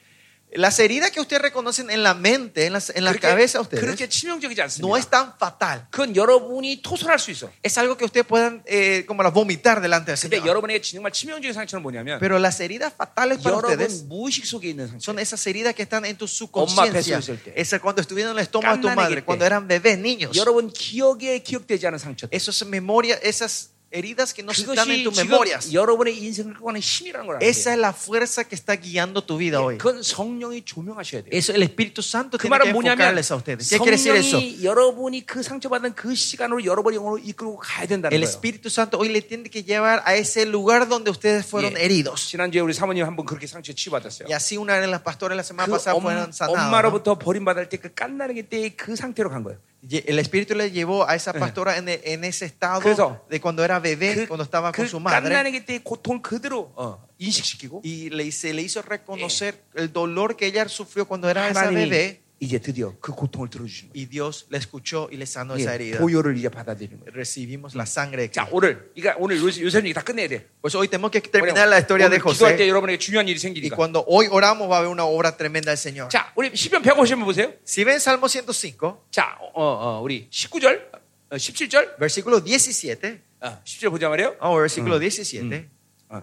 [SPEAKER 2] Las heridas que ustedes reconocen en la mente, en, las, en la cabeza
[SPEAKER 1] 그렇게,
[SPEAKER 2] de ustedes,
[SPEAKER 1] 그렇게 치명적이지
[SPEAKER 2] no
[SPEAKER 1] 않습니다.
[SPEAKER 2] es tan fatal.
[SPEAKER 1] 그건 여러분이 토설할 수 있어.
[SPEAKER 2] Es algo que ustedes puedan eh, como las vomitar delante del
[SPEAKER 1] 근데
[SPEAKER 2] Señor.
[SPEAKER 1] 여러분에게 정말 치명적인 상처는 뭐냐면
[SPEAKER 2] Pero las heridas fatales para ustedes
[SPEAKER 1] 여러분 무의식 속에 있는 상처.
[SPEAKER 2] son esas heridas que están en tu
[SPEAKER 1] Omma
[SPEAKER 2] subconsciencia.
[SPEAKER 1] peso es el te.
[SPEAKER 2] Esa cuando estuvieron en el estómago de tu
[SPEAKER 1] Cannan
[SPEAKER 2] madre,
[SPEAKER 1] egete.
[SPEAKER 2] cuando eran bebés, niños.
[SPEAKER 1] 여러분 기억에 기억되지 않은 상처.
[SPEAKER 2] Esas memorias, esas heridas que no se están en
[SPEAKER 1] 그것이
[SPEAKER 2] tus
[SPEAKER 1] 지금
[SPEAKER 2] memorias.
[SPEAKER 1] 여러분의 인생을 끌고 가는 힘이라는 걸 알아야
[SPEAKER 2] Esa
[SPEAKER 1] 돼요.
[SPEAKER 2] es la fuerza que está guiando tu vida hoy.
[SPEAKER 1] 예, 그건 성령이 조명하셔야 돼요.
[SPEAKER 2] Eso, el Espíritu Santo
[SPEAKER 1] 그
[SPEAKER 2] tiene
[SPEAKER 1] 말은
[SPEAKER 2] que
[SPEAKER 1] 뭐냐면
[SPEAKER 2] enfocarles a ustedes. ¿Qué quiere decir eso?
[SPEAKER 1] 성령이 여러분이 그 상처받은 그 시간으로 여러분이 오늘 이끌고 가야 된다는
[SPEAKER 2] El
[SPEAKER 1] 거예요.
[SPEAKER 2] Espíritu Santo hoy le tiene que llevar a ese lugar donde ustedes fueron
[SPEAKER 1] 예.
[SPEAKER 2] heridos.
[SPEAKER 1] 지난주에 우리 사모님 한 번 그렇게 상처 치유받았어요.
[SPEAKER 2] Y así una de las pastoras la semana
[SPEAKER 1] 그
[SPEAKER 2] pasada fueron
[SPEAKER 1] 엄,
[SPEAKER 2] sanadas. ¿no?
[SPEAKER 1] 엄마로부터 버림받을 때 그 깐나르기 때의 그 상태로 간 거예요.
[SPEAKER 2] Y El Espíritu le llevó a esa pastora en, e, en
[SPEAKER 1] 그래서
[SPEAKER 2] ese estado de cuando era bebé,
[SPEAKER 1] 그,
[SPEAKER 2] cuando estaba con su madre.
[SPEAKER 1] 깐나르기 때의 고통 그대로 어, 인식시키고
[SPEAKER 2] Y le, se le hizo reconocer el dolor que ella sufrió cuando era esa
[SPEAKER 1] 하나님이
[SPEAKER 2] bebé.
[SPEAKER 1] 이제 드디어 그 고통을 들어주신 거예요.
[SPEAKER 2] Y Dios le escuchó y le sanó esa
[SPEAKER 1] 예,
[SPEAKER 2] herida.
[SPEAKER 1] 보혈을 이제 받아들이는 거예요.
[SPEAKER 2] Recibimos la sangre de
[SPEAKER 1] 자
[SPEAKER 2] Cristo.
[SPEAKER 1] 오늘 그러니까 오늘 요셉, 요셉 얘기 다 끝내야 돼.
[SPEAKER 2] Pues hoy tenemos que
[SPEAKER 1] 왜냐면
[SPEAKER 2] terminar la historia de
[SPEAKER 1] 오늘 기도할 때
[SPEAKER 2] José.
[SPEAKER 1] 여러분에게 중요한 일이
[SPEAKER 2] Y
[SPEAKER 1] 생기니까.
[SPEAKER 2] cuando hoy oramos va a haber una obra tremenda del Señor.
[SPEAKER 1] 자 우리 시편 150번 보세요.
[SPEAKER 2] Si ven Salmo 105,
[SPEAKER 1] 자 어, 어, 우리 19절, 어, 17절,
[SPEAKER 2] versículo 17,
[SPEAKER 1] 어, 10절 보자 말이에요.
[SPEAKER 2] vamos a ver versículo 17,
[SPEAKER 1] 어,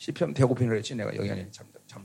[SPEAKER 1] 시편 105편을 했지 내가 여기 아니 잠 잠.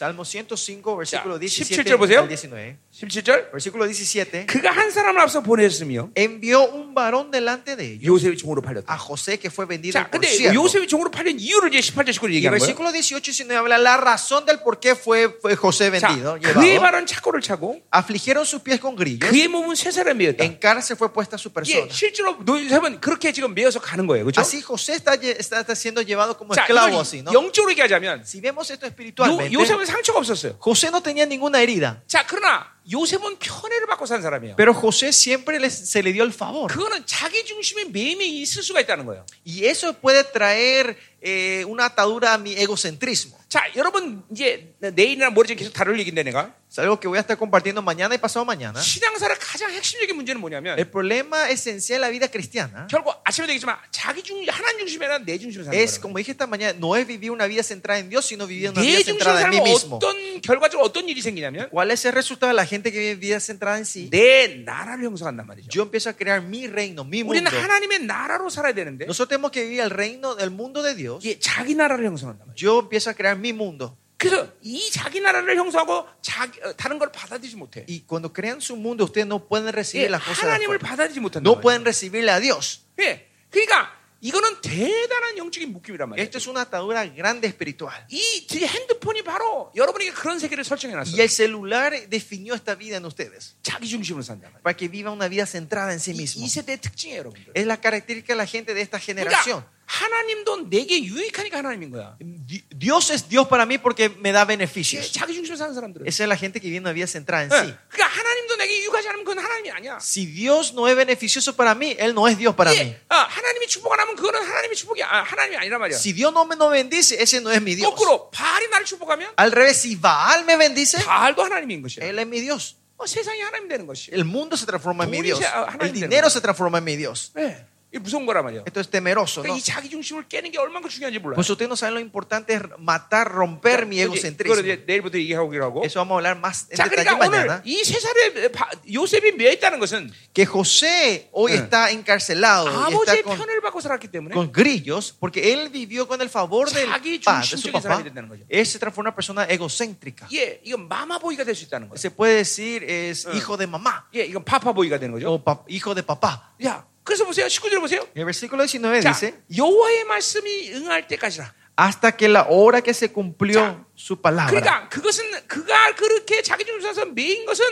[SPEAKER 2] Salmo 105, versículo
[SPEAKER 1] Ya,
[SPEAKER 2] 17
[SPEAKER 1] 17 보세요.
[SPEAKER 2] al 19.
[SPEAKER 1] 17절
[SPEAKER 2] Versículo 17,
[SPEAKER 1] 그가 한 사람을 앞서 보냈으며
[SPEAKER 2] envió un varón delante de ellos
[SPEAKER 1] 요셉이 종으로 팔렸다.
[SPEAKER 2] a José que fue vendido
[SPEAKER 1] 자,
[SPEAKER 2] por
[SPEAKER 1] 근데
[SPEAKER 2] siervo.
[SPEAKER 1] 요셉이 종으로 팔린 이유를 이제 18절 19절
[SPEAKER 2] Y
[SPEAKER 1] 얘기하는 거예요.
[SPEAKER 2] versículo 18 y 19 habla la razón del por qué fue, fue José
[SPEAKER 1] 자,
[SPEAKER 2] vendido,
[SPEAKER 1] 그의
[SPEAKER 2] llevado.
[SPEAKER 1] 발은 착고를 차고
[SPEAKER 2] Afligieron sus pies con grillos,
[SPEAKER 1] 그의 몸은 쇠사에 매였다.
[SPEAKER 2] en cárcel fue puesta su
[SPEAKER 1] 예,
[SPEAKER 2] persona.
[SPEAKER 1] 실제로 요셉은 그렇게 지금 매여서 가는 거예요. 그렇죠?
[SPEAKER 2] Así José está, lle- está, está siendo llevado como
[SPEAKER 1] 자,
[SPEAKER 2] esclavo
[SPEAKER 1] 이걸
[SPEAKER 2] así, ¿no?
[SPEAKER 1] 영적으로 얘기하자면
[SPEAKER 2] Si vemos esto
[SPEAKER 1] 요,
[SPEAKER 2] espiritualmente,
[SPEAKER 1] 요셉은 상처가 없었어요.
[SPEAKER 2] José no tenía ninguna herida.
[SPEAKER 1] 자, 그러나 요셉은 편애를 받고 산 사람이에요.
[SPEAKER 2] Pero José siempre les- se le dio el favor.
[SPEAKER 1] 그거는 자기 중심의 매임이 있을 수가 있다는 거예요.
[SPEAKER 2] Y eso puede traer eh, una atadura a mi egocentrismo.
[SPEAKER 1] 자, 여러분 이제 내일이나 모레 계속 다룰 얘긴데 내가
[SPEAKER 2] Es algo que voy a estar compartiendo mañana y pasado
[SPEAKER 1] 네?
[SPEAKER 2] mañana.
[SPEAKER 1] 신앙사의 가장 핵심적인 문제는 뭐냐면
[SPEAKER 2] El problema esencial de la vida cristiana
[SPEAKER 1] 결국 아침에 되겠지만 자기 중 하나님 중심이 아니라 내 중심으로 사는
[SPEAKER 2] es,
[SPEAKER 1] 거예요.
[SPEAKER 2] como dije esta mañana, no es vivir una vida centrada en Dios, sino vivir una vida
[SPEAKER 1] 내 중심으로
[SPEAKER 2] centrada en mí
[SPEAKER 1] 살면 뭐.
[SPEAKER 2] mismo.
[SPEAKER 1] 어떤 결과적으로 어떤 일이 생기냐면
[SPEAKER 2] ¿Cuál es el resultado de la gente que vive vida centrada en sí?
[SPEAKER 1] 내 나라를 형성한단 말이죠.
[SPEAKER 2] Yo empiezo a crear mi reino, mi mundo.
[SPEAKER 1] 우리는 하나님의 나라로 살아야 되는데
[SPEAKER 2] Nosotros tenemos que vivir el reino del mundo de Dios.
[SPEAKER 1] 이게 자기 나라를 형성한단 말이죠.
[SPEAKER 2] Yo empiezo a crear mi mundo.
[SPEAKER 1] 그래서 이 자기 나라를 형성하고 자기, 어, 다른 걸 받아들이지 못해.
[SPEAKER 2] Y cuando crean su mundo, ustedes no pueden
[SPEAKER 1] 예,
[SPEAKER 2] recibir las cosas. de
[SPEAKER 1] 하나님을
[SPEAKER 2] afuera.
[SPEAKER 1] 받아들이지 못한다.
[SPEAKER 2] No pueden recibirle a Dios.
[SPEAKER 1] 예, 그러니까 이거는 대단한 영적인 묶임이란 말이에요.
[SPEAKER 2] Esto es una atadura grande espiritual.
[SPEAKER 1] 이 뒤에 핸드폰이 바로 여러분에게 그런 세계를 설정해
[SPEAKER 2] Y
[SPEAKER 1] 놨어요.
[SPEAKER 2] el celular definió esta vida en ustedes
[SPEAKER 1] 자기 중심으로 산다.
[SPEAKER 2] para que viva una vida centrada en sí
[SPEAKER 1] 이,
[SPEAKER 2] mismo.
[SPEAKER 1] 이 세대의 특징이에요, 여러분들.
[SPEAKER 2] Es la característica de la gente de esta generación.
[SPEAKER 1] 예. 그러니까 하나님도 내게 유익하니까 하나님인 거야.
[SPEAKER 2] Di- Dios es Dios para mí porque me da
[SPEAKER 1] 예,
[SPEAKER 2] beneficios.
[SPEAKER 1] 자기 중심으로 사는 사람들은.
[SPEAKER 2] Esa es la gente que vive una vida centrada en
[SPEAKER 1] 예,
[SPEAKER 2] sí.
[SPEAKER 1] 그러니까 하나님도 내게 유익하지 않으면 그건 하나님이 아니야.
[SPEAKER 2] Si Dios no es beneficioso para mí, Él no es Dios para mí.
[SPEAKER 1] 예, 아, 하나님이 축복 안 하면 그거는 하나님의 축복이 아, 하나님이 아니란 말이야.
[SPEAKER 2] Si Dios no me no bendice, ese no es mi Dios.
[SPEAKER 1] 거꾸로 바알이 나를 축복하면
[SPEAKER 2] Al revés, si Baal me bendice,
[SPEAKER 1] 바알도 하나님인 것이야.
[SPEAKER 2] Él es mi Dios.
[SPEAKER 1] 어, 세상이 하나님 되는 것이.
[SPEAKER 2] El mundo se transforma en mi
[SPEAKER 1] Tú
[SPEAKER 2] Dios.
[SPEAKER 1] dices, ah, 하나님
[SPEAKER 2] El
[SPEAKER 1] 되는
[SPEAKER 2] dinero
[SPEAKER 1] 거야.
[SPEAKER 2] se transforma en mi Dios.
[SPEAKER 1] 예, 이게 무서운 거란 말이야.
[SPEAKER 2] Esto es temeroso,
[SPEAKER 1] 그러니까
[SPEAKER 2] ¿no?
[SPEAKER 1] 이 자기 중심을 깨는 게 얼마나 중요한지 몰라.
[SPEAKER 2] Pues ustedes no saben lo importante es matar, romper mi egocentrismo.
[SPEAKER 1] 그걸 그러니까 이제 내일부터 얘기하고 하고.
[SPEAKER 2] Eso vamos a hablar más en
[SPEAKER 1] 자,
[SPEAKER 2] detalle
[SPEAKER 1] 그러니까 오늘
[SPEAKER 2] mañana.
[SPEAKER 1] 이 세 살에 바- 요셉이 매했다는 것은
[SPEAKER 2] Que José hoy
[SPEAKER 1] Eh.
[SPEAKER 2] está encarcelado y está
[SPEAKER 1] 아버지의
[SPEAKER 2] con,
[SPEAKER 1] 편을 받고 살았기 때문에
[SPEAKER 2] con grillos porque él vivió con el favor del
[SPEAKER 1] 자기
[SPEAKER 2] padre, de su
[SPEAKER 1] 중심적인
[SPEAKER 2] papá.
[SPEAKER 1] 사람이 된다는 거죠.
[SPEAKER 2] Él se transforma en una persona egocéntrica.
[SPEAKER 1] 예, 이건 마마보이가 될 수 있다는 거예요.
[SPEAKER 2] Se puede decir es
[SPEAKER 1] Eh.
[SPEAKER 2] hijo de mamá
[SPEAKER 1] 예, 이건 파파보이가 되는 거죠.
[SPEAKER 2] o pa- hijo de papá.
[SPEAKER 1] 야, 그래서 보세요. 19절 보세요.
[SPEAKER 2] En el versículo 19
[SPEAKER 1] 자,
[SPEAKER 2] dice,
[SPEAKER 1] 여호와의 말씀이 응할 때까지라.
[SPEAKER 2] hasta que la hora que se cumplió
[SPEAKER 1] Ya.
[SPEAKER 2] su palabra.
[SPEAKER 1] 그러니까 그것은 그가 그렇게 자기 중심에서 매인 것은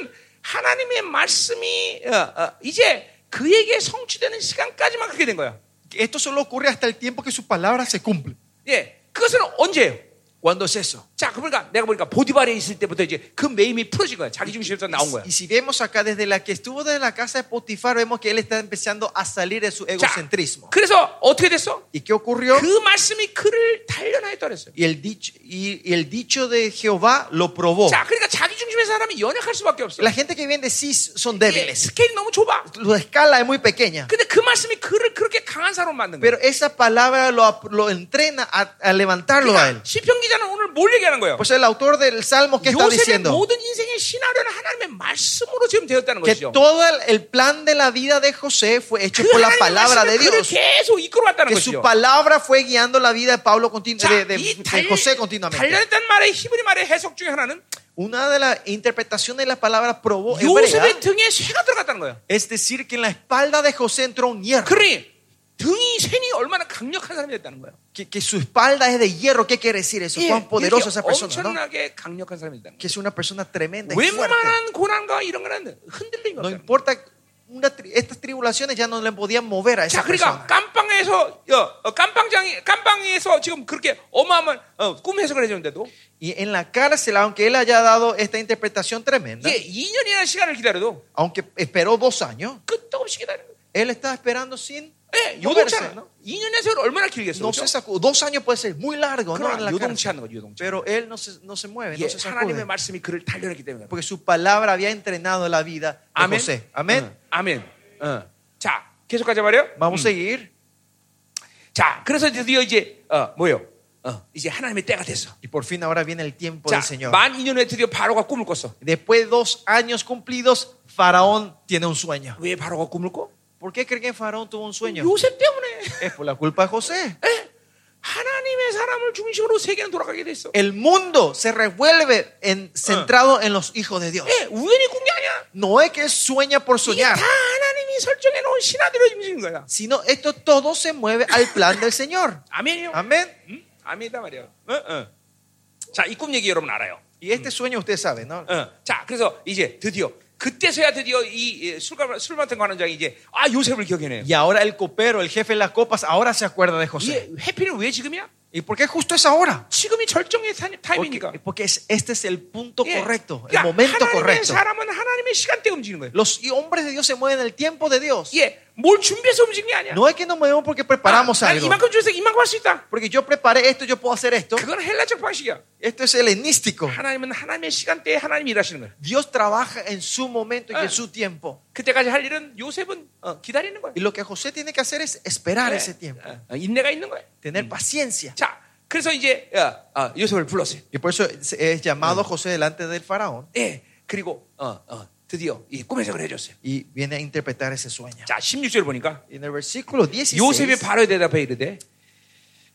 [SPEAKER 1] 하나님의 말씀이 어, 어, 이제 그에게 성취되는 시간까지만 그렇게 된 거야.
[SPEAKER 2] Esto solo ocurre hasta el tiempo que su palabra se cumple.
[SPEAKER 1] 예, 그것은 언제예요?
[SPEAKER 2] ¿Cuándo es eso?
[SPEAKER 1] 자, 그러니까 내가 보니까 보디발에 있을 때부터 이제 그 매임이 풀어진 거야. 자기 중심에서 나온 거야.
[SPEAKER 2] Y si vemos acá, desde la que estuvo de la casa de Potifar, vemos que él está empezando a salir de su
[SPEAKER 1] 자,
[SPEAKER 2] egocentrismo.
[SPEAKER 1] 그래서 어떻게 됐어?
[SPEAKER 2] ¿Y qué ocurrió?
[SPEAKER 1] 그 말씀이 그를 단련하였다 그랬어요.
[SPEAKER 2] Y el dicho, y, y el dicho de Jehová lo probó.
[SPEAKER 1] 자, 그러니까 자기 중심의 사람이 연약할 수밖에 없어.
[SPEAKER 2] La gente que viene de sí son
[SPEAKER 1] 예,
[SPEAKER 2] débiles.
[SPEAKER 1] 스케일이 너무 좁아.
[SPEAKER 2] Su escala es muy pequeña.
[SPEAKER 1] 근데 그 말씀이 그를 그렇게 강한 사람으로 만든 거야.
[SPEAKER 2] Pero esa palabra lo, ap- lo entrena a, a levantarlo a él.
[SPEAKER 1] 그러니까 시편 기자는 오늘 뭘 얘기하는 거예요?
[SPEAKER 2] Pues el autor del Salmo que está
[SPEAKER 1] 요셉의
[SPEAKER 2] diciendo
[SPEAKER 1] 모든 인생의 시나리오는 하나님의 말씀으로 지금 되었다는
[SPEAKER 2] que
[SPEAKER 1] 것이죠.
[SPEAKER 2] todo el- el plan de la vida de José fue hecho
[SPEAKER 1] 그
[SPEAKER 2] por la
[SPEAKER 1] 하나님의
[SPEAKER 2] palabra
[SPEAKER 1] 말씀을
[SPEAKER 2] de
[SPEAKER 1] 그를
[SPEAKER 2] Dios.
[SPEAKER 1] 계속 이끌어왔다는
[SPEAKER 2] Que su
[SPEAKER 1] 것이죠.
[SPEAKER 2] palabra fue guiando la vida de Pablo continu-
[SPEAKER 1] 자,
[SPEAKER 2] de, de-
[SPEAKER 1] 이
[SPEAKER 2] de
[SPEAKER 1] 달-
[SPEAKER 2] José continuamente.
[SPEAKER 1] 단련했다는 말의 히브리 말의 해석 중에 하나는
[SPEAKER 2] Una de las interpretaciones de la palabra probó hebrea
[SPEAKER 1] 요셉의 어, 등에 쇠가 들어갔다는 거예요.
[SPEAKER 2] es decir que en la espalda de José entró un hierro.
[SPEAKER 1] 그러니 등이 쇠니 얼마나 강력한 사람이 됐다는 거예요.
[SPEAKER 2] Que, que su espalda es de hierro. ¿Qué quiere decir eso?
[SPEAKER 1] 예,
[SPEAKER 2] Cuán poderosa
[SPEAKER 1] 이렇게
[SPEAKER 2] esa persona, ¿no?
[SPEAKER 1] 엄청나게 강력한 사람이 됐다는
[SPEAKER 2] Que es una persona tremenda
[SPEAKER 1] 거예요.
[SPEAKER 2] y fuerte.
[SPEAKER 1] 웬만한 고난과 이런 거는 흔들림이 없다는
[SPEAKER 2] No
[SPEAKER 1] 거예요.
[SPEAKER 2] importa, una tri- estas tribulaciones ya no le podían mover a esa
[SPEAKER 1] 자, 그러니까
[SPEAKER 2] persona.
[SPEAKER 1] 깜빵에서 어, 어, 깜빵장이 깜빵에서 지금 그렇게 어마어마한 어, 꿈 해석을 해줬는데도
[SPEAKER 2] Y en la cárcel, aunque él haya dado esta interpretación tremenda,
[SPEAKER 1] 이게 2년이나 시간을 기다려도
[SPEAKER 2] aunque esperó dos años,
[SPEAKER 1] 끝도 없이 기다려.
[SPEAKER 2] él estaba esperando sin
[SPEAKER 1] 예,
[SPEAKER 2] moverse.
[SPEAKER 1] 요동치잖아. 2년의 세월 얼마나 길겠어.
[SPEAKER 2] No
[SPEAKER 1] 그렇죠?
[SPEAKER 2] se sacu- Dos años puede ser muy largo, ¿no? En
[SPEAKER 1] 그러나
[SPEAKER 2] la
[SPEAKER 1] 요동치
[SPEAKER 2] cárcel.
[SPEAKER 1] 않는 거죠, 요동치.
[SPEAKER 2] Pero él no se, no se mueve,
[SPEAKER 1] 예,
[SPEAKER 2] no se
[SPEAKER 1] 하나님의
[SPEAKER 2] sacude.
[SPEAKER 1] 말씀이 그를 단련했기 때문에.
[SPEAKER 2] Porque su palabra había entrenado la vida de
[SPEAKER 1] 예, 아멘.
[SPEAKER 2] José. Amén.
[SPEAKER 1] 응, 아멘. 응. 자, 계속 가자 말이요.
[SPEAKER 2] Vamos a seguir.
[SPEAKER 1] 자, 그래서 드디어 이제 어, 뭐요? 어, 이제 하나님의 때가 됐어.
[SPEAKER 2] Y por fin ahora viene el tiempo
[SPEAKER 1] 자,
[SPEAKER 2] del Señor.
[SPEAKER 1] 만 2년 후에 드디어 바로가 꿈을 꿨어.
[SPEAKER 2] Después de dos años cumplidos, Faraón tiene un sueño.
[SPEAKER 1] 왜 바로가 꿈을 꿔?
[SPEAKER 2] ¿Por qué creen que Faraón tuvo un sueño?
[SPEAKER 1] 요셉 때문에.
[SPEAKER 2] Es por la culpa de José.
[SPEAKER 1] 예? 하나님의 사람을 중심으로 세계는 돌아가게 됐어.
[SPEAKER 2] El mundo se revuelve en- centrado en los hijos de Dios.
[SPEAKER 1] 예, 우연히 꾼 게 아니야.
[SPEAKER 2] No es que él sueña por
[SPEAKER 1] 이게 다
[SPEAKER 2] soñar,
[SPEAKER 1] 하나님이 설정해 놓은 신하대로 움직인 거야.
[SPEAKER 2] sino esto todo se 무eve al plan del Señor.
[SPEAKER 1] 아멘이요.
[SPEAKER 2] Amén.
[SPEAKER 1] 응? 아멘이다 말이야. 어, 어. 자, 이 꿈 얘기 여러분 알아요.
[SPEAKER 2] Y este sueño ustedes saben, ¿no?
[SPEAKER 1] 어. 자, 그래서 이제 드디어 그때서야 드디어 이 예, 술값 술 같은 관원장이 이제 아 요셉을 기억해내요.
[SPEAKER 2] Y ahora el copero, el jefe de las copas, ahora se acuerda de José.
[SPEAKER 1] 이게 예, 해피는 왜 지금이야?
[SPEAKER 2] ¿Y por qué justo es ahora?
[SPEAKER 1] 지금이 절정의 타- 타이밍이니까.
[SPEAKER 2] Porque, porque es- este es el punto
[SPEAKER 1] 예.
[SPEAKER 2] correcto, el
[SPEAKER 1] 그러니까
[SPEAKER 2] momento
[SPEAKER 1] 하나님의
[SPEAKER 2] correcto.
[SPEAKER 1] 사람은 하나님의 하나님의 시간대 움직이는 거예요.
[SPEAKER 2] Los hombres de Dios se mueven en el tiempo de Dios.
[SPEAKER 1] 예, 뭘 준비해서 움직이는 게 아니야.
[SPEAKER 2] No es que nos movemos porque preparamos
[SPEAKER 1] 난
[SPEAKER 2] algo.
[SPEAKER 1] 이만큼 준비해서 이만큼 할 수 있다.
[SPEAKER 2] Porque yo preparé esto, yo puedo hacer esto.
[SPEAKER 1] 그건 헬라적 방식이야.
[SPEAKER 2] Esto es helenístico.
[SPEAKER 1] 하나님은 하나님의 시간대에 하나님이 일하시는 거야.
[SPEAKER 2] Dios trabaja en su momento y
[SPEAKER 1] Ah.
[SPEAKER 2] en su tiempo.
[SPEAKER 1] 그때까지 할 일은 요셉은 어, 기다리는 거야.
[SPEAKER 2] Y lo que José tiene que hacer es esperar ese tiempo,
[SPEAKER 1] 예, 어, 인내가 있는 거야.
[SPEAKER 2] tener paciencia.
[SPEAKER 1] 자, 그래서 이제 어, 어, 요셉을 불렀어요.
[SPEAKER 2] Y por eso es- es llamado José delante del faraón
[SPEAKER 1] 예, 그리고 어, 어, 드디어 이 꿈 해석을 해줬어요.
[SPEAKER 2] y viene a interpretar ese sueño.
[SPEAKER 1] 자, 16절 보니까
[SPEAKER 2] Y en el versículo
[SPEAKER 1] 요셉이
[SPEAKER 2] 16
[SPEAKER 1] 바로 대답해 이르되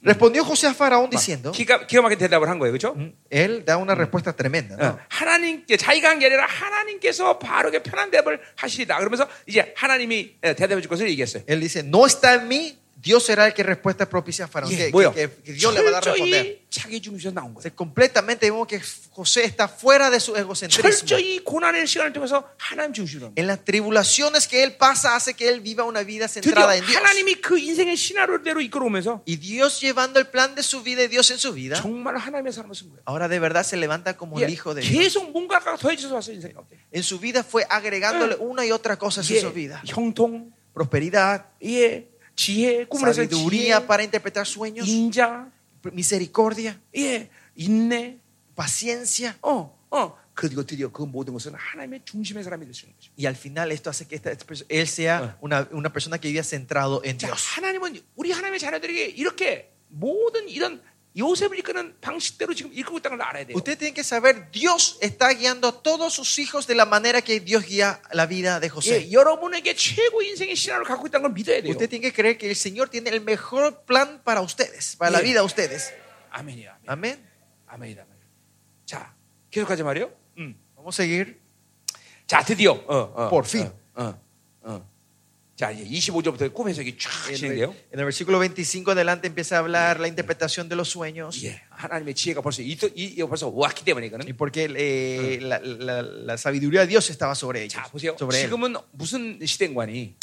[SPEAKER 2] respondió José a
[SPEAKER 1] 막
[SPEAKER 2] faraón diciendo,
[SPEAKER 1] 기가, 기가 막힌 대답을 한 거예요. 그렇죠?
[SPEAKER 2] él da una respuesta tremenda. ¿no?
[SPEAKER 1] 어, 하나님께 자기가 한 게 아니라 하나님께서 바로게 편한 대답을 하시리다. 그러면서 이제 하나님이 예, 대답해 줄 것을 얘기했어요.
[SPEAKER 2] Él dice, no está en mí, Dios será el que respuesta propicia a faraón.
[SPEAKER 1] 예,
[SPEAKER 2] Que,
[SPEAKER 1] 뭐요?
[SPEAKER 2] que- que- que Dios le va a dar a responder.
[SPEAKER 1] 철저히 자기 중심에서 나온
[SPEAKER 2] O
[SPEAKER 1] 거예요.
[SPEAKER 2] sea, completamente vemos que José está fuera de su egocentrismo.
[SPEAKER 1] 철저히 고난의 시간을 통해서 하나님 중심으로 나온 거예요.
[SPEAKER 2] En las tribulaciones que él pasa hace que él viva una vida
[SPEAKER 1] 드디어
[SPEAKER 2] centrada en Dios.
[SPEAKER 1] 하나님이 그 인생의 시나리오대로 이끌어오면서
[SPEAKER 2] Y Dios llevando el plan de su vida y Dios en su vida,
[SPEAKER 1] 정말 하나님의 사람을 쓴 거예요.
[SPEAKER 2] ahora de verdad se levanta como
[SPEAKER 1] 예,
[SPEAKER 2] el hijo de Dios.
[SPEAKER 1] 계속 뭔가가 더해져서 왔어 인생이 어때?
[SPEAKER 2] En su vida fue agregándole una y otra cosa a
[SPEAKER 1] 예,
[SPEAKER 2] su vida.
[SPEAKER 1] 형통,
[SPEAKER 2] Prosperidad,
[SPEAKER 1] 예, 지혜, 꿈을 해서 지혜,
[SPEAKER 2] sabiduría para interpretar sueños,
[SPEAKER 1] 인자,
[SPEAKER 2] misericordia,
[SPEAKER 1] 예, 인내,
[SPEAKER 2] paciencia.
[SPEAKER 1] 어, 어, 그리고 드디어 그 모든 것은 하나님의 중심의 사람이 될 수 있는 거죠.
[SPEAKER 2] Y al final esto hace que esta, él sea una, una persona que viva centrado en
[SPEAKER 1] 자,
[SPEAKER 2] Dios.
[SPEAKER 1] 하나님은 우리 하나님의 자녀들에게 이렇게 모든 이런 요셉을 이끄는 방식대로 지금 이끌고 있다는 걸 알아야 돼요.
[SPEAKER 2] Usted tiene que saber, Dios está guiando a todos sus hijos de la manera que Dios guía la vida de José.
[SPEAKER 1] 예, 여러분에게 최고 인생의 신화를 갖고 있다는 걸 믿어야 돼요.
[SPEAKER 2] Usted tiene que creer que el Señor tiene el mejor plan para ustedes, para la
[SPEAKER 1] Sí.
[SPEAKER 2] vida de ustedes.
[SPEAKER 1] 아멘이야. 아멘.
[SPEAKER 2] Amén.
[SPEAKER 1] 아멘이다. 아멘. 자, 계속하자 말이요. 음.
[SPEAKER 2] Mm. Vamos a seguir.
[SPEAKER 1] 자, 드디어 어, 어,
[SPEAKER 2] Porfin.
[SPEAKER 1] 어, 어, 어. 자, 이제 25절부터 꿈 해석이 쫙
[SPEAKER 2] En el,
[SPEAKER 1] 진행돼요.
[SPEAKER 2] en el versículo 25 adelante empieza a hablar la interpretación de los sueños.
[SPEAKER 1] 예. 하나님의 지혜가 벌써 이, 이 이거 벌써 왔기 때문에 이거는
[SPEAKER 2] Y porque eh, la, la- la sabiduría de Dios estaba sobre ellos.
[SPEAKER 1] 자, 보세요.
[SPEAKER 2] Sobre él.
[SPEAKER 1] 지금은 무슨 시대인 거니?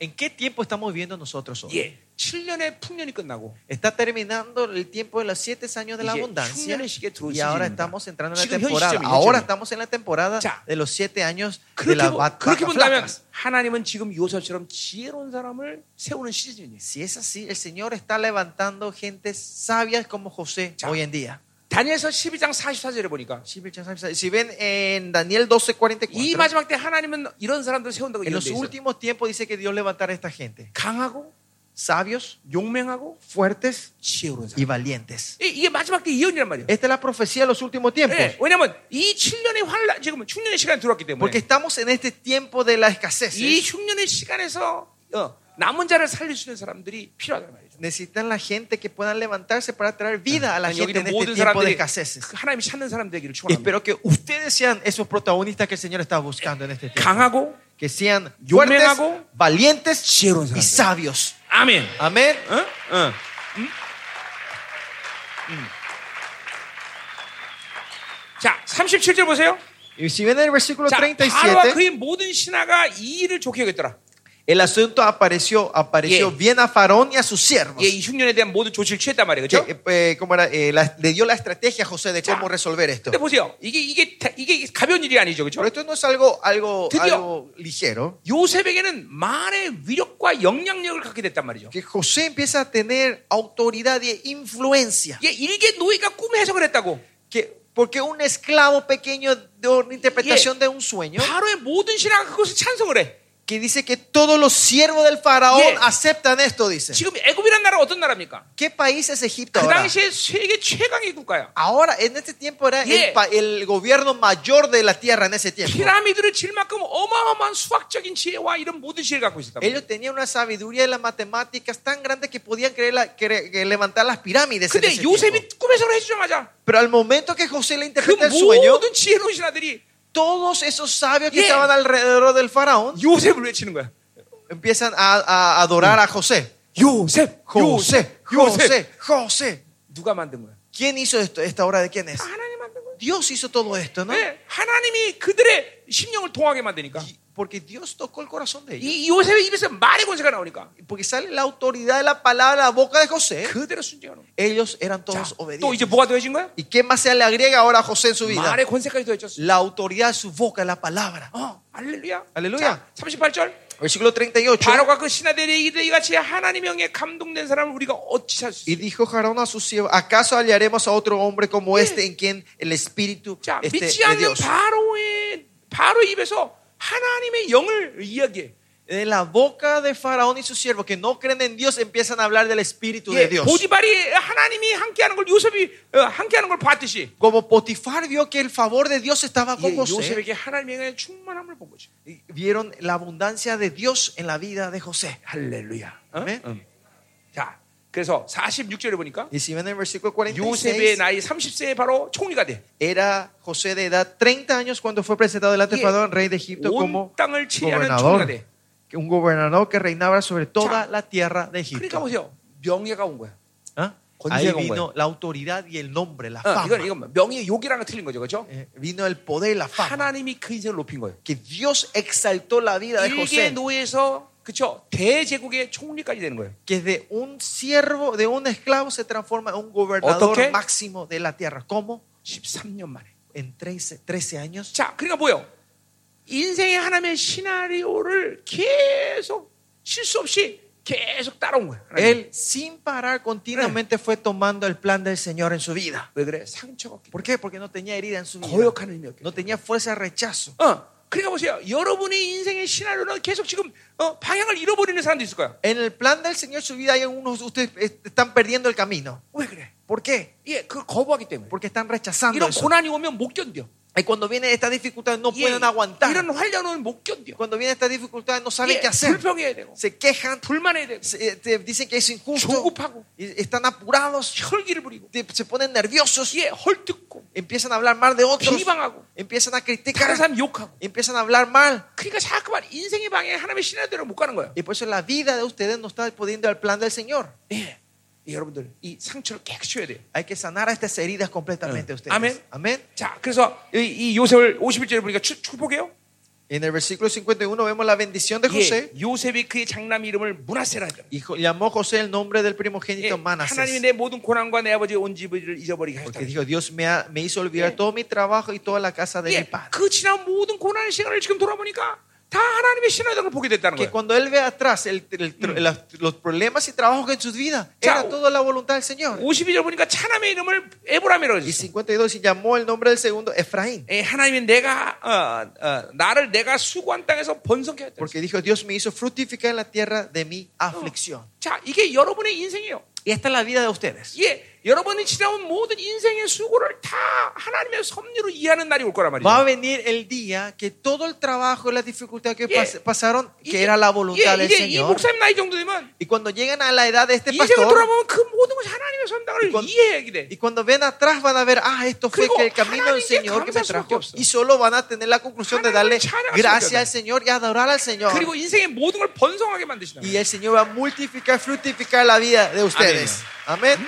[SPEAKER 2] ¿En qué tiempo estamos viviendo nosotros hoy?
[SPEAKER 1] 예. 7년의 풍년이 끝나고
[SPEAKER 2] Está terminando el tiempo de los siete años de la
[SPEAKER 1] 이제
[SPEAKER 2] abundancia.
[SPEAKER 1] 흉년의 시기에 들어올
[SPEAKER 2] Y ahora
[SPEAKER 1] 시즌입니다.
[SPEAKER 2] estamos entrando en la
[SPEAKER 1] 지금 현
[SPEAKER 2] temporada.
[SPEAKER 1] 시점이, 현
[SPEAKER 2] Ahora
[SPEAKER 1] 시점이.
[SPEAKER 2] estamos en la temporada
[SPEAKER 1] 자,
[SPEAKER 2] de los siete años de
[SPEAKER 1] 그렇게,
[SPEAKER 2] las
[SPEAKER 1] 보,
[SPEAKER 2] vacas
[SPEAKER 1] 그렇게 본다면
[SPEAKER 2] flacas.
[SPEAKER 1] 하나님은 지금 요셉처럼 지혜로운 사람을 세우는 시즌이에요.
[SPEAKER 2] Si es así, el Señor está levantando gentes sabias como José
[SPEAKER 1] 자.
[SPEAKER 2] hoy en día.
[SPEAKER 1] 다니엘서 12장 44절에 보니까
[SPEAKER 2] Si ven en Daniel 12,
[SPEAKER 1] 이 마지막 때 하나님은 이런 사람들을 세운다고
[SPEAKER 2] en los
[SPEAKER 1] 얘기했어요.
[SPEAKER 2] últimos tiempos dice que Dios levantará a esta gente.
[SPEAKER 1] 강하고
[SPEAKER 2] Sabios,
[SPEAKER 1] 용맹하고
[SPEAKER 2] fuertes
[SPEAKER 1] 지혜로운 사람.
[SPEAKER 2] y valientes.
[SPEAKER 1] 이- 이게 마지막 때 예언이란 말이에요.
[SPEAKER 2] Esta es la profecía de los últimos tiempos.
[SPEAKER 1] 예, 왜냐면 이 7년의 환란 지금 흉년의 시간이 들어왔기 때문에
[SPEAKER 2] Porque estamos en este tiempo de la escasez.
[SPEAKER 1] 이 흉년의 시간에서 어, 남은 자를 살릴 수 있는 사람들이 필요하단 말이죠.
[SPEAKER 2] Necesitan la gente que puedan levantarse para traer vida a la
[SPEAKER 1] 난
[SPEAKER 2] gente en
[SPEAKER 1] 여기는
[SPEAKER 2] este
[SPEAKER 1] 모든
[SPEAKER 2] tiempo
[SPEAKER 1] 사람들이
[SPEAKER 2] de escaseces.
[SPEAKER 1] 그 하나님이 찾는 사람들에게를
[SPEAKER 2] Y
[SPEAKER 1] 축원합니다.
[SPEAKER 2] espero que ustedes sean esos protagonistas que el Señor está buscando en este tiempo.
[SPEAKER 1] 강하고
[SPEAKER 2] Que sean fuertes,
[SPEAKER 1] 용맹하고
[SPEAKER 2] valientes
[SPEAKER 1] 지혜로운
[SPEAKER 2] y
[SPEAKER 1] 사람들.
[SPEAKER 2] sabios.
[SPEAKER 1] 아멘.
[SPEAKER 2] Amén.
[SPEAKER 1] 응? 응. 응? 응. 음. 자, 37절 보세요.
[SPEAKER 2] Y si ven en el versículo
[SPEAKER 1] 자, 바로와
[SPEAKER 2] 37,
[SPEAKER 1] 그의 모든 신하가 이 일을 좋게 여겼더라.
[SPEAKER 2] el asunto apareció, apareció
[SPEAKER 1] Yeah.
[SPEAKER 2] bien a Farón y a sus siervos.
[SPEAKER 1] 예, 이 흉년에 대한 모든 조치를 취했단 말이에요.
[SPEAKER 2] Que,
[SPEAKER 1] 그렇죠?
[SPEAKER 2] eh, ¿cómo era? Eh, la- le dio la estrategia a José de cómo
[SPEAKER 1] Ya.
[SPEAKER 2] resolver esto.
[SPEAKER 1] 근데 보세요. 이게 이게 다- 이게 가벼운 일이 아니죠. 그렇죠?
[SPEAKER 2] Pero esto no es algo, algo,
[SPEAKER 1] Te dio-
[SPEAKER 2] algo ligero.
[SPEAKER 1] 요셉에게는 만의 위력과 영향력을 갖게 됐단 말이죠.
[SPEAKER 2] Que José empieza a tener autoridad e influencia.
[SPEAKER 1] 이게 일개 노예가 꿈 해석을 했다고.
[SPEAKER 2] Que, porque un esclavo pequeño de una interpretación de un sueño
[SPEAKER 1] 바로의 모든 신하가 그것을 찬성을 해.
[SPEAKER 2] que dice que todos los siervos del faraón
[SPEAKER 1] Yeah.
[SPEAKER 2] aceptan esto, dice.
[SPEAKER 1] 지금 애굽이란 나라 어떤 나라입니까?
[SPEAKER 2] ¿Qué país es Egipto
[SPEAKER 1] 그
[SPEAKER 2] ahora?
[SPEAKER 1] 당시에 세계 최강의 국가야.
[SPEAKER 2] Ahora, en este tiempo era
[SPEAKER 1] Yeah.
[SPEAKER 2] el, pa- el gobierno mayor de la tierra en ese
[SPEAKER 1] 네.
[SPEAKER 2] tiempo.
[SPEAKER 1] 피라미드를 질 만큼 어마어마한 수학적인 지혜와 이런 모든 지혜를 갖고 있었다.
[SPEAKER 2] Ellos tenían una sabiduría de las matemáticas tan grande que podían creer la- cre- que levantar las pirámides. En
[SPEAKER 1] 근데
[SPEAKER 2] ese
[SPEAKER 1] 요셉이
[SPEAKER 2] tiempo.
[SPEAKER 1] 꿈 해석을 해주자마자
[SPEAKER 2] Pero al momento que José
[SPEAKER 1] 그
[SPEAKER 2] le interpreta el sueño,
[SPEAKER 1] 모든 지혜로운 신하들이
[SPEAKER 2] todos esos sabios que
[SPEAKER 1] Yeah.
[SPEAKER 2] estaban alrededor del faraón
[SPEAKER 1] 요셉을 외치는 거야.
[SPEAKER 2] empiezan a, a adorar a José.
[SPEAKER 1] 요셉,
[SPEAKER 2] José, José, José.
[SPEAKER 1] 누가 만든 거야?
[SPEAKER 2] ¿Quién hizo esto? ¿Esta obra de quién es?
[SPEAKER 1] 다 하나님 만든 거야.
[SPEAKER 2] Dios hizo todo esto, ¿no?
[SPEAKER 1] 네, 하나님이 그들의 심령을 통하게 만드니까.
[SPEAKER 2] Y- Porque Dios tocó el corazón de ellos.
[SPEAKER 1] 이 요셉의 입에서 말의 권세가 나오니까
[SPEAKER 2] Porque sale la autoridad de la palabra a la boca de José.
[SPEAKER 1] 그대로 순종하는 거야.
[SPEAKER 2] Ellos eran
[SPEAKER 1] 자,
[SPEAKER 2] todos
[SPEAKER 1] 네? 또 이제
[SPEAKER 2] obedientes.
[SPEAKER 1] 뭐가 더해진 거야?
[SPEAKER 2] ¿Y qué más se le agrega ahora a José en su vida?
[SPEAKER 1] 말의 권세까지 더해졌어.
[SPEAKER 2] La autoridad de su boca, la palabra.
[SPEAKER 1] 어, 할렐루야.
[SPEAKER 2] 할렐루야.
[SPEAKER 1] 자, 38절.
[SPEAKER 2] Versículo 38.
[SPEAKER 1] 바로가 그 신하들이 같이 하나님 명에 감동된 사람을 우리가 어찌 찾을 수
[SPEAKER 2] Y
[SPEAKER 1] 있어?
[SPEAKER 2] dijo Jarón a su siervo, ¿acaso hallaremos a otro hombre como este en quien el Espíritu
[SPEAKER 1] 자,
[SPEAKER 2] este,
[SPEAKER 1] 믿지
[SPEAKER 2] de
[SPEAKER 1] 않는
[SPEAKER 2] Dios?
[SPEAKER 1] 바로의 바로 입에서 하나님의 영을 이야기해.
[SPEAKER 2] De la boca de Faraón y su siervo que no creen en Dios empiezan a hablar del Espíritu
[SPEAKER 1] 예,
[SPEAKER 2] de Dios.
[SPEAKER 1] 보디발이 하나님이 함께하는 걸 요셉이 어, 함께하는 걸 봤듯이
[SPEAKER 2] Como Potifar vio que el favor de Dios estaba
[SPEAKER 1] 예,
[SPEAKER 2] con José,
[SPEAKER 1] 요셉에게 하나님의 영의 충만함을 본 거지.
[SPEAKER 2] vieron la abundancia de Dios en la vida de José.
[SPEAKER 1] 할렐루야. 어?
[SPEAKER 2] 아멘.
[SPEAKER 1] 음. 자, 그래서 46절에 보니까
[SPEAKER 2] Y si ven el versículo
[SPEAKER 1] 요셉의
[SPEAKER 2] 46,
[SPEAKER 1] 나이 30세에 바로 총리가 돼.
[SPEAKER 2] era José de edad 30 años cuando fue presentado delante de
[SPEAKER 1] Yeah.
[SPEAKER 2] Faraón, rey de Egipto, como
[SPEAKER 1] 온 땅을 치리하는 총리가
[SPEAKER 2] gobernador.
[SPEAKER 1] 돼.
[SPEAKER 2] que Un gobernador que reinaba sobre toda
[SPEAKER 1] Cha.
[SPEAKER 2] la tierra
[SPEAKER 1] 그러니까
[SPEAKER 2] de Egipto.
[SPEAKER 1] 보세요. 명예가 온 거야.
[SPEAKER 2] ¿Ah?
[SPEAKER 1] Con pues. Ah,
[SPEAKER 2] Ahí
[SPEAKER 1] ciego,
[SPEAKER 2] vino la autoridad y el nombre, la
[SPEAKER 1] 어,
[SPEAKER 2] fama.
[SPEAKER 1] 이건 이건 명예 욕이라는 거 틀린 거죠, 그렇죠?
[SPEAKER 2] Eh, vino el poder y la fama.
[SPEAKER 1] 하나님이 그 인생을 높인 거예요.
[SPEAKER 2] Que Dios exaltó la vida de
[SPEAKER 1] 일개
[SPEAKER 2] José.
[SPEAKER 1] 노예에서 그렇죠 대제국의 총리까지 되는 거예요.
[SPEAKER 2] Que de un siervo, de un esclavo, se transforma en un gobernador
[SPEAKER 1] ¿Otoque?
[SPEAKER 2] máximo de la tierra. ¿Cómo?
[SPEAKER 1] 13년 만에.
[SPEAKER 2] En 13, 13 años.
[SPEAKER 1] 자, 그러니까 뭐요? 인생의 하나님의 시나리오를 계속 실수 없이 계속 따라온 거예요. 하나님.
[SPEAKER 2] Él, sin parar, continuamente fue tomando el plan del Señor en su vida.
[SPEAKER 1] 왜 그래? 상처가 없기.
[SPEAKER 2] ¿Por qué? Porque no tenía herida en su vida.
[SPEAKER 1] 거역하는 힘이 없기.
[SPEAKER 2] No tenía fuerza de rechazo.
[SPEAKER 1] 어, 그러니까 보세요. 여러분의 인생의 시나리오는 계속 지금 어, 방향을 잃어버리는 사람도 있을 거야.
[SPEAKER 2] En el plan del Señor, su vida, hay algunos de ustedes eh, están perdiendo el camino.
[SPEAKER 1] 왜 그래?
[SPEAKER 2] ¿Por qué?
[SPEAKER 1] 예, 그걸 거부하기 때문에.
[SPEAKER 2] Porque están rechazando
[SPEAKER 1] 이런
[SPEAKER 2] eso.
[SPEAKER 1] 고난이 오면 못 견뎌.
[SPEAKER 2] Y cuando viene esta dificultad no
[SPEAKER 1] 예,
[SPEAKER 2] pueden aguantar.
[SPEAKER 1] 이런 환란 오면 못 견뎌.
[SPEAKER 2] Cuando viene esta dificultad no saben
[SPEAKER 1] 예,
[SPEAKER 2] qué hacer.
[SPEAKER 1] 불평해야 되고
[SPEAKER 2] Se quejan,
[SPEAKER 1] 불만해야 되고
[SPEAKER 2] se- eh, te dicen que es injusto,
[SPEAKER 1] 조급하고
[SPEAKER 2] y están apurados,
[SPEAKER 1] 혈기를 부리고
[SPEAKER 2] te- se ponen nerviosos,
[SPEAKER 1] 예, 헐뜯고
[SPEAKER 2] empiezan a hablar mal de otros,
[SPEAKER 1] 비방하고
[SPEAKER 2] empiezan a
[SPEAKER 1] 다른
[SPEAKER 2] criticar,
[SPEAKER 1] 사람 욕하고
[SPEAKER 2] empiezan a hablar mal.
[SPEAKER 1] 그러니까 자꾸만 인생의 방향 하나님의 신하대로 못 가는 거야
[SPEAKER 2] Y por eso la vida de ustedes no está pudiendo al plan del Señor.
[SPEAKER 1] 예. 예, 여러분들 이 상처를 깨끗이 줘야 돼요
[SPEAKER 2] Hay que sanar a estas heridas completamente
[SPEAKER 1] Eh.
[SPEAKER 2] ustedes.
[SPEAKER 1] Amén.
[SPEAKER 2] Amén.
[SPEAKER 1] 자 그래서 이, 이 요셉을 51절에 보니까 추, 축복해요
[SPEAKER 2] En el versículo 51 vemos la bendición de
[SPEAKER 1] 예,
[SPEAKER 2] José.
[SPEAKER 1] 요셉이 그의 장남 이름을 문하세라 하더라
[SPEAKER 2] Y jo- llamó José el nombre del
[SPEAKER 1] 예,
[SPEAKER 2] primogénito
[SPEAKER 1] 하나님이
[SPEAKER 2] Manasés.
[SPEAKER 1] 내 모든 고난과 내 아버지의 온 집을 잊어버리게 하였다
[SPEAKER 2] Porque dijo, Dios me, ha- me hizo olvidar todo mi trabajo y toda la casa de mi
[SPEAKER 1] 예,
[SPEAKER 2] padre.
[SPEAKER 1] 그 지난 모든 고난의 시간을 지금 돌아보니까 다 하나님의 신하대로 보게 됐다는
[SPEAKER 2] Que
[SPEAKER 1] 거예요
[SPEAKER 2] cuando él ve atrás el- el- las- los problemas y trabajos que en su vida,
[SPEAKER 1] Chao.
[SPEAKER 2] era toda la voluntad del Señor.
[SPEAKER 1] 52절 보니까 차남의 이름을 에브라임이라고
[SPEAKER 2] Y
[SPEAKER 1] 했어
[SPEAKER 2] 52, y llamó el nombre del segundo Efraín.
[SPEAKER 1] 예, 하나님이 내가 어, 어, 나를 내가 수고한 땅에서 번성케 했다.
[SPEAKER 2] Porque dijo, Dios me hizo fructificar en la tierra de mi aflicción.
[SPEAKER 1] 자, 이게 여러분의 인생이에요.
[SPEAKER 2] Oh. Y esta es la vida de ustedes.
[SPEAKER 1] 예, 여러분이 지나온 모든 인생의 수고를 다 하나님의 섭리로 이해하는 날이 올 거란
[SPEAKER 2] Va a
[SPEAKER 1] 말이에요.
[SPEAKER 2] venir el día que todo el trabajo y la dificultad que
[SPEAKER 1] Yeah.
[SPEAKER 2] pas- pasaron, que
[SPEAKER 1] 이게-
[SPEAKER 2] era la voluntad
[SPEAKER 1] 예,
[SPEAKER 2] del
[SPEAKER 1] 이제 이
[SPEAKER 2] Señor.
[SPEAKER 1] 목사님 나이 정도 되면
[SPEAKER 2] Y cuando llegan a la edad de este
[SPEAKER 1] 인생을
[SPEAKER 2] pastor,
[SPEAKER 1] 돌아보면 그 모든 것이 하나님의
[SPEAKER 2] Y
[SPEAKER 1] 선당을
[SPEAKER 2] cuando-
[SPEAKER 1] 이해하게 돼.
[SPEAKER 2] Y cuando ven atrás van a ver, ah, esto fue
[SPEAKER 1] 그리고
[SPEAKER 2] que el camino del
[SPEAKER 1] 하나님께
[SPEAKER 2] Señor que me
[SPEAKER 1] 감사할 수밖에
[SPEAKER 2] trajo.
[SPEAKER 1] 없어.
[SPEAKER 2] Y solo van a tener la conclusión de darle
[SPEAKER 1] 하나님을 찬양할 수밖에
[SPEAKER 2] gracias al
[SPEAKER 1] 없어.
[SPEAKER 2] Señor y adorar al Señor.
[SPEAKER 1] 그리고 인생의 모든 걸 번성하게 만드시나.
[SPEAKER 2] Y el Señor va a multiplicar, fructificar la vida de ustedes. Amén.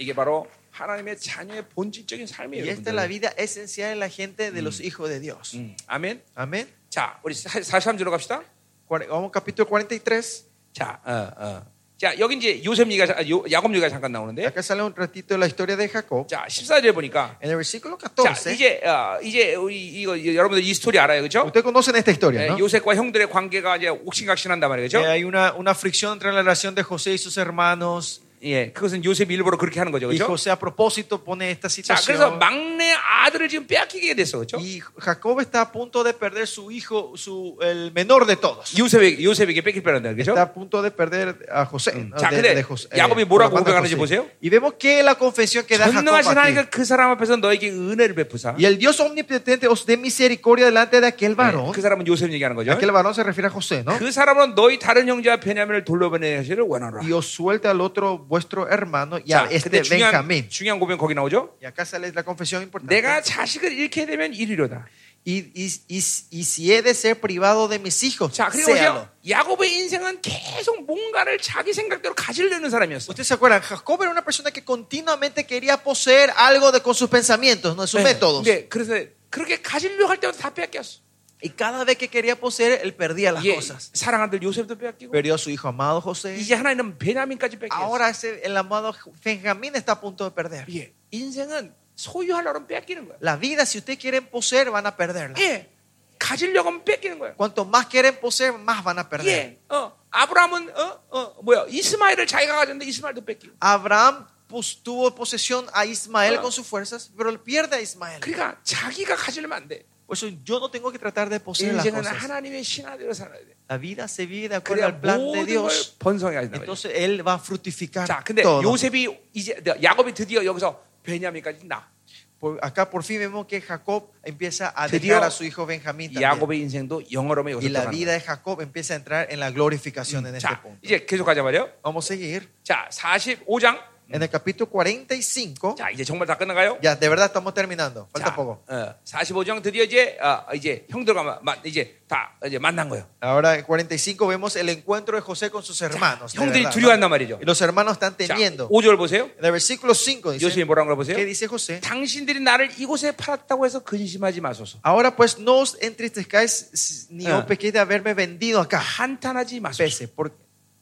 [SPEAKER 1] 이게 바로 하나님의 자녀의 본질적인 삶이에요.
[SPEAKER 2] Y esta
[SPEAKER 1] 여러분들.
[SPEAKER 2] es la vida esencial en la gente de los hijos de Dios.
[SPEAKER 1] 음, 아멘.
[SPEAKER 2] Amén.
[SPEAKER 1] 자, 우리 43절로 갑시다.
[SPEAKER 2] Cuar- Vamos al capítulo 43.
[SPEAKER 1] 자, 어, 어. 자, 여기 이제 요셉 얘기가 아, 요- 야곱 얘기가 잠깐 나오는데.
[SPEAKER 2] Acá sale un ratito la historia de Jacob.
[SPEAKER 1] 자, 14절에 보니까
[SPEAKER 2] En el versículo
[SPEAKER 1] 자,
[SPEAKER 2] 14.
[SPEAKER 1] 이제 어, 이제 우리 이거 여러분들 이 스토리 알아요. 그렇죠? 예,
[SPEAKER 2] Ustedes conocen esta historia, ¿no?
[SPEAKER 1] 요셉과 형들의 관계가 이제 옥신각신한단 말이죠.
[SPEAKER 2] Eh, hay una, una fricción entre la relación de José y sus hermanos.
[SPEAKER 1] 예, 그것은 요셉이 일부러 그렇게 하는 거죠.
[SPEAKER 2] Y
[SPEAKER 1] 그렇죠?
[SPEAKER 2] José a propósito pone esta
[SPEAKER 1] 자, 그래서
[SPEAKER 2] situación.
[SPEAKER 1] 막내 아들을 지금 빼앗기게 됐어. 그렇죠?
[SPEAKER 2] Y Jacob está a punto de perder su hijo, su, el menor de todos.
[SPEAKER 1] 요셉에게 요셉에게 뺏길 뻔한다. 그렇죠?
[SPEAKER 2] Está a punto de perder a José. ¿no?
[SPEAKER 1] 자,
[SPEAKER 2] de-
[SPEAKER 1] 근데
[SPEAKER 2] de José,
[SPEAKER 1] 야곱이
[SPEAKER 2] por la
[SPEAKER 1] 뭐라고
[SPEAKER 2] banda de
[SPEAKER 1] 고백하는지
[SPEAKER 2] José.
[SPEAKER 1] 보세요.
[SPEAKER 2] Y vemos que la confesión que da
[SPEAKER 1] 전능하신
[SPEAKER 2] Jacob. aquí.
[SPEAKER 1] 하나님과 그 사람 앞에서 너에게 은혜를 베푸사.
[SPEAKER 2] Y el Dios omnipotente os dé misericordia delante de aquel varón.
[SPEAKER 1] 예, 그 사람은 요셉 얘기하는 거죠.
[SPEAKER 2] Aquel varón se refiere a José, ¿no?
[SPEAKER 1] 그 사람은 너희 다른 형제와 베냐민을 돌려보내기를 원하노라.
[SPEAKER 2] Y os suelta al otro vuestro hermano y
[SPEAKER 1] 자,
[SPEAKER 2] a este
[SPEAKER 1] 근데 중요한,
[SPEAKER 2] Benjamín.
[SPEAKER 1] 중요한 고백 거기 나오죠.
[SPEAKER 2] Y acá sale la confesión importante.
[SPEAKER 1] 내가 자식을 잃게 되면 이리로다.
[SPEAKER 2] Y, y- y- y si he de ser privado de mis hijos,
[SPEAKER 1] 자, 그리고 보세요.
[SPEAKER 2] séalo.
[SPEAKER 1] 야곱의 인생은 계속 뭔가를 자기 생각대로 가지려는 사람이었어.
[SPEAKER 2] Ustedes se acuerdan, Jacob era una persona que continuamente quería poseer algo de, con sus pensamientos, no Eh, de sus métodos.
[SPEAKER 1] 네, 그래서 그렇게 가지려고 할 때마다 다 빼앗겼어.
[SPEAKER 2] Y cada vez que quería poseer, él perdía las
[SPEAKER 1] 예,
[SPEAKER 2] cosas.
[SPEAKER 1] 사랑하는 들 요셉도 빼앗기고
[SPEAKER 2] Perdió a su hijo amado José.
[SPEAKER 1] 이제 하나님은 베냐민까지 뺏겼어.
[SPEAKER 2] Ahora ese- el amado Benjamín está a punto de perder.
[SPEAKER 1] 예, 인생은 소유하려면 뺏기는 거야.
[SPEAKER 2] La vida, si ustedes quieren poseer, van a perderla.
[SPEAKER 1] 예, 가지려고 하면 뺏기는 거야.
[SPEAKER 2] Cuanto más quieren poseer, más van a perder.
[SPEAKER 1] 예, 어, 아브라함은 어, 어, 뭐야? 이스마엘을 자기가 가졌는데 이스마엘도 뺏기고.
[SPEAKER 2] Abraham pues, tuvo posesión a Ismael
[SPEAKER 1] Ah.
[SPEAKER 2] con sus fuerzas, pero él pierde a Ismael.
[SPEAKER 1] 그러니까 자기가 가지려면 안 돼.
[SPEAKER 2] Por eso yo no tengo que tratar de poseer las
[SPEAKER 1] 인생은
[SPEAKER 2] cosas.
[SPEAKER 1] 하나님의 신하대로 살아야 돼.
[SPEAKER 2] La vida se vive de acuerdo
[SPEAKER 1] 그래야
[SPEAKER 2] al plan de
[SPEAKER 1] 모든 걸
[SPEAKER 2] Dios.
[SPEAKER 1] 번성해야 된다. 말이야.
[SPEAKER 2] Entonces él va a fructificar
[SPEAKER 1] 자, 근데
[SPEAKER 2] todo.
[SPEAKER 1] 요셉이 이제 네, 야곱이 드디어 여기서 베냐민까지 나.
[SPEAKER 2] Por- acá por fin vemos que Jacob empieza a
[SPEAKER 1] 드디어
[SPEAKER 2] dejar a su hijo Benjamín también.
[SPEAKER 1] 야곱의 인생도 영어로만
[SPEAKER 2] Y
[SPEAKER 1] 여기서
[SPEAKER 2] la
[SPEAKER 1] 떠나는
[SPEAKER 2] vida de Jacob empieza a entrar en la glorificación en
[SPEAKER 1] 거야.
[SPEAKER 2] este
[SPEAKER 1] 자,
[SPEAKER 2] punto.
[SPEAKER 1] 이제 계속 가자 말이요.
[SPEAKER 2] Vamos a seguir.
[SPEAKER 1] 자, 45장.
[SPEAKER 2] En el capítulo 45,
[SPEAKER 1] 자, 이제 정말 다 끝나가요?
[SPEAKER 2] ya de verdad estamos terminando. Falta
[SPEAKER 1] 자,
[SPEAKER 2] poco.
[SPEAKER 1] 어, 45장 드디어 이제 어, 이제 형들과 마- 마- 이제 다 이제 만난 거예요.
[SPEAKER 2] Ahora en 45 vemos el encuentro de José con sus hermanos. de
[SPEAKER 1] 형들이
[SPEAKER 2] verdad, ¿no?
[SPEAKER 1] 두려워한단 말이죠.
[SPEAKER 2] Y los hermanos están
[SPEAKER 1] 자,
[SPEAKER 2] temiendo.
[SPEAKER 1] 5절 보세요.
[SPEAKER 2] En el versículo 5
[SPEAKER 1] 요셉이
[SPEAKER 2] dice,
[SPEAKER 1] 뭐라고 네, 보세요?
[SPEAKER 2] ¿qué dice José?
[SPEAKER 1] 당신들이 나를 이곳에 팔았다고 해서 근심하지 마소서.
[SPEAKER 2] Ahora pues no os entristezcáis ni
[SPEAKER 1] Ah.
[SPEAKER 2] os pequéis de haberme vendido acá.
[SPEAKER 1] 한탄하지 마소서.
[SPEAKER 2] Pese, por-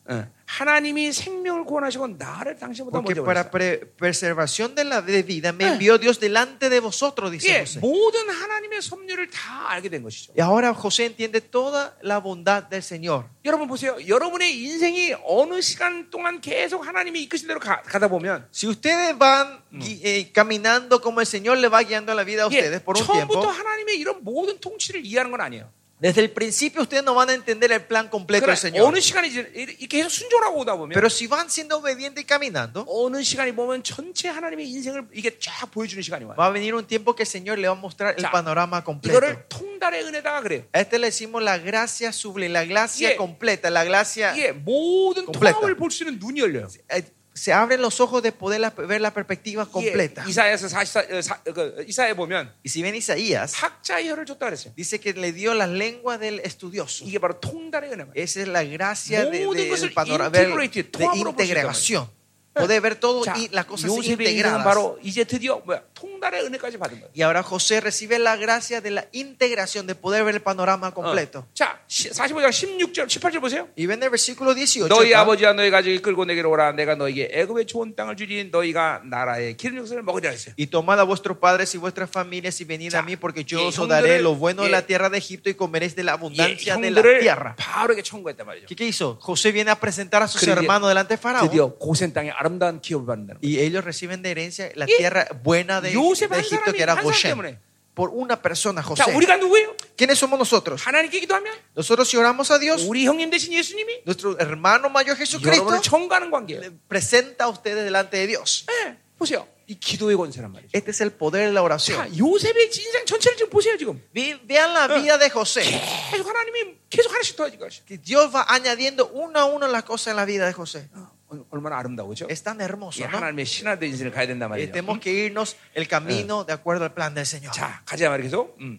[SPEAKER 1] 어. 하나님이 생명을 구원하시고 나를 당신보다
[SPEAKER 2] porque
[SPEAKER 1] 먼저
[SPEAKER 2] para
[SPEAKER 1] 보냈어.
[SPEAKER 2] pre- preservación de la de vida me
[SPEAKER 1] Ah.
[SPEAKER 2] envió Dios delante de vosotros, dice
[SPEAKER 1] 예,
[SPEAKER 2] José.
[SPEAKER 1] 모든 하나님의 섭리를 다 알게 된 것이죠.
[SPEAKER 2] Y ahora José entiende toda la bondad del Señor.
[SPEAKER 1] 여러분 보세요. 여러분의 인생이 어느 시간 동안 계속 하나님이 이끄신 대로 가, 가다 보면
[SPEAKER 2] Si ustedes van gui- eh, caminando como el Señor le va guiando la vida a
[SPEAKER 1] 예,
[SPEAKER 2] ustedes por un
[SPEAKER 1] 처음부터
[SPEAKER 2] tiempo,
[SPEAKER 1] 하나님의 이런 모든 통치를 이해하는 건 아니에요.
[SPEAKER 2] desde el principio ustedes no van a entender el plan completo del
[SPEAKER 1] 네, 그러나
[SPEAKER 2] Señor.
[SPEAKER 1] 어느 시간이 이제 이렇게 계속 순종하고 오다 보면
[SPEAKER 2] Pero si van siendo obedientes y caminando,
[SPEAKER 1] 어느 시간이 보면 전체 하나님의 인생을 이게 쫙 보여주는 시간이 와요. 네,
[SPEAKER 2] va a venir un tiempo que el Señor le va a mostrar el
[SPEAKER 1] Ya.
[SPEAKER 2] panorama completo.
[SPEAKER 1] 이거를 통달의 은혜다가 그래요.
[SPEAKER 2] A este le decimos la gracia sublime, la gracia
[SPEAKER 1] Yeah.
[SPEAKER 2] completa, la gracia.
[SPEAKER 1] 이게 모든
[SPEAKER 2] Completa.
[SPEAKER 1] 통합을 볼 수 있는 눈이 열려요.
[SPEAKER 2] eh, se abren los ojos de poder la- ver la perspectiva completa.
[SPEAKER 1] 이게 이사야서 44, 어, 사, 어, 그, 이사야 보면
[SPEAKER 2] Y si ven Isaías,
[SPEAKER 1] 학자의 혀를 줬다 그랬어요.
[SPEAKER 2] dice que le dio las lenguas del estudioso.
[SPEAKER 1] 이게 바로 통달의 은혜만.
[SPEAKER 2] Esa es la gracia de,
[SPEAKER 1] 모든
[SPEAKER 2] de-
[SPEAKER 1] 것을
[SPEAKER 2] del panorama ver-
[SPEAKER 1] integrated,
[SPEAKER 2] de
[SPEAKER 1] 통합으로
[SPEAKER 2] integración. Poder ver todo
[SPEAKER 1] 자,
[SPEAKER 2] y las cosas
[SPEAKER 1] 요셉의 인생은
[SPEAKER 2] integradas.
[SPEAKER 1] 바로 이제 드디어 뭐야 통달의 은혜까지 받은 거예요.
[SPEAKER 2] Y ahora José recibe la gracia de la integración, de poder ver el panorama completo.
[SPEAKER 1] 어. 자, 시- 45장 16절, 18절 보세요.
[SPEAKER 2] Y ven el versículo 18.
[SPEAKER 1] 너희
[SPEAKER 2] acá,
[SPEAKER 1] 아버지와 너희 가족이 끌고 내게로 오라. 내가 너희에게 애굽의 좋은 땅을 주리 너희가 나라의 기름 역사를 먹으리라 했어요.
[SPEAKER 2] Y tomad a vuestros padres y vuestras familias y venid
[SPEAKER 1] Ya.
[SPEAKER 2] a mí, porque
[SPEAKER 1] Y
[SPEAKER 2] yo os
[SPEAKER 1] 형들을-
[SPEAKER 2] daré lo bueno de
[SPEAKER 1] 예.
[SPEAKER 2] la tierra de Egipto y comeréis de la
[SPEAKER 1] 예,
[SPEAKER 2] abundancia de la
[SPEAKER 1] 형들을
[SPEAKER 2] tierra.
[SPEAKER 1] 바로에게 청구했단 말이죠.
[SPEAKER 2] ¿Qué, qué hizo? José viene a presentar a sus
[SPEAKER 1] 그리고
[SPEAKER 2] hermanos delante de Faraón
[SPEAKER 1] 드디어 고센 땅의 아름다운 기업을 받는다는 거예요.
[SPEAKER 2] y ellos reciben de herencia la
[SPEAKER 1] 예.
[SPEAKER 2] tierra buena de,
[SPEAKER 1] 요셉
[SPEAKER 2] de
[SPEAKER 1] 한
[SPEAKER 2] Egipto
[SPEAKER 1] 사람이-
[SPEAKER 2] que era
[SPEAKER 1] 한 사람 때문에.
[SPEAKER 2] José. Por una persona, José.
[SPEAKER 1] 자, 우리가 누구예요?
[SPEAKER 2] ¿Quiénes somos nosotros?
[SPEAKER 1] 하나님께 기도하면
[SPEAKER 2] Nosotros si oramos a Dios,
[SPEAKER 1] 우리 형님 되신 예수님이
[SPEAKER 2] nuestro hermano mayor
[SPEAKER 1] 여러분을
[SPEAKER 2] Jesucristo
[SPEAKER 1] 청구하는 관계예요.
[SPEAKER 2] le presenta a ustedes delante de Dios.
[SPEAKER 1] 예, 보세요. 이 기도의 권세란 말이죠.
[SPEAKER 2] Este es el poder de la
[SPEAKER 1] 자,
[SPEAKER 2] oración.
[SPEAKER 1] 요셉의 인생 전체를 지금 보세요, 지금.
[SPEAKER 2] Ve- Vean la vida de José.
[SPEAKER 1] 계속 하나님이 계속 하나씩 더해줄 것이
[SPEAKER 2] Que Dios va añadiendo uno a uno las cosas en la vida de José.
[SPEAKER 1] 어, 얼마나 아름다워, 그죠? 네, 뭐.
[SPEAKER 2] Es tan
[SPEAKER 1] 예,
[SPEAKER 2] hermoso, ¿no?
[SPEAKER 1] 하나님의 신하된 인생을 가야 된단 말이죠.
[SPEAKER 2] Eh, tenemos que irnos el camino de acuerdo al plan del Señor.
[SPEAKER 1] 자, 가자 말이 계속. 음.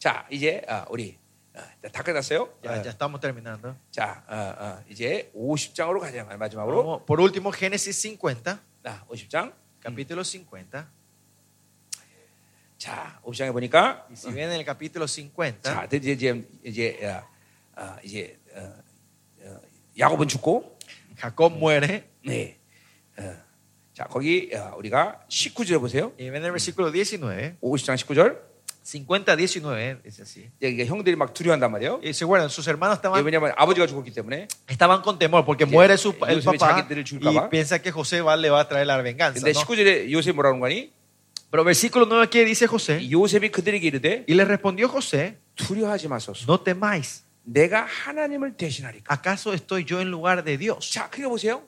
[SPEAKER 1] 자, 이제 아, 우리 아, 다 끝났어요.
[SPEAKER 2] Ya,
[SPEAKER 1] 아,
[SPEAKER 2] ya estamos terminando.
[SPEAKER 1] 자, 아, 아, 이제 50장으로 가자 말 마지막으로.
[SPEAKER 2] Vamos, por último, Génesis 50,
[SPEAKER 1] 아, 50장.
[SPEAKER 2] capítulo 50.
[SPEAKER 1] 자, 50장에 보니까
[SPEAKER 2] Y si ven en el capítulo 50,
[SPEAKER 1] 자, 드디어 이제 이제 아, 아, 이제 어, 어, 야곱은 죽고
[SPEAKER 2] Jacob muere.
[SPEAKER 1] 네. 어, 자, 거기 아, 우리가 19절 보세요.
[SPEAKER 2] Y ven el versículo 19.
[SPEAKER 1] 50장 19절.
[SPEAKER 2] 50, 19, es así.
[SPEAKER 1] 이제 이게 형들이 막 두려워한단 말이에요.
[SPEAKER 2] Y se guardan, sus hermanos
[SPEAKER 1] 예,
[SPEAKER 2] estaban,
[SPEAKER 1] 왜냐면 아버지가 죽었기 때문에.
[SPEAKER 2] estaban con temor porque
[SPEAKER 1] Sí.
[SPEAKER 2] muere su, el
[SPEAKER 1] Yosef
[SPEAKER 2] papá
[SPEAKER 1] 자기들을 줄까
[SPEAKER 2] y
[SPEAKER 1] 봐.
[SPEAKER 2] piensa que José va, le va a traer la venganza.
[SPEAKER 1] 근데
[SPEAKER 2] ¿no?
[SPEAKER 1] 19절에 요셉이 뭐라고 하니?
[SPEAKER 2] Pero versículo 9 que dice José,
[SPEAKER 1] 요셉이 그들에게 이르되
[SPEAKER 2] y le respondió José,
[SPEAKER 1] 두려워하지 마소서.
[SPEAKER 2] no temáis,
[SPEAKER 1] 내가 하나님을 대신하리까.
[SPEAKER 2] ¿acaso estoy yo en lugar de Dios?
[SPEAKER 1] 자, 그게 보세요.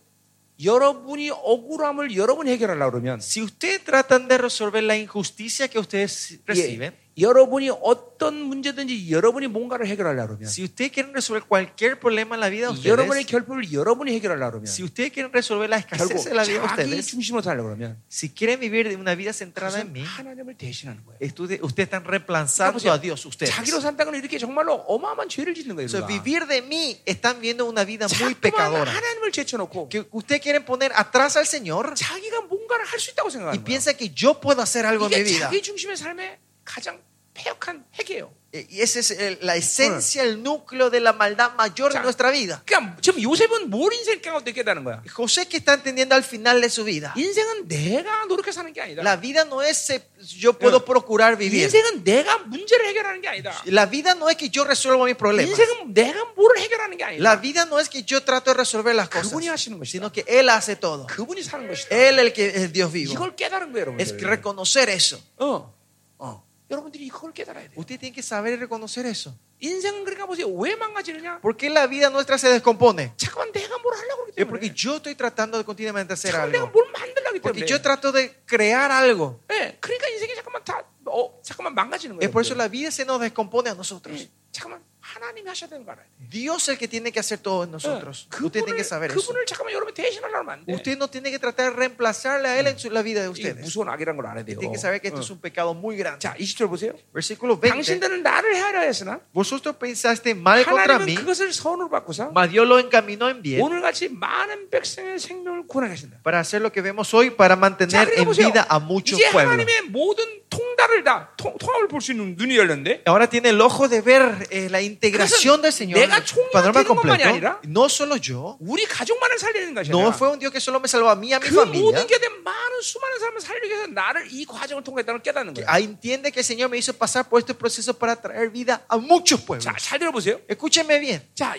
[SPEAKER 1] 여러분이 억울함을 여러분이 해결하려고 그러면
[SPEAKER 2] Si ustedes tratan de resolver la injusticia que ustedes
[SPEAKER 1] 예,
[SPEAKER 2] reciben,
[SPEAKER 1] 여러분이 어떤 문제든지 여러분이 뭔가를 해결하려고 그러면
[SPEAKER 2] Si ustedes quieren resolver cualquier problema en la vida de
[SPEAKER 1] 예, 여러분의
[SPEAKER 2] ustedes,
[SPEAKER 1] 결핍을 여러분이 해결하려고 그러면
[SPEAKER 2] si ustedes quieren resolver la
[SPEAKER 1] 결국
[SPEAKER 2] escasez en la vida de
[SPEAKER 1] 자기
[SPEAKER 2] ustedes,
[SPEAKER 1] 중심으로 살려고 그러면
[SPEAKER 2] si quieren vivir de una vida centrada
[SPEAKER 1] 그것은
[SPEAKER 2] en mí,
[SPEAKER 1] 하나님을 대신하는 거예요.
[SPEAKER 2] estude- ustedes están reemplazando a Dios ustedes.
[SPEAKER 1] 자기로 산다는 건 이렇게 정말로 어마어마한 죄를 짓는 거예요.
[SPEAKER 2] O sea,
[SPEAKER 1] 우리가.
[SPEAKER 2] vivir de mí están viendo una vida muy
[SPEAKER 1] 자꾸만
[SPEAKER 2] pecadora.
[SPEAKER 1] 하나님을 제쳐놓고
[SPEAKER 2] Que ustedes quieren poner atrás al Señor
[SPEAKER 1] 자기가 뭔가를 할 수 있다고
[SPEAKER 2] y
[SPEAKER 1] 생각하는 거예요.
[SPEAKER 2] piensan que yo puedo hacer algo en mi
[SPEAKER 1] 이게
[SPEAKER 2] vida.
[SPEAKER 1] 자기 중심의 삶의 가장 폐역한 핵이에요.
[SPEAKER 2] Eh, Y esa es el- la esencia, el núcleo de la maldad mayor de
[SPEAKER 1] Ya.
[SPEAKER 2] nuestra vida.
[SPEAKER 1] 그러니까 지금 요셉은 뭘 인생 가운데 깨달은 거야?
[SPEAKER 2] José que está entendiendo al final de su vida.
[SPEAKER 1] 인생은 내가 노력해 사는 게 아니다.
[SPEAKER 2] La vida no es eh, yo puedo
[SPEAKER 1] Ya.
[SPEAKER 2] procurar vivir.
[SPEAKER 1] 인생은 내가 문제를 해결하는 게 아니다.
[SPEAKER 2] La vida no es que yo resuelva mis problemas.
[SPEAKER 1] 인생은 내가 뭘 해결하는 게 아니다.
[SPEAKER 2] La vida no es que yo trato de resolver las cosas,
[SPEAKER 1] 그분이 하시는 것이다.
[SPEAKER 2] sino que Él hace todo.
[SPEAKER 1] 그분이 사는 것이다.
[SPEAKER 2] Él el que es Dios vivo.
[SPEAKER 1] 이걸 깨달은 거예요,
[SPEAKER 2] Es que
[SPEAKER 1] 여러분.
[SPEAKER 2] reconocer eso.
[SPEAKER 1] 어, 어. 여러분들이 이걸 깨달아야 돼. 요
[SPEAKER 2] Usted tiene que saber y reconocer eso.
[SPEAKER 1] 인생은 그러니까 보세요. 왜 망가지느냐?
[SPEAKER 2] ¿Por qué la vida nuestra se descompone?
[SPEAKER 1] 잠깐만 내가 뭘 하려고 그러기
[SPEAKER 2] Es porque
[SPEAKER 1] 때문에.
[SPEAKER 2] yo estoy tratando de continuamente hacer
[SPEAKER 1] 잠깐만 내가
[SPEAKER 2] algo.
[SPEAKER 1] 뭘 만들려기
[SPEAKER 2] Porque
[SPEAKER 1] 때문에.
[SPEAKER 2] yo trato de crear algo.
[SPEAKER 1] 예, 그러니까 인생이 잠깐만 다, 어, 잠깐만 망가지는
[SPEAKER 2] Es
[SPEAKER 1] 거예요.
[SPEAKER 2] por eso la vida se nos descompone a nosotros.
[SPEAKER 1] 예, 잠깐만 하나님이 하셔야 되는 거 알아야 돼.
[SPEAKER 2] Dios es el que tiene que hacer todo en nosotros.
[SPEAKER 1] 예,
[SPEAKER 2] Usted tiene
[SPEAKER 1] 그분을,
[SPEAKER 2] que saber eso.
[SPEAKER 1] 그분을 잠깐만 여러분 대신하려면 안 돼.
[SPEAKER 2] Usted no tiene que tratar de reemplazarle a Él en su- la vida de
[SPEAKER 1] 이게
[SPEAKER 2] ustedes.
[SPEAKER 1] 무서운 악이란 걸 알아야 돼요.
[SPEAKER 2] Tiene que saber que esto
[SPEAKER 1] 어.
[SPEAKER 2] es un pecado muy grande.
[SPEAKER 1] 자, 20절 보세요.
[SPEAKER 2] Versículo 20.
[SPEAKER 1] 당신들은 나를 하려 했으나
[SPEAKER 2] Vosotros pensaste mal contra mí,
[SPEAKER 1] 하나님은 그것을 선으로 바꾸사
[SPEAKER 2] mas Dios lo encaminó en bien
[SPEAKER 1] 오늘같이 많은 백성의 생명을 구원하신다.
[SPEAKER 2] para hacer lo que vemos hoy, para
[SPEAKER 1] 자,
[SPEAKER 2] mantener
[SPEAKER 1] 그러니까
[SPEAKER 2] en
[SPEAKER 1] 보세요.
[SPEAKER 2] vida a muchos
[SPEAKER 1] 이제
[SPEAKER 2] pueblos.
[SPEAKER 1] 하나님의 모든 통달을 다 통, 통합을 볼 수 있는 눈이 열렸는데
[SPEAKER 2] Ahora tiene el ojo de ver eh, la integración del Señor. en
[SPEAKER 1] 내가
[SPEAKER 2] el
[SPEAKER 1] 총리가
[SPEAKER 2] Panorama
[SPEAKER 1] 되는 것만이
[SPEAKER 2] completo.
[SPEAKER 1] 아니라
[SPEAKER 2] No solo yo.
[SPEAKER 1] 우리 가족만을 살리는 것이
[SPEAKER 2] No
[SPEAKER 1] 아니라
[SPEAKER 2] fue un Dios que solo me salvó a mí, y a mi
[SPEAKER 1] 그 모든
[SPEAKER 2] familia.
[SPEAKER 1] 게에 대한 많은 수많은 사람을 살리기 위해서 나를 이 과정을 통과했다는 걸 깨닫는 거예요.
[SPEAKER 2] Ah, Entiende que el Señor me hizo pasar por este proceso para traer vida a muchos pueblos.
[SPEAKER 1] 자, 잘 들어보세요.
[SPEAKER 2] Escúchenme bien.
[SPEAKER 1] 자,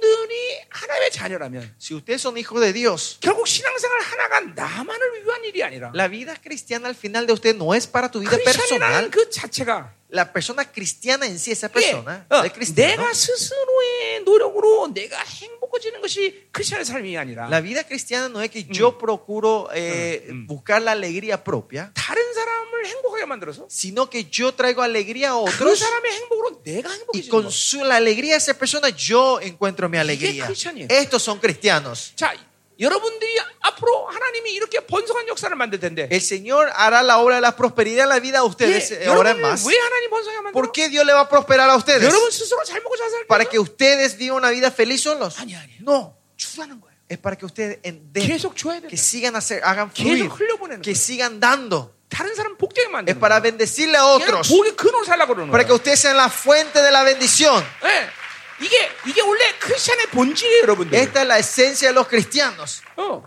[SPEAKER 1] 여러분들이 하나님의 자녀라면
[SPEAKER 2] Si ustedes son hijos de Dios,
[SPEAKER 1] 결국 신앙생활 하나가 나만을 위한 일이 아니라
[SPEAKER 2] la vida cristiana al final de usted no es para tu vida
[SPEAKER 1] 크리스천이라는
[SPEAKER 2] personal.
[SPEAKER 1] 그 자체가
[SPEAKER 2] La persona cristiana en sí, esa
[SPEAKER 1] 이게,
[SPEAKER 2] persona,
[SPEAKER 1] 어,
[SPEAKER 2] el cristiano,
[SPEAKER 1] 내가 스스로의 노력으로 내가 행복해지는 것이 크리스천의 삶이 아니라
[SPEAKER 2] la vida cristiana no es que yo procuro eh, buscar la alegría propia,
[SPEAKER 1] 다른 사람을 행복하게 만들어서
[SPEAKER 2] sino que yo traigo alegría a
[SPEAKER 1] 그
[SPEAKER 2] otros
[SPEAKER 1] 사람의 행복으로 내가
[SPEAKER 2] y
[SPEAKER 1] 행복해지는
[SPEAKER 2] con
[SPEAKER 1] 거.
[SPEAKER 2] su- la alegría de esa persona yo encuentro mi alegría.
[SPEAKER 1] cristianismo.
[SPEAKER 2] Estos son cristianos.
[SPEAKER 1] 자, 여러분들이 앞으로 하나님이 이렇게 번성한 역사를 만들 텐데 예,
[SPEAKER 2] El Señor hará la obra de la prosperidad en la vida de ustedes eh, ahora en
[SPEAKER 1] 여러분
[SPEAKER 2] más.
[SPEAKER 1] 왜 하나님 번성하게 만들어?
[SPEAKER 2] ¿Por qué Dios le va a prosperar a ustedes?
[SPEAKER 1] 여러분 스스로 잘 먹고 잘 살게
[SPEAKER 2] ¿Para que ustedes vivan una vida feliz solos?
[SPEAKER 1] 아니 아니
[SPEAKER 2] No,
[SPEAKER 1] 주라는 거예요.
[SPEAKER 2] es para que ustedes en- den,
[SPEAKER 1] 계속 줘야 돼.
[SPEAKER 2] que sigan hacer, hagan fluir,
[SPEAKER 1] 계속 흘려보내는
[SPEAKER 2] que
[SPEAKER 1] 거예요.
[SPEAKER 2] sigan dando.
[SPEAKER 1] 다른 사람 복되게
[SPEAKER 2] Es
[SPEAKER 1] 만드는
[SPEAKER 2] para
[SPEAKER 1] 거예요.
[SPEAKER 2] bendecirle a
[SPEAKER 1] 그냥
[SPEAKER 2] otros,
[SPEAKER 1] 복의 근원을 살라고 그러는
[SPEAKER 2] para que
[SPEAKER 1] 거예요.
[SPEAKER 2] ustedes sean la fuente de la bendición.
[SPEAKER 1] 예. 이게 이게 원래 크리스천의 본질이에요, 여러분들.
[SPEAKER 2] Esta es la esencia de los cristianos.
[SPEAKER 1] 어,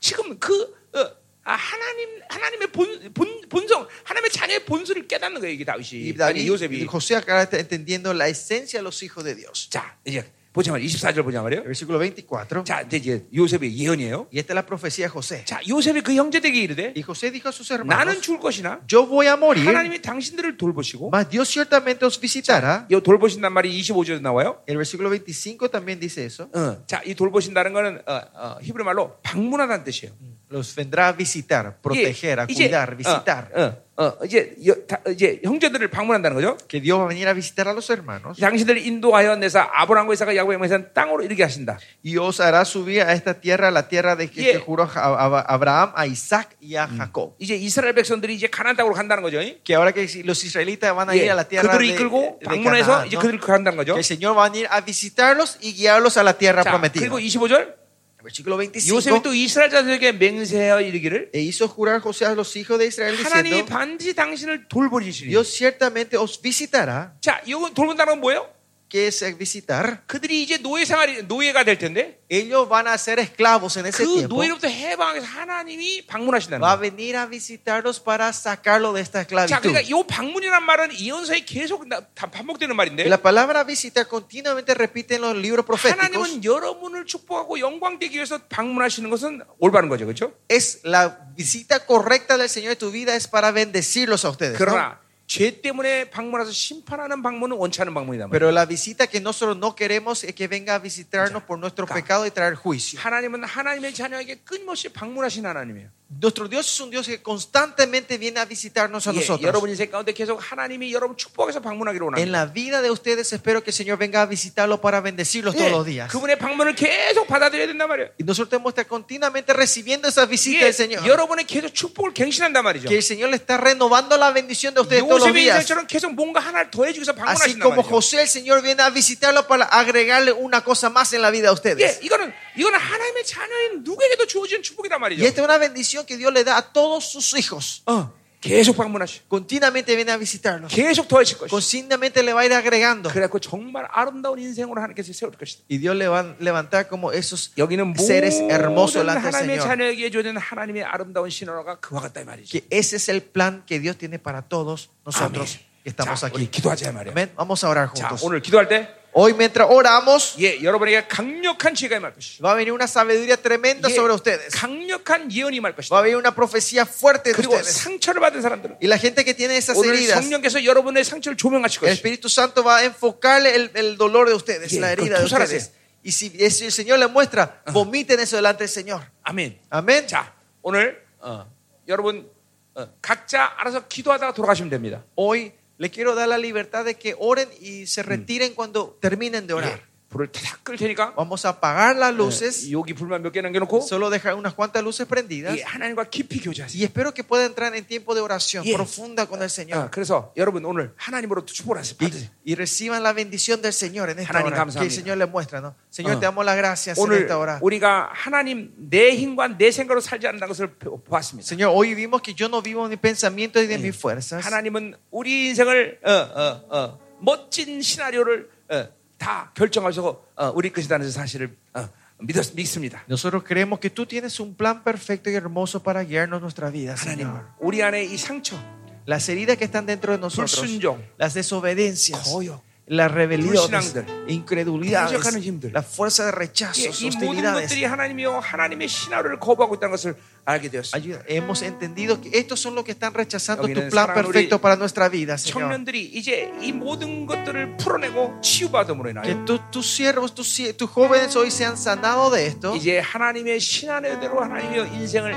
[SPEAKER 1] 지금 그 어, 아, 하나님 하나님의 본, 본 본성 하나님의 자녀의 본성을 깨닫는 거예요 이게
[SPEAKER 2] Y
[SPEAKER 1] 다윗이 아니
[SPEAKER 2] David,
[SPEAKER 1] 요셉이
[SPEAKER 2] José acá está entendiendo la esencia de los hijos de Dios.
[SPEAKER 1] 자 이제 보자 말이요 24절 보자 말이에요
[SPEAKER 2] El versículo 24.
[SPEAKER 1] 자 이제, 이제 요셉의 예언이에요
[SPEAKER 2] Y esta es la profecía de José.
[SPEAKER 1] 자 요셉이 그 형제들에게 이르되
[SPEAKER 2] Y José dijo a sus
[SPEAKER 1] 나는
[SPEAKER 2] hermanos,
[SPEAKER 1] 줄 것이나
[SPEAKER 2] yo voy a morir,
[SPEAKER 1] 하나님이 당신들을 돌보시고
[SPEAKER 2] mas Dios ciertamente os visitará.
[SPEAKER 1] 이 돌보신단 말이 25절에 나와요
[SPEAKER 2] El versículo 25 también dice eso.
[SPEAKER 1] 어, 자이 돌보신다는 거는 어, 어, 히브리 말로 방문하다는 뜻이에요
[SPEAKER 2] Los vendrá a visitar, proteger, a
[SPEAKER 1] 이제,
[SPEAKER 2] cuidar, visitar.
[SPEAKER 1] 어, 어, 어, 이제, 여- 다- 이제 형제들을 방문한다는 거죠
[SPEAKER 2] Que Dios va a venir a visitar a los hermanos
[SPEAKER 1] 당신들을 인도하여 내사 아브라함과 이삭과 야곱의 산 땅으로 이르게 하신다.
[SPEAKER 2] y os hará subir a esta tierra, a la tierra de que,
[SPEAKER 1] Yeah.
[SPEAKER 2] que juró a, a- a Abraham, a Isaac y a Jacob.
[SPEAKER 1] 이제 이스라엘 백성들이 이제 가나안 땅으로 간다는 거죠. 이?
[SPEAKER 2] Que ahora que los israelitas van a
[SPEAKER 1] 예,
[SPEAKER 2] ir a la tierra
[SPEAKER 1] 그들을
[SPEAKER 2] de,
[SPEAKER 1] 이끌고
[SPEAKER 2] de
[SPEAKER 1] 방문해서
[SPEAKER 2] Canaán,
[SPEAKER 1] 이제
[SPEAKER 2] ¿no?
[SPEAKER 1] 그들을 간다는 거죠.
[SPEAKER 2] Que el Señor va a venir a visitarlos y guiarlos a la tierra
[SPEAKER 1] 자,
[SPEAKER 2] prometida.
[SPEAKER 1] 그리고 25절
[SPEAKER 2] Versículo
[SPEAKER 1] 요셉이
[SPEAKER 2] 25.
[SPEAKER 1] 또 이스라엘 자들에게 맹세하여 이르기를
[SPEAKER 2] E hizo jurar José a los hijos de Israel
[SPEAKER 1] 하나님이
[SPEAKER 2] diciendo,
[SPEAKER 1] 반드시 당신을 돌보시리니.
[SPEAKER 2] Dios ciertamente os visitará,
[SPEAKER 1] 자, 이거 돌본다는 건 뭐예요?
[SPEAKER 2] que es eh, visitar.
[SPEAKER 1] 그들이 이제 노예 생활이 노예가 될 텐데
[SPEAKER 2] Ellos van a ser esclavos en ese
[SPEAKER 1] 그
[SPEAKER 2] tiempo.
[SPEAKER 1] 노예로부터 해방해서 하나님이 방문하신다는
[SPEAKER 2] va a
[SPEAKER 1] 거예요.
[SPEAKER 2] venir a visitarnos para sacarlo de esta esclavitud.
[SPEAKER 1] 자, 그러니까 이 방문이란 말은 예언서에 계속 나- 다 반복되는 말인데
[SPEAKER 2] la palabra visitar continuamente repite en los libros proféticos.
[SPEAKER 1] 하나님은 여러분을 축복하고 영광되기 위해서 방문하시는 것은 올바른 거죠, 그렇죠?
[SPEAKER 2] Es la visita correcta del Señor de tu vida es para bendecirlos a ustedes. ¿no?
[SPEAKER 1] 그러나 죄 때문에 방문해서 심판하는 방문은 원치 않은 방문이다 말이에요.
[SPEAKER 2] Pero la visita que nosotros no queremos es que venga a visitarnos por nuestro pecado y traer juicio.
[SPEAKER 1] 하나님은 하나님의 자녀에게 끊임없이 방문하신 하나님이에요.
[SPEAKER 2] Nuestro Dios es un Dios que constantemente viene a visitarnos a
[SPEAKER 1] 예,
[SPEAKER 2] nosotros.
[SPEAKER 1] 여러분 인생 가운데 계속 하나님이 여러분 축복해서 방문하기로
[SPEAKER 2] En
[SPEAKER 1] 원합니다.
[SPEAKER 2] la vida de ustedes espero que el Señor venga a visitarlos para bendecirlos todos los
[SPEAKER 1] 예,
[SPEAKER 2] días.
[SPEAKER 1] 그분의 방문을 계속 받아들여야 된단 말이에요.
[SPEAKER 2] Y nosotros tenemos que estar continuamente recibiendo esa visita
[SPEAKER 1] 이게
[SPEAKER 2] del Señor.
[SPEAKER 1] 여러분의 계속 축복을 갱신한단 말이죠.
[SPEAKER 2] Que el Señor le está renovando la bendición de ustedes todos los
[SPEAKER 1] 요셉의
[SPEAKER 2] días.
[SPEAKER 1] 인생처럼 계속 뭔가 하나를 더해주기 위해서
[SPEAKER 2] Así
[SPEAKER 1] 방문하신단
[SPEAKER 2] como
[SPEAKER 1] 말이죠.
[SPEAKER 2] José, el Señor viene a visitarlo para agregarle una cosa más en la vida
[SPEAKER 1] 예,
[SPEAKER 2] a ustedes.
[SPEAKER 1] 이거는 이거는 하나님의 자녀인 누구에게도 주어지는 축복이란
[SPEAKER 2] Y
[SPEAKER 1] 말이죠.
[SPEAKER 2] esta es una bendición que Dios le da a todos sus hijos.
[SPEAKER 1] 어, 계속 방문하시고
[SPEAKER 2] Continuamente viene a visitarlos.
[SPEAKER 1] 계속 더해질 것이고
[SPEAKER 2] Continuamente le va a ir agregando.
[SPEAKER 1] 그래갖고 정말 아름다운 인생으로 하나님께서 세울 것이다.
[SPEAKER 2] Y Dios le va a levantar como esos
[SPEAKER 1] 여기는
[SPEAKER 2] seres hermosos
[SPEAKER 1] 모든
[SPEAKER 2] delante del
[SPEAKER 1] 하나님의
[SPEAKER 2] Señor.
[SPEAKER 1] 자녀에게 주어지는 하나님의 아름다운 신호가 그와 같다 이 말이죠.
[SPEAKER 2] Que ese es el plan que Dios tiene para todos nosotros que estamos
[SPEAKER 1] 자, 우리
[SPEAKER 2] aquí.
[SPEAKER 1] 기도하자 이 말이야.
[SPEAKER 2] Amén. Vamos a orar
[SPEAKER 1] 자,
[SPEAKER 2] juntos.
[SPEAKER 1] 오늘 기도할 때
[SPEAKER 2] Hoy mientras oramos,
[SPEAKER 1] 예, 여러분에게 강력한 지혜가 임할 것이다.
[SPEAKER 2] va a venir una sabiduría tremenda sobre
[SPEAKER 1] 예,
[SPEAKER 2] ustedes.
[SPEAKER 1] 강력한 예언이 임할
[SPEAKER 2] Va a
[SPEAKER 1] 것이다.
[SPEAKER 2] venir una profecía fuerte de
[SPEAKER 1] 그리고
[SPEAKER 2] ustedes.
[SPEAKER 1] 상처를 받은 사람들은
[SPEAKER 2] Y la gente que tiene esas
[SPEAKER 1] 오늘
[SPEAKER 2] heridas,
[SPEAKER 1] 성령께서 여러분의 상처를 조명하실
[SPEAKER 2] el
[SPEAKER 1] 것이다.
[SPEAKER 2] Espíritu Santo va a enfocarle el, el dolor de ustedes,
[SPEAKER 1] Yeah,
[SPEAKER 2] la herida
[SPEAKER 1] con
[SPEAKER 2] de
[SPEAKER 1] tus horas,
[SPEAKER 2] ustedes. Y si, y si el Señor le muestra, vomiten eso delante del Señor.
[SPEAKER 1] 아멘.
[SPEAKER 2] Amén.
[SPEAKER 1] 자, 오늘 어, 여러분 어, 각자 알아서 기도하다가 돌아가시면 됩니다.
[SPEAKER 2] Hoy le quiero dar la libertad de que oren y se retiren cuando terminen de
[SPEAKER 1] 예,
[SPEAKER 2] orar.
[SPEAKER 1] 불을 탁 끌 테니까
[SPEAKER 2] Vamos a apagar las luces,
[SPEAKER 1] 예, 여기 불만 몇 개 남겨놓고
[SPEAKER 2] solo dejar unas cuantas luces prendidas.
[SPEAKER 1] 예, 하나님과 깊이 교제하세요.
[SPEAKER 2] Y espero que pueda entrar en tiempo de oración
[SPEAKER 1] Yeah.
[SPEAKER 2] profunda con el
[SPEAKER 1] 어,
[SPEAKER 2] Señor.
[SPEAKER 1] 그래서 여러분 오늘 하나님으로 축복을 하세요. 받으세요.
[SPEAKER 2] Y, y reciban la bendición del Señor en esta
[SPEAKER 1] 하나님
[SPEAKER 2] hora. Que el
[SPEAKER 1] 감사합니다.
[SPEAKER 2] Señor le muestra, ¿no? Señor,
[SPEAKER 1] Ah.
[SPEAKER 2] te damos las gracias en
[SPEAKER 1] 오늘
[SPEAKER 2] esta hora.
[SPEAKER 1] 우리가 하나님 내 힘과 내 생각으로 살지 않는다는 것을 보- 보았습니다.
[SPEAKER 2] Señor, hoy vimos que yo no vivo de mi pensamiento y de mis fuerzas.
[SPEAKER 1] 하나님은 우리 인생을 어, 어, 어, 멋진 시나리오를 어, 다 결정하셔서 어, 우리 것이라는 사실을 어, 믿었, 믿습니다.
[SPEAKER 2] Nosotros creemos que tú tienes un plan perfecto y hermoso para guiarnos nuestra vida,
[SPEAKER 1] 하나님,
[SPEAKER 2] Señor.
[SPEAKER 1] 우리 안에 이 상처,
[SPEAKER 2] Las heridas que están dentro de nosotros,
[SPEAKER 1] 불순종,
[SPEAKER 2] las desobediencias,
[SPEAKER 1] 거역,
[SPEAKER 2] las rebeliones,
[SPEAKER 1] 불신앙들,
[SPEAKER 2] incredulidades,
[SPEAKER 1] 대적하는 힘들.
[SPEAKER 2] la fuerza de
[SPEAKER 1] 예,
[SPEAKER 2] rechazos,
[SPEAKER 1] 이 모든
[SPEAKER 2] hostilidades.
[SPEAKER 1] 것들이 하나님이요 하나님의 신하를 거부하고 있다는 것을 알게 되었습니다.
[SPEAKER 2] Ayuda. Hemos entendido que estos son los que están rechazando
[SPEAKER 1] 여기는
[SPEAKER 2] tu plan
[SPEAKER 1] 사랑하는
[SPEAKER 2] perfecto
[SPEAKER 1] 우리
[SPEAKER 2] para nuestra vida, Señor.
[SPEAKER 1] 청년들이 이제 이 모든 것들을 풀어내고 치유받음으로
[SPEAKER 2] Que
[SPEAKER 1] 인하여
[SPEAKER 2] tu- tus siervos, tus, sie- tus jóvenes hoy sean sanados de esto
[SPEAKER 1] 이제 하나님의 신하대로 하나님의 인생을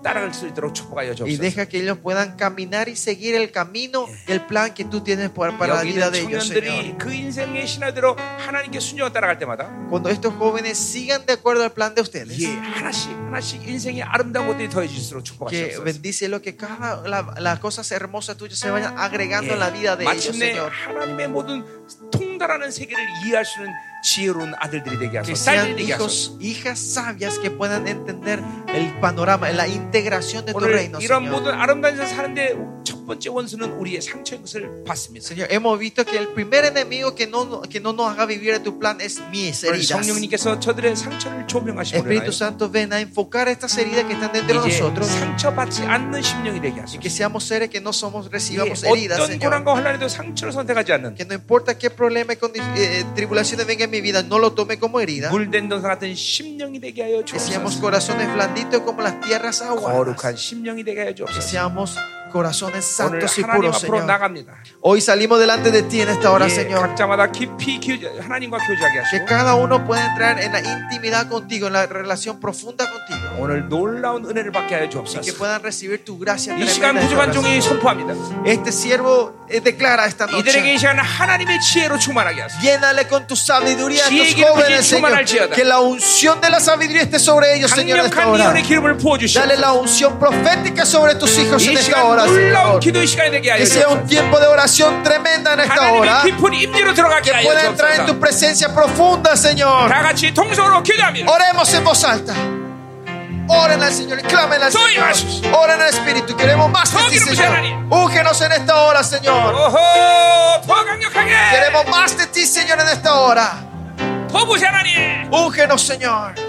[SPEAKER 1] 따라갈 수 있도록 축복하여
[SPEAKER 2] y
[SPEAKER 1] 주옵소서.
[SPEAKER 2] deja que ellos puedan caminar y seguir el camino, el plan que tú tienes para para la
[SPEAKER 1] 여기
[SPEAKER 2] vida
[SPEAKER 1] 있는
[SPEAKER 2] de ellos, Señor.
[SPEAKER 1] 청년들이 그 인생의 신하대로 하나님께 순종을 따라갈 때마다
[SPEAKER 2] Cuando estos jóvenes sigan de acuerdo al plan de ustedes,
[SPEAKER 1] 예, 하나씩 하나씩 인생의 아름다운 것들이 더해질수록
[SPEAKER 2] que
[SPEAKER 1] 축복하시옵소서.
[SPEAKER 2] bendice lo que cada la- las cosas hermosas tuyas se vayan agregando en la vida
[SPEAKER 1] 예,
[SPEAKER 2] de ellos,
[SPEAKER 1] 마침내
[SPEAKER 2] Señor.
[SPEAKER 1] 하나님의 모든 통달하는 세계를 이해할 수 있는 지혜로운 아들들이 되게 하소서.
[SPEAKER 2] Que sean
[SPEAKER 1] 딸들이 되게 하소서.
[SPEAKER 2] hijos, hijas sabias que puedan entender el panorama, la integración de tu
[SPEAKER 1] 오늘
[SPEAKER 2] reino,
[SPEAKER 1] 이런
[SPEAKER 2] Señor.
[SPEAKER 1] 모든 아름다운 인생 사는데 첫 번째 원수는 우리의 상처인 것을 봤습니다.
[SPEAKER 2] Señor, hemos visto que el primer enemigo que no, que no nos haga vivir a tu plan es mis
[SPEAKER 1] 오늘
[SPEAKER 2] heridas.
[SPEAKER 1] 성령님께서 저들의 상처를 조명하시고
[SPEAKER 2] Espíritu Santo, ven a enfocar estas heridas que están dentro de
[SPEAKER 1] 이제
[SPEAKER 2] nosotros
[SPEAKER 1] 상처받지 않는 심령이 되게
[SPEAKER 2] y
[SPEAKER 1] 하소서.
[SPEAKER 2] que seamos seres que no somos,
[SPEAKER 1] 예,
[SPEAKER 2] recibamos heridas,
[SPEAKER 1] 어떤
[SPEAKER 2] Señor.
[SPEAKER 1] 고난과 환란에도 상처를 선택하지 않는
[SPEAKER 2] Que no importa qué problema y condi- eh, tribulaciones venga en mi vida, no lo tome como herida.
[SPEAKER 1] 물된 동상 같은 심령이 되게 하여
[SPEAKER 2] Que seamos
[SPEAKER 1] 주옵소서.
[SPEAKER 2] corazones blanditos como las tierras
[SPEAKER 1] 거룩한
[SPEAKER 2] aguadas.
[SPEAKER 1] 심령이 되게 하여
[SPEAKER 2] Que
[SPEAKER 1] 주옵소서.
[SPEAKER 2] seamos corazones
[SPEAKER 1] 오늘
[SPEAKER 2] santos y
[SPEAKER 1] 하나님
[SPEAKER 2] puros,
[SPEAKER 1] 앞으로
[SPEAKER 2] Señor.
[SPEAKER 1] 나갑니다.
[SPEAKER 2] Hoy salimos delante de ti en esta hora,
[SPEAKER 1] 예,
[SPEAKER 2] Señor.
[SPEAKER 1] 각자마다 깊이 교제- 하나님과 교제하게
[SPEAKER 2] Que
[SPEAKER 1] 하시고
[SPEAKER 2] cada uno pueda entrar en la intimidad contigo, en la relación profunda contigo.
[SPEAKER 1] 오늘 놀라운 은혜를 받게 하여
[SPEAKER 2] Y que
[SPEAKER 1] 주옵소서.
[SPEAKER 2] puedan recibir tu gracia.
[SPEAKER 1] 이
[SPEAKER 2] tremenda
[SPEAKER 1] 시간
[SPEAKER 2] en esta
[SPEAKER 1] 부족한
[SPEAKER 2] oración.
[SPEAKER 1] 종이 선포합니다.
[SPEAKER 2] Este siervo eh, declara esta
[SPEAKER 1] 이들에게
[SPEAKER 2] noche.
[SPEAKER 1] 이 시간 하나님의 지혜로 충만하게 하소서.
[SPEAKER 2] Llénale con tu sabiduría a tus
[SPEAKER 1] 지혜의 기름을
[SPEAKER 2] jóvenes, Señor.
[SPEAKER 1] 충만할지어다.
[SPEAKER 2] Que la unción de la sabiduría esté sobre ellos, Señor, en esta
[SPEAKER 1] 강력한
[SPEAKER 2] hora.
[SPEAKER 1] 예언의 기름을 부어 주시오.
[SPEAKER 2] Dale la unción profética sobre tus hijos
[SPEAKER 1] 이
[SPEAKER 2] en esta
[SPEAKER 1] 시간
[SPEAKER 2] hora,
[SPEAKER 1] 놀라운
[SPEAKER 2] Señor.
[SPEAKER 1] 기도의 시간이 되게 하여
[SPEAKER 2] Que sea un
[SPEAKER 1] 주옵소서.
[SPEAKER 2] tiempo de oración tremenda en esta hora.
[SPEAKER 1] 하나님의 깊은 임재로 들어가게 하여
[SPEAKER 2] Pueda entrar en
[SPEAKER 1] 주옵소서.
[SPEAKER 2] tu presencia profunda, Señor.
[SPEAKER 1] 다 같이 통성으로 기도합니다.
[SPEAKER 2] Oremos en voz alta. Oren al Señor y clamen al
[SPEAKER 1] Soy
[SPEAKER 2] Señor.
[SPEAKER 1] más.
[SPEAKER 2] Oren al Espíritu. Queremos más de ti,
[SPEAKER 1] Soy
[SPEAKER 2] Señor.
[SPEAKER 1] Cristiano.
[SPEAKER 2] Úgenos en esta hora, Señor.
[SPEAKER 1] 오호 더 강력하게
[SPEAKER 2] Queremos más de ti, Señor, en esta hora.
[SPEAKER 1] 더 보세요 하나님
[SPEAKER 2] Úgenos, Señor.